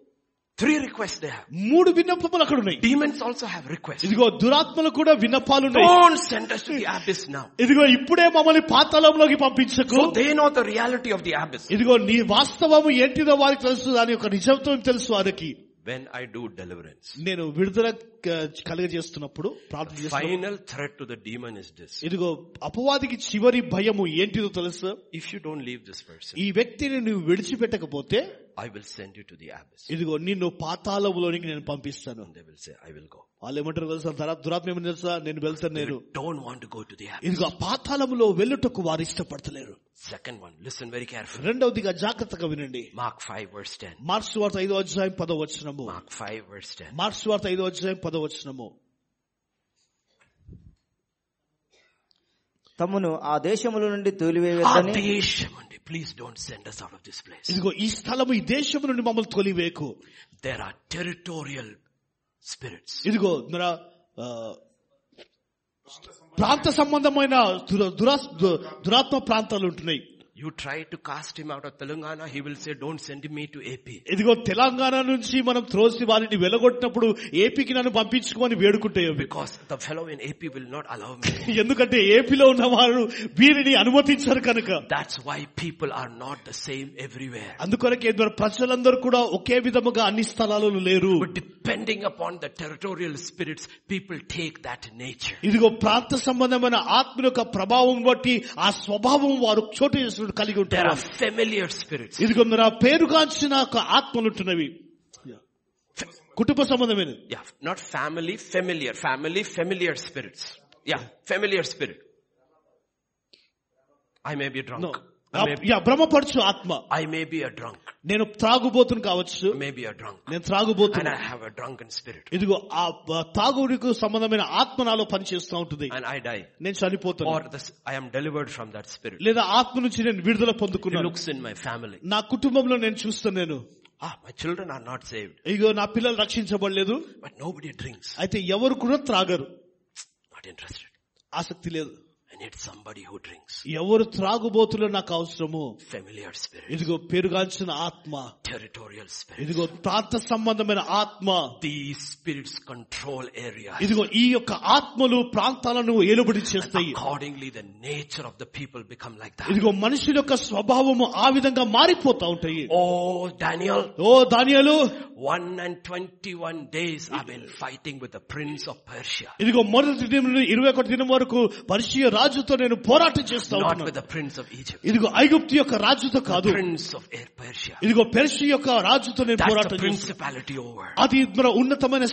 Three requests they have. మూడు విన్నపములు అక్కడ ఉన్నాయి Demons also have requests. ఇదిగో దురాత్మలు కూడా విన్నపాలు ఉన్నాయి Don't send us to the abyss now. ఇదిగో ఇప్పుడే మమ్మల్ని పాతాళంలోకి పంపించకు So they know the reality of the abyss. ఇదిగో నీ వాస్తవము ఏంటిదో వారికి తెలుసు దాని యొక్క నిజత్వం తెలుసు వారికి When I do deliverance, నేను విడుదల క- కలుగజేస్తున్నప్పుడు ప్రార్థన చేస్తున్నప్పుడు, final threat to the demon is this. ఇదిగో అపవాదికి చివరి భయము ఏంటిదో తెలుసు If you don't leave this person, ఈ వ్యక్తిని నువ్వు విడిచిపెట్టకపోతే I will send you to the abyss. ఇదిగో నిన్ను పాతాళములోనికి నేను పంపిస్తాను And they will say, I will go. వాళ్ళు ఏమంటారు తెలుసా దురా- దురాత్మ ఏమని తెలుసా నేను వెళ్తాను నేను You don't want to go to the abyss. ఇదిగో ఆ పాతాళములో వెళ్ళుటకు వారు ఇష్టపడతలేరు Second one, listen very carefully. రెండవదిగా జాగ్రత్తగా వినండి Mark 5 verse 10. మార్క్స్ వార్త ఐదో అధ్యాయం పదవచనము Mark 5 verse 10. మార్క్స్ వార్త ఐదో అధ్యాయం పదవచనము తమను ఆ దేశముల నుండి తోలివేయవద్దని Adeshamundi, please don't send us out of this place. ఇదిగో ఈ స్థలము ఈ దేశము నుండి మమ్మల్ని తొలివేకు There are territorial spirits. ఇదిగో మన ఆ, ప్రాంత సంబంధమైన దుర- దురాస్- దు- దురాత్మ ప్రాంతాలు ఉంటున్నాయి You try to cast him out of Telangana, he will say, don't send me to AP. ఇదిగో తెలంగాణ నుంచి మనం త్రోసి వారిని వెలగొట్టినప్పుడు ఏపీకి నన్ను పంపించుకోమని వేడుకుంటాయి అవి. Because the fellow in AP will not allow me. ఎందుకంటే ఏపీలో ఉన్న వారు వీరిని అనుమతించారు కనుక That's why people are not the same everywhere. అందుకొరకే ఇద్దరు ప్రజలందరూ కూడా ఒకే విధముగా అన్ని స్థలాలలో లేరు But depending upon the territorial spirits, people take that nature. ఇదిగో ప్రాంత సంబంధమైన ఆత్మ యొక్క ప్రభావం బట్టి ఆ స్వభావం వారు చోటు చేసినట్టు కలిగి There ఉంటారు are familiar spirits. ఇదిగో నా పేరుగాంచిన ఒక ఆత్మలుంటున్నవి కుటుంబ సంబంధమైన Yeah, not family, familiar. Family, familiar spirits. Yeah, familiar spirit. I may be drunk. No. I, may, యా, భ్రమపరచు ఆత్మ I may be a drunk. నేను త్రాగుబోతును కావచ్చు I may be a drunk. నేను And Hmm. I త్రాగుబోతున్నా have a drunken spirit. ఇదిగో ఆ బ- తాగుడికి సంబంధమైన ఆత్మ నాలో పనిచేస్తూ ఉంటుంది And I die. నేను చనిపోతాను Or this, I am delivered from that spirit. లేదా ఆత్మ నుంచి నేను విడుదల It పొందుకున్నాను looks in my family. నా కుటుంబంలో నేను చూస్తాను నేను Ah, my children are not saved. ఇదిగో నా పిల్లలు రక్షించబడలేదు But nobody drinks. అయితే ఎవరు కూడా త్రాగరు Not interested. ఆసక్తి లేదు And need somebody who drinks. ఎవరు త్రాగుబోతులో నాకు అవసరము Familiar spirit. ఇదిగో పెరుగాల్సిన ఆత్మ Territorial spirit. ఇదిగో ప్రాంత సంబంధమైన ఆత్మ These spirits control areas. ఇదిగో ఈ యొక్క ఆత్మలు ప్రాంతాలను ఏలుబడి చేస్తాయి Accordingly, the nature of the people become like that. ఇదిగో మనుషుల యొక్క స్వభావము ఆ విధంగా మారిపోతా ఉంటాయి Oh, Daniel, oh Daniel one and twenty-one days I've been fighting with the prince of Persia. ఇదిగో మొదటి దినం నుండి ఇరవై ఒకటి దినం వరకు పరిచయ రాజుతో నేను పోరాటం చేస్తా Not with ఉన్నాను the prince of Egypt. ఇదిగో ఐగుప్తు యొక్క రాజుతో కాదు Prince of Air Persia. ఇదిగో పెర్షి యొక్క రాజుతో నేను That's the పోరాటం చేస్తాను principality over. అది మన ఉన్నతమైన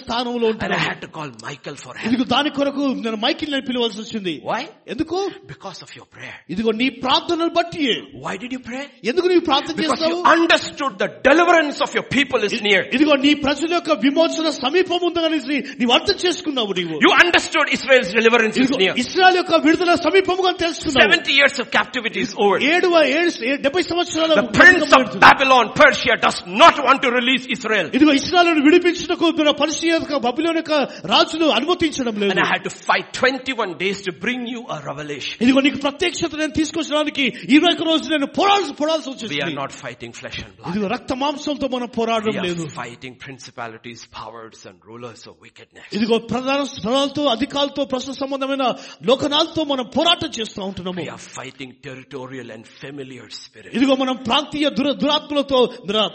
And స్థానంలో I ఉంటుంది had to call Michael for help. ఇదిగో దాని కొరకు నేను మైకిల్ నేను పిలవాల్సి వచ్చింది Why? ఎందుకు Because of your prayer. ఇదిగో నీ ప్రార్థనను బట్టి Why did you pray? ఎందుకు నీవు ప్రార్థన Because చేస్తావు you understood the deliverance of your people is near. ఇదిగో నీ ప్రజల యొక్క విమోచన సమీపం ఉందనేసి నీవు అర్థం చేసుకున్నావు నీవు You understood Israel's deliverance is ఇదిగో near. ఇస్రాయల్ యొక్క విడుదల సమీపముగా తెలుసుకున్నావు Seventy years of captivity is over. ఏడు ఏడు డెబ్బై సంవత్సరాల The prince of Babylon, Persia does not want to release Israel. ఇదిగో ఇస్రాయల్ విడిపించుటకు మన పరిచయ బబులోని యొక్క రాజును అనుమతించడం And లేదు I had to fight 21 days to bring you a revelation. ఇదిగో నీకు ప్రత్యక్షత నేను తీసుకొచ్చడానికి ఇరవై ఒక రోజు నేను పోరాడాల్సి పోరాల్సి We వచ్చింది are not fighting flesh and blood. ఇదిగో రక్త మాంసంతో మనం We పోరాడడం లేదు are fighting principalities, powers and rulers of wickedness. ఇదిగో ప్రధాన స్థలాలతో అధికాలతో ప్రశ్న సంబంధమైన లోకనాలతో మనం పోరాటం చేస్తూ ఉంటున్నాము We are fighting territorial and familiar spirits. ఇదిగో మనం ప్రాంతీయ దుర దురాత్మలతో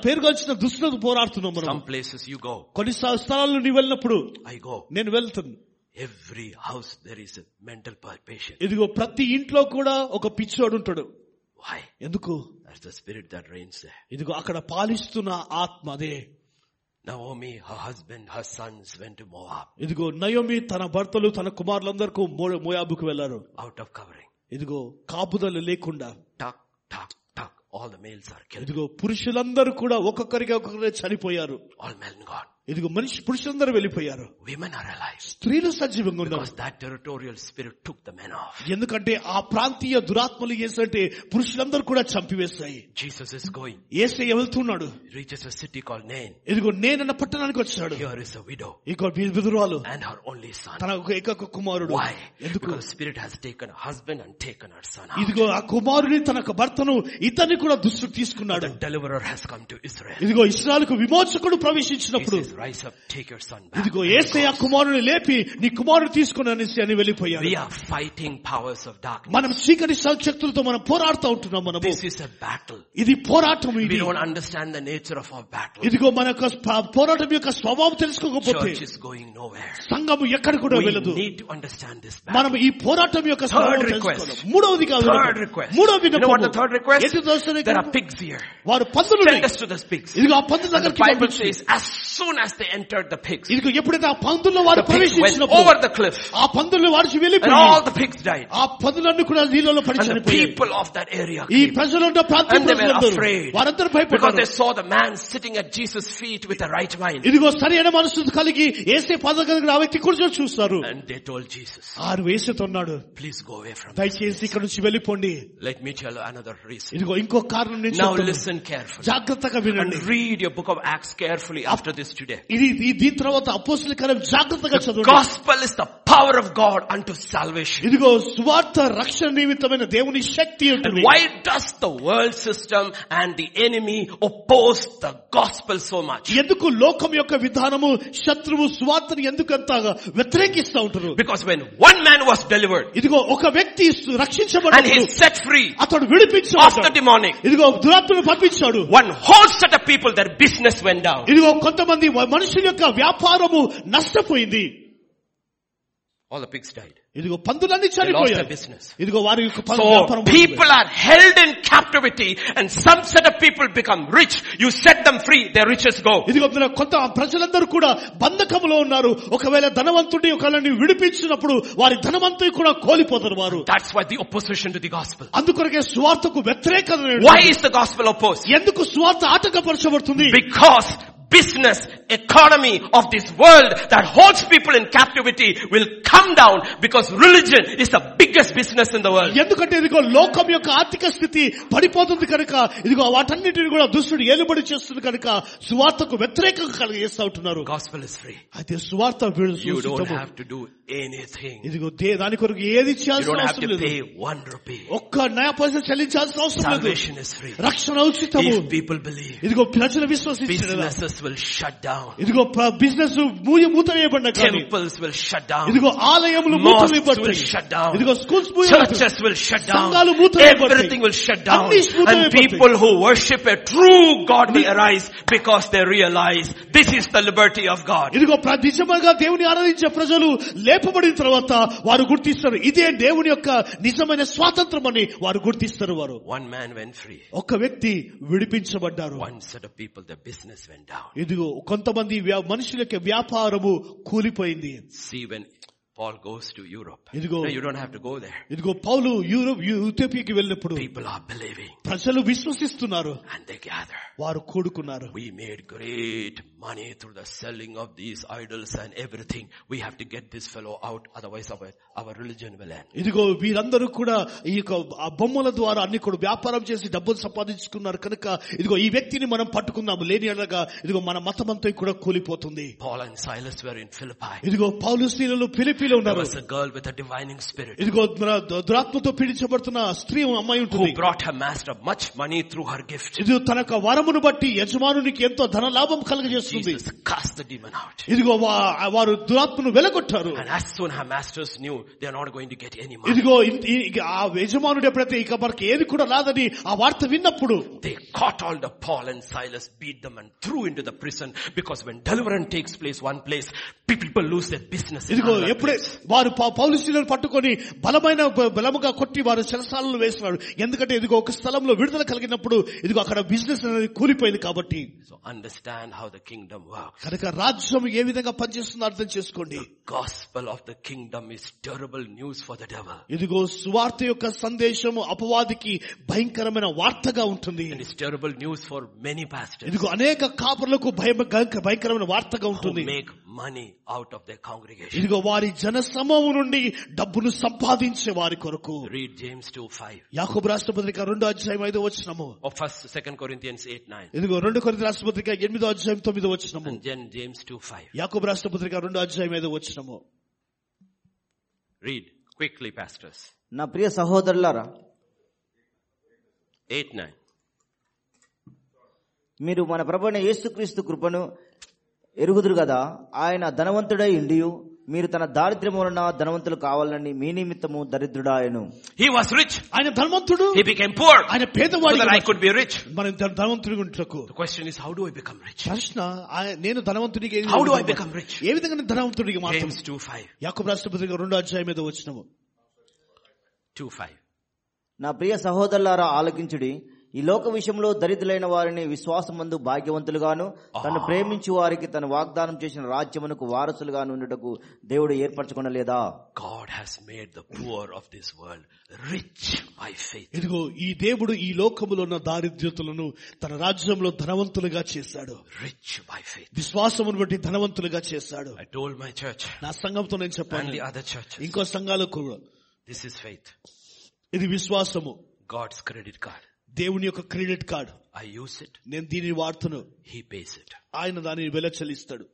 పేరుగాల్చిన దుస్తులతో పోరాడుతున్నాం Some మనం places you go, కొన్ని స్థ- స్థలాల్లో నీవు వెళ్ళినప్పుడు I go. నేను వెళ్తాను Every house there is a mental patient. ఇదిగో ప్రతి ఇంట్లో కూడా ఒక పిచ్చోడు ఉంటాడు Why? ఎందుకు That's the spirit that reigns there. ఇదిగో అక్కడ పాలిస్తున్న ఆత్మ అదే Naomi, her husband, her sons went to Moab ఇదిగో నయోమి తన భర్తలు తన కుమారులందరికీ మో- మోయాబుకు వెళ్లారు out of covering. ఇదిగో కాపుదలు లేకుండా Tuck, tuck, tuck. All the males are killed. ఇదిగో పురుషులందరూ కూడా ఒక్కొక్కరిగా ఒక్కొక్కరే చనిపోయారు All men gone. ఇదిగో మనిషి పురుషులందరూ వెళ్ళిపోయారు Women are alive. స్త్రీలు సజీవంగా ఉన్నారు Because that territorial spirit took the men off. ఎందుకంటే ఆ ప్రాంతీయ దురాత్మలు ఏంటంటే పురుషులందరూ కూడా చంపివేస్తాయి Jesus is going. ఏసై వెళ్తున్నాడు Reaches a city called Nain. ఇదిగో నేనన్న పట్టణానికి వచ్చాడు Here is a widow ఇక విధురాలు and her only son. తన ఒక ఏకైక కుమారుడు Why? ఎందుకు Because the spirit has taken her husband and taken her son out. ఇదిగో ఆ కుమారుని తన యొక్క భర్తను ఇతన్ని కూడా దుష్టుడు తీసుకున్నాడు The deliverer has come to Israel. ఇదిగో ఇస్రాలకు విమోచకుడు He ప్రవేశించినప్పుడు says, rise up, take your son back. ఇదిగో ఏసై ఆ కుమారుని లేపి నీ కుమారుడు తీసుకుని అనేసి అని వెళ్ళిపోయాడు We are fighting powers of darkness. మనం స్వీకరించాలి శక్తులతో మనం పోరాడుతూ ఉంటున్నాం మనము This is a battle. ఇది పోరాటం We ఇది don't understand the nature of our battle. ఇదిగో మన యొక్క ప- పోరాటం యొక్క స్వభావం తెలుసుకోకపోతే Church is going nowhere. సంఘం ఎక్కడ కూడా We వెళ్ళదు need to understand this battle. మనం ఈ పోరాటం యొక్క స్వభావం Third request. తెలుసుకోవాలి. మూడవది కాదు Third request. మూడవ You know what the third request? ఏంటి తెలుసా నీకు? There are pigs here. వారు పందులు ఉన్నాయి. Send us to the pigs. ఇదిగో ఆ పందుల And the దగ్గరికి Bible పంపించు. says, as soon as they entered the pigs, ఇదిగో ఎప్పుడైతే ఆ పందుల్లో వారు the pigs went over ప్రవేశించినప్పుడు the cliff, ఆ పందులు వాడిచి and వెళ్ళిపోయి all the pigs died. ఆ పందులన్నీ కూడా నీళ్ళలో పడి And the చనిపోయాయి. people of that area ఈ came ప్రజలు ఉన్న ప్రాంతం And they were ప్రజలందరూ afraid. వారందరూ because they భయపడ్డారు saw the man sitting at Jesus' feet with a right mind. ఇదిగో సరైన మనసు కలిగి ఏసే పథకం ఆ వ్యక్తి కూర్చొని చూస్తారు And they told Jesus, ఆరు వేసుతున్నాడు please go away from me. దయచేసి ఇక్కడ నుంచి వెళ్ళిపోండి Let me tell you another reason. ఇదిగో ఇంకో కారణం నేను Now చెప్తాను. listen carefully. జాగ్రత్తగా వినండి And read your book of Acts carefully after this today. ఇది ఇది- దీని తర్వాత అపోస్తుల కాలం జాగ్రత్తగా చదవండి Gospel is the power of God unto salvation. ఇదిగో సువార్త రక్షణ నిమిత్తమైన దేవుని శక్తి And ఉంటుంది why does the world system and the enemy oppose the gospel so much? ఎందుకు లోకం యొక్క విధానము శత్రువు సువార్తను ఎందుకు అంతగా వ్యతిరేకిస్తా ఉంటారు Because when one man was delivered ఇదిగో ఒక వ్యక్తి and రక్షించబడ్డాడు he set free అతడు of the విడిపించబడ్డాడు demonic, ఇదిగో దురాత్మను పంపించాడు one whole set of people, their business went down. ఇదిగో కొంతమంది వ- మనుషుల యొక్క వ్యాపారము నష్టపోయింది All the pigs died. ఇదిగో పందులన్నీ They lost their చనిపోయాయి business. ఇదిగో వారి యొక్క ప- So వ్యాపారం people are held in captivity and some set of people become rich. You set them free, their riches go. ఇదిగో మన కొంత ప్రజలందరూ కూడా బంధకములో ఉన్నారు ఒకవేళ ధనవంతుడి ఒకవేళ నీవు విడిపించినప్పుడు వారి ధనవంతుడి కూడా కోల్పోతారు వారు That's why the opposition to the gospel. అందుకొరకే స్వార్థకు వ్యతిరేకత Why is the gospel opposed? ఎందుకు స్వార్థ ఆటంకపరచబడుతుంది Because business economy of this world that holds people in captivity will come down because religion is the biggest business in the world. ఎందుకంటే ఇదిగో లోకం యొక్క ఆర్థిక స్థితి పడిపోతుంది కనుక ఇదిగో వాటన్నిటిని కూడా దుష్టుడు ఏలుబడి చేస్తుంది కనుక సువార్తకు వ్యతిరేకంగా కలిగజేస్తా ఉంటున్నారు Gospel is free. అయితే సువార్త వీళ్ళు You don't సూచించము. have to do anything. ఇదిగో దే- దాని కొరకు ఏది You చేయాల్సిన don't have అవసరం to లేదు pay one rupee. ఒక్క నయా పైస చెల్లించాల్సిన అవసరం లేదు Salvation Oh, is free. రక్షణ ఉచితము If people believe, ఇదిగో ప్రజలు విశ్వసించిన businesses will shut down. ఇదిగో బిజినెస్ మూయ మూతవేయబడిన కానీ Temples will shut down. ఇదిగో ఆలయములు Mosques మూతవేయబడ్డాయి will shut down. ఇదిగో స్కూల్స్ మూయబడ్డాయి Churches will shut down. సంఘాలు మూతవేయబడతాయి. Everything will shut down. అన్నీ మూతవేయబడతాయి. And people who worship a true God will arise because they realize this is the liberty of God. ఇదిగో ప్ర- నిజముగా దేవుని ఆరాధించే ప్రజలు లేపబడిన తర్వాత వారు గుర్తిస్తారు ఇదే దేవుని యొక్క నిజమైన స్వాతంత్రం అని వారు గుర్తిస్తారు వారు One man went free. ఒక వ్యక్తి విడిపించబడ్డారు One set of people, their business went down. ఇదిగో కొంతమంది వ్యా- మనుషుల యొక్క వ్యాపారము కూలిపోయింది See when Paul goes to Europe. ఇదిగో. No, you don't have to go there. ఇదిగో పౌలు యూరోప్ యూథోపియాకి వెళ్ళినప్పుడు People are believing ప్రజలు విశ్వసిస్తున్నారు and they gather. వారు కూడుకున్నారు We made great money through the selling of these idols and everything. We have to get this fellow out, otherwise our, our religion will end. ఇదిగో వీరందరూ కూడా ఈ యొక్క ఆ బొమ్మల ద్వారా అన్ని కూడా వ్యాపారం చేసి డబ్బులు సంపాదించుకున్నారు కనుక ఇదిగో ఈ వ్యక్తిని మనం పట్టుకుందాము లేని అనగా ఇదిగో మన మతమంతా కూడా కూలిపోతుంది Paul and Silas were in Philippi. ఇదిగో పౌలు స్త్రీలలో పిలిపిలో There ఉన్నారు was a girl with a divining spirit ఇదిగో మన దురాత్మతో పీడించబడుతున్న స్త్రీ అమ్మాయి ఉంటుంది who brought her master much money through her gift. ఇది తన యొక్క వరమును బట్టి యజమానునికి ఎంతో ధన లాభం కలుగజేస్తుంది Jesus cast the demon out. ఇదిగో వా- వారు దురాత్మను వెలగొట్టారు And as soon her masters knew they are not going to get any money, ఇదిగో ఇన్- ఈ- ఇక ఆ యజమానుడు ఎప్పుడైతే ఇక మనకి ఏది కూడా రాదని ఆ వార్త విన్నప్పుడు they caught all the Paul and Silas, beat them and threw into the prison because when deliverance takes place one place, pe- people lose their business. in ఇదిగో another place. ఎప్పుడే వారు పౌలిసీలను పట్టుకొని బలమైన బ- బలముగా కొట్టి వారు చెరసాలను వేసినారు ఎందుకంటే ఇదిగో ఒక స్థలంలో విడుదల కలిగినప్పుడు ఇదిగో అక్కడ బిజినెస్ అనేది కూలిపోయింది కాబట్టి So understand how the kingdom works. కనుక రాజ్యం ఏ విధంగా పనిచేస్తుందో అర్థం చేసుకోండి Gospel of the kingdom is terrible news for the devil. ఇదిగో సువార్త యొక్క సందేశము అపవాదికి భయంకరమైన వార్తగా ఉంటుంది And it's terrible news for many pastors ఇదిగో అనేక కాపులకు భయం భయంకరమైన వార్తగా who ఉంటుంది make money out of their congregation. ఇదిగో వారి జన సమూహం నుండి డబ్బును సంపాదించే వారి కొరకు Read James 2, 5. యాకోబు రాష్ట్రపతికి రెండో అధ్యాయం ఐదో వచ్చినము Or first, second Corinthians 8, 9. ఇదిగో రెండు కొరింథీ రాష్ట్రపత్రిక ఎనిమిదో అధ్యాయం తొమ్మిదో వచ్చినము And then James 2, 5. యాకోబు రాష్ట్రపత్రిక రెండో అధ్యాయం ఐదో వచ్చినము Read quickly, pastors. నా ప్రియ సహోదరులారా 8, 9. మీరు మన ప్రభువైన యేసుక్రీస్తు కృపను ఎరుగుదురు కదా ఆయన ధనవంతుడై ఉండియు మీరు తన దారిద్ర్యం వలన ధనవంతులు కావాలని మీ నిమిత్తము దరిద్రుడాయను He was rich. ఆయన ధనవంతుడు He became poor. So ఆయన పేదవాడు that I could be rich. మనం ధనవంతుడి గుంటకు The question is, how do I become rich? ప్రశ్న ఆయ- నేను ధనవంతుడికి ఏ How do I విధంగా- become rich? ఏ విధంగా నేను ధనవంతుడికి మాత్రం James 2, 5. యాకోబు రాష్ట్రపత్రిక రెండో అధ్యాయం ఐదో వచ్చినము 2, 5. నా ప్రియ సహోదరులారా ఆలకించుడి ఈ లోక విషయంలో దరిద్రులైన వారిని విశ్వాసమందు భాగ్యవంతులుగాను తను ప్రేమించు వారికి తను వాగ్దానం చేసిన రాజ్యమునకు వారసులుగాను ఉండుటకు దేవుడు ఏర్పరచుకొనలేదా God has made the poor of this world rich by faith. ఇదిగో ఈ దేవుడు ఈ లోకములో ఉన్న దారిద్ర్యతలను తన రాజ్యంలో ధనవంతులుగా చేశాడు Rich by faith. విశ్వాసమును బట్టి ధనవంతులుగా చేశాడు I told my church నా సంఘంతో నేను and చెప్పాను the other churches, ఇంకో సంఘాలకు కూడా this is faith. ఇది విశ్వాసము God's credit card. దేవుని యొక్క credit card I use it. నేను దీనిని వాడుతును He pays it. ఆయన దానిని వెల చెల్లిస్తాడు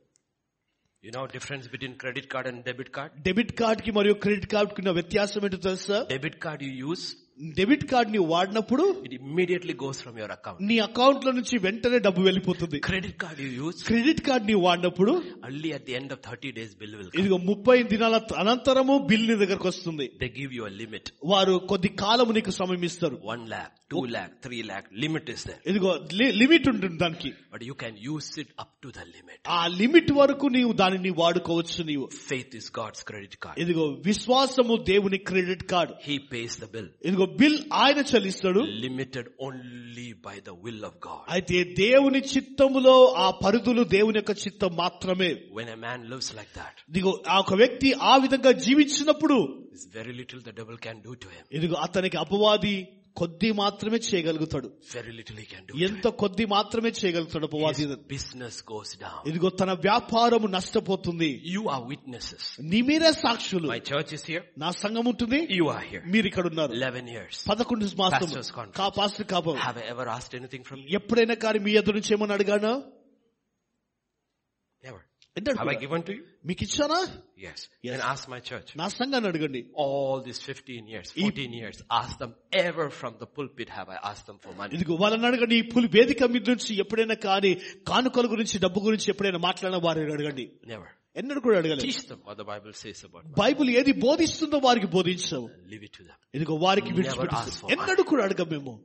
You know difference between credit card and debit card? Debit card కి మరియు క్రెడిట్ కార్డ్ కి ఉన్న వ్యత్యాసం ఏంటో తెలుసా Debit card you use, debit card ని వాడినప్పుడు it immediately goes from your account. నీ అకౌంట్ లో నుంచి వెంటనే డబ్బు వెళ్ళిపోతుంది Credit card you use, credit card ని వాడినప్పుడు only at the end of 30 days bill will come. ఇదిగో ముప్పై దినాల అనంతరము బిల్ నీ దగ్గరకు వస్తుంది They give you a limit. వారు కొద్ది కాలము నీకు సమయం ఇస్తారు One lakh, two lakh, three lakh, limit is there. ఇదిగో లి- లిమిట్ ఉంటుంది దానికి But you can use it up to the limit. ఆ లిమిట్ వరకు నీవు దానిని వాడుకోవచ్చు నీవు Faith is God's credit card. ఇదిగో విశ్వాసము దేవుని credit card He pays the bill. ఇదిగో బిల్ ఆయన చెల్లిస్తాడు Limited only by the will of God. అయితే దేవుని చిత్తములో ఆ పరిధులు దేవుని యొక్క చిత్తం మాత్రమే When a man lives like that, ఇదిగో ఆ ఒక వ్యక్తి ఆ విధంగా జీవించినప్పుడు there's very little the devil can do to him. ఇదిగో అతనికి అపవాది కొద్ది మాత్రమే చేయగలుగుతాడు Very little he can do. ఎంత కొద్ది మాత్రమే చేయగలుగుతాడు ఉపవాసి His business goes down. ఇదిగో తన వ్యాపారం నష్టపోతుంది You are witnesses. నీ మీరే సాక్షులు My church is here. నా సంఘం ఉంటుంది You are here. మీరు ఇక్కడ ఉన్నారు 11 years. పదకొండు మాసం Pastors conference. కాపాసు కాపం Have I ever asked anything from you? ఎప్పుడైనా కానీ మీ ఎదురు నుంచి ఏమని అడిగానా Never. ఏంటంటే Have I given to you? మీకు ఇచ్చానా Yes. Yes. And ask my church. నా సంఘాన్ని అడగండి All these 15 years, 14 years, ask them ever from the pulpit have I asked them for money. ఇదిగో వాళ్ళని అడగండి ఈ పులి వేదిక మీద నుంచి ఎప్పుడైనా కానీ కానుకల గురించి డబ్బు గురించి ఎప్పుడైనా మాట్లాడిన వారిని అడగండి Never. ఎన్నడూ కూడా అడగలేదు Teach them what the Bible says about money. Bible ఏది బోధిస్తుందో వారికి బోధించాము Leave it to them. ఇదిగో వారికి Never ask for విడిచిపెట్టాము money. ఎన్నడూ కూడా అడగం మేము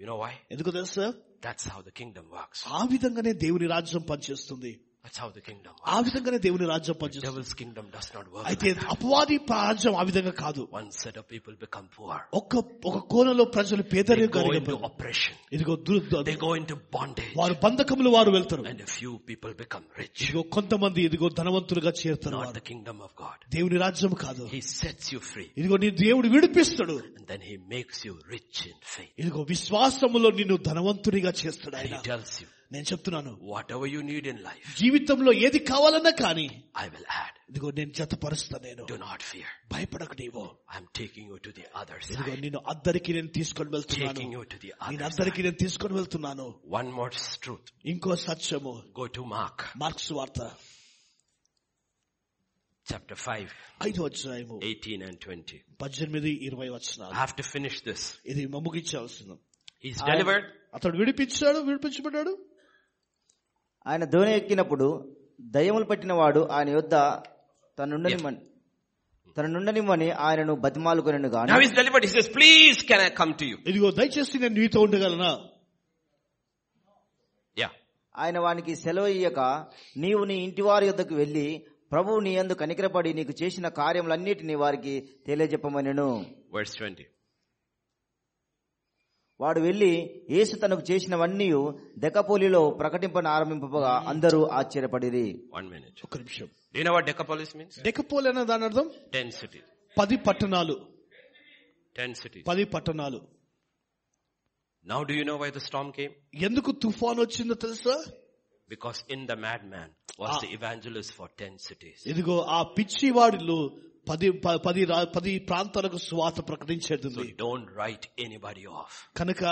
You know why? ఎందుకు తెలుసా That's how the kingdom works. ఆ విధంగానే దేవుని రాజ్యం పనిచేస్తుంది That's how the kingdom works. ఆ విధంగానే దేవుని రాజ్యం పనిచేస్తుంది Devil's kingdom does not work. అయితే అపవాది రాజ్యం ఆ విధంగా కాదు One set of people become poor. ఒక ఒక కోణంలో ప్రజలు They పేదరికంగా go into అడగబడరు. oppression. ఇదిగో దుర్- They go into bondage. వారు బంధకములు వారు వెళ్తారు And a few people become rich. ఇదిగో కొంతమంది ఇదిగో ధనవంతులుగా చేరుతారు Not వారు. the kingdom of God. దేవుని రాజ్యం కాదు He sets you free. ఇదిగో నీ దేవుడు విడిపిస్తాడు And then he makes you rich in faith. ఇదిగో విశ్వాసములో నిన్ను ధనవంతునిగా చేస్తాడు And ఆయన he tells you, నేను చెప్తున్నాను whatever you need in life, జీవితంలో ఏది కావాలన్నా కానీ I will add. ఇదిగో నేను జతపరుస్తా నేను Do not fear. భయపడక నీవు I'm taking you to the other ఇదిగో side. నేను అద్దరికి నేను తీసుకొని వెళ్తున్నాను Taking you to the నేను other అద్దరికి side. నేను తీసుకొని వెళ్తున్నాను One more truth. ఇంకో సత్యము Go to Mark మార్క్స్ వార్త chapter 5, ఐదో అధ్యాయము 18 and 20. పద్దెనిమిది ఇరవై వచ్చిన I have to finish this. ఇది ముగించాల్సింది He's delivered. అతడు విడిపించాడు విడిపించబడ్డాడు ఆయన దోణి ఎక్కినప్పుడు దయ్యములు పట్టినవాడు ఆయన యొద్ద తనుండనిమ్మని తననుండనిమ్మని ఆయనను బతిమాలుకొనను గాను Now he's delivered. He says, please can I come to you? ఇదిగో దయచేసి నేను నీతో ఉండగలనా Yeah. ఆయన వానికి సెలవు ఇయ్యక నీవు నీ ఇంటివారి యొద్దకు వెళ్లి ప్రభువు నీ యందు కనికరపడి నీకు చేసిన కార్యములన్నిటినీ వారికి తెలియజెప్పమనెను Verse 20. వాడు వెళ్లి యేసు తనకు చేసినవన్నీ దెకపోలిలో ప్రకటింపన ఆరంభింపగా అందరూ ఆశ్చర్యపడిరి One minute. ఒక నిమిషం Do you know what Decapolis means? డెకపోల్ అనే దాని అర్థం Ten cities. పది పట్టణాలు Ten cities. పది పట్టణాలు Now do you know why the storm came? ఎందుకు తుఫాన్ వచ్చిందో తెలుసా Because in the madman was the evangelist for ten cities. ఇదిగో ఆ పిచ్చి వాడిలో పది ప- పది రా- పది ప్రాంతాలకు స్వాత ప్రకటించేది So ఉంది. don't write anybody off. కనుక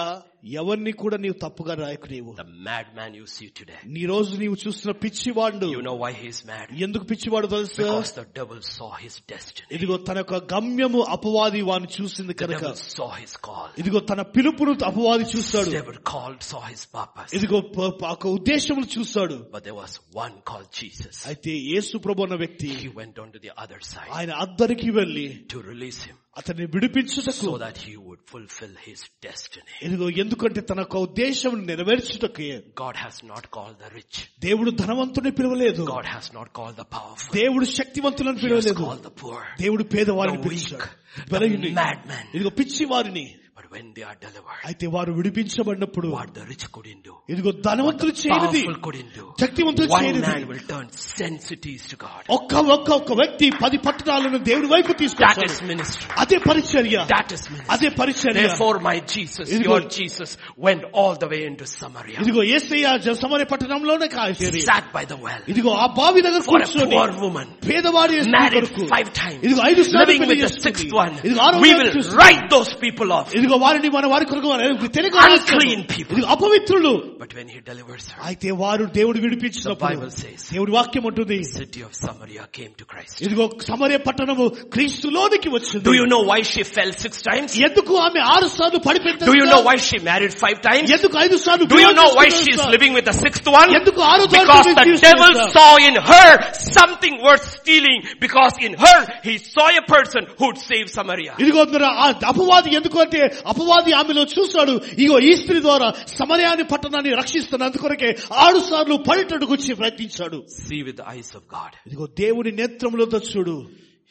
ఎవరిని కూడా నీవు తప్పుగా రాయకు నీవు The madman you see today. నీ రోజు నీవు చూసిన పిచ్చివాడు You know why he's mad? ఎందుకు పిచ్చివాడు తెలుసా Because the devil saw his destiny. ఇదిగో తన యొక్క గమ్యము అపవాది వాడిని చూసింది The కనుక devil saw his call. ఇదిగో తన పిలుపును అపవాది The చూస్తాడు devil called, saw his purpose. ఇదిగో ప- ప- ఒక ఉద్దేశములు చూస్తాడు But there was one called Jesus. అయితే యేసు ప్రభు అన్న వ్యక్తి He went on to the other side ఆయన అద్దరికి వెళ్లి to release him అతన్ని విడిపించుటకు so that he would fulfill his destiny. ఇదిగో ఎందుకంటే తన యొక్క ఉద్దేశం నెరవేర్చుటకే God has not called the rich. దేవుడు ధనవంతుని పిలవలేదు God has not called the powerful. దేవుడు శక్తివంతులను He has పిలవలేదు called the poor. దేవుడు పేదవారిని The weak. పిలిచాడు The బలహీనుని. madman. ఇదిగో పిచ్చి వారిని But when they are delivered, అయితే వారు విడిపించబడినప్పుడు what the rich couldn't do, ఇదిగో ధనవంతులు చేయనిది powerful couldn't do, శక్తివంతులు one చేయనిది man will turn ten cities to God. ఒక్క ఒక్క ఒక్క వ్యక్తి పది పట్టణాలను దేవుడి వైపు That తీసుకొచ్చాడు is ministry. అదే పరిచర్య That is ministry. అదే పరిచర్య Therefore my Jesus, ఇదిగో. your Jesus, went all the way into Samaria, ఇదిగో ఏసయ్య సమరే పట్టణంలోనే కాసేది sat by the well, ఇదిగో ఆ బావి దగ్గర for a కూర్చొని poor woman, పేదవాడి స్త్రీ married కొరకు five times, ఇదిగో ఐదు సార్లు living పెళ్లి with the చేసుకుంది. sixth one. ఇదిగో ఆరో We వారిని will చూస్తుంది. write those people off. ఇదిగో వారిని మన వారి కొరకు వారి తెలుగు Unclean people. ఇదిగో అపవిత్రులు But when he delivers her, అయితే వారు దేవుడు The విడిపించినప్పుడు Bible says, దేవుడి వాక్యం ఉంటుంది the city of Samaria came to Christ. ఇదిగో సమరే పట్టణము క్రీస్తులోనికి వచ్చింది Do you know why she fell six times? ఎందుకు ఆమె ఆరు సార్లు పడిపెట్టింది Do you know why she married five times? ఎందుకు ఐదు సార్లు Do you know why వివాహం she is చేసుకున్నారు? living with the sixth one? ఎందుకు ఆరు Because the devil సార్లు saw in her something worth stealing because in her he saw a person who'd save Samaria. ఇదిగో ఉందిరా, ఆ అపవాది ఎందుకు అంటే అపవాది ఆమెలో చూశాడు ఇగో ఈ స్త్రీ ద్వారా సమరయాని పట్టణాన్ని రక్షిస్తున్న అందుకొరకే ఆరు సార్లు పల్లెటూరుకు వచ్చి ప్రయత్నించాడు See with the eyes of God. ఇదిగో దేవుని నేత్రములతో చూడు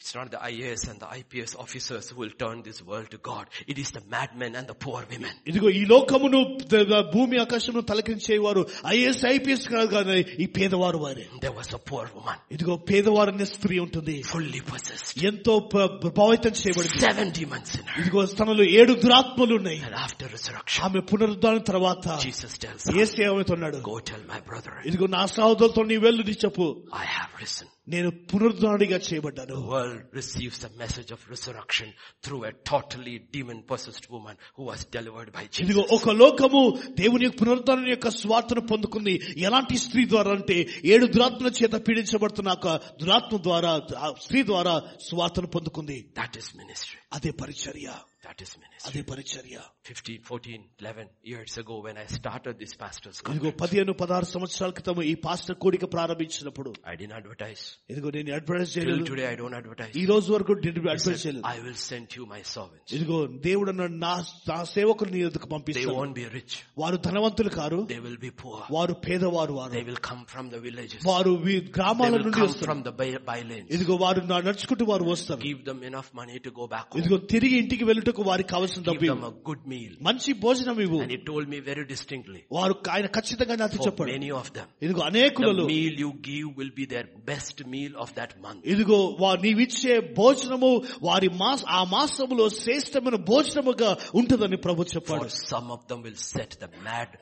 It's not the IAS and the IPS officers who will turn this world to God. It is the madmen and the poor women. ఇదిగో ఈ లోకమును ద- ద- భూమి ఆకాశమును తలకించేవారు IAS IPS కాదు కానీ ఈ పేదవారు వారే There was a poor woman, ఇదిగో పేదవారనే స్త్రీ ఉంటుంది fully possessed, ఎంతో ప- ప్రభావితం చేయబడింది seven demons in her. ఇదిగో తనలో ఏడు దురాత్మలు ఉన్నాయి And after resurrection, ఆమె పునరుద్ధరణ తర్వాత Jesus tells ఏ her, సేవతో అన్నాడు go tell my brethren, ఇదిగో నా సహోదరులతో నీ వెళ్ళు నీ చెప్పు I have risen. నేను పునరుద్ధరణిగా చేయబడ్డాను The world receives the message of resurrection through a totally demon possessed woman who was delivered by Jesus. ఇదిగో ఒక లోకము దేవుని యొక్క పునరుద్ధరణ యొక్క స్వార్థను పొందుకుంది ఎలాంటి స్త్రీ ద్వారా అంటే ఏడు దురాత్మల చేత పీడించబడుతున్న ఒక దురాత్మ ద్వారా ఆ స్త్రీ ద్వారా స్వార్థను పొందుకుంది That is ministry. అదే పరిచర్య That is ministry. అదే పరిచర్య 15, 14, 11 years ago when I started this pastor's ఇదిగో conference, పదిహేను పదహారు సంవత్సరాల క్రితం ఈ పాస్టర్ కూడిక ప్రారంభించినప్పుడు I didn't advertise. ఇదిగో నేను అడ్వర్టైజ్ Till చేయలేదు today I don't advertise. ఈ రోజు వరకు అడ్వర్టైజ్ Said, చేయలేదు I will send you my servants. ఇదిగో దేవుడు అన్నాడు, నా నా సేవకులు నీ వద్దకు They పంపిస్తాను won't be rich. వారు ధనవంతులు కారు They will be poor. వారు పేదవారు వారు They will come from the villages. వారు వీ- They గ్రామాల will నుండి come వస్తారు from the by- bylanes. ఇదిగో వారు నా నడుచుకుంటూ వారు వస్తారు Give them enough money to go back home. ఇదిగో తిరిగి ఇంటికి వెళ్ళుటకు వారికి కావలసిన Give డబ్బు them ఇవ్వు. a good meal. మంచి భోజనం ఇవ్వు And he told me very distinctly, వారు ఆయన ఖచ్చితంగా నాతో for చెప్పాడు many of them, ఇదిగో the అనేకులలో meal you give will be their best meal of that month. ఇదిగో వా- నీవిచ్చే భోజనము వారి మాస ఆ మాసములో శ్రేష్టమైన భోజనముగా ఉంటుందని ప్రభు For చెప్పాడు some of them will set the mad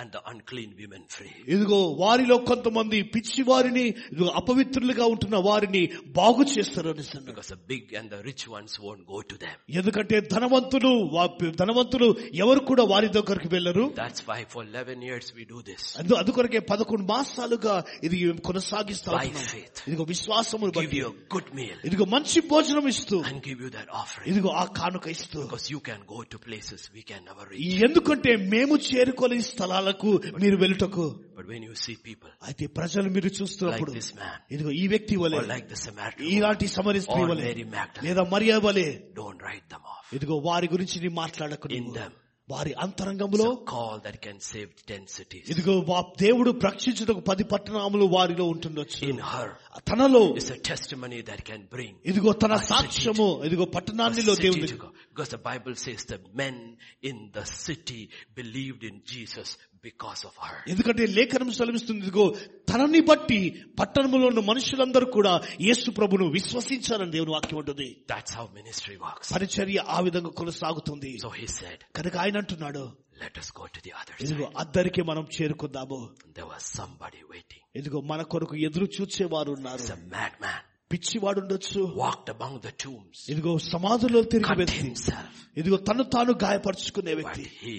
and the unclean women free. ఇదిగో వారిలో కొంతమంది పిచ్చి వారిని ఇదిగో అపవిత్రులుగా ఉంటున్న వారిని బాగు చేస్తారు అని అన్నాడు. Because the big and the rich ones won't go to them. ఎందుకంటే ధనవంతులు వా- ధనవంతులు ఎవరు కూడా వారి దగ్గరికి వెళ్ళరు That's why for 11 years we do this. అందు అందుకొరకే పదకొండు మాసాలుగా ఇది కొనసాగిస్తా By ఉంటున్నాం. faith. ఇదిగో విశ్వాసమును Give బట్టి you a good meal ఇదిగో మంచి భోజనం ఇస్తూ and give you that offering. ఇదిగో ఆ కానుక ఇస్తూ Because you can go to places we can never reach. ఎందుకంటే మేము చేరుకోలేని స్థలాలకు మీరు వెళ్ళుటకు But when you see people అయితే ప్రజలు మీరు like చూస్తున్నప్పుడు this man ఇదిగో ఈ వ్యక్తి వలె or like the Samaritan, woman, ఇలాంటి సమరిస్త్రీ Or వలె Mary Magdalene. లేదా మరియా వలె don't write them off. ఇదిగో వారి గురించి నీ మాట్లాడకు In నువ్వు. them. వారి It's అంతరంగంలో a call that can save 10 cities. ఇదిగో వా- దేవుడు ప్రక్షించుటకు పది పట్టణములు వారిలో ఉంటుండొచ్చు In her తనలో is a testimony that can bring ఇదిగో తన ఆ city సాక్ష్యము ఇదిగో పట్టణాన్నిలో city దేవుని to go. Because the Bible says the men in the city believed in Jesus because of her. ఎందుకంటే లేఖనం సెలవిస్తుంది ఇదిగో తనని బట్టి పట్టణములో ఉన్న మనుషులందరూ కూడా యేసు ప్రభును విశ్వసించారని దేవుని వాక్యం ఉంటుంది That's how ministry works. పరిచర్య ఆ విధంగా కొనసాగుతుంది So he said, కనుక ఆయన అంటున్నాడు let us go to the others. ఇదిగో అద్దరికి మనం చేరుకుందాము There was somebody waiting. ఇదిగో మన కొరకు ఎదురు చూచేవారు ఉన్నారు It's a madman. పిచ్చివాడు ఉండొచ్చు Walked among the tombs. ఇదిగో సమాధుల్లో తిరిగి Cut వ్యక్తి himself. ఇదిగో తను తాను గాయపరుచుకునే But వ్యక్తి he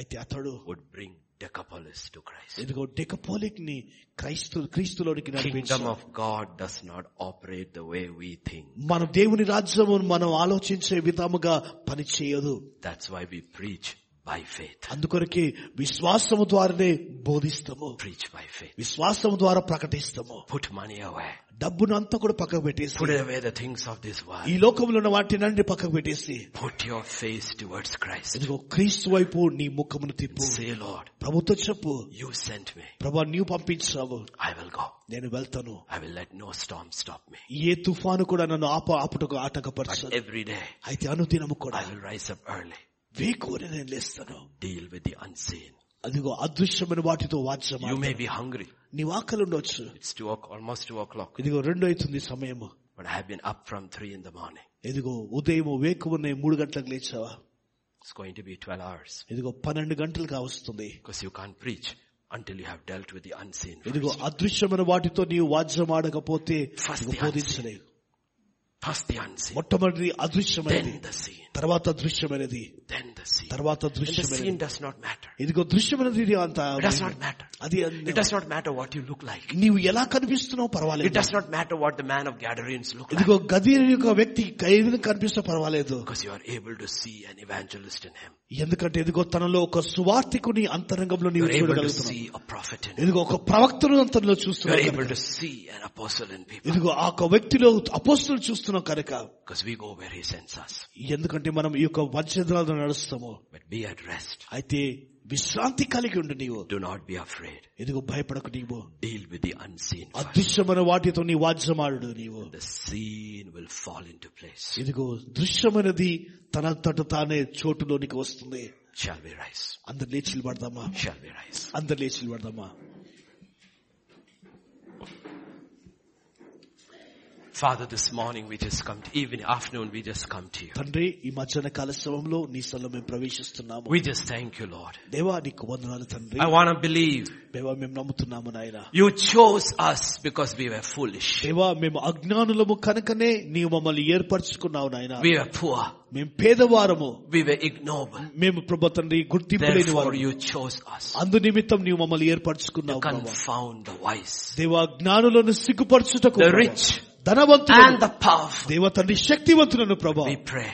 అయితే అతడు would bring Decapolis to Christ. ఇదిగో డెకపోలిక్ ని క్రైస్తు క్రీస్తులోనికి Kingdom నడిపించాడు of God does not operate the way we think. మన దేవుని రాజ్యము మనం ఆలోచించే విధముగా పనిచేయదు That's why we preach by faith. అందుకొరకే విశ్వాసము ద్వారానే బోధిస్తాము Preach by faith. విశ్వాసము ద్వారా ప్రకటిస్తాము Put money away. డబ్బును అంతా కూడా పక్కకు పెట్టేసి Put away the things of this world. ఈ లోకంలో ఉన్న వాటినండి పక్కకు పెట్టేసి Put your face towards Christ. ఇదిగో క్రీస్తు వైపు నీ ముఖమును తిప్పు Say, Lord, ప్రభుతో చెప్పు you sent me. ప్రభా నీవు పంపించావు I will go. నేను వెళ్తాను I will let no storm stop me. ఏ తుఫాను కూడా నన్ను ఆప ఆపుటకు But ఆటంకపరచదు every day అయితే అనుదినము కూడా I will rise up early, వేకూరి నేను లేస్తాను deal with the unseen. అదిగో అదృశ్యమైన వాటితో వాచ్యం You may be hungry. నీవు ఆకలి ఉండొచ్చు It's two o'clock, almost two o'clock, ఇదిగో రెండు అవుతుంది సమయము but I have been up from three in the morning. ఇదిగో ఉదయం వేకువనే మూడు గంటలకు లేచావా It's going to be 12 hours ఇదిగో పన్నెండు గంటలు కావస్తుంది because you can't preach until you have dealt with the unseen. ఇదిగో అదృశ్యమైన వాటితో నీవు వాద్యం ఆడకపోతే First నువ్వు the బోధించలేవు First the unseen, మొట్టమొదటి అదృశ్యమైనది then the seen, తర్వాత దృశ్యమైనది then the seen. తర్వాత And the seen దృశ్యమైనది does not matter. ఇదిగో దృశ్యమైనది ఇది అంత It does not matter. అది It does not matter what you look like. నీవు ఎలా కనిపిస్తున్నావు It పర్వాలేదు does not matter what the man of Gadarenes looked like. ఇదిగో గదీర్ యొక్క వ్యక్తి కైవిని కనిపిస్తే పర్వాలేదు Because you are able to see an evangelist in him. ఎందుకంటే ఇదిగో తనలో ఒక సువార్థికుని అంతరంగంలో You నీవు are able to చూడగలుగుతున్నావు see a prophet in him. ఇదిగో ఒక ప్రవక్తను అంతలో You are చూస్తున్నావు able కనుక. to see an apostle in people. ఇదిగో ఆ ఒక వ్యక్తిలో అపోస్తులు చూస్తున్నావు కనుక Because we go where he sends us. ఎందుకంటే మనం ఈ యొక్క వంశధాలను నడుస్తాము But be at rest. అయితే విశ్రాంతి కలిగి ఉండు నీవు Do not be afraid. ఇదిగో భయపడకు నీవు Deal with the unseen. అదృశ్యమైన వాటితో నీ వాజ్యమాడు నీవు The seen will fall into place. ఇదిగో దృశ్యమైనది తన తట తానే చోటులోనికి వస్తుంది Shall we rise? అందరు లేచి నిలబడదామా Shall we rise? అందరు లేచి నిలబడదామా Father, this morning we just come to, even afternoon we just come to you. తండ్రి ఈ మధ్యాహ్న కాల సమయంలో నీ సల్లో మేము ప్రవేశిస్తున్నాము We just thank you, Lord. దేవా నీకు వందనాలు తండ్రి I want to believe దేవా మేము నమ్ముతున్నాము నాయన you chose us because we were foolish. దేవా మేము అజ్ఞానులము కనుకనే నీవు మమ్మల్ని ఏర్పరచుకున్నావు నాయన We were poor. మేము పేదవారము We were ignoble. మేము ప్రభు తండ్రి గుర్తింపు లేని Therefore వారు you chose us. అందు నిమిత్తం నీవు మమ్మల్ని to ఏర్పరచుకున్నావు Prabhu. confound the wise, దేవా జ్ఞానులను సిగ్గుపరచుటకు the Prabhu. rich, ధనవంతులను and the powerful. దేవ తండ్రి శక్తివంతులను ప్రభా We pray.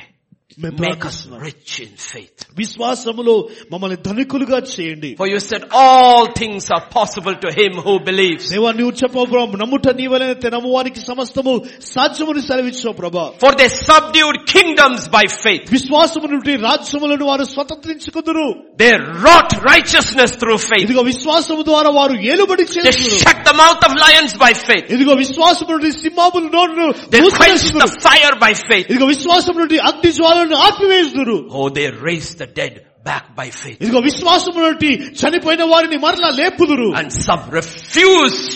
మేము Make us ప్రార్థిస్తున్నాం. rich in faith. విశ్వాసములో మమ్మల్ని ధనికులుగా చేయండి For you said all things are possible to him who believes. దేవా నీవు చెప్పవు ప్రభా నమ్ముట నీవలైన తెనము వారికి సమస్తము సాధ్యముని సెలవిచ్చావు ప్రభా For they subdued kingdoms by faith. విశ్వాసము నుండి రాజ్యములను వారు స్వతంత్రించుకుందరు They wrought righteousness through faith. ఇదిగో విశ్వాసము ద్వారా వారు ఏలుబడి They చేస్తున్నారు shut the mouth of lions by faith. ఇదిగో విశ్వాసము నుండి సింహాములు నోరును They quenched మూసివేస్తుదురు. the fire by faith. ఇదిగో విశ్వాసము నుండి అగ్ని జ్వాలను ఆపివేస్తున్నారు Oh, they raised the dead back by faith. ఇదిగో విశ్వాసము నుండి చనిపోయిన వారిని మరలా లేపుదురు And some refused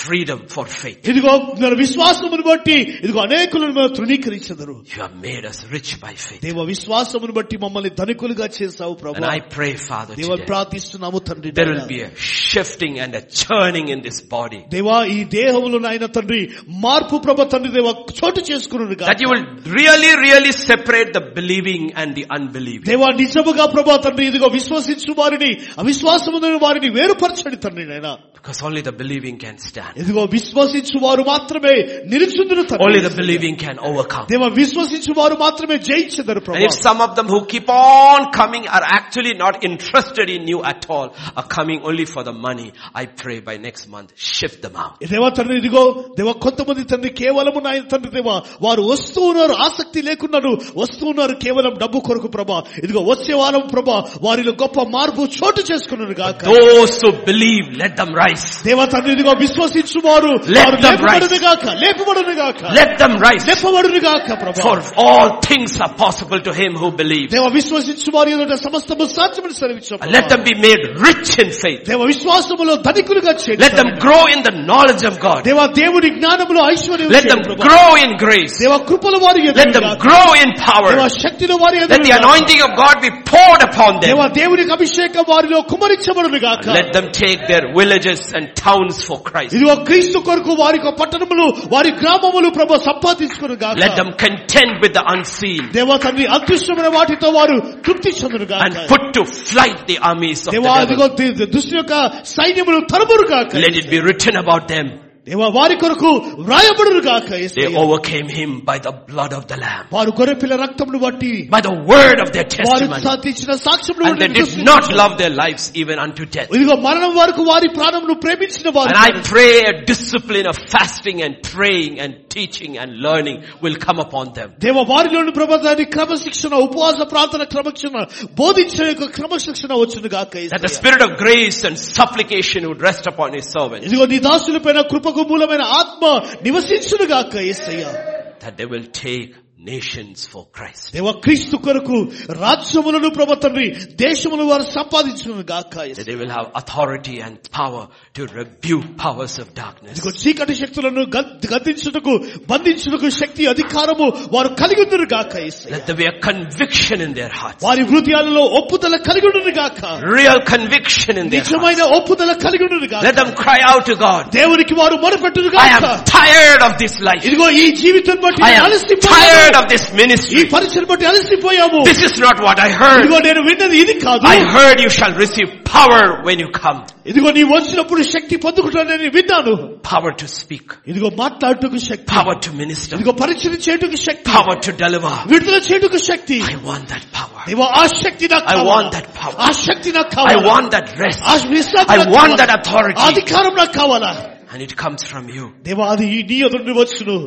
freedom for faith. ఇదిగో మన విశ్వాసమును బట్టి ఇదిగో అనేకులను మనం తృణీకరించదరు You have made us rich by faith. దేవ విశ్వాసమును బట్టి మమ్మల్ని ధనికులుగా చేసావు And Prabhu I pray, Father, దేవ today, ప్రార్థిస్తున్నాము తండ్రి there will be a shifting and a churning in this body. దేవా ఈ దేహములో నాయన తండ్రి మార్పు ప్రభ తండ్రి దేవ చోటు చేసుకున్నాడు That you will really, really separate the believing and the unbelieving. దేవా నిజముగా ప్రభా తండ్రి ఇదిగో విశ్వసించు వారిని అవిశ్వాసములైన వారిని వేరుపరచండి తండ్రి నాయన Because only the believing can stand. ఇదిగో విశ్వసించు వారు మాత్రమే నిలుచుందురు Only the తండ్రి believing can overcome. దేవ విశ్వసించు వారు మాత్రమే జయించదరు And if ప్రభా some of them who keep on coming are actually not interested in you at all, are coming only for the money, I pray by next month, shift them out. దేవా తండ్రి ఇదిగో దేవ కొంతమంది తండ్రి కేవలము నాయన తండ్రి దేవా వారు వస్తూ ఉన్నారు ఆసక్తి లేకున్నారు వస్తూ ఉన్నారు కేవలం డబ్బు కొరకు ప్రభా ఇదిగో వచ్చే వారం ప్రభా వారిలో గొప్ప మార్పు చోటు చేసుకున్నారు గాక Those who believe, let them rise. దేవా తండ్రి ఇదిగో విశ్వసించు వారు Let వారు them లేపబడును గాక లేపబడును గాక Let them rise. లేపబడును గాక ప్రభా For all things are possible to him who believes. దేవ విశ్వసించు వారి ఎదుట సమస్తము And let సాధ్యమని సెలవిచ్చాం them be made rich in faith. దేవ విశ్వాసములో ధనికులుగా Let them చేయండి grow in the knowledge of God. దేవ దేవుని జ్ఞానములో ఐశ్వర్యం Let them చేయండి ప్రభా. grow in grace. దేవ కృపల వారి Let ఎదురుగా them grow in దేవ power. శక్తిలో వారి Let the ఎదురుగా anointing of God be poured upon దేవ them. దేవునికి అభిషేకం వారిలో కుమరించబడును గాక Let them take their villages and towns for Christ. ఇదిగో క్రీస్తు కొరకు వారి యొక్క పట్టణములు వారి గ్రామములు ప్రభు సంపాదించుకును Let గాక them contend with the unseen దేవ తండ్రి అదృశ్యమైన వాటితో వారు తృప్తి చెందును and గాక put to flight the armies of the దేవా అదిగో devil. ది- దుష్టు యొక్క సైన్యములు తరుమురు గాక Let it be written about them. దేవా వారి కొరకు వ్రాయబడును గాక They Yesayya. overcame him by the blood of the lamb, వారు గొర్రెపిల్ల రక్తమును బట్టి by the word of their వారు testimony. సాధించిన సాక్ష్యమును And they బట్టి did not love their lives even unto death. ఇదిగో మరణం వరకు వారి ప్రాణమును ప్రేమించిన వారు And I pray a discipline of fasting and praying and teaching and learning will come upon them. దేవ వారిలోని ప్రబంధాన్ని క్రమశిక్షణ ఉపవాస ప్రార్థన క్రమశిక్షణ బోధించే యొక్క క్రమశిక్షణ వచ్చును గాక That the Yesayya. spirit of grace and supplication would rest upon his servants. ఇదిగో నీ దాసులపైన కృపకు మూలమైన ఆత్మ నివసించును గాక యేసయ్య That they will take nations for Christ. దేవ క్రీస్తు కొరకు రాజ్యములను ప్రభు తండ్రి దేశములు వారు సంపాదించును గాక That Yesayya. they will have authority and power to rebuke powers of darkness. ఇదిగో చీకటి శక్తులను గద్- గద్దించుటకు బంధించుటకు శక్తి అధికారము వారు కలిగి ఉండును గాక యేసయ్య. Let there be a conviction in their hearts. వారి హృదయాలలో ఒప్పుదల కలిగి ఉండును గాక Real conviction in their hearts. నిజమైన ఒప్పుదల కలిగి ఉండును గాక Let them cry out to God. దేవునికి వారు మొరపెట్టును I గాక am tired of this life. ఇదిగో ఈ జీవితం బట్టి I నేను am అలసిపోయాను. tired of this ఈ ministry. పరిచయం బట్టి అలసిపోయాము This is not what I heard. ఇదిగో నేను విన్నది ఇది కాదు I heard you shall receive power when you come. ఇదిగో నీ వచ్చినప్పుడు శక్తి పొందుకుంటానని విన్నాను Power to speak. ఇదిగో మాట్లాడుటకు శక్తి Power to minister. ఇదిగో పరిచయం చేయుటకు శక్తి Power to deliver. విడుదల చేయుటకు శక్తి I want that power. ఇదిగో ఆ శక్తి నాకు I కావాలి. want that power. ఆ శక్తి నాకు I కావాలి want that rest. ఆ విశ్రాంతి I నాకు want that కావాలి. ఆ authority. అధికారం నాకు కావాలా And it comes from you. దేవా అది ఈ నీ ఎదురు వచ్చును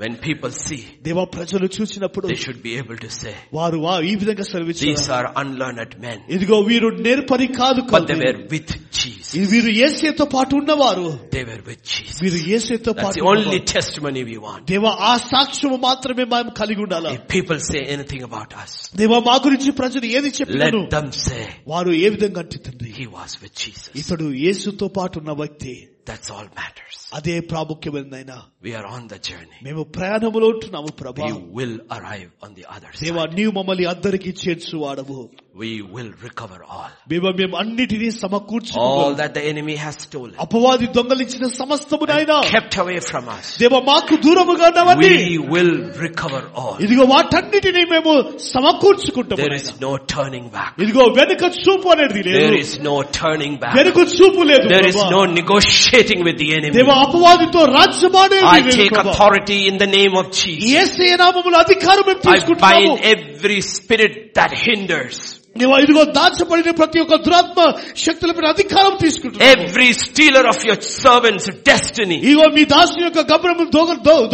When people see, దేవా ప్రజలు చూసినప్పుడు they should be able to say, వారు "వా, ఈ విధంగా సర్వించారు these are unlearned men, ఇదిగో వీరు నేర్పరి కాదు but they కల్దీ. were with Jesus. ఇది వీరు ఏసేతో పాటు ఉన్నవారు They were with Jesus. వీరు ఏసేతో That's పాటు the only ఉన్నవారు. testimony we want. దేవా ఆ సాక్ష్యము మాత్రమే మనం కలిగి ఉండాలా If people say anything about us, దేవా మా గురించి ప్రజలు ఏది చెప్పారు let them say, వారు ఏ విధంగా అంటే తండ్రి he was with Jesus. ఇతడు యేసుతో పాటు ఉన్న వ్యక్తి That's all matters. అదే ప్రాముఖ్యమైనదైనా We are on the journey. మేము ప్రయాణములో ఉంటున్నాము ప్రభా We will arrive on the other దేవా side. నీవు మమ్మల్ని అందరికీ చేర్చు వాడవు We will recover all. మేము మేము అన్నిటినీ సమకూర్చు All that the enemy has stolen, అపవాది దొంగలించిన సమస్తము నాయనా kept away from us. దేవ మాకు దూరముగా ఉన్నవన్నీ We will recover all. ఇదిగో వాటన్నిటినీ మేము సమకూర్చుకుంటాము There నాయనా. is no turning back. ఇదిగో వెనుక చూపు అనేది లేదు There is no turning back. వెనుక చూపు లేదు There is ప్రభా. no negotiating with the దేవ enemy. అపవాదితో రాజ్యమాడే I take authority in the name of Jesus. ఏసే నామములో అధికారం మేము I తీసుకుంటున్నాము bind every spirit that hinders, దేవా, ఇదిగో దాచబడిన ప్రతి ఒక్క దురాత్మ శక్తుల మీద అధికారం తీసుకుంటున్నాము every stealer of your servant's destiny, ఇదిగో మీ దాసుని యొక్క గమనం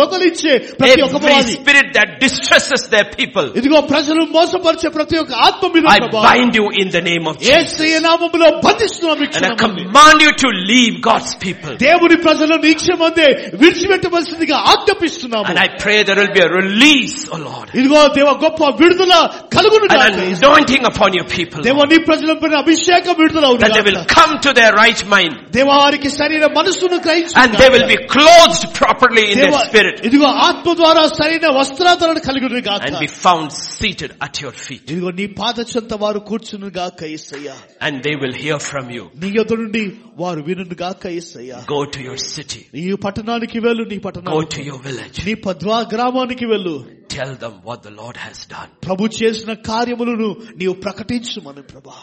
దొంగలించే ప్రతి ఒక్క every అపవాది spirit that distresses their people. ఇదిగో ప్రజలు మోసపరిచే ప్రతి ఒక్క ఆత్మ మీద I bind you in the name of Jesus. ఏసే నామములో బంధిస్తున్నాము ఈ And I క్షణమందు. command you to leave God's people. దేవుని ప్రజలు నీక్షమందే విడిచిపెట్టవలసిందిగా ఆజ్ఞాపిస్తున్నాము And I pray there will be a release, O Lord. ఇదిగో దేవ గొప్ప విడుదల కలుగును An anointing upon your people. దేవ That నీ ప్రజల పైన అభిషేకం విడుదల అవును they గాక. will come to their right mind. దేవ వారికి శరీర మనసును గ్రహించు And they will be clothed properly in దేవ, their spirit. ఇదిగో ఆత్మ ద్వారా సరైన వస్త్రాధరణ కలిగిన గాక And be found seated at your feet. ఇదిగో నీ పాద చెంత వారు కూర్చును గాక ఏసయ్యా And they will hear from you. నీ యొద్ద నుండి వారు వినును గాక ఏసయ్యా Go to your city. నీ పట్టణానికి వెళ్ళు నీ Go పట్టణం to your village. నీ పద్వా గ్రామానికి వెళ్ళు Tell them what the Lord has done. ప్రభు చేసిన కార్యములను నీవు ప్రకటించు మనం ప్రభా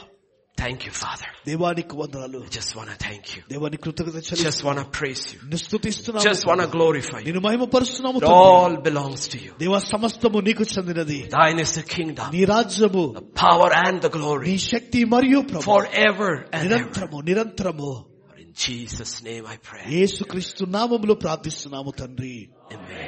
Thank you, Father. దేవానికి వందనాలు I just want to thank you. దేవాని కృతజ్ఞత చెల్లి Just want to praise you. Just want to స్థుతిస్తున్నాము glorify you. నేను మహిమపరుస్తున్నాము It all belongs to you. దేవ సమస్తము నీకు చెందినది Thine is the kingdom, నీ రాజ్యము the power and the నీ glory శక్తి మరియు ప్రభు forever and ever. నిరంతరము నిరంతరము In Jesus' name I pray. యేసుక్రీస్తు నామములో ప్రార్థిస్తున్నాము తండ్రి Amen.